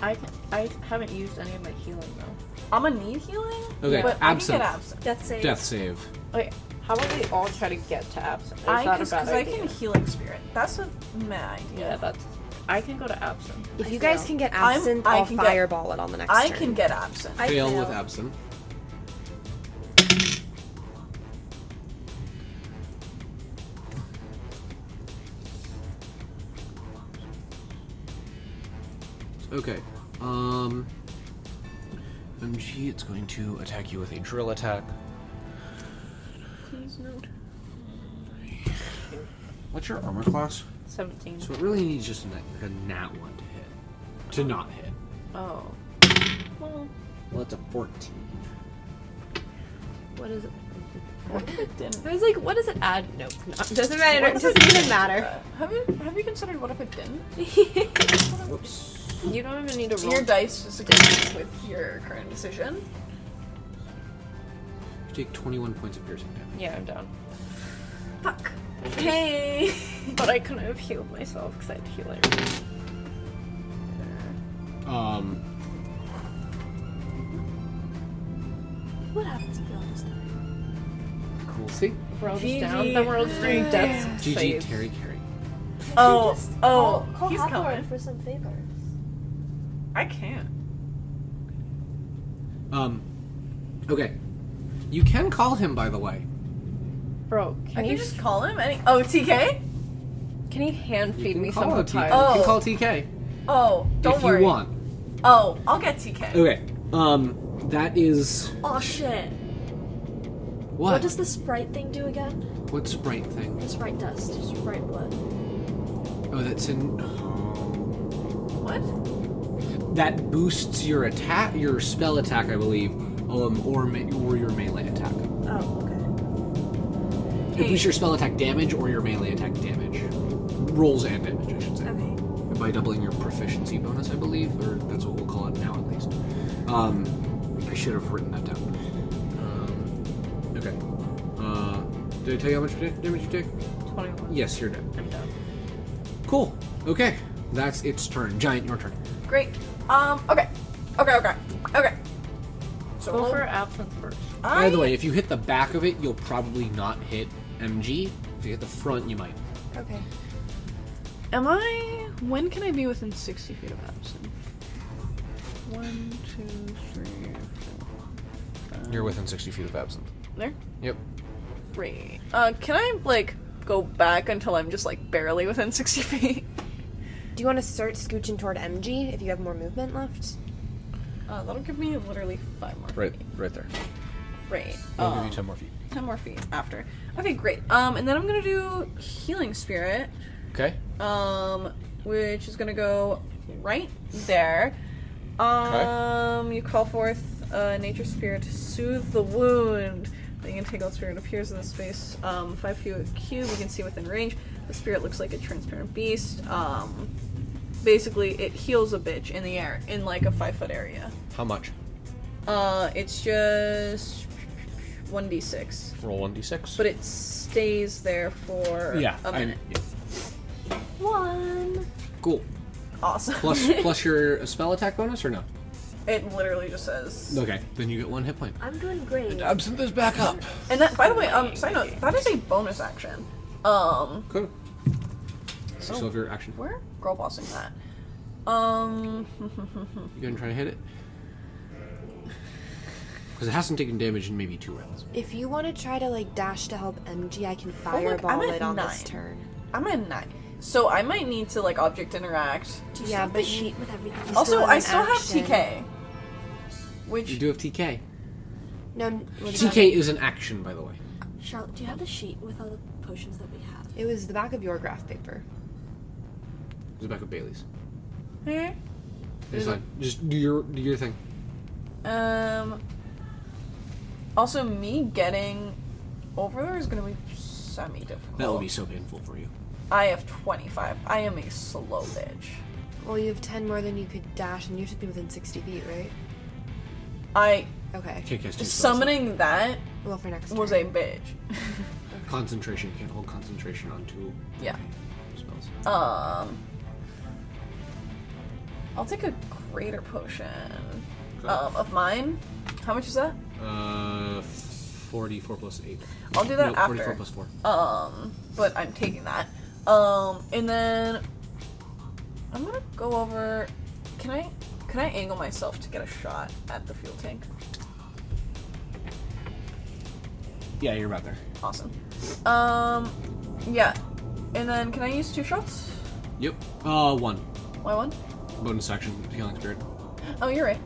[SPEAKER 7] I can, I haven't used any of my healing though.
[SPEAKER 2] I'm gonna need healing.
[SPEAKER 1] Okay,
[SPEAKER 2] but
[SPEAKER 1] absinthe.
[SPEAKER 2] I can get absinthe.
[SPEAKER 3] Death save.
[SPEAKER 1] Death save.
[SPEAKER 7] Wait, how about we all try to get to absinthe? Is
[SPEAKER 2] I
[SPEAKER 7] that a
[SPEAKER 2] because
[SPEAKER 7] bad
[SPEAKER 2] I
[SPEAKER 7] idea?
[SPEAKER 2] can healing spirit. That's a mad idea.
[SPEAKER 7] Yeah, that's I can go to absent.
[SPEAKER 4] If you guys can get
[SPEAKER 5] I'm-
[SPEAKER 4] absent,
[SPEAKER 5] I
[SPEAKER 4] I'll
[SPEAKER 5] can get-
[SPEAKER 4] fireball it on the next
[SPEAKER 5] I
[SPEAKER 4] turn.
[SPEAKER 5] can get absent.
[SPEAKER 3] I
[SPEAKER 1] fail with
[SPEAKER 3] fail.
[SPEAKER 1] absent. Okay. Um. MG, it's going to attack you with a drill attack.
[SPEAKER 7] Please no.
[SPEAKER 1] What's your armor class?
[SPEAKER 7] 17.
[SPEAKER 1] So it really needs just a, nat- like a nat one to hit. To not hit.
[SPEAKER 7] Oh. Well,
[SPEAKER 1] Well, it's a 14.
[SPEAKER 7] what is it?
[SPEAKER 5] Didn't.
[SPEAKER 4] I was like, what does it add? Nope. No, doesn't matter. It doesn't even matter.
[SPEAKER 5] Uh, Have you have you considered what if it didn't?
[SPEAKER 7] You don't even need to roll.
[SPEAKER 5] Your dice is agreeing with your current decision.
[SPEAKER 1] You take 21 points of piercing damage.
[SPEAKER 7] yeah, I'm down.
[SPEAKER 5] Fuck. Hey.
[SPEAKER 7] But I couldn't have healed myself because I had to heal everyone.
[SPEAKER 1] Um,
[SPEAKER 3] What happens if you all just die?
[SPEAKER 1] cool. See?
[SPEAKER 7] We're all just down. Then we're all just doing death
[SPEAKER 1] GG,
[SPEAKER 7] saves.
[SPEAKER 1] Terry Carey.
[SPEAKER 5] Oh.
[SPEAKER 3] Oh,
[SPEAKER 5] Oh.
[SPEAKER 3] call
[SPEAKER 5] he's
[SPEAKER 3] Hathor
[SPEAKER 5] coming.
[SPEAKER 3] for some favors.
[SPEAKER 5] I can't.
[SPEAKER 1] Um, okay. You can call him, by the way.
[SPEAKER 7] Bro,
[SPEAKER 5] I
[SPEAKER 7] can
[SPEAKER 5] can
[SPEAKER 7] you
[SPEAKER 5] just call him. Any- oh, TK.
[SPEAKER 7] can you hand
[SPEAKER 1] You
[SPEAKER 7] feed
[SPEAKER 1] can
[SPEAKER 7] me
[SPEAKER 1] call
[SPEAKER 7] some
[SPEAKER 1] him
[SPEAKER 7] of
[SPEAKER 1] TK.
[SPEAKER 7] the pie?
[SPEAKER 5] Oh.
[SPEAKER 1] You can call TK
[SPEAKER 5] Oh, don't
[SPEAKER 1] if
[SPEAKER 5] worry.
[SPEAKER 1] you want. Uh,
[SPEAKER 5] Oh, I'll get TK.
[SPEAKER 1] Okay. Um, that is
[SPEAKER 3] Oh shit.
[SPEAKER 1] what?
[SPEAKER 3] What does the sprite thing do again?
[SPEAKER 1] What sprite thing?
[SPEAKER 3] The sprite dust, sprite blood.
[SPEAKER 1] Oh, that's in. oh.
[SPEAKER 5] What?
[SPEAKER 1] That boosts your attack, your spell attack, I believe, um, or me- or your melee attack.
[SPEAKER 3] Oh, okay.
[SPEAKER 1] It boosts your spell attack damage or your melee attack damage. Rolls and damage, I should say.
[SPEAKER 3] Okay.
[SPEAKER 1] by doubling your proficiency bonus, I believe, or that's what we'll call it now at least. Um, I should have written that down. Um, okay. Uh, did I tell you how much da- damage you take?
[SPEAKER 7] 21.
[SPEAKER 1] Yes, you're dead.
[SPEAKER 7] I'm down.
[SPEAKER 1] Cool. Okay, that's its turn. Giant, your turn.
[SPEAKER 5] Great. Um. Okay. Okay. Okay. Okay. So
[SPEAKER 7] Go for absence first.
[SPEAKER 5] I,
[SPEAKER 1] By the way, if you hit the back of it, you'll probably not hit MG. If you hit the front, you might.
[SPEAKER 4] Okay.
[SPEAKER 5] Am I? When can I be within sixty feet of Absinthe? One, two, three,
[SPEAKER 10] You're within 60 feet of absinthe.
[SPEAKER 5] There?
[SPEAKER 10] Yep.
[SPEAKER 5] three. Uh, can I like go back until I'm just like barely within sixty feet?
[SPEAKER 4] Do you want to start scooching toward MG if you have more movement left?
[SPEAKER 5] Uh, that'll give me literally five more.
[SPEAKER 10] Right, right there.
[SPEAKER 5] Great.
[SPEAKER 10] I'll
[SPEAKER 5] Um,
[SPEAKER 10] give you 10 more feet.
[SPEAKER 5] ten more feet after. Okay, great. Um, and then I'm gonna do healing spirit.
[SPEAKER 10] Okay.
[SPEAKER 5] Um, which is gonna go right there. Um, you call forth uh, nature spirit to soothe the wound. The entangled spirit appears in the space um, five feet cube. You can see within range. The spirit looks like a transparent beast. Um, basically, it heals a bitch in the air in like a five foot area.
[SPEAKER 10] How much?
[SPEAKER 5] Uh, it's just one d six,
[SPEAKER 10] Roll 1d6.
[SPEAKER 5] but it stays there for a
[SPEAKER 1] I-
[SPEAKER 5] minute.
[SPEAKER 1] yeah.
[SPEAKER 3] One.
[SPEAKER 1] Cool.
[SPEAKER 5] Awesome.
[SPEAKER 1] Plus, plus your spell attack bonus or no?
[SPEAKER 5] It literally just says.
[SPEAKER 1] Okay, then you get one hit point.
[SPEAKER 3] I'm doing great.
[SPEAKER 1] Uh,
[SPEAKER 10] Absinthe is back up.
[SPEAKER 5] And that, by the way, um, side note, that is a bonus action. Um,
[SPEAKER 1] Cool.
[SPEAKER 5] Oh.
[SPEAKER 1] So, so if your action,
[SPEAKER 5] we're girl bossing that. Um,
[SPEAKER 1] You gonna try to hit it? Because it hasn't taken damage in maybe two rounds.
[SPEAKER 4] If you want to try to like dash to help MG, I can
[SPEAKER 5] I'm
[SPEAKER 4] fireball
[SPEAKER 5] at
[SPEAKER 4] it on this
[SPEAKER 5] nine.
[SPEAKER 4] turn.
[SPEAKER 5] I'm at nine, so I might need to like object interact.
[SPEAKER 3] Just
[SPEAKER 4] Yeah,
[SPEAKER 3] stop
[SPEAKER 4] but
[SPEAKER 3] the
[SPEAKER 4] you-
[SPEAKER 3] shit with everything.
[SPEAKER 4] You
[SPEAKER 5] also,
[SPEAKER 4] still have
[SPEAKER 5] I
[SPEAKER 4] an
[SPEAKER 5] still
[SPEAKER 4] action.
[SPEAKER 5] have TK, which
[SPEAKER 1] You do have TK.
[SPEAKER 4] No, what is
[SPEAKER 1] TK is an action, by the way.
[SPEAKER 3] Charlotte, do you have the sheet with all the potions that we have?
[SPEAKER 4] It was the back of your graph paper.
[SPEAKER 1] It's back of Bailey's.
[SPEAKER 5] Eh.
[SPEAKER 1] It's fine. Just do your do your thing.
[SPEAKER 5] um, also me getting over there is gonna be semi difficult.
[SPEAKER 1] That will be so painful for you.
[SPEAKER 5] I have twenty five. I am a slow bitch.
[SPEAKER 4] Well, you have ten more than you could dash, and you should be within sixty feet, right?
[SPEAKER 5] I
[SPEAKER 4] Okay.
[SPEAKER 1] Kick has two spells.
[SPEAKER 5] summoning that
[SPEAKER 4] Well, for next
[SPEAKER 5] was
[SPEAKER 4] turn.
[SPEAKER 5] a bitch.
[SPEAKER 1] concentration. You can't hold concentration on two
[SPEAKER 5] yeah.
[SPEAKER 1] spells.
[SPEAKER 5] Um, I'll take a greater potion um, of mine. How much is that?
[SPEAKER 1] Uh, forty-four plus eight.
[SPEAKER 5] I'll do that
[SPEAKER 1] no, forty-four
[SPEAKER 5] after.
[SPEAKER 1] plus four.
[SPEAKER 5] Um, but I'm taking that. Um, and then
[SPEAKER 2] I'm gonna go over. Can I? Can I angle myself to get a shot at the fuel tank?
[SPEAKER 1] Yeah, you're about there.
[SPEAKER 2] Awesome. Um, yeah. And then can I use two shots?
[SPEAKER 1] Yep. Uh, one.
[SPEAKER 2] Why one?
[SPEAKER 1] Bonus action, healing spirit.
[SPEAKER 2] Oh, you're right.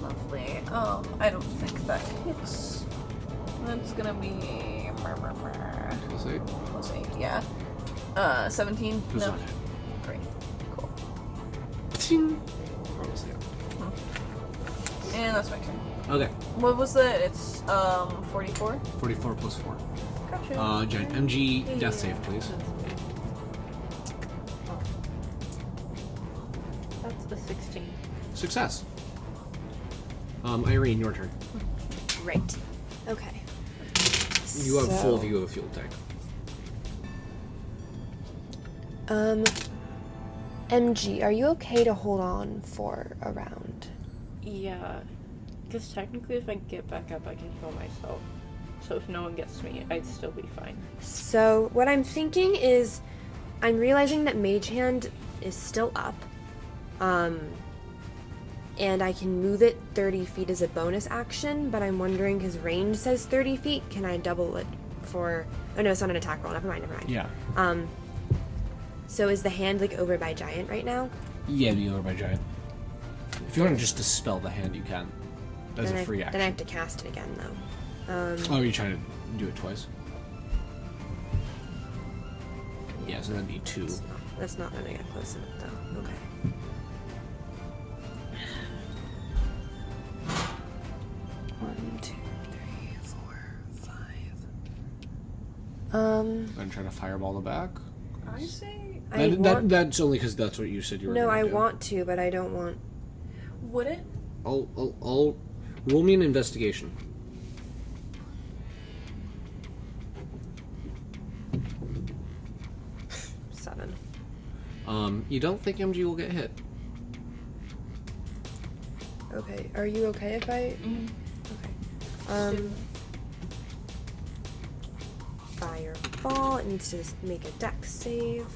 [SPEAKER 2] Lovely. Um, I don't think that hits. That's gonna be
[SPEAKER 1] Plus eight.
[SPEAKER 2] plus eight. Yeah. Uh, seventeen.
[SPEAKER 1] Does
[SPEAKER 2] No.
[SPEAKER 1] not hit.
[SPEAKER 2] Great. Cool.
[SPEAKER 1] Bonus hit.
[SPEAKER 2] And that's my turn.
[SPEAKER 1] Okay.
[SPEAKER 2] What was the? It's um forty-four.
[SPEAKER 1] 44 plus four.
[SPEAKER 2] Gotcha.
[SPEAKER 1] Uh, Jen, MG death save, please.
[SPEAKER 7] That's the 16.
[SPEAKER 1] Success. Um, Irene, your turn.
[SPEAKER 4] Right. Okay.
[SPEAKER 1] You have
[SPEAKER 4] So-
[SPEAKER 1] full view of the fuel tank.
[SPEAKER 4] Um, MG, are you okay to hold on for a round?
[SPEAKER 7] Yeah. Because technically, if I get back up, I can heal myself. So if no one gets me, I'd still be fine.
[SPEAKER 4] So what I'm thinking is, I'm realizing that Mage Hand is still up, um, and I can move it 30 feet as a bonus action. But I'm wondering, his range says 30 feet. Can I double it for? Oh no, it's not an attack roll. Never mind. Never mind.
[SPEAKER 1] Yeah.
[SPEAKER 4] Um. So is the hand like over by Giant right now?
[SPEAKER 1] Yeah, be over by giant. If you want to just dispel the hand, you can. As
[SPEAKER 4] then
[SPEAKER 1] a free
[SPEAKER 4] I,
[SPEAKER 1] action.
[SPEAKER 4] Then I have to cast it again though. Um,
[SPEAKER 1] Oh, you're trying to do it twice? Yeah, so that'd be two.
[SPEAKER 4] That's not, that's not gonna get close enough, though. Okay. One, two, three, four, five. Um,
[SPEAKER 1] I'm trying to fireball the back.
[SPEAKER 2] I say,
[SPEAKER 4] I
[SPEAKER 1] That, that,
[SPEAKER 4] want,
[SPEAKER 1] that's only because that's what you said you were
[SPEAKER 4] no,
[SPEAKER 1] gonna
[SPEAKER 4] I
[SPEAKER 1] do.
[SPEAKER 4] want to, but I don't want.
[SPEAKER 2] would it?
[SPEAKER 1] I'll, I'll, I'll roll me an investigation.
[SPEAKER 4] Seven.
[SPEAKER 1] Um, you don't think MG will get hit.
[SPEAKER 4] Okay, are you okay if I? Okay. Um. Fireball. It needs to s- make a dex save.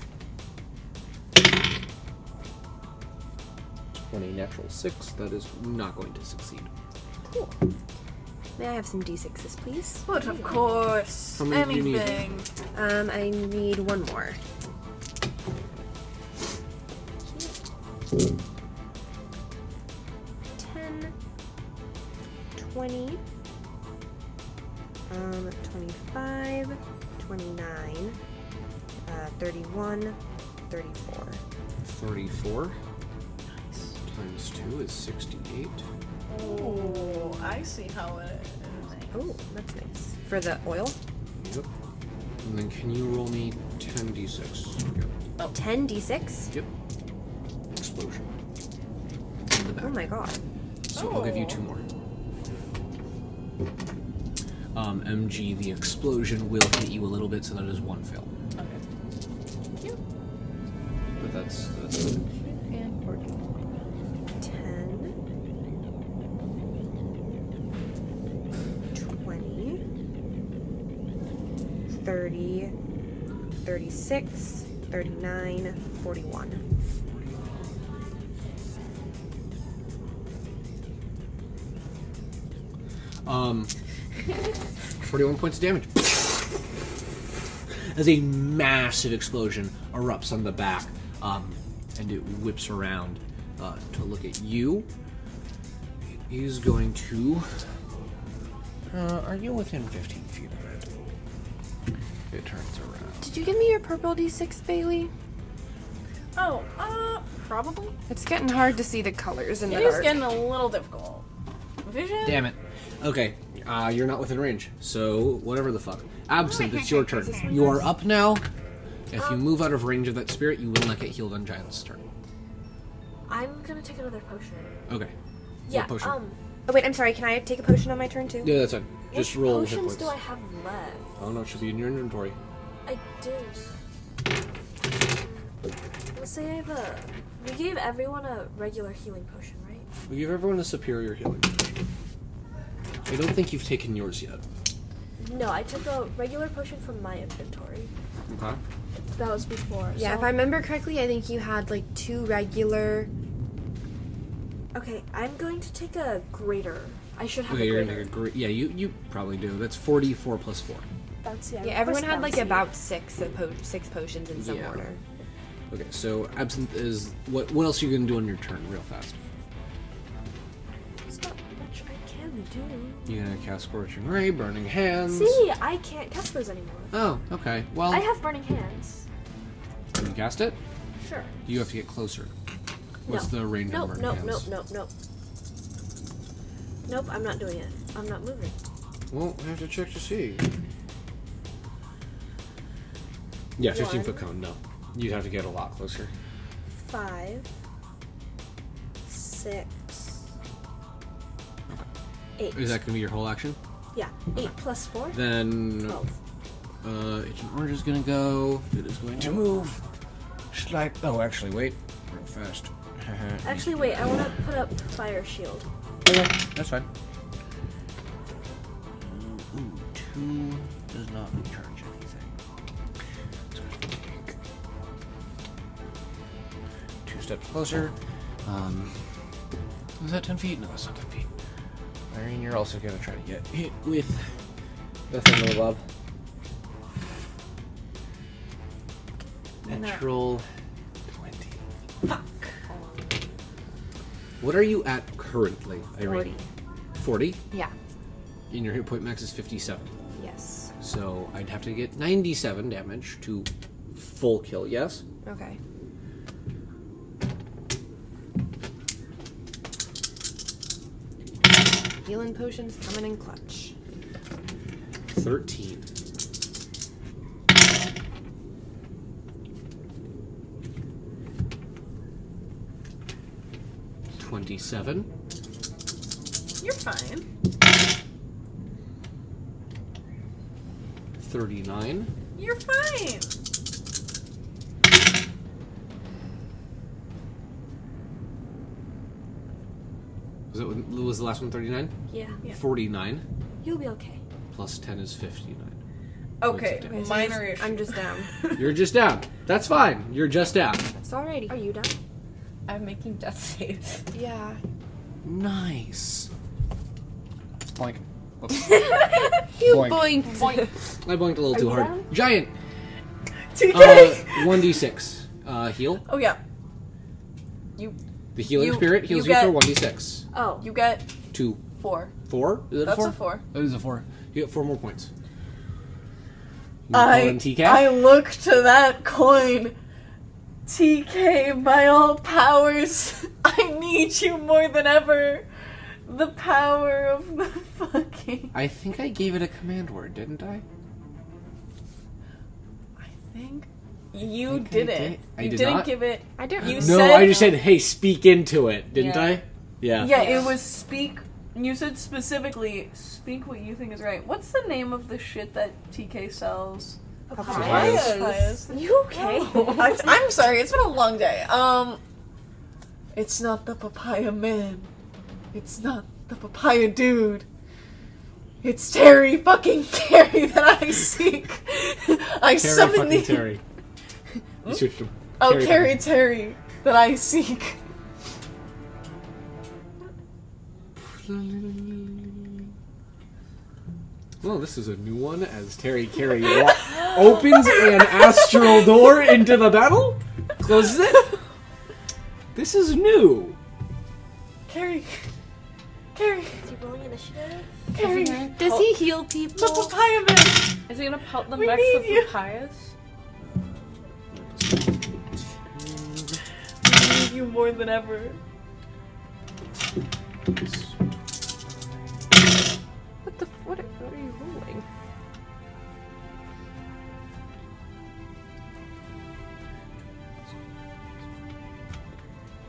[SPEAKER 1] 20 natural 6, that is not going to succeed.
[SPEAKER 4] May I have some d6s, please?
[SPEAKER 2] But of course,
[SPEAKER 1] How many do you need?
[SPEAKER 2] anything.
[SPEAKER 4] Um, I need one more. Ten. Twenty. Um, twenty-five. Twenty-nine. Uh, thirty-one. Thirty-four.
[SPEAKER 1] 34 times 2 is 68.
[SPEAKER 2] Oh, I see how it is.
[SPEAKER 4] Oh, that's nice. For the oil?
[SPEAKER 1] Yep. And then can you roll me 10d6? Yep.
[SPEAKER 4] Ten d6?
[SPEAKER 1] Yep. Explosion.
[SPEAKER 4] Oh my god.
[SPEAKER 1] So I'll give you two more. Um, MG, the explosion will hit you a little bit, so that is one fail. Okay. But that's, that's
[SPEAKER 4] Ten. Twenty. Thirty. Thirty-six. Thirty-nine. Forty-one.
[SPEAKER 1] Um, 41 points of damage. As a massive explosion erupts on the back, um, and it whips around uh, to look at you. He's going to. Uh, are you within 15 feet of it? It turns around.
[SPEAKER 4] Did you give me your purple d6, Bailey?
[SPEAKER 2] Oh, uh, probably.
[SPEAKER 8] It's getting hard to see the colors in
[SPEAKER 2] It is getting a little difficult. Vision.
[SPEAKER 1] Damn it. Okay, uh, you're not within range, so whatever the fuck. Absinthe, it's your turn. You are up now. If you move out of range of that spirit, you will not get healed on Giant's turn.
[SPEAKER 3] I'm gonna take another potion.
[SPEAKER 1] Okay.
[SPEAKER 3] Yeah.
[SPEAKER 1] potion?
[SPEAKER 3] Um.
[SPEAKER 4] Oh wait, I'm sorry. Can I take a potion on my turn too?
[SPEAKER 1] Yeah, that's fine. Just
[SPEAKER 3] what
[SPEAKER 1] roll hit
[SPEAKER 3] potions
[SPEAKER 1] points.
[SPEAKER 3] do I have left?
[SPEAKER 1] Oh no, it should be in your inventory.
[SPEAKER 3] I do. Let's say I have a. We gave everyone a regular healing potion, right?
[SPEAKER 1] We give everyone a superior healing. I don't think you've taken yours yet.
[SPEAKER 3] No, I took a regular potion from my inventory.
[SPEAKER 1] Okay.
[SPEAKER 3] That was before.
[SPEAKER 4] Yeah,
[SPEAKER 3] so-
[SPEAKER 4] if I remember correctly, I think you had like two regular.
[SPEAKER 3] Okay, I'm going to take a greater. I should have
[SPEAKER 1] Okay,
[SPEAKER 3] a
[SPEAKER 1] you're
[SPEAKER 3] greater.
[SPEAKER 1] gonna make a great. Yeah, you you probably do. That's forty four plus four.
[SPEAKER 3] Bouncy,
[SPEAKER 4] Yeah, everyone had like
[SPEAKER 3] bouncy.
[SPEAKER 4] about six of po- six potions in some
[SPEAKER 1] Yeah.
[SPEAKER 4] order.
[SPEAKER 1] Okay, so absinthe is what? What else are you gonna do on your turn, real fast?
[SPEAKER 3] There's not much I can do.
[SPEAKER 1] You're gonna cast scorching ray, burning hands.
[SPEAKER 3] See, I can't cast those anymore.
[SPEAKER 1] Oh, okay. Well,
[SPEAKER 3] I have burning hands.
[SPEAKER 1] can you cast it?
[SPEAKER 3] Sure.
[SPEAKER 1] You have to get closer. What's the range of
[SPEAKER 3] Nope,
[SPEAKER 1] burning
[SPEAKER 3] nope,
[SPEAKER 1] hands?
[SPEAKER 3] nope, nope, nope. Nope, I'm not doing it. I'm not moving.
[SPEAKER 1] Well, I have to check to see. Yeah, 15
[SPEAKER 3] One.
[SPEAKER 1] foot cone, no. You'd have to get a lot closer.
[SPEAKER 3] Five, six, eight.
[SPEAKER 1] Is that going to be your whole action?
[SPEAKER 3] Yeah, eight plus four.
[SPEAKER 1] Then
[SPEAKER 3] Twelve.
[SPEAKER 1] uh, Agent Orange is going to go. It is going to move. Slide. Oh, actually, wait. Real fast.
[SPEAKER 3] Actually, wait. I want to put up fire shield.
[SPEAKER 1] Okay, that's fine. Uh, Ooh, two does not charge anything. It's gonna take Two steps closer. Um, is that 10 feet? No, that's not 10 feet. Irene, you're also gonna try to get hit with the thing above. Natural 20.
[SPEAKER 5] Fuck.
[SPEAKER 1] What are you at currently, Irene? 40?
[SPEAKER 4] Yeah.
[SPEAKER 1] And your hit point max is 57.
[SPEAKER 4] Yes.
[SPEAKER 1] So I'd have to get 97 damage to full kill, yes?
[SPEAKER 4] Okay. Healing potions coming in clutch.
[SPEAKER 1] 13. Twenty-seven.
[SPEAKER 5] You're fine.
[SPEAKER 1] Thirty-nine.
[SPEAKER 5] You're fine.
[SPEAKER 1] Was that one, was the last one thirty-nine?
[SPEAKER 3] Yeah,
[SPEAKER 1] Forty-nine
[SPEAKER 3] you'll be okay.
[SPEAKER 1] plus ten is fifty-nine.
[SPEAKER 5] Okay,
[SPEAKER 1] Okay,
[SPEAKER 4] Okay, so I'm
[SPEAKER 5] minor issue.
[SPEAKER 4] just- I'm just down.
[SPEAKER 1] You're just down. That's fine. You're just down.
[SPEAKER 4] That's alrighty.
[SPEAKER 3] Are you done?
[SPEAKER 7] I'm making death saves.
[SPEAKER 4] Yeah.
[SPEAKER 1] Nice. Boink.
[SPEAKER 4] You
[SPEAKER 1] Boink.
[SPEAKER 4] boinked.
[SPEAKER 1] I boinked a little too
[SPEAKER 3] you
[SPEAKER 1] hard.
[SPEAKER 3] down?
[SPEAKER 1] Giant.
[SPEAKER 5] TK.
[SPEAKER 1] One d six. Uh, heal.
[SPEAKER 5] oh yeah,
[SPEAKER 1] The healing
[SPEAKER 5] You-
[SPEAKER 1] spirit heals
[SPEAKER 5] you
[SPEAKER 1] you,
[SPEAKER 5] get-
[SPEAKER 1] for one d six.
[SPEAKER 3] Oh,
[SPEAKER 5] you get
[SPEAKER 1] Two,
[SPEAKER 5] four.
[SPEAKER 1] four. Is that
[SPEAKER 5] That's
[SPEAKER 1] a four?
[SPEAKER 5] a four.
[SPEAKER 1] That is a four. You get four more points. You
[SPEAKER 5] I-
[SPEAKER 1] call in TK.
[SPEAKER 5] I look to that coin. TK, by all powers, I need you more than ever. The power of the fucking.
[SPEAKER 1] I think I gave it a command word, didn't I?
[SPEAKER 5] I think you
[SPEAKER 1] think I
[SPEAKER 5] didn't.
[SPEAKER 1] did. I
[SPEAKER 5] you
[SPEAKER 1] did
[SPEAKER 5] did not
[SPEAKER 1] not.
[SPEAKER 5] give it.
[SPEAKER 4] I don't
[SPEAKER 5] You
[SPEAKER 4] know.
[SPEAKER 1] no,
[SPEAKER 5] said-
[SPEAKER 1] I just said, "Hey, speak into it," didn't
[SPEAKER 7] Yeah.
[SPEAKER 1] I? Yeah.
[SPEAKER 5] Yeah, it was speak. You said specifically, speak what you think is right. What's the name of the shit that TK sells?
[SPEAKER 1] Papayas.
[SPEAKER 5] Papayas.
[SPEAKER 3] you okay?
[SPEAKER 5] I, I'm sorry, it's been a long day. Um, it's not the papaya man. It's not the papaya dude. It's Terry fucking Terry that I seek. I
[SPEAKER 1] Terry
[SPEAKER 5] summon
[SPEAKER 1] fucking
[SPEAKER 5] the
[SPEAKER 1] Terry. You switched him.
[SPEAKER 5] Hmm? oh
[SPEAKER 1] Terry
[SPEAKER 5] Terry
[SPEAKER 1] fucking-
[SPEAKER 5] Terry that I seek.
[SPEAKER 1] Well, this is a new one as Terry Carey wa- opens an astral door into the battle, closes it. This is new.
[SPEAKER 5] Carrie, Carrie,
[SPEAKER 3] Is he rolling initiative?
[SPEAKER 5] Carrie,
[SPEAKER 4] Does he heal people?
[SPEAKER 5] the papaya man.
[SPEAKER 7] Is he gonna pelt them
[SPEAKER 5] We
[SPEAKER 7] back
[SPEAKER 5] need
[SPEAKER 7] with
[SPEAKER 5] you.
[SPEAKER 7] papayas?
[SPEAKER 5] I need you more than ever.
[SPEAKER 7] What the? What are, what are you rolling?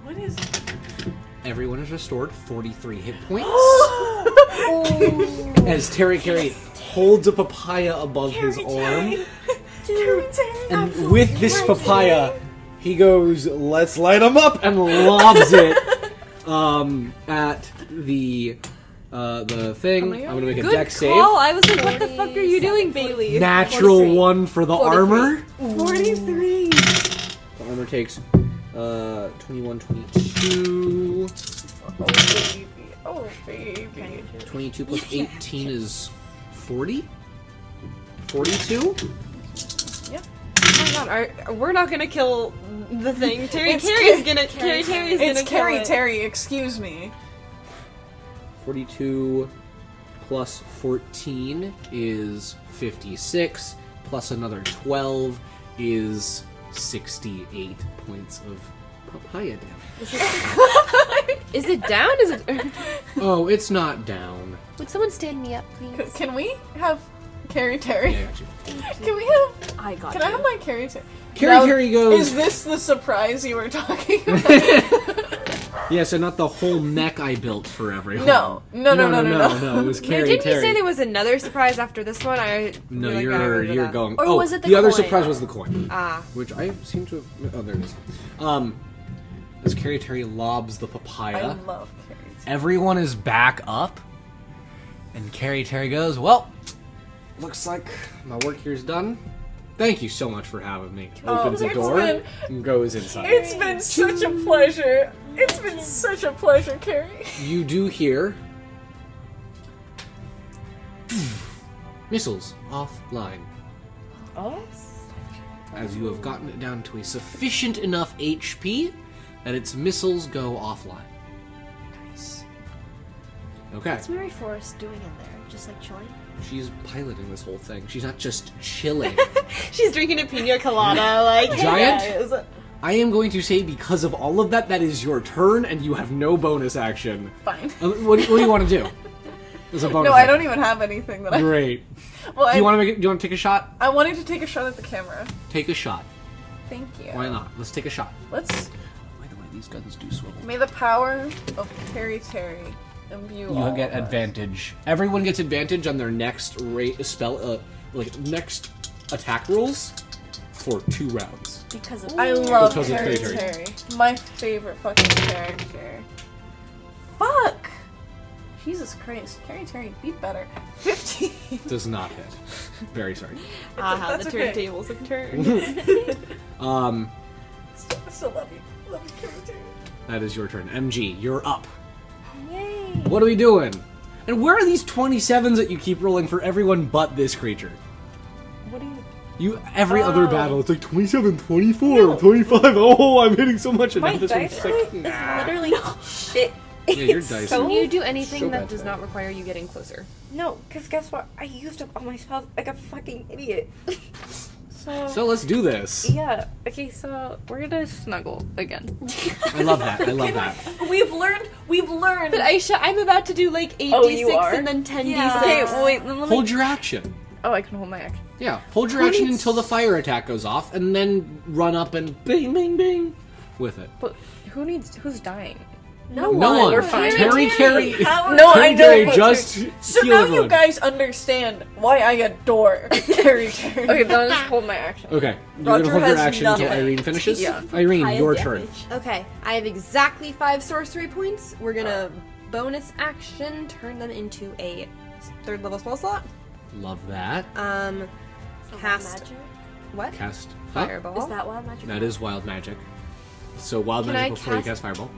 [SPEAKER 5] What is?
[SPEAKER 1] Everyone is restored 43 hit points. as Terry Carey holds a papaya above his arm.
[SPEAKER 5] Terry Terry.
[SPEAKER 1] And with this papaya, he goes, let's light him up, and lobs it um, at the uh, the thing. I'm gonna make a
[SPEAKER 4] Oh Good
[SPEAKER 1] deck
[SPEAKER 4] call.
[SPEAKER 1] save.
[SPEAKER 4] I was like, what the fuck are you doing, Bailey?
[SPEAKER 1] Natural one for the armor.
[SPEAKER 4] 43.
[SPEAKER 1] The armor takes uh, 21, 22.
[SPEAKER 5] Oh baby, oh baby.
[SPEAKER 1] 22 plus 18 is 40? 42?
[SPEAKER 4] Oh my god, are, we're not gonna kill the thing. Terry Terry's gonna. Terry Terry's gonna
[SPEAKER 5] It's
[SPEAKER 4] kill
[SPEAKER 5] Carrie
[SPEAKER 4] it.
[SPEAKER 5] Terry, excuse me.
[SPEAKER 1] 42 plus 14 is 56, plus another 12 is 68 points of papaya damage.
[SPEAKER 4] Is it down? Is it?
[SPEAKER 1] Oh, it's not down.
[SPEAKER 3] Would someone stand me up,
[SPEAKER 5] C-
[SPEAKER 3] please?
[SPEAKER 5] Can we have Carrie Terry?
[SPEAKER 1] Yeah, I got you.
[SPEAKER 5] Can we have
[SPEAKER 4] I got
[SPEAKER 5] Can I have my Carrie Terry?
[SPEAKER 1] Carrie
[SPEAKER 5] Now,
[SPEAKER 1] Terry goes.
[SPEAKER 5] Is this the surprise you were talking about?
[SPEAKER 1] yeah, so not the whole neck I built for everyone.
[SPEAKER 5] No. No, no,
[SPEAKER 1] no,
[SPEAKER 5] no, no,
[SPEAKER 1] no.
[SPEAKER 5] no.
[SPEAKER 1] It was Carrie
[SPEAKER 4] Didn't
[SPEAKER 1] Terry.
[SPEAKER 4] you say there was another surprise after this one? I
[SPEAKER 1] no,
[SPEAKER 4] like, I
[SPEAKER 1] you're
[SPEAKER 4] remember
[SPEAKER 1] you're
[SPEAKER 4] that.
[SPEAKER 1] going.
[SPEAKER 3] Or
[SPEAKER 1] oh,
[SPEAKER 3] was it the
[SPEAKER 1] other
[SPEAKER 3] coin?
[SPEAKER 1] surprise was the coin,
[SPEAKER 4] Ah,
[SPEAKER 1] which I seem to have. Oh, there it is. Um, as Carrie Terry lobs the papaya,
[SPEAKER 5] I love Carrie Terry.
[SPEAKER 1] everyone is back up, and Carrie Terry goes, "Well, looks like my work here's done. Thank you so much for having me." Opens the
[SPEAKER 5] it's
[SPEAKER 1] door
[SPEAKER 5] been-
[SPEAKER 1] and goes inside.
[SPEAKER 5] It's been such a pleasure. It's been such a pleasure, Carrie.
[SPEAKER 1] You do hear missiles offline.
[SPEAKER 3] Oh.
[SPEAKER 1] As you have gotten it down to a sufficient enough HP that its missiles go offline. Okay.
[SPEAKER 3] What's Mary Forrest doing in there? Just like chilling?
[SPEAKER 1] She's piloting this whole thing. She's not just chilling.
[SPEAKER 4] she's drinking a pina colada. Like hey
[SPEAKER 1] Giant?
[SPEAKER 4] guys.
[SPEAKER 1] I am going to say because of all of that, that is your turn and you have no bonus action.
[SPEAKER 5] Fine.
[SPEAKER 1] Uh, What do, what do you want to do? There's a bonus.
[SPEAKER 5] No, I
[SPEAKER 1] action.
[SPEAKER 5] don't even have anything that I.
[SPEAKER 1] Great.
[SPEAKER 5] Well,
[SPEAKER 1] Do
[SPEAKER 5] I,
[SPEAKER 1] you want to make it? Do you want to take a shot?
[SPEAKER 5] I wanted to take a shot at the camera.
[SPEAKER 1] Take a shot.
[SPEAKER 5] Thank you.
[SPEAKER 1] Why not? Let's take a shot.
[SPEAKER 5] Let's.
[SPEAKER 1] By the way, these guns do swivel.
[SPEAKER 5] May the power of Carrie Terry imbue all
[SPEAKER 1] You get
[SPEAKER 5] of us.
[SPEAKER 1] advantage. Everyone gets advantage on their next rate spell, uh, like next attack rolls for two rounds.
[SPEAKER 3] Because of
[SPEAKER 5] I love
[SPEAKER 1] Because of
[SPEAKER 5] Carrie
[SPEAKER 1] Terry.
[SPEAKER 5] Terry. My favorite fucking character. Fuck! Jesus Christ, Carrie Terry beat better. 15.
[SPEAKER 1] Does not hit. Very sorry.
[SPEAKER 4] Ah, how the
[SPEAKER 5] That's okay.
[SPEAKER 4] turntables have turned.
[SPEAKER 1] Um,
[SPEAKER 5] I still love you. Love you, Carrie Terry.
[SPEAKER 1] that is your turn. MG, you're up. Yay! What are we doing? And where are these twenty-sevens that you keep rolling for everyone but this creature?
[SPEAKER 5] What do you.
[SPEAKER 1] You every other battle, it's like 27, 24, 25. Oh, I'm hitting so much, and
[SPEAKER 5] My
[SPEAKER 1] now this one's
[SPEAKER 5] dice
[SPEAKER 1] just like, nah.
[SPEAKER 4] Literally shit.
[SPEAKER 1] yeah, your dice.
[SPEAKER 4] so-
[SPEAKER 1] are-
[SPEAKER 4] Can
[SPEAKER 3] you do anything
[SPEAKER 1] So bad
[SPEAKER 3] that does
[SPEAKER 1] for
[SPEAKER 3] not require you getting closer?
[SPEAKER 11] No, because guess what? I used up all my spells like a fucking idiot. so,
[SPEAKER 1] so let's do this.
[SPEAKER 11] yeah. Okay, so
[SPEAKER 7] We're gonna snuggle again.
[SPEAKER 1] I love that. I love that.
[SPEAKER 5] We've learned. We've learned.
[SPEAKER 4] But Aisha, I'm about to do like 8d6
[SPEAKER 7] Oh, you are?
[SPEAKER 4] and then 10d6.
[SPEAKER 7] Okay, wait. Let me...
[SPEAKER 1] Hold your action.
[SPEAKER 7] Oh, I can hold my action.
[SPEAKER 1] Yeah, hold your action until the fire attack goes off, and then run up and bing, bing, bing with it.
[SPEAKER 7] But who needs? Who's dying?
[SPEAKER 1] No, one.
[SPEAKER 7] We're fine.
[SPEAKER 1] Terry Carey.
[SPEAKER 5] no,
[SPEAKER 1] Terry
[SPEAKER 5] I know.
[SPEAKER 1] Carey
[SPEAKER 5] but-
[SPEAKER 1] just
[SPEAKER 5] so
[SPEAKER 1] healed
[SPEAKER 5] now
[SPEAKER 1] everyone.
[SPEAKER 5] you guys understand why I adore Carrie Terry.
[SPEAKER 7] Okay, then I'll just hold my action.
[SPEAKER 1] Okay, you're
[SPEAKER 5] Roger
[SPEAKER 1] gonna hold your
[SPEAKER 5] has
[SPEAKER 1] action until
[SPEAKER 5] nothing.
[SPEAKER 1] Irene finishes.
[SPEAKER 7] Yeah.
[SPEAKER 1] Irene, your turn.
[SPEAKER 4] Okay, I have exactly five sorcery points. We're gonna bonus action turn them into a third level spell slot.
[SPEAKER 1] Love that.
[SPEAKER 4] Um, cast
[SPEAKER 11] magic.
[SPEAKER 4] what?
[SPEAKER 1] Cast huh?
[SPEAKER 4] Fireball.
[SPEAKER 11] Is that wild magic?
[SPEAKER 1] That is wild magic. So wild
[SPEAKER 4] Can
[SPEAKER 1] magic
[SPEAKER 4] I
[SPEAKER 1] before you cast
[SPEAKER 4] cast-
[SPEAKER 1] fireball.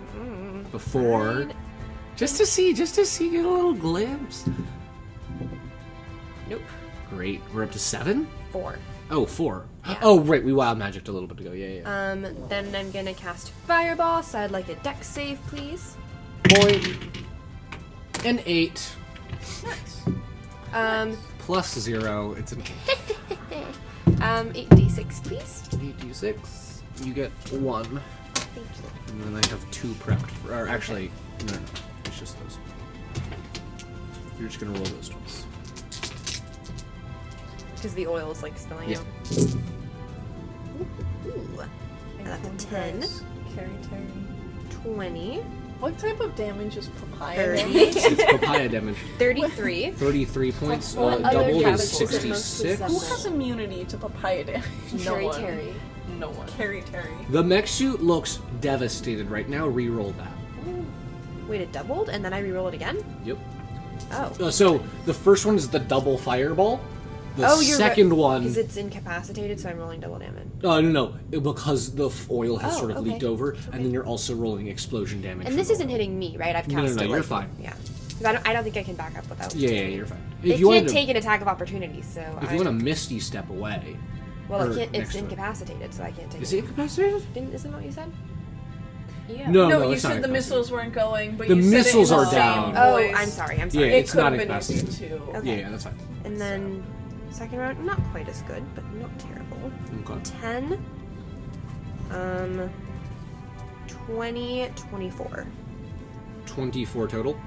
[SPEAKER 1] Before, just to see, just to see, get a little glimpse.
[SPEAKER 4] Nope.
[SPEAKER 1] Great, we're up to seven.
[SPEAKER 4] Four.
[SPEAKER 1] Oh, four. Oh, right, we wild magicked a little bit ago. Yeah, yeah.
[SPEAKER 4] Um, then I'm gonna cast fireball. So I'd like a deck save, please.
[SPEAKER 1] An eight
[SPEAKER 4] Um,
[SPEAKER 1] plus zero. It's an
[SPEAKER 4] um, eight d6, please.
[SPEAKER 1] eight d six. You get one,
[SPEAKER 11] Thank you.
[SPEAKER 1] and then I have two prepped. For, or actually, no, no, it's just those. You're just gonna roll those twice.
[SPEAKER 4] Because the oil is like spilling
[SPEAKER 1] Yeah.
[SPEAKER 4] out. Ooh, that's a 10,
[SPEAKER 5] Carrie Terry.
[SPEAKER 4] 20,
[SPEAKER 5] What type of damage is papaya? damage?
[SPEAKER 4] 30,
[SPEAKER 1] It's papaya damage.
[SPEAKER 4] 33.
[SPEAKER 1] Thirty-three points uh,
[SPEAKER 3] What other
[SPEAKER 1] doubled is
[SPEAKER 3] categories is it mostly
[SPEAKER 1] sixty-six.
[SPEAKER 5] Who has immunity to papaya damage?
[SPEAKER 3] Terry Terry.
[SPEAKER 5] No one. Carrie Terry.
[SPEAKER 1] The mech suit looks devastated right now. Reroll that.
[SPEAKER 4] Wait, it doubled, and then I reroll it again.
[SPEAKER 1] Yep.
[SPEAKER 4] Oh.
[SPEAKER 1] Uh, so the first one is the double fireball. The
[SPEAKER 4] oh, you're
[SPEAKER 1] second one
[SPEAKER 4] Because it's incapacitated, so I'm rolling double damage.
[SPEAKER 1] Uh, no, no, it- because the foil has
[SPEAKER 4] Oh,
[SPEAKER 1] sort of
[SPEAKER 4] okay.
[SPEAKER 1] leaked over, and then you're also rolling explosion damage.
[SPEAKER 4] And this isn't hitting me, right? I've
[SPEAKER 1] No, no,
[SPEAKER 4] cast
[SPEAKER 1] no,
[SPEAKER 4] it.
[SPEAKER 1] you're
[SPEAKER 4] like-
[SPEAKER 1] fine.
[SPEAKER 4] Yeah. 'Cause I don't, I don't think I can back up without.
[SPEAKER 1] Yeah, yeah, you're fine. If
[SPEAKER 4] it
[SPEAKER 1] you
[SPEAKER 4] can't
[SPEAKER 1] want to,
[SPEAKER 4] take an attack of opportunity, so
[SPEAKER 1] if
[SPEAKER 4] I,
[SPEAKER 1] you want to misty step away,
[SPEAKER 4] well,
[SPEAKER 1] or
[SPEAKER 4] it can't,
[SPEAKER 1] next
[SPEAKER 4] it's
[SPEAKER 1] to it.
[SPEAKER 4] incapacitated, so I can't take
[SPEAKER 1] is
[SPEAKER 4] it.
[SPEAKER 1] it incapacitated?
[SPEAKER 4] Didn't, isn't that what you said?
[SPEAKER 5] Yeah.
[SPEAKER 1] No,
[SPEAKER 5] no,
[SPEAKER 1] no,
[SPEAKER 2] you
[SPEAKER 1] it's not
[SPEAKER 2] said the
[SPEAKER 1] incapacitated.
[SPEAKER 2] missiles weren't going, but
[SPEAKER 1] The
[SPEAKER 2] you said
[SPEAKER 1] missiles
[SPEAKER 2] it in
[SPEAKER 1] are
[SPEAKER 2] the
[SPEAKER 1] down.
[SPEAKER 2] Same
[SPEAKER 4] Oh,
[SPEAKER 2] voice.
[SPEAKER 4] I'm sorry. I'm
[SPEAKER 1] Yeah,
[SPEAKER 4] sorry.
[SPEAKER 1] it's
[SPEAKER 2] could
[SPEAKER 1] not
[SPEAKER 2] have been you
[SPEAKER 1] incapacitated.
[SPEAKER 2] two.
[SPEAKER 4] Okay.
[SPEAKER 1] Yeah, yeah, that's fine.
[SPEAKER 4] and then second round, not quite as good, but not terrible.
[SPEAKER 1] Okay.
[SPEAKER 4] 10, um, 20, 24.
[SPEAKER 1] Twenty-four total.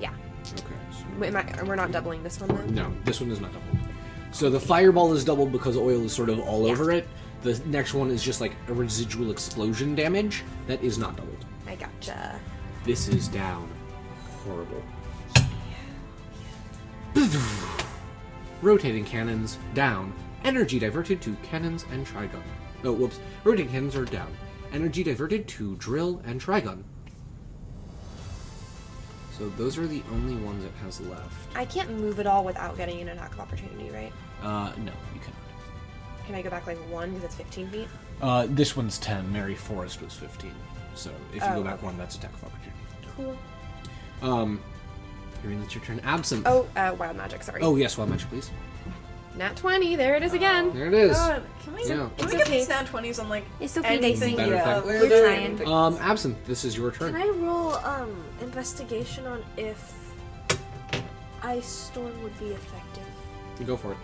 [SPEAKER 4] Yeah.
[SPEAKER 1] Okay. so-
[SPEAKER 4] Wait, am I, we're not doubling this one then?
[SPEAKER 1] No, this one is not doubled. So the fireball is doubled because oil is sort of all over it. The next one is just like a residual explosion damage that is not doubled.
[SPEAKER 4] I gotcha.
[SPEAKER 1] This is down. Horrible. Rotating cannons down. Energy diverted to cannons and trigun. No, whoops. Rotating cannons are down. Energy diverted to drill and trigun. So those are the only ones it has left.
[SPEAKER 4] I can't move at all without getting an attack of opportunity, right?
[SPEAKER 1] Uh, no, you cannot.
[SPEAKER 4] Can I go back like one because it's 15 feet?
[SPEAKER 1] Uh, this one's 10. Mary Forest was 15. So if you
[SPEAKER 4] Oh,
[SPEAKER 1] go back
[SPEAKER 4] okay.
[SPEAKER 1] one, that's attack of opportunity.
[SPEAKER 4] Cool.
[SPEAKER 1] Um, I mean, that's your turn. Absinthe.
[SPEAKER 4] Oh, uh, wild magic, sorry.
[SPEAKER 1] Oh, yes, wild magic, please.
[SPEAKER 4] Nat 20, there it is again.
[SPEAKER 1] There it is.
[SPEAKER 4] Oh,
[SPEAKER 2] God, can we,
[SPEAKER 1] Yeah.
[SPEAKER 2] can
[SPEAKER 4] It's
[SPEAKER 2] we get
[SPEAKER 4] okay.
[SPEAKER 2] these down 20s on like
[SPEAKER 4] It's okay, they
[SPEAKER 2] anything
[SPEAKER 4] see
[SPEAKER 1] Better
[SPEAKER 2] but
[SPEAKER 1] thing.
[SPEAKER 2] we're
[SPEAKER 4] We're
[SPEAKER 2] trying.
[SPEAKER 4] trying.
[SPEAKER 1] Um, Absinthe, this is your turn.
[SPEAKER 3] Can I roll um investigation on if ice storm would be effective?
[SPEAKER 1] Go for it.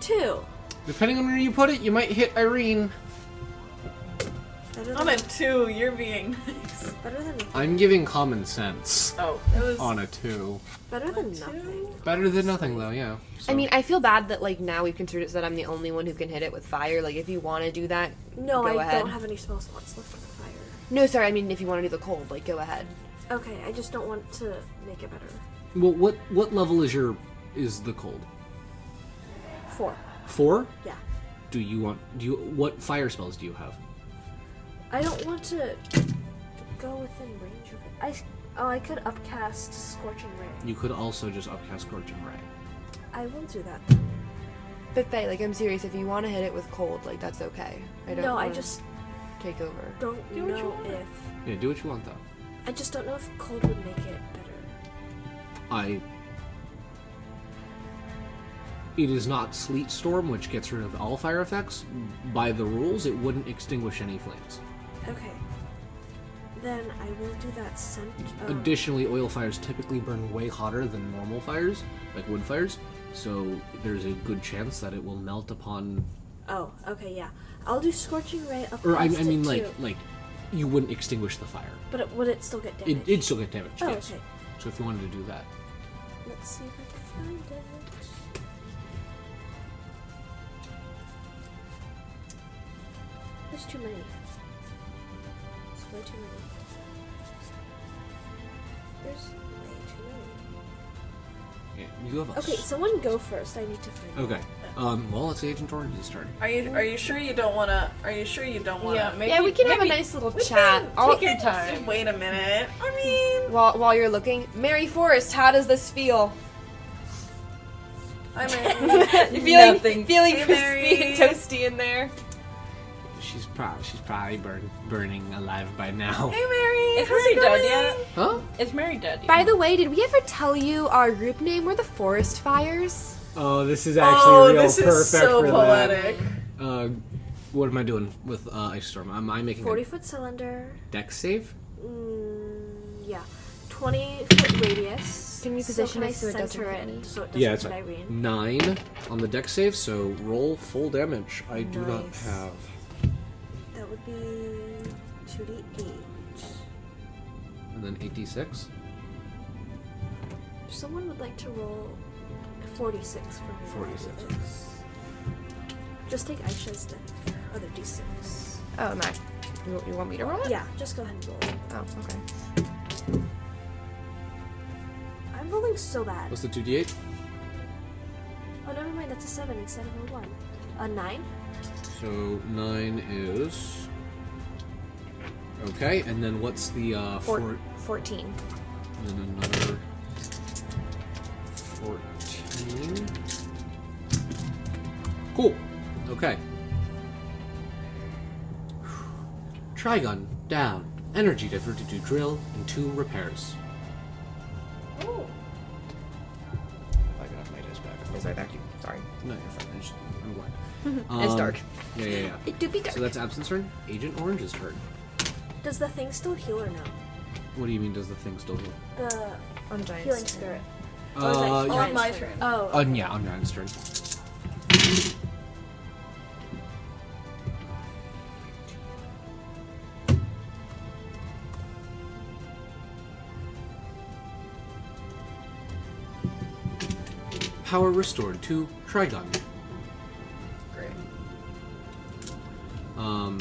[SPEAKER 3] Two.
[SPEAKER 1] Depending on where you put it, you might hit Irene.
[SPEAKER 3] Better
[SPEAKER 2] I'm
[SPEAKER 3] than,
[SPEAKER 2] at two. You're being nice.
[SPEAKER 3] better than
[SPEAKER 1] I'm giving common sense
[SPEAKER 2] Oh, it was
[SPEAKER 1] on a 2.
[SPEAKER 3] better than nothing.
[SPEAKER 1] Better than nothing, though, yeah. So-
[SPEAKER 4] I mean, I feel bad that like now we've considered it so that I'm the only one who can hit it with fire. Like, if you want to do that,
[SPEAKER 3] No,
[SPEAKER 4] go
[SPEAKER 3] I
[SPEAKER 4] ahead.
[SPEAKER 3] don't have any spell slots left for the fire.
[SPEAKER 4] No, sorry. I mean, if you want to do the cold, like, go ahead.
[SPEAKER 3] Okay, I just don't want to make it better.
[SPEAKER 1] Well, what, what level is your. is the cold?
[SPEAKER 3] Four.
[SPEAKER 1] Four?
[SPEAKER 3] Yeah.
[SPEAKER 1] Do you want. do you. what fire spells do you have?
[SPEAKER 3] I don't want to go within range of it. I oh, I could upcast scorching ray.
[SPEAKER 1] You could also just upcast Scorching Ray.
[SPEAKER 3] I will do that.
[SPEAKER 4] But Faye, like, I'm serious. If you want to hit it with cold, like, that's okay. I don't.
[SPEAKER 3] No, I
[SPEAKER 4] wanna
[SPEAKER 3] just
[SPEAKER 4] take over.
[SPEAKER 3] don't know if
[SPEAKER 1] Yeah, do what you want, though.
[SPEAKER 3] I just don't know if cold would make it better.
[SPEAKER 1] I. It is not sleet storm, which gets rid of all fire effects. By the rules, it wouldn't extinguish any flames.
[SPEAKER 3] Okay. Then I will do that scent. Um,
[SPEAKER 1] Additionally, oil fires typically burn way hotter than normal fires, like wood fires. So there's a good chance that it will melt upon,
[SPEAKER 3] oh, okay, yeah. I'll do scorching ray up.
[SPEAKER 1] or I, I
[SPEAKER 3] past it
[SPEAKER 1] mean,
[SPEAKER 3] too.
[SPEAKER 1] like like you wouldn't extinguish the fire.
[SPEAKER 3] But it, would it still get
[SPEAKER 1] It,
[SPEAKER 3] damaged?
[SPEAKER 1] it'd still get damaged.
[SPEAKER 3] Oh,
[SPEAKER 1] yes.
[SPEAKER 3] okay.
[SPEAKER 1] So if you wanted to do that,
[SPEAKER 3] Let's see if I can find it. There's too many. There's way too many. There's way too many.
[SPEAKER 1] yeah, you have us.
[SPEAKER 3] Okay, someone go first. I need to find.
[SPEAKER 1] Okay. Um, well, let's Agent Orange's turn.
[SPEAKER 2] Are you are you sure you don't want to? Are you sure you don't want to?
[SPEAKER 7] Yeah, maybe.
[SPEAKER 4] yeah, we can have a nice little chat.
[SPEAKER 7] All your time.
[SPEAKER 2] Wait a minute. I mean,
[SPEAKER 4] While, while you're looking, Mary Forrest, how does this feel?
[SPEAKER 2] I mean,
[SPEAKER 4] feeling feeling
[SPEAKER 2] Hey,
[SPEAKER 4] crispy
[SPEAKER 2] Mary.
[SPEAKER 4] and toasty in there.
[SPEAKER 1] She's probably she's probably burn, burning alive by now.
[SPEAKER 2] hey Mary.
[SPEAKER 7] Is
[SPEAKER 2] how's
[SPEAKER 7] Mary
[SPEAKER 2] it
[SPEAKER 7] dead
[SPEAKER 2] going?
[SPEAKER 7] yet?
[SPEAKER 1] Huh?
[SPEAKER 7] Is Mary dead yet?
[SPEAKER 4] By the way, did we ever tell you our group name? We're the Forest Fires.
[SPEAKER 1] Oh, this is actually
[SPEAKER 2] Oh,
[SPEAKER 1] real
[SPEAKER 2] this
[SPEAKER 1] perfect
[SPEAKER 2] is so
[SPEAKER 1] for
[SPEAKER 2] poetic.
[SPEAKER 1] that. Uh, what am I doing with uh, Ice Storm? Am I making
[SPEAKER 3] Forty
[SPEAKER 1] a
[SPEAKER 3] foot cylinder.
[SPEAKER 1] deck save?
[SPEAKER 3] Mm, yeah, twenty foot radius.
[SPEAKER 4] Can you position it so it doesn't
[SPEAKER 3] center
[SPEAKER 4] hit me?
[SPEAKER 3] So it doesn't
[SPEAKER 1] Yeah,
[SPEAKER 3] hit
[SPEAKER 1] it's fine.
[SPEAKER 3] Irene.
[SPEAKER 1] Nine on the deck save, so roll full damage. I do not
[SPEAKER 3] Nice.
[SPEAKER 1] have.
[SPEAKER 3] That would be two d eight.
[SPEAKER 1] And then 86.
[SPEAKER 3] If someone would like to roll a forty six for me. I'd
[SPEAKER 1] 46.
[SPEAKER 3] do this. Just take Aisha's death, other d six.
[SPEAKER 4] Oh, Mac, you, you want me to roll it?
[SPEAKER 3] Yeah, just go ahead and roll. it.
[SPEAKER 4] Oh, okay.
[SPEAKER 3] I'm rolling so bad.
[SPEAKER 1] What's the 2d8?
[SPEAKER 3] Oh, never mind. That's a seven instead of a one. A nine.
[SPEAKER 1] So nine is okay, and then what's the uh,
[SPEAKER 4] Four-
[SPEAKER 1] four?
[SPEAKER 4] 14.
[SPEAKER 1] And then another fourteen. Cool. Okay. Trigon down. Energy diverted to drill and two repairs.
[SPEAKER 10] I got my dice back.
[SPEAKER 4] It's right back. Sorry.
[SPEAKER 1] No, you're fine. I just, I'm glad.
[SPEAKER 4] It's
[SPEAKER 1] Um,
[SPEAKER 4] dark.
[SPEAKER 1] Yeah, yeah, yeah.
[SPEAKER 4] It do be dark.
[SPEAKER 1] So that's Absinthe's turn. Agent Orange's turn.
[SPEAKER 3] Does the thing still heal or no?
[SPEAKER 1] What do you mean? Does the thing still heal?
[SPEAKER 3] The
[SPEAKER 4] on Giant's
[SPEAKER 3] healing
[SPEAKER 4] turn.
[SPEAKER 3] spirit.
[SPEAKER 1] Uh,
[SPEAKER 3] Or Oh, is that
[SPEAKER 1] yeah.
[SPEAKER 3] Giant's
[SPEAKER 5] my
[SPEAKER 3] turn?
[SPEAKER 5] turn.
[SPEAKER 3] Oh,
[SPEAKER 1] Uh, yeah, on Ryan's turn. Power restored to Trigon.
[SPEAKER 5] Great.
[SPEAKER 1] Um,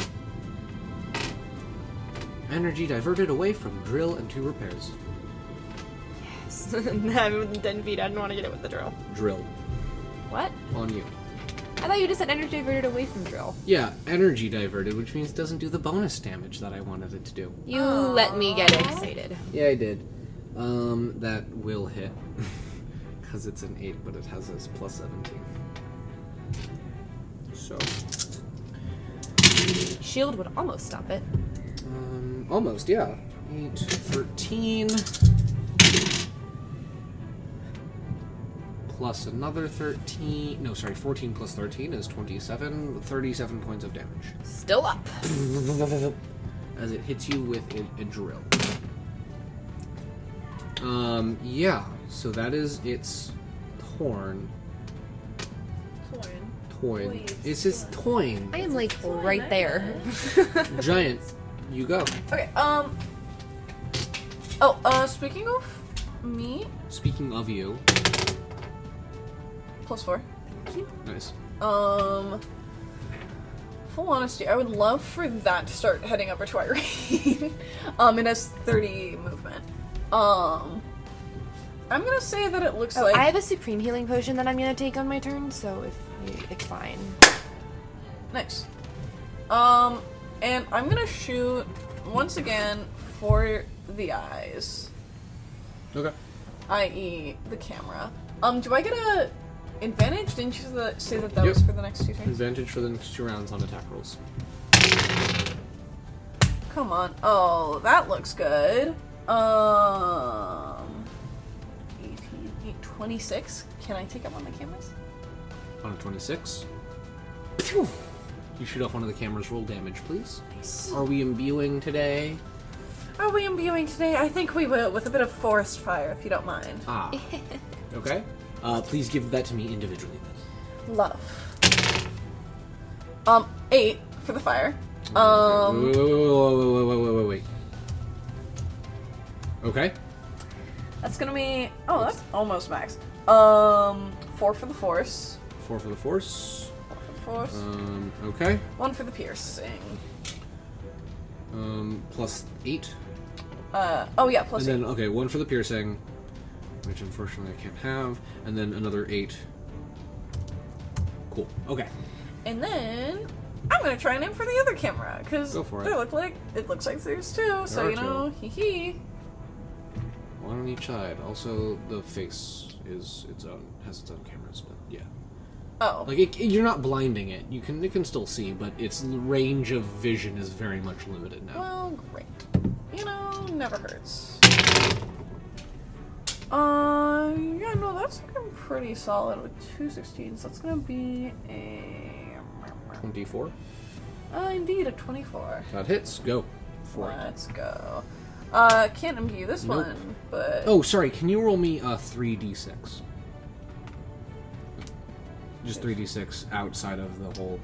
[SPEAKER 1] energy diverted away from drill and two repairs.
[SPEAKER 8] I'm within 10 feet. I didn't want to get it with the drill.
[SPEAKER 1] Drill
[SPEAKER 4] What?
[SPEAKER 1] on you.
[SPEAKER 4] I thought you just said energy diverted away from drill.
[SPEAKER 1] Yeah, energy diverted, which means it doesn't do the bonus damage that I wanted it to do.
[SPEAKER 4] You let me get excited.
[SPEAKER 1] Yeah, I did. Um, that will hit because it's an eight, but it has this plus seventeen. So,
[SPEAKER 4] Shield would almost stop it.
[SPEAKER 1] um, almost, yeah. Eight, thirteen. Plus another 13. No, sorry, 14 plus 13 is 27. 37 points of damage.
[SPEAKER 4] Still up.
[SPEAKER 1] as it hits you with a, a drill. Um, yeah, so that is its torn.
[SPEAKER 5] Coin.
[SPEAKER 1] Toin. It's its toin.
[SPEAKER 4] I am like right there. Oh,
[SPEAKER 1] Giant, you go.
[SPEAKER 5] Okay. Um. Oh. Uh. Speaking of me,
[SPEAKER 1] Speaking of you,
[SPEAKER 5] plus four.
[SPEAKER 1] nice.
[SPEAKER 5] Um. Full honesty, I would love for that to start heading over to Irene. um, it has 30 movement. Um, I'm gonna say that it looks
[SPEAKER 4] Oh,
[SPEAKER 5] like
[SPEAKER 4] I have a supreme healing potion that I'm gonna take on my turn, so if you- it's fine.
[SPEAKER 5] Nice. Um, and I'm gonna shoot once again for the eyes,
[SPEAKER 1] Okay.
[SPEAKER 5] i.e., the camera. Um, do I get a advantage? Didn't you the, say that that
[SPEAKER 1] Yep.
[SPEAKER 5] was for the next two turns?
[SPEAKER 1] Advantage for the next two rounds on attack rolls.
[SPEAKER 5] Come on. Oh, that looks good. Um, 18, 26. Can I take up on the cameras?
[SPEAKER 1] On a 26. You shoot off one of the cameras. Roll damage, please. Are we imbuing today?
[SPEAKER 5] Are we imbuing today? I think we will with a bit of forest fire, if you don't mind.
[SPEAKER 1] Ah. okay. Uh, please give that to me individually. Then.
[SPEAKER 5] Love. Um, eight for the fire. Um,
[SPEAKER 1] Wait, wait, wait, wait, wait, wait, wait, wait, wait. Okay.
[SPEAKER 5] That's gonna be oh, that's almost max. Um, four for the force,
[SPEAKER 1] Four for the force.
[SPEAKER 5] Four for the force,
[SPEAKER 1] Um, okay.
[SPEAKER 5] one for the piercing.
[SPEAKER 1] Um, plus eight.
[SPEAKER 5] Uh, oh yeah, plus
[SPEAKER 1] And
[SPEAKER 5] eight.
[SPEAKER 1] then, okay, one for the piercing, which unfortunately I can't have. And then another eight. Cool. Okay.
[SPEAKER 5] and then I'm gonna try and aim for the other camera because
[SPEAKER 1] Go for
[SPEAKER 5] they
[SPEAKER 1] it.
[SPEAKER 5] look like it looks like there's two. So
[SPEAKER 1] are
[SPEAKER 5] you
[SPEAKER 1] two.
[SPEAKER 5] know, hee hee.
[SPEAKER 1] One on each side. Also, the face is its own, has its own cameras, but yeah.
[SPEAKER 5] Oh,
[SPEAKER 1] Like, it, you're not blinding it. You can, it can still see, but its range of vision is very much limited now.
[SPEAKER 5] well, great. You know, never hurts. Uh, yeah, no, that's looking pretty solid with two sixteens. That's gonna be a.
[SPEAKER 1] 24.
[SPEAKER 5] Uh, indeed, a twenty-four.
[SPEAKER 1] That hits. Go. For it.
[SPEAKER 5] Let's go. Uh, can't imbue this
[SPEAKER 1] Nope.
[SPEAKER 5] one, but
[SPEAKER 1] Oh, sorry. Can you roll me a three d six? Just three d six outside of the whole.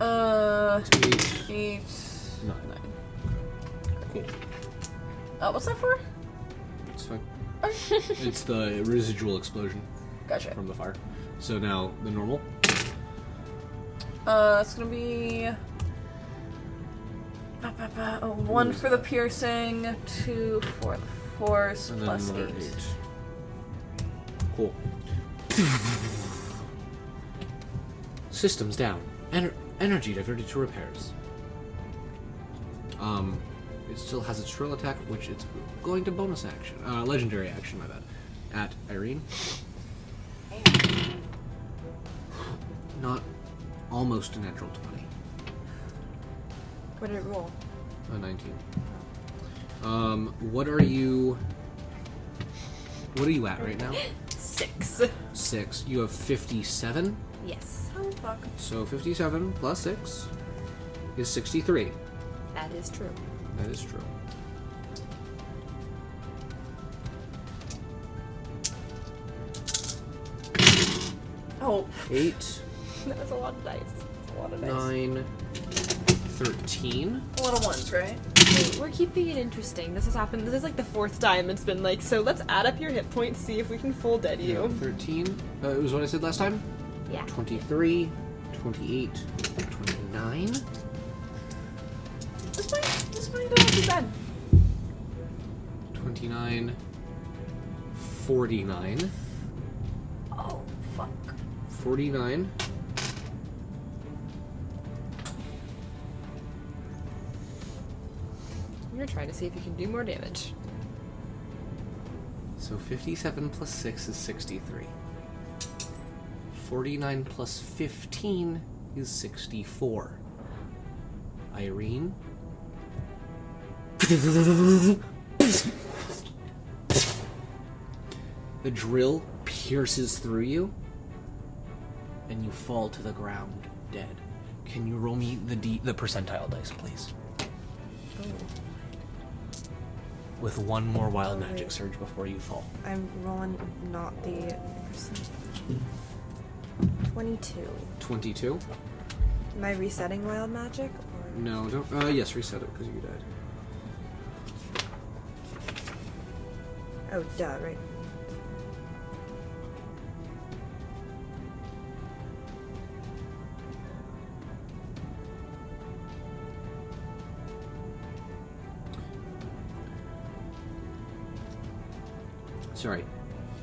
[SPEAKER 1] Uh,
[SPEAKER 5] uh,
[SPEAKER 1] eight,
[SPEAKER 5] eight,
[SPEAKER 1] nine.
[SPEAKER 5] nine.
[SPEAKER 1] Cool.
[SPEAKER 5] Uh, what's that for?
[SPEAKER 1] It's fine. it's the residual explosion
[SPEAKER 5] Gotcha.
[SPEAKER 1] from the fire. So now the normal.
[SPEAKER 5] Uh, it's gonna be. Ba, ba, ba, oh, one for the piercing, two for the force,
[SPEAKER 1] And then
[SPEAKER 5] plus
[SPEAKER 1] another
[SPEAKER 5] eight.
[SPEAKER 1] Cool. Systems down. Ener- energy diverted to repairs. Um, it still has its shrill attack, which it's going to bonus action, uh, legendary action. My bad. At Irene. Not almost a natural twenty.
[SPEAKER 2] What did it roll?
[SPEAKER 1] A Oh, nineteen. Um, what are you? What are you at right now?
[SPEAKER 4] Six.
[SPEAKER 1] Six. You have fifty-seven.
[SPEAKER 4] Yes,
[SPEAKER 3] Oh fuck.
[SPEAKER 1] So fifty-seven plus six is sixty-three.
[SPEAKER 4] that is true.
[SPEAKER 1] That is true.
[SPEAKER 2] Oh,
[SPEAKER 1] Eight,
[SPEAKER 2] that was a lot of dice. That's a lot of dice.
[SPEAKER 1] nine, thirteen.
[SPEAKER 2] A lot of ones, right?
[SPEAKER 4] We're keeping it interesting. This has happened. This is like the fourth time it's been like. So let's add up your hit points, see if we can full dead you.
[SPEAKER 1] Thirteen. Uh, it was what I said last time.
[SPEAKER 4] Yeah.
[SPEAKER 1] 23, 28, 29.
[SPEAKER 2] This might, this might not be bad.
[SPEAKER 1] 29, 49,
[SPEAKER 2] Oh, fuck.
[SPEAKER 1] 49.
[SPEAKER 4] We're trying to see if you can do more damage.
[SPEAKER 1] So 57 plus 6 is 63. 49 plus 15 is 64. Irene? the drill pierces through you, and you fall to the ground dead. Can you roll me the d- the percentile dice, please? With one more wild magic surge before you fall.
[SPEAKER 3] I'm rolling not the percent. Twenty-two.
[SPEAKER 1] 22?
[SPEAKER 3] Am I resetting wild magic? Or...
[SPEAKER 1] No, don't. Uh, yes, reset it because you died.
[SPEAKER 3] Oh, duh, right.
[SPEAKER 1] Sorry,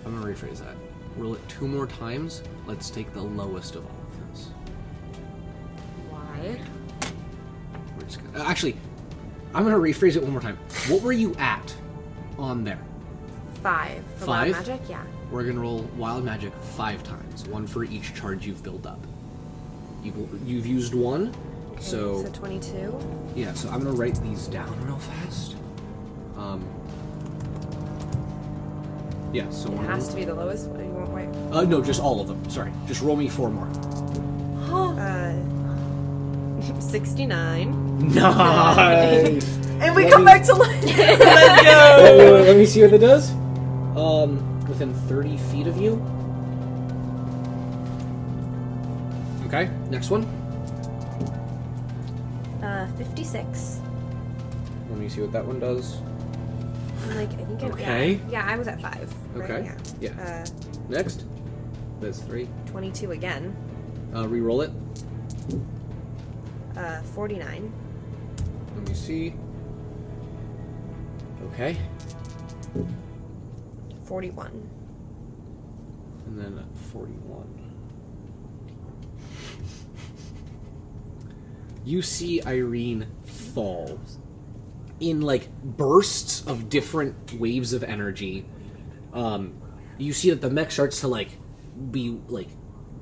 [SPEAKER 1] I'm gonna rephrase that. Roll it two more times. Let's take the lowest of all of those.
[SPEAKER 4] Why?
[SPEAKER 1] We're just gonna, uh, actually, I'm gonna rephrase it one more time. What were you at on there?
[SPEAKER 4] Five for
[SPEAKER 1] Five?
[SPEAKER 4] wild magic. Yeah.
[SPEAKER 1] We're gonna roll wild magic five times, one for each charge you've built up. You've you've used one, so,
[SPEAKER 4] So twenty-two.
[SPEAKER 1] yeah. So I'm gonna write these down real fast. Um. Yeah. So
[SPEAKER 4] It
[SPEAKER 1] one
[SPEAKER 4] has to be the lowest one. You won't wait.
[SPEAKER 1] Uh, no, just all of them. Sorry, just roll me four more.
[SPEAKER 3] Uh,
[SPEAKER 4] Sixty-nine.
[SPEAKER 1] Nice.
[SPEAKER 2] And we come back to life.
[SPEAKER 1] Wait, wait, wait, let me see what it does. Um, within 30 feet of you. Okay, next one.
[SPEAKER 3] uh, fifty-six.
[SPEAKER 1] Let me see what that one does.
[SPEAKER 3] I'm like, I think I'm,
[SPEAKER 1] Okay.
[SPEAKER 3] Yeah, yeah, I was at five. right?
[SPEAKER 1] Okay. Yeah.
[SPEAKER 3] Yeah. Uh,
[SPEAKER 1] Next. That's three.
[SPEAKER 3] twenty-two again.
[SPEAKER 1] Uh, re-roll it.
[SPEAKER 3] Uh, forty-nine.
[SPEAKER 1] Let me see. Okay.
[SPEAKER 3] Forty-one.
[SPEAKER 1] And then at 41. You see Irene fall in like bursts of different waves of energy. Um, you see that the mech starts to like be like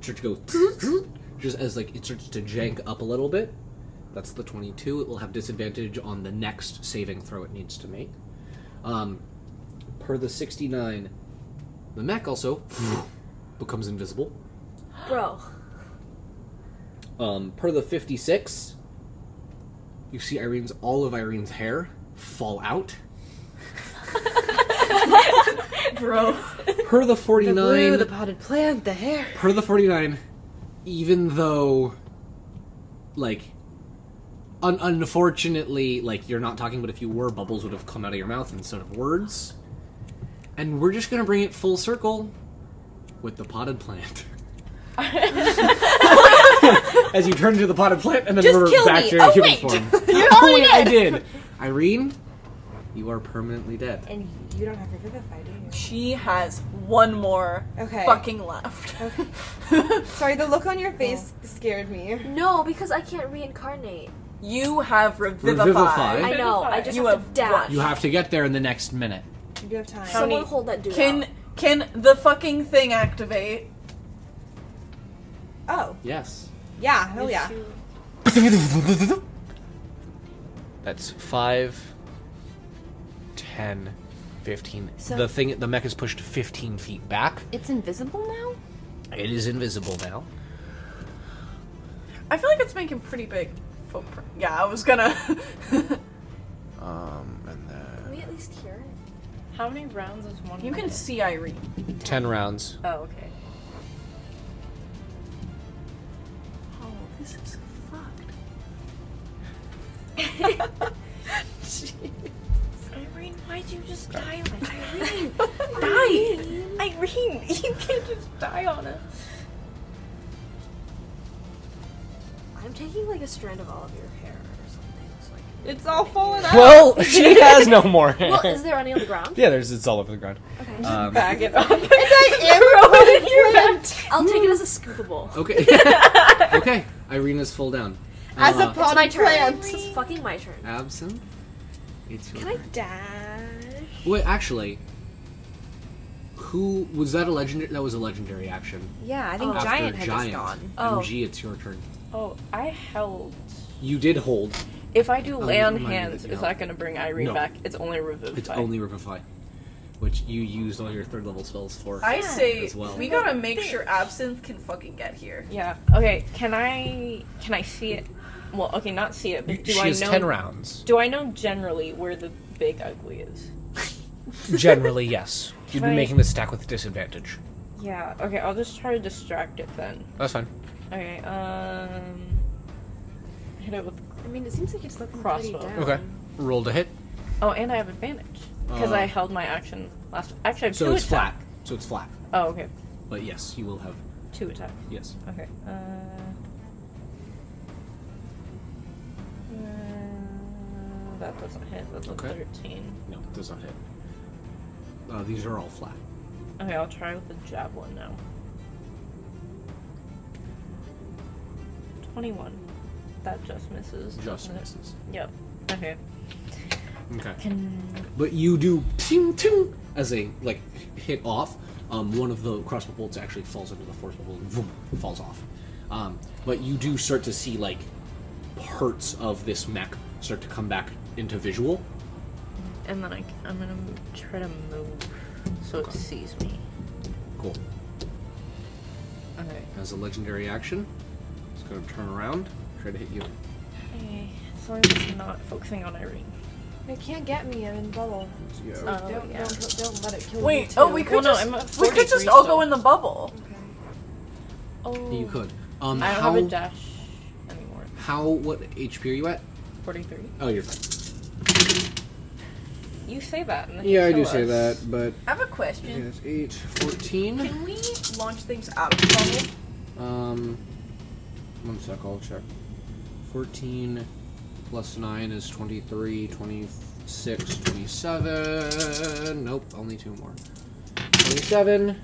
[SPEAKER 1] start to go just as like it starts to jank up a little bit. That's the 22. It will have disadvantage on the next saving throw it needs to make. Um, per the 69, the mech also becomes invisible.
[SPEAKER 3] Bro.
[SPEAKER 1] Um, per the 56, you see Irene's all of Irene's hair fall out.
[SPEAKER 2] Bro.
[SPEAKER 1] Per the 49,
[SPEAKER 4] Blue, the potted plant, the hair.
[SPEAKER 1] per the 49, even though, like, un- unfortunately, like, you're not talking, but if you were, bubbles would have come out of your mouth instead of words. And we're just gonna bring it full circle with the potted plant. As you turn to the potted plant, and then
[SPEAKER 4] Just
[SPEAKER 1] we're
[SPEAKER 4] kill Oh,
[SPEAKER 1] back
[SPEAKER 4] me.
[SPEAKER 1] to your
[SPEAKER 4] Oh,
[SPEAKER 1] human
[SPEAKER 4] wait.
[SPEAKER 1] form. oh, wait, I did. Irene, You are permanently dead.
[SPEAKER 12] And you don't have Revivify, do you?
[SPEAKER 5] She has one more
[SPEAKER 12] Okay.
[SPEAKER 5] fucking left.
[SPEAKER 12] Sorry, the look on your face scared me.
[SPEAKER 3] No, because I can't reincarnate.
[SPEAKER 5] you have revivify.
[SPEAKER 1] Revivify?
[SPEAKER 3] I know. I just
[SPEAKER 5] You
[SPEAKER 3] have,
[SPEAKER 5] have
[SPEAKER 3] to dash.
[SPEAKER 1] You have to get there in the next minute.
[SPEAKER 12] You do have time.
[SPEAKER 3] Someone hold that dude.
[SPEAKER 5] Can
[SPEAKER 3] up.
[SPEAKER 5] can the fucking thing activate?
[SPEAKER 12] oh,
[SPEAKER 1] Yes.
[SPEAKER 12] yeah, hell yeah.
[SPEAKER 13] That's 5, 10, 15.
[SPEAKER 4] So-
[SPEAKER 13] the thing, the mech is pushed 15 feet back.
[SPEAKER 4] It's invisible now?
[SPEAKER 13] It is invisible now.
[SPEAKER 5] I feel like it's making pretty big footprint. Yeah, I was gonna.
[SPEAKER 13] Um, and then
[SPEAKER 3] Can we at least hear it?
[SPEAKER 7] How many rounds is one?
[SPEAKER 5] you can
[SPEAKER 7] minute?
[SPEAKER 5] see Irene.
[SPEAKER 13] 10 rounds.
[SPEAKER 7] Oh, okay.
[SPEAKER 5] Oh, this is fucked.
[SPEAKER 7] Irene, why'd you just die on it? Irene,
[SPEAKER 5] Die.
[SPEAKER 7] Irene, you can't just die on it.
[SPEAKER 3] I'm taking like a strand of all of your hair or something. So I can...
[SPEAKER 7] It's all falling out.
[SPEAKER 13] Well, she has no more
[SPEAKER 3] Well, is there any on the ground?
[SPEAKER 13] Yeah, there's it's all over the ground.
[SPEAKER 3] Okay.
[SPEAKER 13] Um,
[SPEAKER 7] Back it up.
[SPEAKER 3] I'll take it as a scoopable.
[SPEAKER 1] Okay. okay. Irina's full down. Uh, As
[SPEAKER 7] a
[SPEAKER 3] It's my turn. It's fucking my turn.
[SPEAKER 1] absent. It's your
[SPEAKER 12] Can I dash?
[SPEAKER 1] Wait, actually, who was that? A legendary? That was a legendary action.
[SPEAKER 4] Yeah, I think
[SPEAKER 1] After
[SPEAKER 4] Oh, Giant had
[SPEAKER 1] giant,
[SPEAKER 4] just gone.
[SPEAKER 7] Oh.
[SPEAKER 1] MG, it's your turn.
[SPEAKER 7] Oh, I held.
[SPEAKER 1] You did hold.
[SPEAKER 7] If I do lay
[SPEAKER 1] Oh, you
[SPEAKER 7] on
[SPEAKER 1] reminded me
[SPEAKER 7] hands,
[SPEAKER 1] that you
[SPEAKER 7] is
[SPEAKER 1] held.
[SPEAKER 7] that going to bring Irene
[SPEAKER 1] No.
[SPEAKER 7] back? It's only revivify.
[SPEAKER 1] It's only revivify, which you used all your third level spells for.
[SPEAKER 5] I say
[SPEAKER 1] As well.
[SPEAKER 5] we gotta make sure Absinthe can fucking get here.
[SPEAKER 7] Yeah. Okay. Can I? Can I see it? Well, okay, not see it, but do
[SPEAKER 13] she
[SPEAKER 7] I
[SPEAKER 13] has
[SPEAKER 7] know?
[SPEAKER 13] 10 rounds.
[SPEAKER 7] Do I know generally where the big ugly is?
[SPEAKER 13] Generally, yes. You'd be
[SPEAKER 7] Right.
[SPEAKER 13] making this stack with disadvantage.
[SPEAKER 7] Yeah. Okay. I'll just try to distract it then.
[SPEAKER 13] That's fine.
[SPEAKER 7] Okay. Um. Hit it with.
[SPEAKER 4] I mean, it seems like it's looking
[SPEAKER 7] Crossbow.
[SPEAKER 4] pretty down.
[SPEAKER 13] Okay. Roll to hit.
[SPEAKER 7] Oh, and I have advantage because
[SPEAKER 1] Uh,
[SPEAKER 7] I held my action last. Actually, I have
[SPEAKER 1] So
[SPEAKER 7] two
[SPEAKER 1] it's
[SPEAKER 7] attack.
[SPEAKER 1] flat. So it's flat.
[SPEAKER 7] Oh, okay.
[SPEAKER 1] But yes, you will have.
[SPEAKER 7] Two attack.
[SPEAKER 1] Yes.
[SPEAKER 7] Okay. Uh, uh, that doesn't hit. That's a
[SPEAKER 1] Okay.
[SPEAKER 7] thirteen.
[SPEAKER 1] No, it does not hit. Uh, these are all flat.
[SPEAKER 7] Okay, I'll try with the javelin now. 21. That just misses.
[SPEAKER 1] Just
[SPEAKER 7] doesn't it?
[SPEAKER 1] misses.
[SPEAKER 7] Yep. Okay.
[SPEAKER 1] Okay.
[SPEAKER 7] Can.
[SPEAKER 1] But you do ting ting as they like hit off. Um, one of the crossbow bolts actually falls into the force bubble and vroom, falls off. Um, but you do start to see like parts of this mech start to come back into visual.
[SPEAKER 7] And then I, c- I'm gonna m- try to move so it sees me.
[SPEAKER 1] Cool.
[SPEAKER 7] Okay.
[SPEAKER 1] As a legendary action, it's going to turn around, try to hit you.
[SPEAKER 7] Okay. As long as it's not focusing on Irene.
[SPEAKER 4] It can't get me. I'm in bubble.
[SPEAKER 13] Yeah.
[SPEAKER 7] Oh,
[SPEAKER 4] don't,
[SPEAKER 7] yeah.
[SPEAKER 4] don't, don't let it kill me.
[SPEAKER 5] Wait.
[SPEAKER 4] too.
[SPEAKER 5] Oh, we could
[SPEAKER 7] Well, no,
[SPEAKER 5] just
[SPEAKER 7] I'm at
[SPEAKER 5] we could
[SPEAKER 7] 43
[SPEAKER 5] just all
[SPEAKER 7] still.
[SPEAKER 5] go in the bubble.
[SPEAKER 7] Oh.
[SPEAKER 1] You could. Um,
[SPEAKER 7] I don't
[SPEAKER 1] how,
[SPEAKER 7] have a dash anymore.
[SPEAKER 1] how, what HP are you at?
[SPEAKER 7] 43.
[SPEAKER 1] Oh, you're fine.
[SPEAKER 7] You say that. And then
[SPEAKER 1] Yeah,
[SPEAKER 7] you
[SPEAKER 1] I do
[SPEAKER 7] kill
[SPEAKER 1] say
[SPEAKER 7] us.
[SPEAKER 1] that, but
[SPEAKER 5] I have a question.
[SPEAKER 1] it's 8, 14.
[SPEAKER 5] Can we launch things out of the bubble?
[SPEAKER 1] Um, one sec, I'll check. 14 plus 9 is 23, 26, 27. Nope, only two more. 27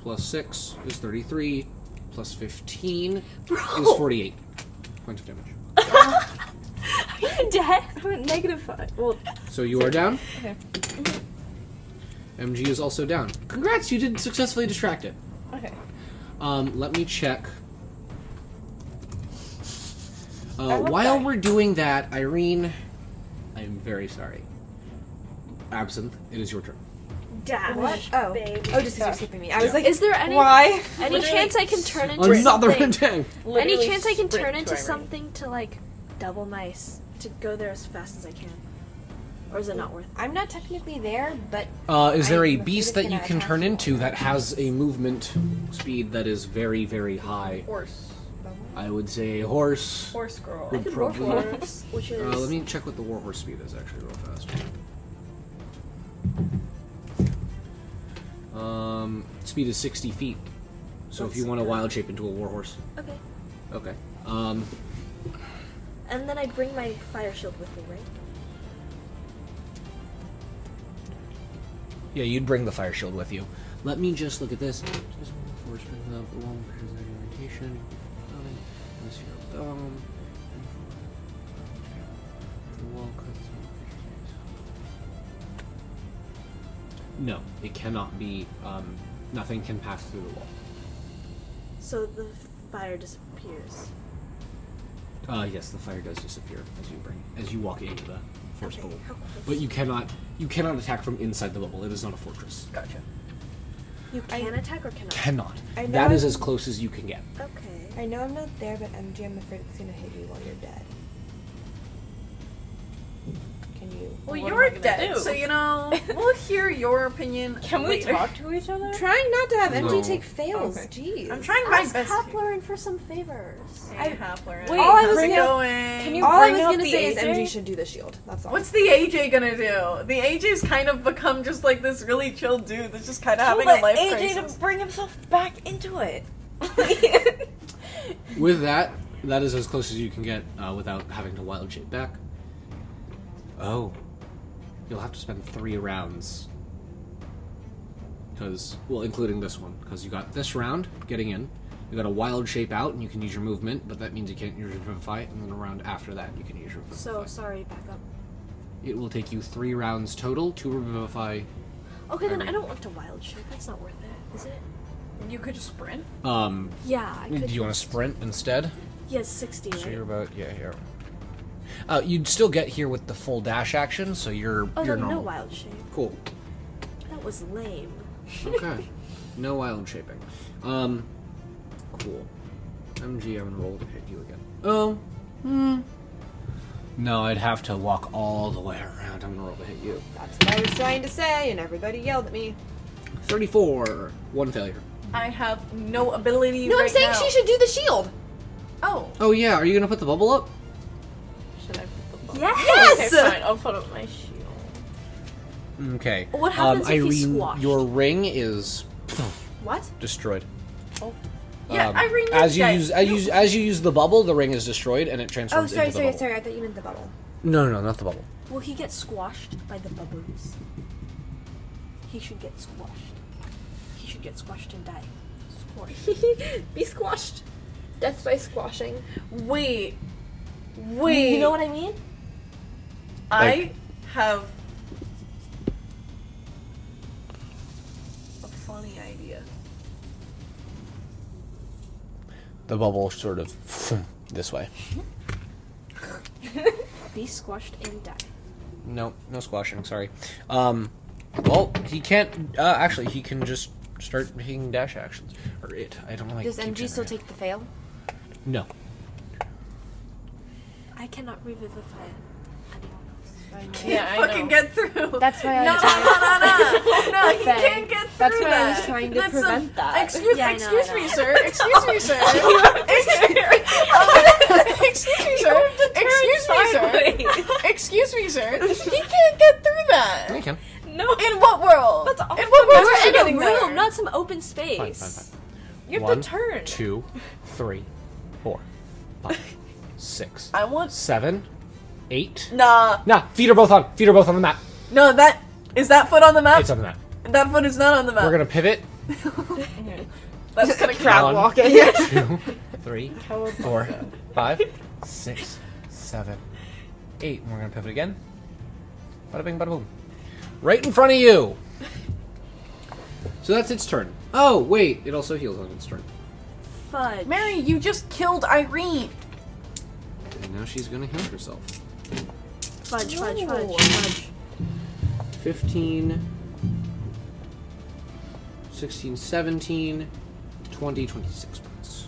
[SPEAKER 1] plus 6 is 33, plus 15 is 48 points of damage.
[SPEAKER 7] I'm at negative 5. Well,
[SPEAKER 1] So you are down.
[SPEAKER 7] Okay.
[SPEAKER 1] MG is also down. Congrats, you did successfully distract it.
[SPEAKER 7] okay.
[SPEAKER 1] Um, let me check. Uh, while we're doing that, Irene, I'm very sorry. Absinthe, it is your turn.
[SPEAKER 12] Dash.
[SPEAKER 3] What?
[SPEAKER 12] Oh. Baby.
[SPEAKER 4] Oh, just because you're sleeping me. I was like,
[SPEAKER 3] Is there any
[SPEAKER 12] Why?
[SPEAKER 3] any chance I can turn into
[SPEAKER 1] Another
[SPEAKER 3] something?
[SPEAKER 1] attack.
[SPEAKER 3] Any
[SPEAKER 7] Literally
[SPEAKER 3] chance I can
[SPEAKER 7] sprint
[SPEAKER 3] turn
[SPEAKER 7] to
[SPEAKER 3] into
[SPEAKER 7] Irene.
[SPEAKER 3] something to like double nice to go there as fast as I can, or is it not worth? it?
[SPEAKER 4] I'm not technically there, but
[SPEAKER 1] Uh, is there a
[SPEAKER 4] I'm
[SPEAKER 1] beast
[SPEAKER 4] afraid
[SPEAKER 1] that
[SPEAKER 4] it's
[SPEAKER 1] you
[SPEAKER 4] gonna
[SPEAKER 1] can
[SPEAKER 4] attack
[SPEAKER 1] turn
[SPEAKER 4] you.
[SPEAKER 1] into that has a movement speed that is very, very high?
[SPEAKER 5] Horse.
[SPEAKER 1] I would say a horse.
[SPEAKER 5] Horse girl.
[SPEAKER 1] would
[SPEAKER 3] Could roll
[SPEAKER 1] probably-
[SPEAKER 3] for it, which is
[SPEAKER 1] Uh, let me check what the warhorse speed is actually real fast. Um, speed is 60 feet. So if you want to wild shape into a warhorse.
[SPEAKER 3] okay.
[SPEAKER 1] Okay. Um,
[SPEAKER 3] And then I bring my fire shield with me, right?
[SPEAKER 1] Yeah, you'd bring the fire shield with you. Let me just look at this. Just one force pick up the one because of irritation. Coming. This here, um, the wall cuts. No, it cannot be. Um, nothing can pass through the wall.
[SPEAKER 3] So the fire disappears.
[SPEAKER 1] Uh, yes, the fire does disappear as you bring as you walk into the force bubble.
[SPEAKER 3] How close?
[SPEAKER 1] But you cannot you cannot attack from inside the bubble. It is not a fortress. Gotcha.
[SPEAKER 3] You can attack or cannot?
[SPEAKER 1] Cannot.
[SPEAKER 4] I
[SPEAKER 1] That
[SPEAKER 4] know-
[SPEAKER 1] is as close as you can get.
[SPEAKER 3] Okay.
[SPEAKER 4] I know I'm not there, but MG, I'm afraid it's gonna hit you while you're dead. Can you?
[SPEAKER 5] Well,
[SPEAKER 7] What
[SPEAKER 5] you're
[SPEAKER 7] am I gonna
[SPEAKER 5] dead,
[SPEAKER 7] do?
[SPEAKER 5] so you know we'll hear your opinion.
[SPEAKER 7] Can we
[SPEAKER 5] later.
[SPEAKER 7] talk to each other?
[SPEAKER 4] Trying not to have MG
[SPEAKER 14] No.
[SPEAKER 4] take fails.
[SPEAKER 7] Okay.
[SPEAKER 4] Jeez.
[SPEAKER 5] I'm trying my
[SPEAKER 3] Ask
[SPEAKER 5] best.
[SPEAKER 3] Hapler in for some favors.
[SPEAKER 5] I Hapler.
[SPEAKER 4] Wait, all I was
[SPEAKER 5] Bring
[SPEAKER 4] gonna-
[SPEAKER 5] going.
[SPEAKER 4] Can you
[SPEAKER 7] you
[SPEAKER 4] all I
[SPEAKER 7] bring
[SPEAKER 4] was
[SPEAKER 7] up
[SPEAKER 4] gonna
[SPEAKER 7] the
[SPEAKER 4] say is
[SPEAKER 7] AJ?
[SPEAKER 4] MG should do the shield. That's all.
[SPEAKER 5] What's the AJ gonna do? The AJ's kind of become just like this really chill dude that's just kind of having a life crisis.
[SPEAKER 7] bring himself back into it.
[SPEAKER 1] With that, that is as close as you can get uh, without having to wild shape back. Oh. You'll have to spend three rounds. Because, well, including this one. Because you got this round, getting in. You got a wild shape out, and you can use your movement, but that means you can't use your vivify. And then a round after that, you can use your
[SPEAKER 3] So
[SPEAKER 1] vivify.
[SPEAKER 3] sorry, back up.
[SPEAKER 1] it will take you three rounds total to revivify.
[SPEAKER 3] Okay, then
[SPEAKER 1] Irene.
[SPEAKER 3] I don't want to wild shape. That's not worth it, is it?
[SPEAKER 5] You could just sprint.
[SPEAKER 1] Um,
[SPEAKER 3] Yeah, I
[SPEAKER 1] do
[SPEAKER 3] could.
[SPEAKER 1] you want to sprint instead?
[SPEAKER 3] He has 60,
[SPEAKER 14] So
[SPEAKER 3] right?
[SPEAKER 14] you're about yeah here.
[SPEAKER 1] Uh, you'd still get here with the full dash action, so you're
[SPEAKER 3] Oh,
[SPEAKER 1] you're
[SPEAKER 3] then no
[SPEAKER 1] normal.
[SPEAKER 3] wild shape.
[SPEAKER 1] cool.
[SPEAKER 3] That was lame.
[SPEAKER 1] Okay. no wild shaping. Um, cool. MG, I'm gonna roll to hit you again. Oh. Hmm. No, I'd have to walk all the way around. I'm gonna roll to hit you.
[SPEAKER 4] That's what I was trying to say, and everybody yelled at me.
[SPEAKER 1] 34. One failure.
[SPEAKER 5] I have no ability.
[SPEAKER 4] No, I'm
[SPEAKER 5] right
[SPEAKER 4] saying
[SPEAKER 5] now.
[SPEAKER 4] she should do the shield.
[SPEAKER 5] Oh,
[SPEAKER 1] Oh yeah, are you gonna put the bubble up?
[SPEAKER 7] Should I put the ball?
[SPEAKER 4] Yes.
[SPEAKER 7] Okay, fine. I'll put up my shield.
[SPEAKER 1] Okay.
[SPEAKER 3] What happens
[SPEAKER 1] um,
[SPEAKER 3] if
[SPEAKER 1] Irene,
[SPEAKER 3] he's squashed?
[SPEAKER 1] your ring is
[SPEAKER 4] What?
[SPEAKER 14] Destroyed.
[SPEAKER 5] yeah,
[SPEAKER 1] Um,
[SPEAKER 5] Irene.
[SPEAKER 1] As you
[SPEAKER 5] dead.
[SPEAKER 1] use as you as you use the bubble, the ring is destroyed and it
[SPEAKER 4] Oh,
[SPEAKER 1] transforms
[SPEAKER 4] sorry,
[SPEAKER 1] into the
[SPEAKER 4] sorry,
[SPEAKER 1] bubble.
[SPEAKER 4] sorry. I thought you meant the bubble.
[SPEAKER 1] No, no, no, not the bubble.
[SPEAKER 3] Will he get squashed by the bubbles? He should get squashed. He should get squashed and die. Squashed.
[SPEAKER 4] Be squashed. Death by squashing.
[SPEAKER 5] Wait, wait.
[SPEAKER 3] You know what I mean?
[SPEAKER 5] I have a funny idea.
[SPEAKER 14] The bubble sort of this way.
[SPEAKER 3] Be squashed and die.
[SPEAKER 14] No, no squashing. Sorry. Um, well, he can't. Uh, actually, he can just start making dash actions, or it. I don't like.
[SPEAKER 4] Does
[SPEAKER 14] keep
[SPEAKER 4] MG still
[SPEAKER 14] generating.
[SPEAKER 4] take the fail?
[SPEAKER 1] No.
[SPEAKER 3] I cannot revivify anyone else.
[SPEAKER 7] Yeah, I
[SPEAKER 5] Fucking
[SPEAKER 7] know.
[SPEAKER 5] get through.
[SPEAKER 4] That's why I
[SPEAKER 5] No, no,
[SPEAKER 4] tried.
[SPEAKER 5] no, no, no, no! He
[SPEAKER 4] Thing.
[SPEAKER 5] can't get through
[SPEAKER 4] That's why I
[SPEAKER 5] that.
[SPEAKER 4] was trying to
[SPEAKER 5] That's
[SPEAKER 4] prevent
[SPEAKER 5] some-
[SPEAKER 4] that.
[SPEAKER 5] Excuse,
[SPEAKER 3] Yeah, I know,
[SPEAKER 5] excuse
[SPEAKER 3] I
[SPEAKER 5] me,
[SPEAKER 3] know.
[SPEAKER 5] sir. Excuse me, sir. excuse me, sir. Excuse me, sir. Excuse me, sir. He can't get through that.
[SPEAKER 1] I can.
[SPEAKER 5] In what world? That's In what world? is he
[SPEAKER 3] We're in
[SPEAKER 5] getting
[SPEAKER 3] a
[SPEAKER 5] there?
[SPEAKER 3] room, not some open space.
[SPEAKER 14] Fine, fine, fine.
[SPEAKER 7] You have
[SPEAKER 14] One,
[SPEAKER 7] to turn.
[SPEAKER 14] Two, three, four, five, six,
[SPEAKER 5] I want.
[SPEAKER 14] seven, eight.
[SPEAKER 5] Nah.
[SPEAKER 1] Nah, feet are both on. Feet are both on the map.
[SPEAKER 5] No, that is that foot on the map.
[SPEAKER 14] It's on the map.
[SPEAKER 5] That foot is not on the map.
[SPEAKER 14] We're gonna pivot.
[SPEAKER 5] That's gonna count.
[SPEAKER 14] Crowd walking. Two, three, four, five, six, seven, eight. And we're gonna pivot again. Bada bing, bada boom.
[SPEAKER 1] Right in front of you. So that's its turn. Oh wait, it also heals on its turn.
[SPEAKER 3] Fudge.
[SPEAKER 5] Mary, you just killed Irene.
[SPEAKER 1] And now she's gonna heal herself.
[SPEAKER 3] Fudge, fudge, fudge, fudge.
[SPEAKER 1] 15, 16, 17, 20, 26 points.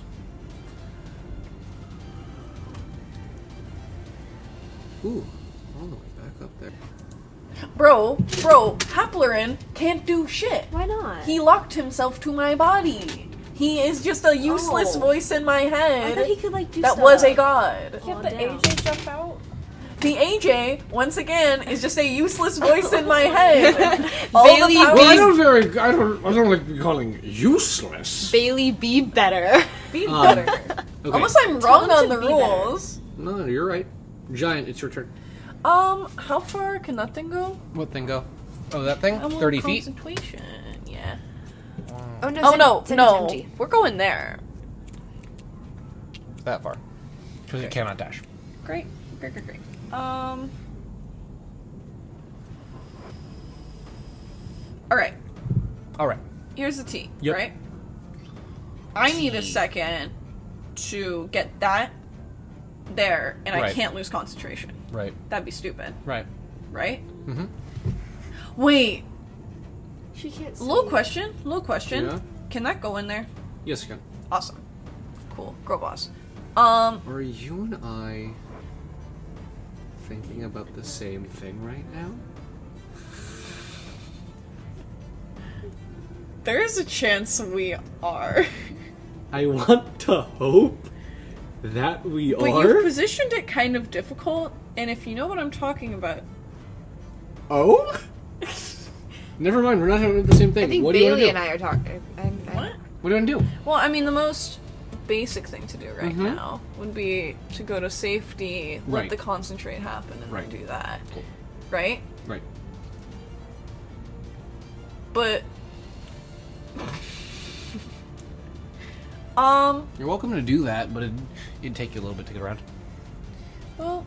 [SPEAKER 1] Ooh, all the way back up there.
[SPEAKER 5] Bro, bro, Haplerin can't do shit.
[SPEAKER 3] Why not?
[SPEAKER 5] He locked himself to my body. He is just a useless
[SPEAKER 3] Oh.
[SPEAKER 5] voice in my
[SPEAKER 3] I
[SPEAKER 5] head.
[SPEAKER 3] thought he could like do
[SPEAKER 5] that
[SPEAKER 3] stuff.
[SPEAKER 5] was a god.
[SPEAKER 3] Aw,
[SPEAKER 7] the
[SPEAKER 3] damn.
[SPEAKER 7] AJ jump out.
[SPEAKER 5] The AJ, once again, is just a useless voice in my head. All the
[SPEAKER 4] Bailey
[SPEAKER 5] power-
[SPEAKER 4] Well, I
[SPEAKER 1] don't very, I don't, I don't like calling useless.
[SPEAKER 4] Bailey, be better.
[SPEAKER 5] Be
[SPEAKER 1] Um,
[SPEAKER 5] better.
[SPEAKER 1] Okay.
[SPEAKER 5] Unless I'm wrong
[SPEAKER 4] him
[SPEAKER 5] on
[SPEAKER 4] to
[SPEAKER 5] the
[SPEAKER 4] be better.
[SPEAKER 5] rules.
[SPEAKER 1] no, you're right. Giant, it's your turn.
[SPEAKER 5] Um, how far can that thing go?
[SPEAKER 1] What thing go?
[SPEAKER 10] Oh, that thing?
[SPEAKER 5] I want
[SPEAKER 10] 30 feet?
[SPEAKER 5] Concentration. Yeah.
[SPEAKER 4] Oh no!
[SPEAKER 5] Oh
[SPEAKER 4] Zen-
[SPEAKER 5] no,
[SPEAKER 4] Zen is
[SPEAKER 5] no,
[SPEAKER 4] empty.
[SPEAKER 5] we're going there.
[SPEAKER 10] That far. Because it cannot dash.
[SPEAKER 5] Great, great, great, great. Um. All right.
[SPEAKER 10] Alright.
[SPEAKER 5] Here's the tea,
[SPEAKER 10] Yep.
[SPEAKER 5] right? I need a second to get that there, and I
[SPEAKER 10] Right.
[SPEAKER 5] can't lose concentration.
[SPEAKER 10] Right.
[SPEAKER 5] That'd be stupid,
[SPEAKER 10] Right.
[SPEAKER 5] right?
[SPEAKER 10] Mm-hmm.
[SPEAKER 5] Wait,
[SPEAKER 3] She can't.
[SPEAKER 5] little question, little question.
[SPEAKER 1] Yeah?
[SPEAKER 5] Can that go in there?
[SPEAKER 1] Yes, you can.
[SPEAKER 5] Awesome. Cool. Grow boss. Um,
[SPEAKER 1] Are you and I thinking about the same thing right now?
[SPEAKER 5] there is a chance we are.
[SPEAKER 1] I want to hope that we
[SPEAKER 5] But
[SPEAKER 1] are.
[SPEAKER 5] you've positioned it kind of difficult, and if you know what I'm talking about,
[SPEAKER 1] oh? Never mind, we're not having the same thing.
[SPEAKER 4] I think
[SPEAKER 1] what do you want
[SPEAKER 4] Bailey
[SPEAKER 1] to do?
[SPEAKER 4] and I are talking. I'm, I'm,
[SPEAKER 5] What?
[SPEAKER 1] What do you want to do?
[SPEAKER 5] Well, I mean, the most basic thing to do right
[SPEAKER 1] Mhm.
[SPEAKER 5] now would be to go to safety, let
[SPEAKER 1] Right.
[SPEAKER 5] the concentrate happen, and
[SPEAKER 1] Right.
[SPEAKER 5] then do that.
[SPEAKER 1] Cool.
[SPEAKER 5] Right?
[SPEAKER 1] Right.
[SPEAKER 5] But. um,
[SPEAKER 1] You're welcome to do that, but it'd, it'd take you a little bit to get around.
[SPEAKER 5] well,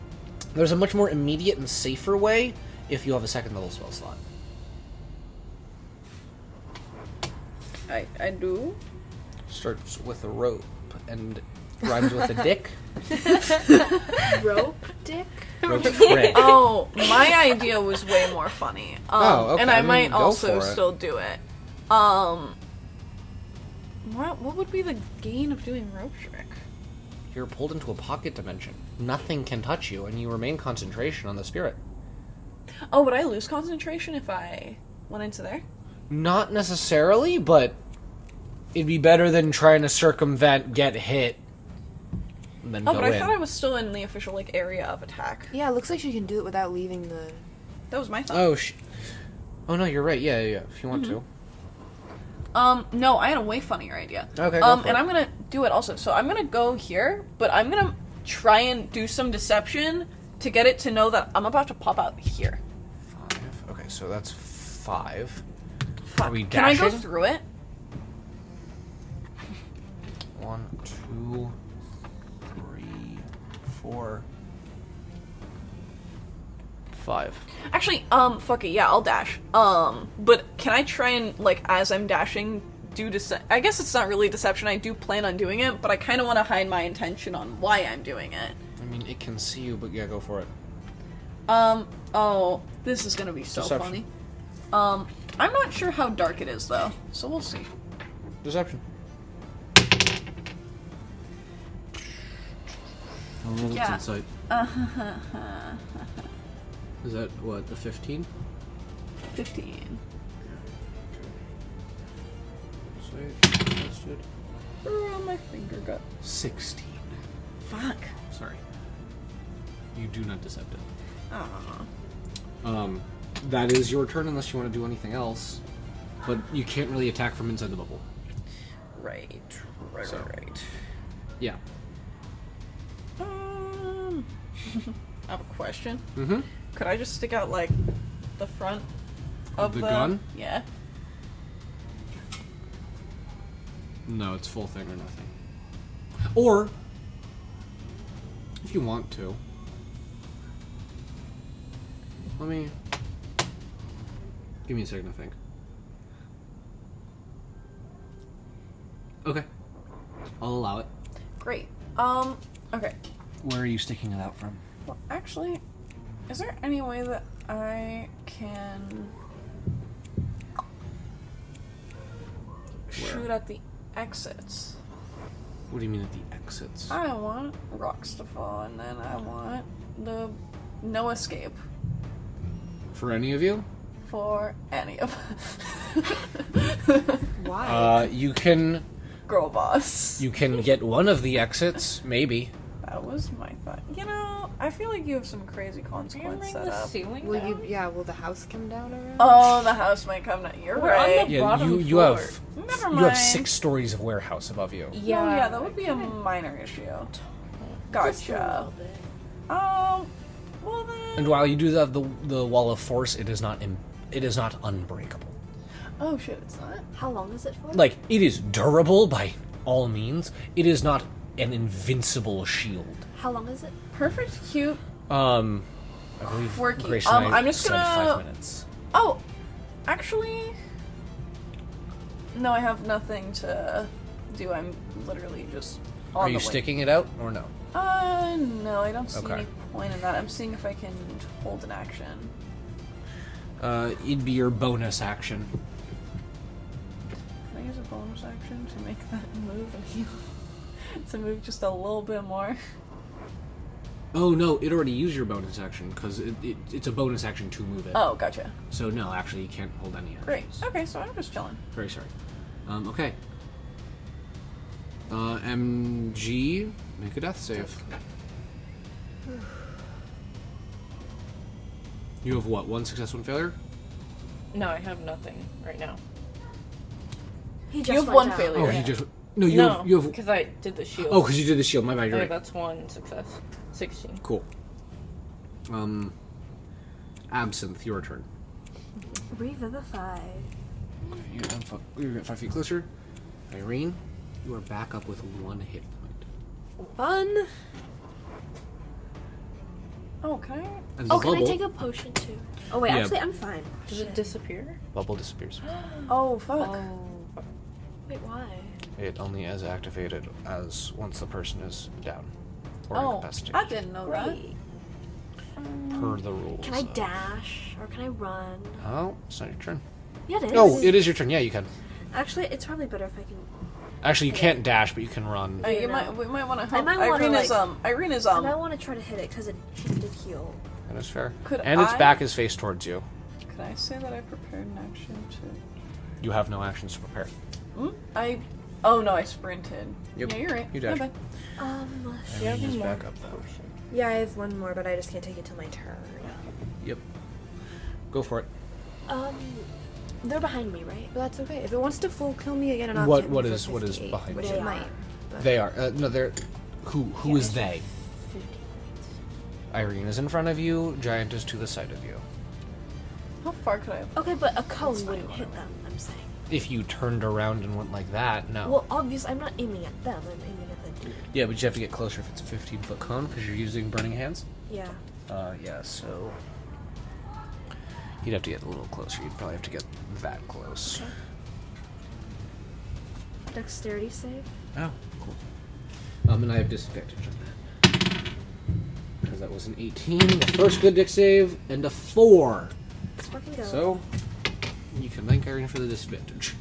[SPEAKER 10] There's a much more immediate and safer way if you have a second level spell slot.
[SPEAKER 5] I, I do.
[SPEAKER 10] Starts with a rope and rhymes with a dick.
[SPEAKER 3] Rope.
[SPEAKER 10] Rope trick.
[SPEAKER 5] Oh, my idea was way more funny. Um,
[SPEAKER 10] Oh, okay.
[SPEAKER 5] And I,
[SPEAKER 10] I mean,
[SPEAKER 5] might
[SPEAKER 10] go
[SPEAKER 5] also
[SPEAKER 10] for it.
[SPEAKER 5] still do it. Um, what, what would be the gain of doing rope trick?
[SPEAKER 10] You're pulled into a pocket dimension. Nothing can touch you, and you remain concentration on the spirit.
[SPEAKER 5] Oh, would I lose concentration if I went into there?
[SPEAKER 10] Not necessarily, but it'd be better than trying to circumvent, get hit, and then
[SPEAKER 5] Oh,
[SPEAKER 10] go
[SPEAKER 5] but
[SPEAKER 10] in.
[SPEAKER 5] I thought I was still in the official like area of attack.
[SPEAKER 4] yeah, it looks like she can do it without leaving the.
[SPEAKER 5] That was my thought.
[SPEAKER 10] Oh, sh- oh no, you're right. Yeah, yeah, yeah. If you
[SPEAKER 5] Mm-hmm.
[SPEAKER 10] want
[SPEAKER 5] Um, no, I had a way funnier idea.
[SPEAKER 10] to. Oh. Okay. go
[SPEAKER 5] Um,
[SPEAKER 10] for
[SPEAKER 5] and
[SPEAKER 10] it.
[SPEAKER 5] I'm gonna do it also. So I'm gonna go here, but I'm gonna try and do some deception to get it to know that I'm about to pop out here.
[SPEAKER 10] Five. Okay, so that's five. Are
[SPEAKER 5] Fuck.
[SPEAKER 10] we
[SPEAKER 5] Can I go
[SPEAKER 10] dashing?
[SPEAKER 5] through it?
[SPEAKER 10] One, two, three, four, five.
[SPEAKER 5] Actually, um, fuck it, yeah, I'll dash. Um, but can I try and like as I'm dashing do dece- I guess it's not really deception. I do plan on doing it, but I kind of want to hide my intention on why I'm doing it.
[SPEAKER 10] I mean, it can see you, but yeah, go for it.
[SPEAKER 5] Um. Oh, this is gonna be so
[SPEAKER 10] Deception.
[SPEAKER 5] funny. Um, I'm not sure how dark it is though, so we'll see.
[SPEAKER 10] Deception.
[SPEAKER 1] I'll roll
[SPEAKER 5] Yeah.
[SPEAKER 1] insight. Is that what, the 15?
[SPEAKER 5] Fifteen. Where on my finger go?
[SPEAKER 1] 16.
[SPEAKER 5] Fuck.
[SPEAKER 1] Sorry. You do not decept it.
[SPEAKER 5] Oh.
[SPEAKER 1] Um, that is your turn unless you want to do anything else. But you can't really attack from inside the bubble.
[SPEAKER 5] Right. Right.
[SPEAKER 1] So.
[SPEAKER 5] Right. Right.
[SPEAKER 1] Yeah.
[SPEAKER 5] Um. I have a question.
[SPEAKER 1] Mm-hmm.
[SPEAKER 5] Could I just stick out like the front of
[SPEAKER 1] The gun?
[SPEAKER 5] Yeah.
[SPEAKER 1] No, it's full thing or nothing. Or, if you want to, let me. Give me a second to think. Okay, I'll allow it.
[SPEAKER 5] Great. Um. Okay.
[SPEAKER 10] Where are you sticking it out from?
[SPEAKER 5] Well, actually, is there any way that I can shoot at the exits?
[SPEAKER 1] What do you mean at the exits?
[SPEAKER 5] I want rocks to fall, and then I want the no escape
[SPEAKER 1] For any of you?
[SPEAKER 5] for any of
[SPEAKER 4] Why?
[SPEAKER 10] Uh, you can
[SPEAKER 5] girl boss.
[SPEAKER 10] you can get one of the exits, maybe.
[SPEAKER 5] That was my thought. You know, I feel like you have some crazy consequence set up.
[SPEAKER 7] ceiling
[SPEAKER 4] will you? Yeah. Will the house come down around?
[SPEAKER 5] Oh, the house might come. down. You're
[SPEAKER 7] We're on
[SPEAKER 5] right.
[SPEAKER 7] the-
[SPEAKER 10] Yeah,
[SPEAKER 7] Bottom
[SPEAKER 10] you you
[SPEAKER 7] floor.
[SPEAKER 10] have
[SPEAKER 5] Never mind.
[SPEAKER 10] you have six stories of warehouse above you.
[SPEAKER 5] Yeah,
[SPEAKER 7] Yeah.
[SPEAKER 5] yeah, that would be a minor issue. Gotcha. Um, well then.
[SPEAKER 10] And while you do have the the wall of force, it is not Im-
[SPEAKER 1] it is not unbreakable.
[SPEAKER 5] Oh shit, it's not.
[SPEAKER 3] How long is it for?
[SPEAKER 1] Like it is durable by all means. It is not an invincible shield.
[SPEAKER 3] How long is it?
[SPEAKER 5] Perfect, cute.
[SPEAKER 15] Um, I believe
[SPEAKER 5] Quirky.
[SPEAKER 15] Grace
[SPEAKER 5] Um,
[SPEAKER 15] and I
[SPEAKER 5] I'm just
[SPEAKER 15] said
[SPEAKER 5] gonna-
[SPEAKER 15] five minutes.
[SPEAKER 5] Oh, actually, no, I have nothing to do. I'm literally just. On
[SPEAKER 15] Are
[SPEAKER 5] the
[SPEAKER 15] you
[SPEAKER 5] way.
[SPEAKER 15] sticking it out or no?
[SPEAKER 5] Uh, no, I don't see
[SPEAKER 15] Okay.
[SPEAKER 5] any point in that. I'm seeing if I can hold an action.
[SPEAKER 1] Uh, it'd be your bonus action.
[SPEAKER 5] Can I use a bonus action to make that move and heal? to move just a little bit more.
[SPEAKER 1] Oh no, it already used your bonus action because it, it, it's a bonus action to move it.
[SPEAKER 5] Oh, gotcha.
[SPEAKER 1] So no, actually, you can't hold any. Actions.
[SPEAKER 5] Great. Okay, so I'm just chilling.
[SPEAKER 1] Very sorry. Um, okay. Uh, MG, make a death save. You have what? One success, one failure.
[SPEAKER 7] No, I have nothing right now.
[SPEAKER 3] He just
[SPEAKER 5] You have
[SPEAKER 3] went
[SPEAKER 5] one
[SPEAKER 3] out.
[SPEAKER 5] failure.
[SPEAKER 1] Oh, you just no. You
[SPEAKER 7] no,
[SPEAKER 1] have you have
[SPEAKER 7] because I did the shield.
[SPEAKER 1] oh, because you did the shield. My bad. You're
[SPEAKER 7] Okay,
[SPEAKER 1] right.
[SPEAKER 7] that's one success. Sixteen.
[SPEAKER 1] Cool. Um, Absinthe, your turn.
[SPEAKER 3] Revivify.
[SPEAKER 1] You're, I'm fu- you're at five feet closer. Irene, you are back up with one hit point.
[SPEAKER 4] Fun.
[SPEAKER 5] Oh, can I?
[SPEAKER 1] And
[SPEAKER 3] Oh,
[SPEAKER 1] the
[SPEAKER 3] can I
[SPEAKER 1] bubble-
[SPEAKER 3] take a potion too? Oh wait,
[SPEAKER 1] Yeah.
[SPEAKER 3] actually I'm fine.
[SPEAKER 7] Does it disappear?
[SPEAKER 15] Bubble disappears.
[SPEAKER 5] Oh, fuck.
[SPEAKER 3] Wait, why?
[SPEAKER 15] It only is activated as once the person is down or
[SPEAKER 5] Oh, I
[SPEAKER 15] incapacitated,
[SPEAKER 5] didn't know
[SPEAKER 3] Great.
[SPEAKER 15] per the rules.
[SPEAKER 3] Can I
[SPEAKER 15] of-
[SPEAKER 3] dash or can I run?
[SPEAKER 15] Oh, it's not your turn.
[SPEAKER 3] Yeah, it is.
[SPEAKER 15] Oh, it is your turn. Yeah, you can.
[SPEAKER 3] Actually, it's probably better if I can.
[SPEAKER 15] Actually, you can't dash, but you can run.
[SPEAKER 5] that. Uh, you might, we might want to help.
[SPEAKER 3] might wanna,
[SPEAKER 5] Irene is
[SPEAKER 3] like-
[SPEAKER 5] um. Irene is
[SPEAKER 3] I
[SPEAKER 5] um.
[SPEAKER 3] want to try to hit it because it did heal.
[SPEAKER 15] That is fair.
[SPEAKER 5] Could
[SPEAKER 15] and its
[SPEAKER 5] I-
[SPEAKER 15] back is faced towards you.
[SPEAKER 5] Can I say that I prepared an action to?
[SPEAKER 15] You have no actions to prepare.
[SPEAKER 5] Hmm? I. Oh no, I sprinted.
[SPEAKER 15] Yep.
[SPEAKER 5] Yeah, you're right.
[SPEAKER 15] You
[SPEAKER 5] My
[SPEAKER 15] dashed.
[SPEAKER 5] bad.
[SPEAKER 3] Um, let's-
[SPEAKER 15] Everything is back up though.
[SPEAKER 4] Yeah, I have one more, but I just can't take it till my turn.
[SPEAKER 15] Yep. Go for it.
[SPEAKER 3] um, they're behind me, right?
[SPEAKER 4] But that's okay. If it wants to full kill me again, and
[SPEAKER 15] What- what is- what is behind
[SPEAKER 4] which
[SPEAKER 15] you?
[SPEAKER 4] it might.
[SPEAKER 15] They are. Uh, no, they're. Who? Who is they? Irene is in front of you. Giant is to the side of you.
[SPEAKER 5] How far could I? have
[SPEAKER 3] Okay, but a cone wouldn't hit them. I'm saying.
[SPEAKER 15] If you turned around and went like that, no.
[SPEAKER 3] Well, obvious. I'm not aiming at them. I'm aiming at the dude.
[SPEAKER 15] yeah, but you have to get closer if it's a 15 foot cone because you're using burning hands.
[SPEAKER 3] Yeah.
[SPEAKER 15] Uh, yeah. So you'd have to get a little closer. You'd probably have to get that close.
[SPEAKER 3] Dexterity save.
[SPEAKER 15] Oh, cool.
[SPEAKER 1] Um, and I have disadvantage on that. Because that was an 18, the first good dick save, and a 4.
[SPEAKER 3] Let's fucking go.
[SPEAKER 1] So, you can thank Irene for the disadvantage.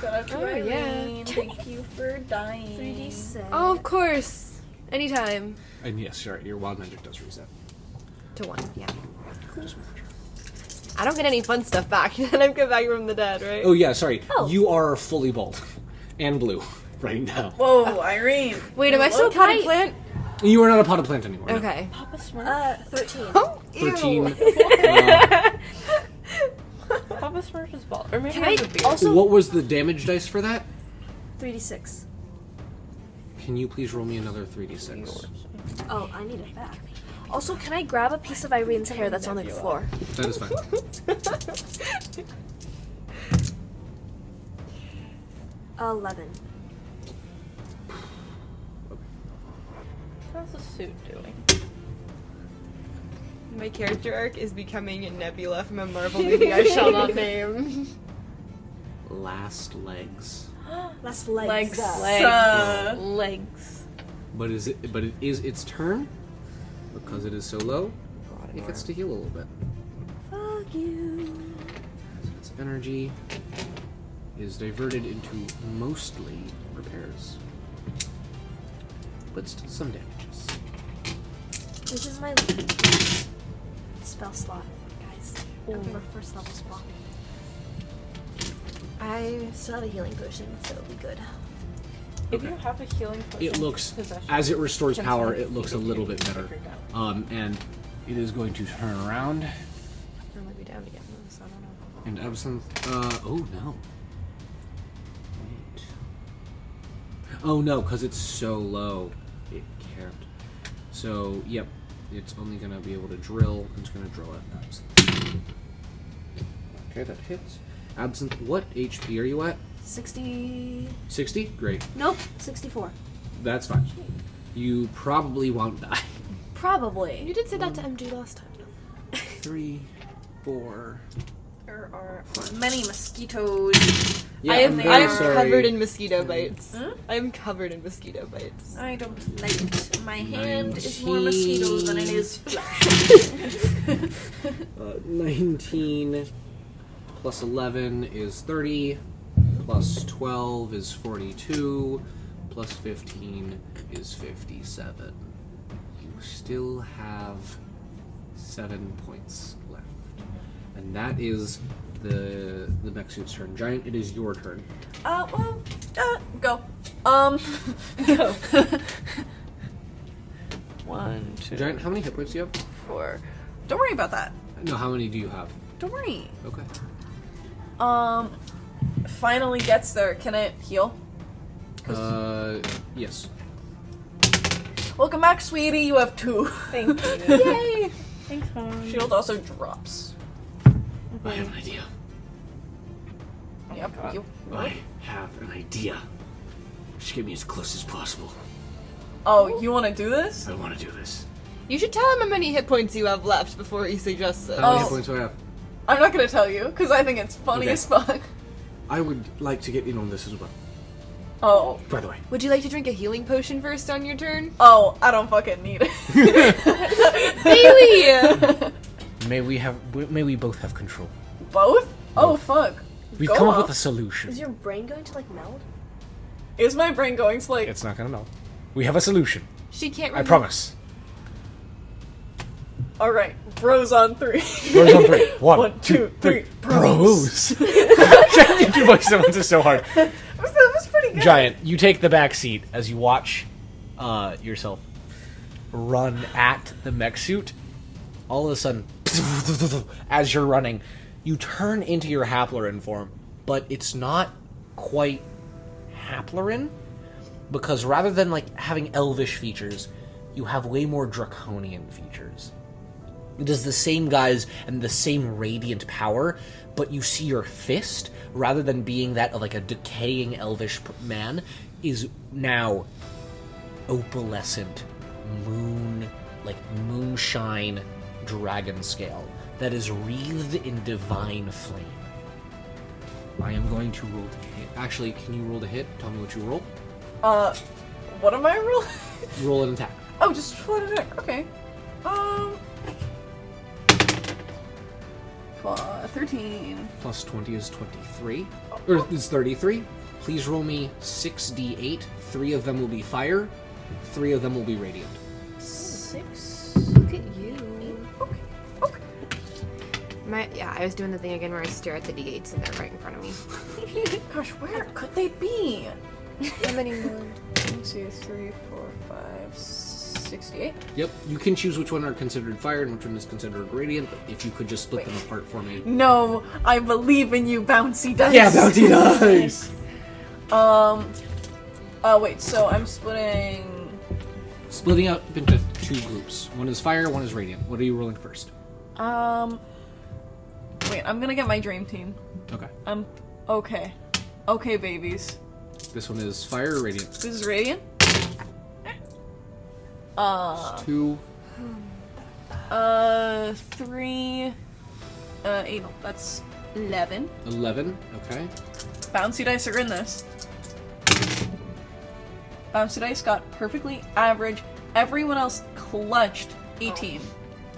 [SPEAKER 5] Shout out to
[SPEAKER 4] Oh, yeah.
[SPEAKER 5] Irene. Thank you for dying.
[SPEAKER 3] 3d6.
[SPEAKER 4] Oh, of course. Anytime.
[SPEAKER 1] And yes, you're right, your wild magic does reset.
[SPEAKER 4] To one. Yeah. I don't get any fun stuff back. and I'm good back from the dead, right?
[SPEAKER 1] Oh, yeah, sorry. You are fully bald and blue right now.
[SPEAKER 5] Whoa, Irene.
[SPEAKER 4] Wait, am I still potted plant?
[SPEAKER 1] You are not a potted plant anymore. Oh, no.
[SPEAKER 4] Okay.
[SPEAKER 3] Uh, 13.
[SPEAKER 1] 13.
[SPEAKER 7] Papa Smurf is bald, or maybe
[SPEAKER 4] Can
[SPEAKER 7] I
[SPEAKER 4] I
[SPEAKER 7] have a beard.
[SPEAKER 1] Uh,
[SPEAKER 4] also?
[SPEAKER 1] what was the damage dice for that?
[SPEAKER 3] 3d6.
[SPEAKER 1] Can you please roll me another 3d6?
[SPEAKER 3] Oh, I need it back. Also, can I grab a piece of Irene's hair that's on the floor?
[SPEAKER 1] That is fine.
[SPEAKER 3] Eleven.
[SPEAKER 7] How's the suit doing?
[SPEAKER 4] My character arc is becoming a nebula from a Marvel movie I shall not name.
[SPEAKER 1] Last legs.
[SPEAKER 3] Less legs.
[SPEAKER 7] Legs.
[SPEAKER 5] Uh,
[SPEAKER 7] Legs.
[SPEAKER 1] But is it? But it is its turn because it is so low. It gets to heal a little bit.
[SPEAKER 3] Fuck you.
[SPEAKER 1] So its energy is diverted into mostly repairs, but still some damages.
[SPEAKER 3] This is my spell slot, guys. Over first level spot.
[SPEAKER 4] I
[SPEAKER 3] Still have a healing potion, so it'll be good.
[SPEAKER 7] If you have a healing potion,
[SPEAKER 1] It looks
[SPEAKER 7] possession,
[SPEAKER 1] as it restores
[SPEAKER 7] can
[SPEAKER 1] power.
[SPEAKER 7] someone
[SPEAKER 1] It looks a
[SPEAKER 7] feed it
[SPEAKER 1] little
[SPEAKER 7] to me
[SPEAKER 1] bit
[SPEAKER 7] if I
[SPEAKER 1] better,
[SPEAKER 7] forgot?
[SPEAKER 1] um, and it is going to turn around.
[SPEAKER 4] I'm gonna be down again. So I don't
[SPEAKER 1] And
[SPEAKER 4] know.
[SPEAKER 1] absinthe. Uh, oh no. Wait. Oh no, because it's so low, it can't. So yep, it's only gonna be able to drill. and It's gonna drill at absinthe. Okay, that hits. Absinthe, what HP are you at?
[SPEAKER 3] 60.
[SPEAKER 1] 60? Great.
[SPEAKER 3] Nope, 64.
[SPEAKER 1] That's fine. You probably won't die.
[SPEAKER 3] Probably.
[SPEAKER 4] You did say that to MG last time.
[SPEAKER 1] Three, four.
[SPEAKER 3] There are many mosquitoes.
[SPEAKER 1] Yeah,
[SPEAKER 4] I am,
[SPEAKER 1] I'm
[SPEAKER 4] I
[SPEAKER 1] very
[SPEAKER 4] am
[SPEAKER 1] sorry.
[SPEAKER 4] covered in mosquito bites. I am covered in mosquito bites.
[SPEAKER 3] I don't like it. My hand is more mosquitoes than it is flesh.
[SPEAKER 1] Uh, 19 plus 11 is 30, plus 12 is 42, plus 15 is 57. You still have 7 points left. And that is the the Mexican's turn. Giant, it is your turn.
[SPEAKER 5] Uh, well, uh, go. Um, go.
[SPEAKER 7] One, two,
[SPEAKER 1] Giant, how many hit points do you have?
[SPEAKER 7] four.
[SPEAKER 5] Don't worry about that.
[SPEAKER 1] No, how many do you have?
[SPEAKER 5] Don't worry.
[SPEAKER 1] Okay.
[SPEAKER 5] Um, finally gets there. Can I heal?
[SPEAKER 1] Uh, yes.
[SPEAKER 5] Welcome back, sweetie. You have two. Thank you. Yay!
[SPEAKER 7] Thanks, Mom.
[SPEAKER 5] Shield also drops.
[SPEAKER 1] I have an idea.
[SPEAKER 5] Yep. You.
[SPEAKER 1] I have an idea. Just get me as close as possible.
[SPEAKER 5] Oh, you want to do this?
[SPEAKER 1] I want to do this.
[SPEAKER 4] You should tell him how many hit points you have left before he suggests it.
[SPEAKER 1] How many
[SPEAKER 5] Oh.
[SPEAKER 1] hit points do I have?
[SPEAKER 5] I'm not gonna tell you because I think it's funny
[SPEAKER 1] Okay.
[SPEAKER 5] as fuck.
[SPEAKER 1] I would like to get in on this as well.
[SPEAKER 5] Oh,
[SPEAKER 1] By the way,
[SPEAKER 4] Would you like to drink a healing potion first on your turn?
[SPEAKER 5] oh, I don't fucking need
[SPEAKER 4] Bailey!
[SPEAKER 5] it.
[SPEAKER 16] May we have? May we both have control.
[SPEAKER 5] Both? Oh fuck.
[SPEAKER 16] We've
[SPEAKER 5] Go
[SPEAKER 16] come
[SPEAKER 5] on.
[SPEAKER 16] up with a solution.
[SPEAKER 3] Is your brain going to like meld?
[SPEAKER 5] Is my brain going to like?
[SPEAKER 16] It's not gonna know. We have a solution.
[SPEAKER 4] She can't
[SPEAKER 16] I
[SPEAKER 5] Mm.
[SPEAKER 4] remember.
[SPEAKER 16] promise.
[SPEAKER 5] All right, bros on three.
[SPEAKER 16] Bros on three. One,
[SPEAKER 5] One, two, three.
[SPEAKER 16] Bros. Giant, you do voice someone's is so hard.
[SPEAKER 5] That was- that was pretty good.
[SPEAKER 16] Giant, you take the back seat as you watch uh, yourself run at the mech suit. All of a sudden, as you're running, you turn into your Haplerin form, but it's not quite Haplerin because rather than like having elvish features, you have way more draconian features. It is the same guys and the same radiant power, but you see your fist, rather than being that of like a decaying elvish p- man, is now opalescent moon, like moonshine dragon scale that is wreathed in divine flame.
[SPEAKER 1] I am going to roll to hit. Actually, can you roll to hit? Tell me what you roll.
[SPEAKER 5] Uh, what am I rolling?
[SPEAKER 1] Roll an attack.
[SPEAKER 5] oh, just flood it in. Okay. Um. tw- Thirteen.
[SPEAKER 1] Plus 20 is 23. Or is 33. Please roll me 6d8. Three of them will be fire, three of them will be radiant.
[SPEAKER 3] Six.
[SPEAKER 4] Look at you.
[SPEAKER 5] Okay. Okay.
[SPEAKER 4] My, yeah, I was doing the thing again where I stare at the d8s and they're right in front of me.
[SPEAKER 5] Gosh, where could they be?
[SPEAKER 4] How many more?
[SPEAKER 5] One, two, three, four, five, sixty-eight.
[SPEAKER 1] Yep, you can choose which one are considered fire and which one is considered radiant, but if you could just split them apart for me.
[SPEAKER 5] No, I believe in you, bouncy dice.
[SPEAKER 1] bounty dice!
[SPEAKER 5] Um. Oh wait. So I'm splitting.
[SPEAKER 1] Splitting up into two groups. One is fire, one is radiant. What are you rolling first?
[SPEAKER 5] Um. Wait. I'm gonna get my dream team.
[SPEAKER 1] Okay.
[SPEAKER 5] Um. Okay. Okay, babies.
[SPEAKER 1] This one is fire, radiant.
[SPEAKER 5] This is radiant. Uh.
[SPEAKER 1] Two.
[SPEAKER 5] Uh. Three. Uh. Eight. That's eleven.
[SPEAKER 1] Eleven. Okay.
[SPEAKER 5] Bouncy dice are in this. Bouncy dice got perfectly average. Everyone else clutched 18.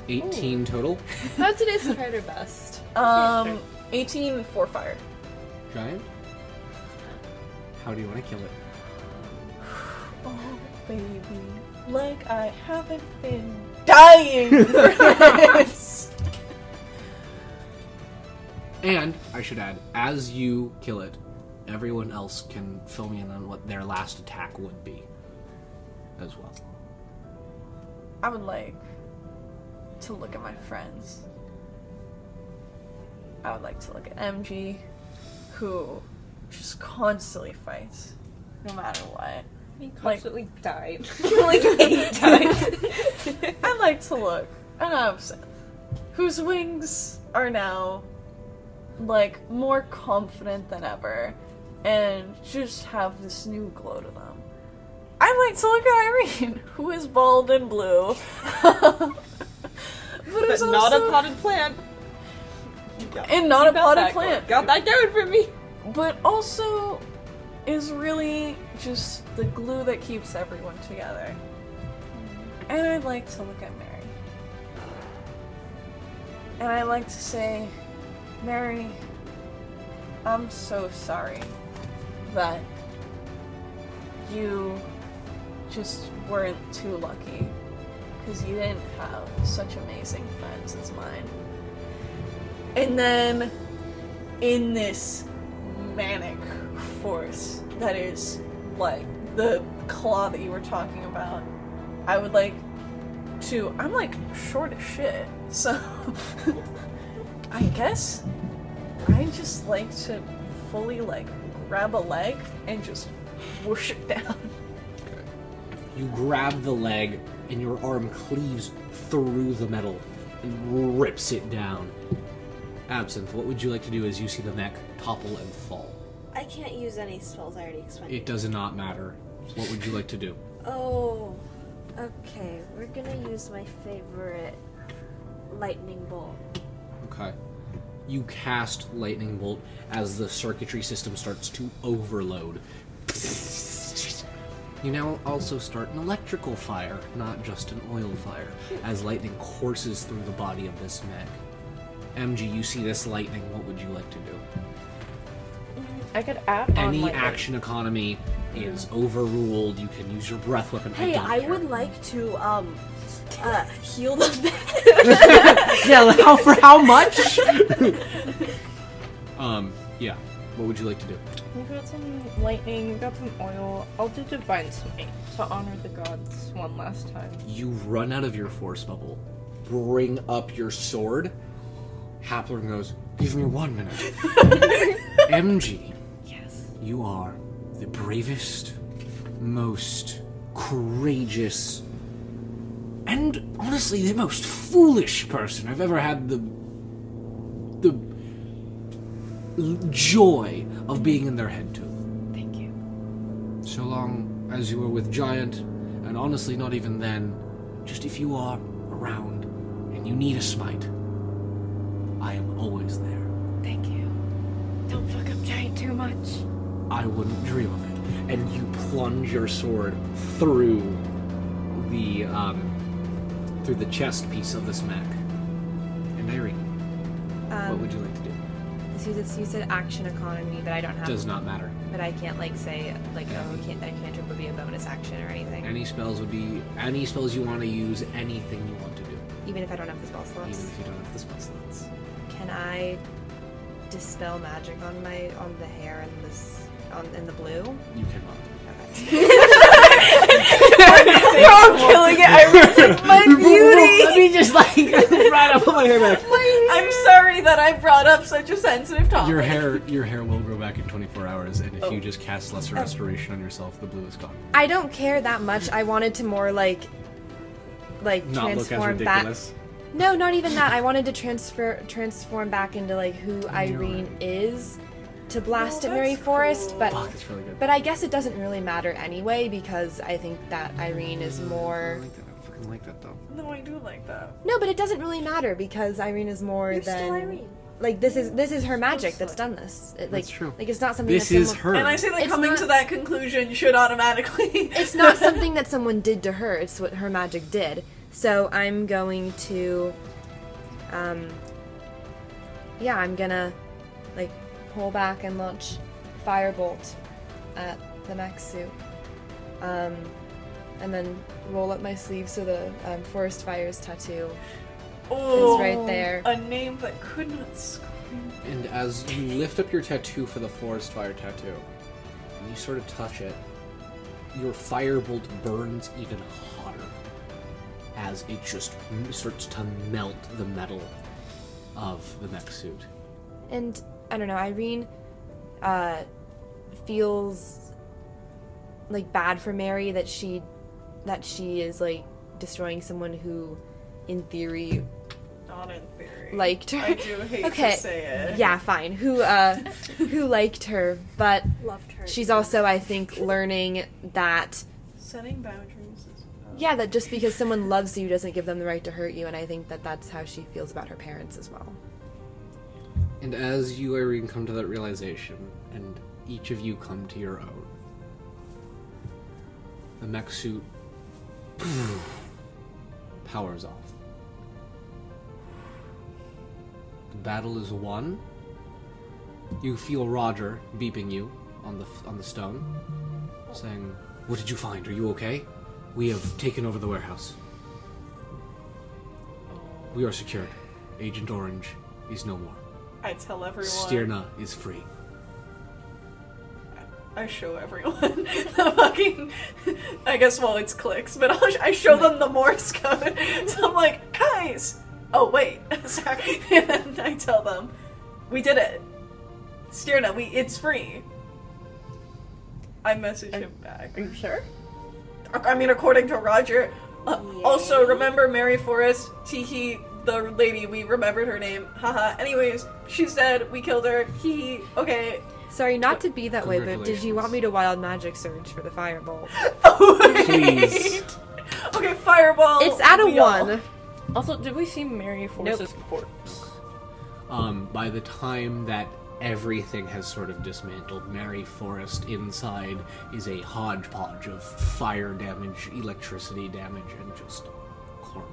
[SPEAKER 1] 18 total.
[SPEAKER 4] How today's tried her best.
[SPEAKER 5] Um, 18 for fire.
[SPEAKER 1] Giant. How do you want to kill it?
[SPEAKER 5] Oh, baby. Like I haven't been dying for this.
[SPEAKER 1] And I should add, as you kill it, everyone else can fill me in on what their last attack would be as well.
[SPEAKER 5] I would like to look at my friends. I would like to look at MG, who just constantly fights, no matter what.
[SPEAKER 4] He
[SPEAKER 5] constantly
[SPEAKER 4] died.
[SPEAKER 5] like eight times. I like to look, and I'm upset. Whose wings are now like more confident than ever and just have this new glow to them. I like to look at Irene, who is bald and blue. but
[SPEAKER 17] But
[SPEAKER 5] is
[SPEAKER 17] not
[SPEAKER 5] also-
[SPEAKER 17] a potted plant.
[SPEAKER 5] and not a potted
[SPEAKER 17] That-
[SPEAKER 5] plant.
[SPEAKER 17] Got that going for me.
[SPEAKER 5] but also is really just the glue that keeps everyone together. And I'd like to look at Mary. And I like to say, Mary, I'm so sorry that you just weren't too lucky because you didn't have such amazing friends as mine. And then in this manic force that is like the claw that you were talking about, I would like to. I'm like short as shit, so I guess I just like to fully like grab a leg and just whoosh it down.
[SPEAKER 1] You grab the leg, and your arm cleaves through the metal and rips it down. Absinthe, what would you like to do as you see the mech topple and fall?
[SPEAKER 3] I can't use any spells I already expended.
[SPEAKER 1] It does not matter. What would you like to do?
[SPEAKER 3] Oh, okay. We're gonna use my favorite lightning bolt.
[SPEAKER 1] Okay. You cast Lightning Bolt as the circuitry system starts to overload. You now also start an electrical fire, not just an oil fire, as lightning courses through the body of this mech. MG, you see this lightning, what would you like to do?
[SPEAKER 7] I could add on
[SPEAKER 1] Any
[SPEAKER 7] like,
[SPEAKER 1] action economy is overruled. You can use your breath weapon.
[SPEAKER 3] Hey,
[SPEAKER 1] don't
[SPEAKER 3] I
[SPEAKER 1] care.
[SPEAKER 3] would like to um uh heal the
[SPEAKER 1] yeah, like, how for how much? um, yeah. What would you like to do?
[SPEAKER 7] We got some lightning. We got some oil. I'll do divine smite to honor the gods one last time.
[SPEAKER 1] You run out of your force bubble, bring up your sword. Hapler goes, Give me one minute. MG. Yes. You are the bravest, most courageous, and honestly the most foolish person I've ever had the the l- joy of being in their head to. Thank you. So long as you were with Giant, and honestly, not even then, just if you are around and you need a smite, I am always there.
[SPEAKER 7] Thank you. Don't fuck up giant too much.
[SPEAKER 1] I wouldn't dream of it. And you plunge your sword through the um, through the chest piece of this mech. And Irene, what
[SPEAKER 4] Um,
[SPEAKER 1] would you like to do?
[SPEAKER 4] so you said- you said action economy, but I don't have.
[SPEAKER 1] Does not matter.
[SPEAKER 4] But I can't like say like oh can't that cantrip would be a bonus action or anything,
[SPEAKER 1] Any spells would be any spells you want to use, anything you want to do,
[SPEAKER 4] even if I don't have the spell
[SPEAKER 1] even
[SPEAKER 4] slots.
[SPEAKER 1] if you don't have the spell slots.
[SPEAKER 4] Can I dispel magic on my on the hair and this on in the blue?
[SPEAKER 1] You cannot.
[SPEAKER 5] You're killing it. I
[SPEAKER 1] Let me just like right up my hair back.
[SPEAKER 5] am sorry that I brought up such a sensitive topic.
[SPEAKER 1] Your hair, your hair will grow back in 24 hours, and if you just cast lesser restoration on yourself, the blue is gone.
[SPEAKER 4] I don't care that much. I wanted to more like like
[SPEAKER 1] Not look as
[SPEAKER 4] transform back.
[SPEAKER 1] ridiculous.
[SPEAKER 4] No, not even that. I wanted to transfer transform back into like who Irene is to blast at Mary Forest, but
[SPEAKER 1] Fuck, that's really good.
[SPEAKER 4] but I guess it doesn't really matter anyway because I think that Irene is more
[SPEAKER 1] I fucking like that though.
[SPEAKER 5] No, I do like that.
[SPEAKER 4] No, but it doesn't really matter because Irene is more
[SPEAKER 3] You're
[SPEAKER 4] than
[SPEAKER 3] still Irene.
[SPEAKER 4] like this is this is her magic that's done this. It, like,
[SPEAKER 1] That's true.
[SPEAKER 4] Like it's not something
[SPEAKER 1] This
[SPEAKER 4] that
[SPEAKER 1] is
[SPEAKER 4] someone-
[SPEAKER 1] her.
[SPEAKER 5] And I say that
[SPEAKER 4] It's
[SPEAKER 5] coming
[SPEAKER 4] not-
[SPEAKER 5] to that conclusion should automatically.
[SPEAKER 4] It's not something that someone did to her. It's what her magic did. So I'm going to, um, yeah, I'm gonna like pull back and launch firebolt at the mech suit, um, and then roll up my sleeve so the um, forest fires tattoo
[SPEAKER 5] Oh,
[SPEAKER 4] right there.
[SPEAKER 5] A name that could not scream.
[SPEAKER 1] And as you lift up your tattoo for the forest fire tattoo, and you sort of touch it, your firebolt burns even hotter as it just m- starts to melt the metal of the mech suit.
[SPEAKER 4] And I don't know, Irene uh, feels like bad for Mary that she that she is like destroying someone who in theory
[SPEAKER 5] not in theory.
[SPEAKER 4] liked her.
[SPEAKER 5] I do hate
[SPEAKER 4] okay.
[SPEAKER 5] to say it.
[SPEAKER 4] Yeah, fine. Who uh who liked her, but
[SPEAKER 3] Loved her.
[SPEAKER 4] she's also I think learning that
[SPEAKER 5] Setting boundaries is.
[SPEAKER 4] yeah, that just because someone loves you doesn't give them the right to hurt you and I think that that's how she feels about her parents as well.
[SPEAKER 1] And as you, Irene, come to that realization, and each of you come to your own, the mech suit powers off. The battle is won. You feel Roger beeping you on the on the stone, saying, "What did you find? Are you okay? We have taken over the warehouse. We are secured. Agent Orange is no more."
[SPEAKER 5] I tell everyone.
[SPEAKER 1] Stirna is free.
[SPEAKER 5] I show everyone the fucking. I guess well, it's clicks, but I'll, I show them the Morse code. So I'm like, guys. Oh wait, sorry. And I tell them, we did it. Stirna, we it's free. I message him back.
[SPEAKER 7] Are you sure?
[SPEAKER 5] I mean, according to Roger. Uh, also, remember Mary Forrest, Tiki, the lady, we remembered her name. Haha. Anyways, she's dead. We killed her. Hee hee. Okay.
[SPEAKER 4] Sorry, not to be that way, but did you want me to wild magic surge for the firebolt?
[SPEAKER 1] Please.
[SPEAKER 5] Okay, fireball.
[SPEAKER 4] It's at a
[SPEAKER 5] Oh, we all-
[SPEAKER 4] one.
[SPEAKER 7] Also, did we see Mary Force's corpse?
[SPEAKER 1] Um, by the time that everything has sort of dismantled, Mary Forest inside is a hodgepodge of fire damage, electricity damage, and just carnage.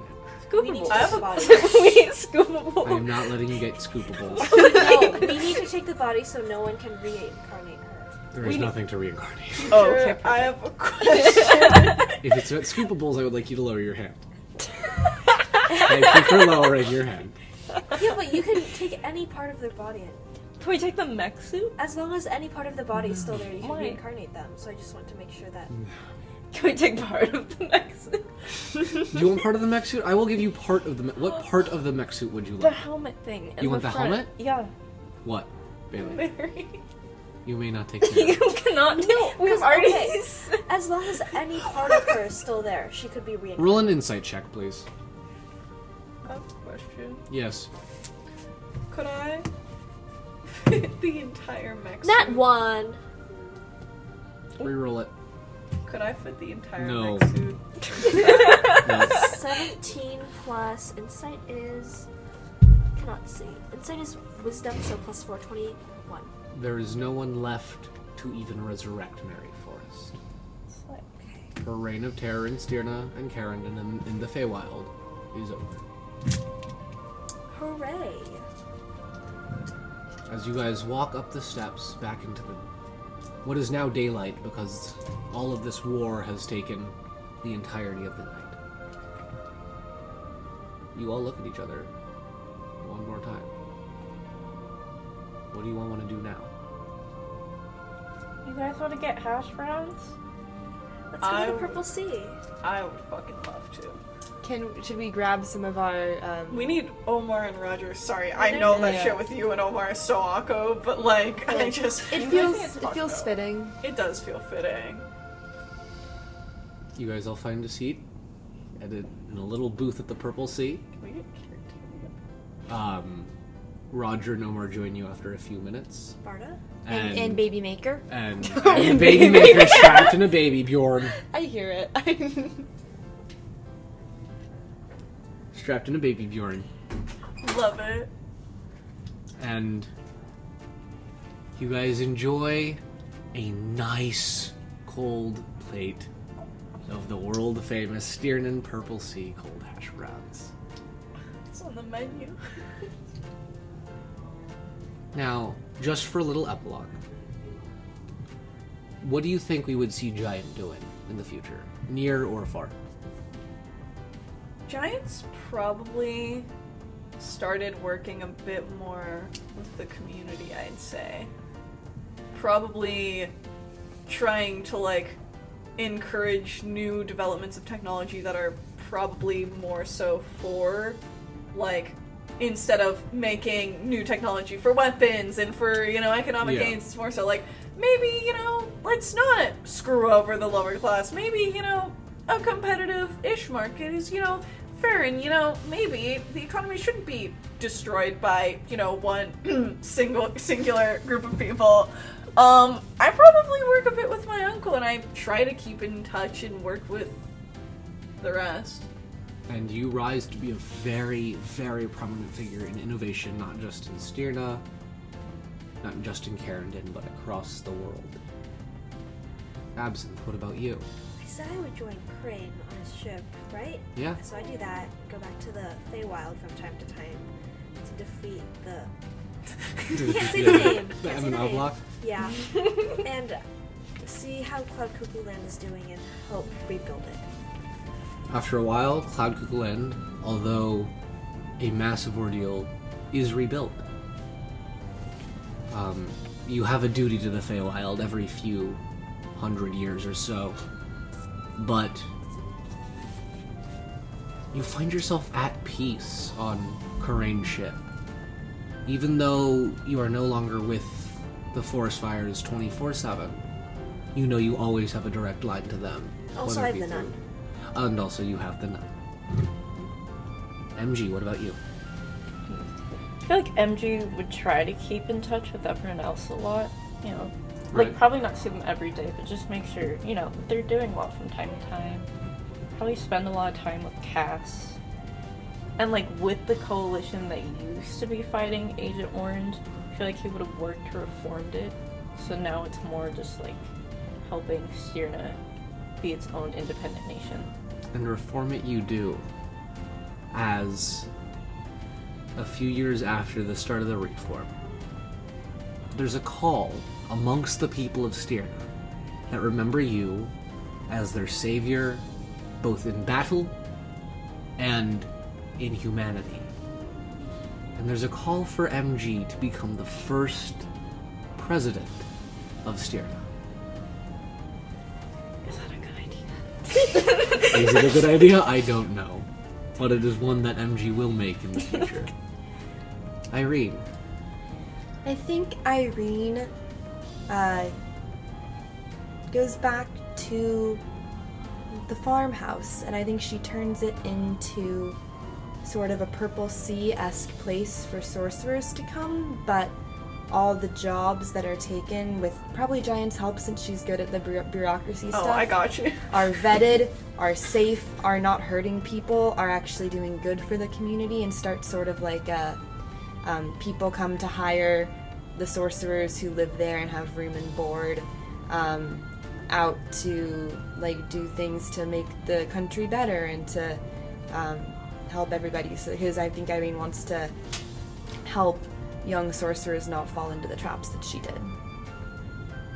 [SPEAKER 7] Scoopable.
[SPEAKER 5] I have a
[SPEAKER 7] Wait,
[SPEAKER 1] I
[SPEAKER 7] scoopable.
[SPEAKER 1] am not letting you get scoopables.
[SPEAKER 3] No, we need to take the body so no one can reincarnate her.
[SPEAKER 1] There is nothing to reincarnate.
[SPEAKER 5] Oh, okay. I have a question.
[SPEAKER 1] If it's about scoopables, I would like you to lower your hand. Thank you for lowering your hand.
[SPEAKER 3] Yeah, but you can take any part of their body.
[SPEAKER 7] Can we take the mech suit?
[SPEAKER 3] As long as any part of the body is still there, you can
[SPEAKER 7] Why?
[SPEAKER 3] reincarnate them. So I just want to make sure that.
[SPEAKER 7] Can we take part of the mech suit?
[SPEAKER 1] Do you want part of the mech suit? I will give you part of the. Me- what part of the mech suit would you
[SPEAKER 7] The
[SPEAKER 1] like?
[SPEAKER 7] helmet thing. in
[SPEAKER 1] You want the
[SPEAKER 7] front.
[SPEAKER 1] helmet?
[SPEAKER 7] Yeah.
[SPEAKER 1] What, Bailey?
[SPEAKER 5] Mary.
[SPEAKER 1] You may not take that.
[SPEAKER 7] You cannot. No, we've
[SPEAKER 3] 'cause-
[SPEAKER 7] already.
[SPEAKER 3] okay. As long as any part of her is still there, she could be reincarnated.
[SPEAKER 1] Roll an insight check, please.
[SPEAKER 5] I have a question.
[SPEAKER 1] Yes.
[SPEAKER 5] Could I fit the entire mech
[SPEAKER 3] That
[SPEAKER 5] suit?
[SPEAKER 3] one.
[SPEAKER 1] Reroll it.
[SPEAKER 5] Could I fit the entire
[SPEAKER 1] No.
[SPEAKER 5] mech suit?
[SPEAKER 1] No.
[SPEAKER 3] 17 plus insight is. Cannot see. Insight is wisdom, so plus 4, 21.
[SPEAKER 1] there is no one left to even resurrect Mary Forrest. Her reign of terror in Stirna and Carandon in, in the Feywild is over.
[SPEAKER 3] Hooray!
[SPEAKER 1] As you guys walk up the steps back into the what is now daylight because all of this war has taken the entirety of the night. You all look at each other one more time. What do you all want to do now?
[SPEAKER 7] You guys want to get hash browns?
[SPEAKER 3] Let's go to
[SPEAKER 5] I-
[SPEAKER 3] the Purple Sea.
[SPEAKER 5] I would fucking love to.
[SPEAKER 4] Can should we grab some of our um
[SPEAKER 5] We need Omar and Roger. Sorry, I know that shit with you and Omar is so awkward, but like, I just
[SPEAKER 4] it feels
[SPEAKER 5] it's
[SPEAKER 4] it
[SPEAKER 5] fucked
[SPEAKER 4] feels
[SPEAKER 5] up.
[SPEAKER 4] fitting.
[SPEAKER 5] It does feel fitting.
[SPEAKER 1] You guys all find a seat at a, in a little booth at the Purple Sea.
[SPEAKER 5] Can we get carried?
[SPEAKER 1] Um, Roger and Omar join you after a few minutes.
[SPEAKER 3] Barda?
[SPEAKER 1] And,
[SPEAKER 4] baby maker.
[SPEAKER 1] and, and baby maker strapped in a baby Bjorn.
[SPEAKER 4] I hear it.
[SPEAKER 1] Strapped in a baby Bjorn.
[SPEAKER 5] Love it.
[SPEAKER 1] And you guys enjoy a nice cold plate of the world famous Stiernan Purple Sea cold hash browns.
[SPEAKER 5] It's on the menu.
[SPEAKER 1] Now, just for a little epilogue, what do you think we would see Giant doing in the future, near or far?
[SPEAKER 5] Giants probably started working a bit more with the community, I'd say. Probably trying to like encourage new developments of technology that are probably more so for like instead of making new technology for weapons and for you know economic
[SPEAKER 1] Yeah.
[SPEAKER 5] gains it's more so like maybe you know let's not screw over the lower class maybe you know a competitive ish market is you know
[SPEAKER 2] fair, and you know, maybe the economy shouldn't be destroyed by you know one single singular group of people. Um, I probably work a bit with my uncle, and I try to keep in touch and work with the rest.
[SPEAKER 1] and you rise to be a very, very prominent figure in innovation, not just in Stirna, not just in Carandon, but across the world. Absinthe, what about you?
[SPEAKER 3] I said I would join Crane on his ship, right?
[SPEAKER 1] Yeah.
[SPEAKER 3] So I do that, go back to the Feywild from time to time to defeat the. Can't say the name.
[SPEAKER 1] The
[SPEAKER 3] Can't
[SPEAKER 1] MMO
[SPEAKER 3] say the name.
[SPEAKER 1] block?
[SPEAKER 3] Yeah. and see how Cloud Cuckoo Land is doing and help rebuild it.
[SPEAKER 1] After a while, Cloud Cuckoo Land, although a massive ordeal, is rebuilt. Um, you have a duty to the Feywild every few hundred years or so, but you find yourself at peace on Karain ship. Even though you are no longer with the Forest Fires 24 7, you know you always have a direct line to them.
[SPEAKER 3] Also, I
[SPEAKER 1] whether it
[SPEAKER 3] have
[SPEAKER 1] be
[SPEAKER 3] the
[SPEAKER 1] through- and also, you have the nun. MG, what about you?
[SPEAKER 7] I feel like MG would try to keep in touch with everyone else a lot. You know,
[SPEAKER 1] Right.
[SPEAKER 7] like probably not see them every day, but just make sure you know they're doing well from time to time. Probably spend a lot of time with Cass, and like with the coalition that used to be fighting Agent Orange. I feel like he would have worked to reformed it, so now it's more just like helping Sirna be its own independent nation.
[SPEAKER 1] And reform it you do, as a few years after the start of the reform, there's a call amongst the people of Stirna that remember you as their savior, both in battle and in humanity. And there's a call for MG to become the first president of Stirna.
[SPEAKER 7] Is that a good idea?
[SPEAKER 1] Is it a good idea? I don't know. But it is one that MG will make in the future. Irene,
[SPEAKER 4] I think Irene uh, goes back to the farmhouse, and I think she turns it into sort of a purple sea esque place for sorcerers to come, but all the jobs that are taken with probably Giant's help since she's good at the bureau- bureaucracy stuff
[SPEAKER 2] Oh, I got you.
[SPEAKER 4] are vetted, are safe, are not hurting people, are actually doing good for the community, and start sort of like a um, people come to hire the sorcerers who live there and have room and board um, out to like do things to make the country better and to um, help everybody. So, because I think Irene wants to help young sorcerers not fall into the traps that she did.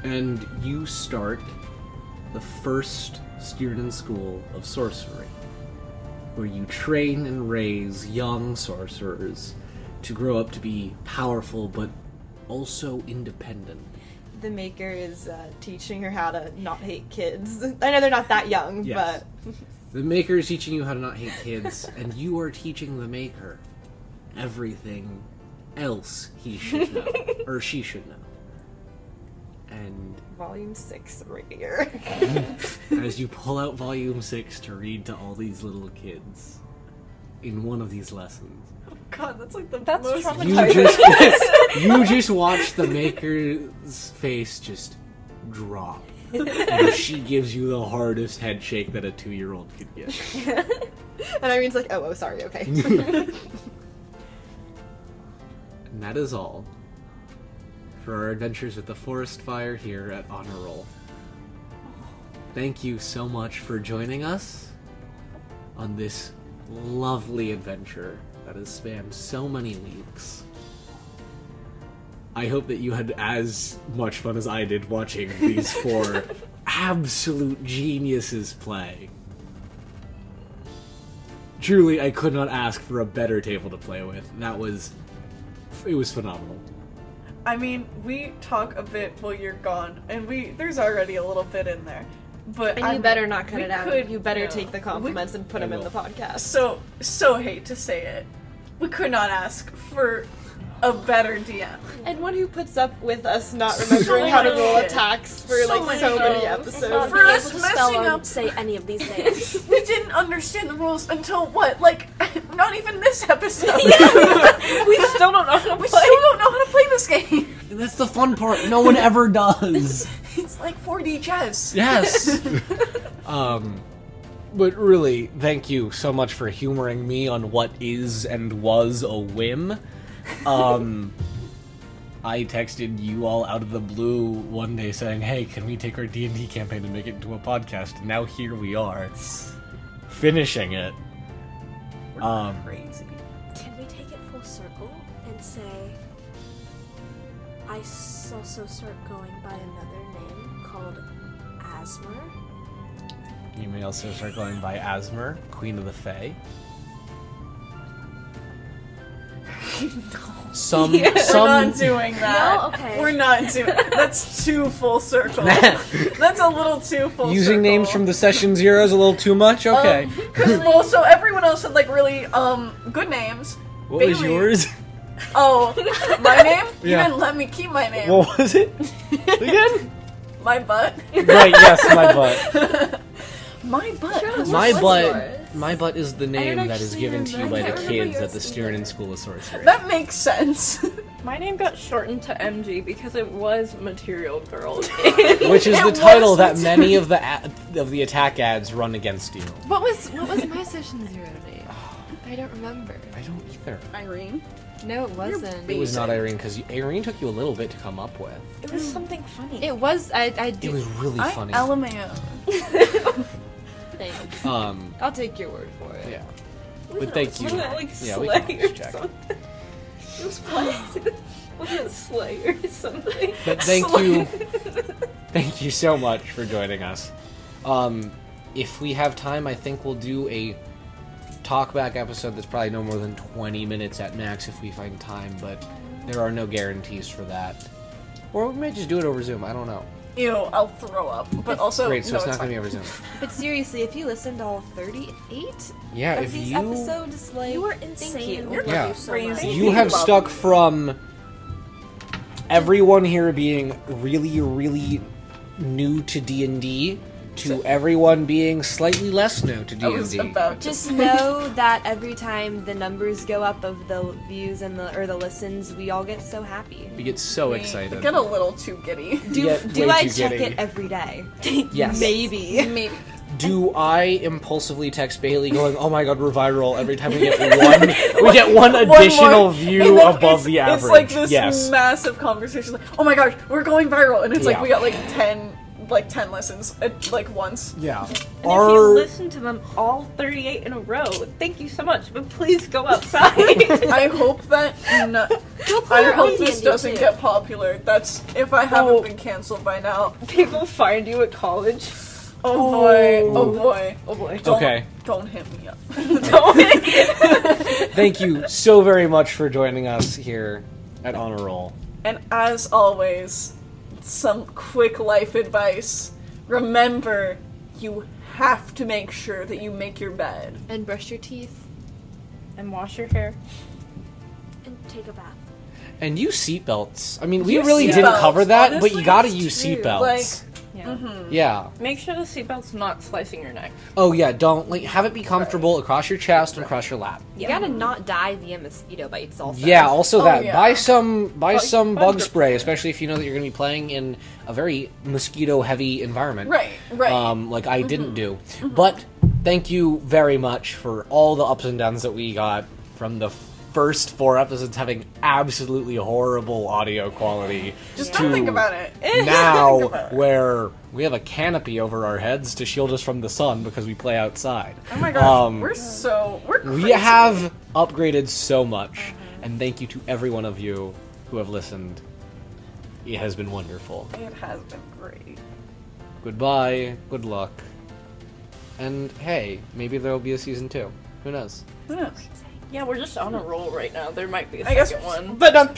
[SPEAKER 1] and you start the first Stearden School of Sorcery, where you train and raise young sorcerers to grow up to be powerful but also independent.
[SPEAKER 4] The maker is uh, teaching her how to not hate kids. I know they're not that young,
[SPEAKER 1] Yes. The Maker is teaching you how to not hate kids, and you are teaching the Maker everything else he should know, or she should know. And
[SPEAKER 4] but volume six reader.
[SPEAKER 1] as you pull out volume six to read to all these little kids in one of these lessons,
[SPEAKER 2] God, that's like the
[SPEAKER 7] That's
[SPEAKER 2] most.
[SPEAKER 1] you
[SPEAKER 7] traumatizing.
[SPEAKER 1] just you just watch the maker's face just drop, and she gives you the hardest head shake that a two-year-old could get.
[SPEAKER 4] and Irene's like, oh, oh, sorry, okay.
[SPEAKER 1] And that is all for our adventures with the forest fire here at Honor Roll. Thank you so much for joining us on this lovely adventure that has spanned so many weeks. I hope that you had as much fun as I did watching these four absolute geniuses play. Truly, I could not ask for a better table to play with. That was it was phenomenal.
[SPEAKER 2] I mean, we talk a bit while you're gone, and we there's already a little bit in there, but
[SPEAKER 4] And
[SPEAKER 2] I'm,
[SPEAKER 4] you better not cut
[SPEAKER 2] we
[SPEAKER 4] it out.
[SPEAKER 2] could-
[SPEAKER 4] you better
[SPEAKER 2] no.
[SPEAKER 4] take the compliments and put
[SPEAKER 1] I
[SPEAKER 4] them in
[SPEAKER 1] will.
[SPEAKER 4] the podcast.
[SPEAKER 2] so so hate to say it. We could not ask for
[SPEAKER 5] a better DM.
[SPEAKER 4] And one who puts up with us not remembering how to
[SPEAKER 5] much
[SPEAKER 4] roll
[SPEAKER 5] shit.
[SPEAKER 4] attacks for
[SPEAKER 5] So
[SPEAKER 4] like
[SPEAKER 5] much
[SPEAKER 4] so many
[SPEAKER 5] shit.
[SPEAKER 4] episodes.
[SPEAKER 5] For us messing
[SPEAKER 3] or
[SPEAKER 5] up-
[SPEAKER 3] say any of these names.
[SPEAKER 5] We didn't understand the rules until what? Like, not even this episode.
[SPEAKER 7] we still don't know how to
[SPEAKER 5] We still don't know how to play this game.
[SPEAKER 1] That's the fun part. No one ever does.
[SPEAKER 5] It's like 4D chess.
[SPEAKER 1] Yes. um, but really, thank you so much for humoring me on what is and was a whim. Um, I texted you all out of the blue one day saying, "Hey, can we take our D and D campaign and make it into a podcast?" And now here we are, finishing it. Um,
[SPEAKER 5] Crazy.
[SPEAKER 3] Can we take it full circle and say, I s- also start going by another name called Asmer?
[SPEAKER 1] you may also start going by Asmer, Queen of the Fae. Some,
[SPEAKER 5] We're
[SPEAKER 1] some,
[SPEAKER 5] not doing that.
[SPEAKER 3] No? Okay.
[SPEAKER 5] We're not doing. That's too full circle. That's a little too full.
[SPEAKER 1] Using names from the session zero is a little too much. Okay.
[SPEAKER 5] Because well, so everyone else had like really um good names.
[SPEAKER 1] what was
[SPEAKER 5] Bailey.
[SPEAKER 1] yours?
[SPEAKER 5] Oh, my name? You
[SPEAKER 1] Yeah.
[SPEAKER 5] didn't let me keep my name.
[SPEAKER 1] What was it? Again?
[SPEAKER 5] My butt.
[SPEAKER 1] right. Yes, my butt.
[SPEAKER 5] My butt.
[SPEAKER 1] My
[SPEAKER 4] What's
[SPEAKER 1] butt.
[SPEAKER 4] yours?
[SPEAKER 1] My butt is the name that is given to you by the
[SPEAKER 3] remember
[SPEAKER 1] kids at
[SPEAKER 3] yours
[SPEAKER 1] the Styrian School of Sorcery.
[SPEAKER 5] That makes sense.
[SPEAKER 7] My name got shortened to MG because it was Material Girl.
[SPEAKER 1] Which is the
[SPEAKER 5] was
[SPEAKER 1] title that many of the ad, of the attack ads run against you.
[SPEAKER 18] What was what was my session zero name? I don't remember.
[SPEAKER 1] I don't either.
[SPEAKER 5] Irene.
[SPEAKER 18] No, it wasn't.
[SPEAKER 1] It was not Irene because Irene took you a little bit to come up with.
[SPEAKER 7] it was something funny.
[SPEAKER 18] It was. I. I
[SPEAKER 1] It
[SPEAKER 18] did.
[SPEAKER 1] was really
[SPEAKER 5] I
[SPEAKER 1] funny.
[SPEAKER 5] LMAO.
[SPEAKER 18] Thanks.
[SPEAKER 1] um.
[SPEAKER 18] I'll take your word for it.
[SPEAKER 1] Yeah. But thank you.
[SPEAKER 7] Wasn't it like
[SPEAKER 1] Yeah, we
[SPEAKER 7] Slay
[SPEAKER 1] can
[SPEAKER 7] or
[SPEAKER 1] just check.
[SPEAKER 7] something? It was what? Wasn't it Slay or something?
[SPEAKER 1] But thank you. Thank you so much for joining us. Um, if we have time, I think we'll do a talkback episode that's probably no more than 20 minutes at max if we find time, but there are no guarantees for that. Or we may just do it over Zoom. I don't know.
[SPEAKER 5] Ew, I'll throw up. But also,
[SPEAKER 1] Great, so
[SPEAKER 5] Oh, no,
[SPEAKER 1] it's not
[SPEAKER 5] fine.
[SPEAKER 1] going to be over Zoom.
[SPEAKER 4] But seriously, if you listen to all 38
[SPEAKER 1] Yeah,
[SPEAKER 4] of
[SPEAKER 1] if
[SPEAKER 4] these
[SPEAKER 1] you
[SPEAKER 4] episodes, like
[SPEAKER 3] You are insane.
[SPEAKER 4] Thank you.
[SPEAKER 3] We love
[SPEAKER 1] Yeah.
[SPEAKER 3] you so much.
[SPEAKER 5] Crazy.
[SPEAKER 1] you have stuck from everyone here being really, really new to D and D to everyone being slightly less new to D
[SPEAKER 5] I was
[SPEAKER 1] and D.
[SPEAKER 5] about to
[SPEAKER 4] Just know that every time the numbers go up of the views and the or the listens, we all get so happy.
[SPEAKER 1] We get so excited.
[SPEAKER 5] get a little too giddy.
[SPEAKER 4] Do
[SPEAKER 1] Yet
[SPEAKER 4] do
[SPEAKER 1] way
[SPEAKER 4] I
[SPEAKER 1] too
[SPEAKER 4] check
[SPEAKER 1] giddy.
[SPEAKER 4] it every day?
[SPEAKER 1] Yes.
[SPEAKER 4] Maybe.
[SPEAKER 5] Maybe.
[SPEAKER 1] Do I impulsively text Bailey going, "Oh my god, we're viral!" Every time we get one, we get one
[SPEAKER 5] more-
[SPEAKER 1] additional view
[SPEAKER 5] and then
[SPEAKER 1] above
[SPEAKER 5] it's-
[SPEAKER 1] the average.
[SPEAKER 5] It's like this
[SPEAKER 1] yes.
[SPEAKER 5] massive conversation. Like, oh my gosh, we're going viral, and it's
[SPEAKER 1] Yeah.
[SPEAKER 5] like we got like ten, like ten lessons at like once.
[SPEAKER 1] yeah.
[SPEAKER 7] And if you
[SPEAKER 1] Our
[SPEAKER 7] listen to them all 38 in a row, thank you so much, but please go outside.
[SPEAKER 5] I hope that. No, I hope this doesn't get popular. That's if I haven't
[SPEAKER 7] Oh.
[SPEAKER 5] been canceled by now.
[SPEAKER 7] People find you at college.
[SPEAKER 5] Oh boy! Oh boy!
[SPEAKER 7] Oh boy.
[SPEAKER 5] Don't,
[SPEAKER 1] Okay.
[SPEAKER 5] Don't hit me up.
[SPEAKER 1] thank you so very much for joining us here at Honor Roll.
[SPEAKER 5] And as always, some quick life advice. Remember, you have to make sure that you make your bed.
[SPEAKER 18] And brush your teeth.
[SPEAKER 7] And wash your hair.
[SPEAKER 3] And take a bath.
[SPEAKER 1] And use seatbelts. I mean, we
[SPEAKER 5] Use
[SPEAKER 1] really didn't
[SPEAKER 5] seatbelts,
[SPEAKER 1] cover that, but
[SPEAKER 5] honestly,
[SPEAKER 1] you gotta
[SPEAKER 5] it's
[SPEAKER 1] use
[SPEAKER 5] true.
[SPEAKER 1] seatbelts.
[SPEAKER 7] Yeah.
[SPEAKER 1] yeah.
[SPEAKER 7] Mm-hmm. Make sure the seatbelt's not slicing your neck.
[SPEAKER 1] Oh yeah. Don't like have it be comfortable across your chest and across your lap.
[SPEAKER 4] You gotta not die via mosquito bites also.
[SPEAKER 1] Yeah. Also that
[SPEAKER 5] Oh, yeah.
[SPEAKER 1] buy some buy
[SPEAKER 7] Buy-
[SPEAKER 1] some
[SPEAKER 7] buy
[SPEAKER 1] bug
[SPEAKER 7] your-
[SPEAKER 1] spray, especially if you know that you're gonna be playing in a very mosquito heavy environment.
[SPEAKER 5] Right, right. Mm-hmm.
[SPEAKER 1] Um, like I didn't do, but thank you very much for all the ups and downs that we got from the first four episodes having absolutely horrible audio quality.
[SPEAKER 5] Just don't think about it.
[SPEAKER 1] now where we have a canopy over our heads to shield us from the sun because we play outside.
[SPEAKER 5] Oh my gosh,
[SPEAKER 1] Um,
[SPEAKER 5] we're so we're crazy.
[SPEAKER 1] we have upgraded so much, and thank you to every one of you who have listened. It has been wonderful.
[SPEAKER 5] It has been great.
[SPEAKER 1] Goodbye, good luck, and hey, maybe there will be a season two. Who knows?
[SPEAKER 5] Who knows?
[SPEAKER 7] Yeah, we're just on a roll right now. There might be a
[SPEAKER 5] I guess-
[SPEAKER 7] second one.
[SPEAKER 1] But um,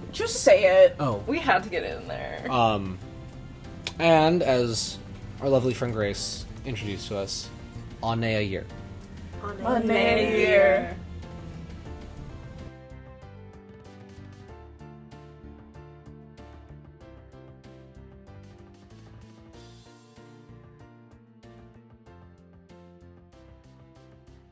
[SPEAKER 5] Just say it.
[SPEAKER 1] oh,
[SPEAKER 7] We had to get in there.
[SPEAKER 1] um, and as our lovely friend Grace introduced to us, Anea year.
[SPEAKER 3] On it.
[SPEAKER 5] Nay year.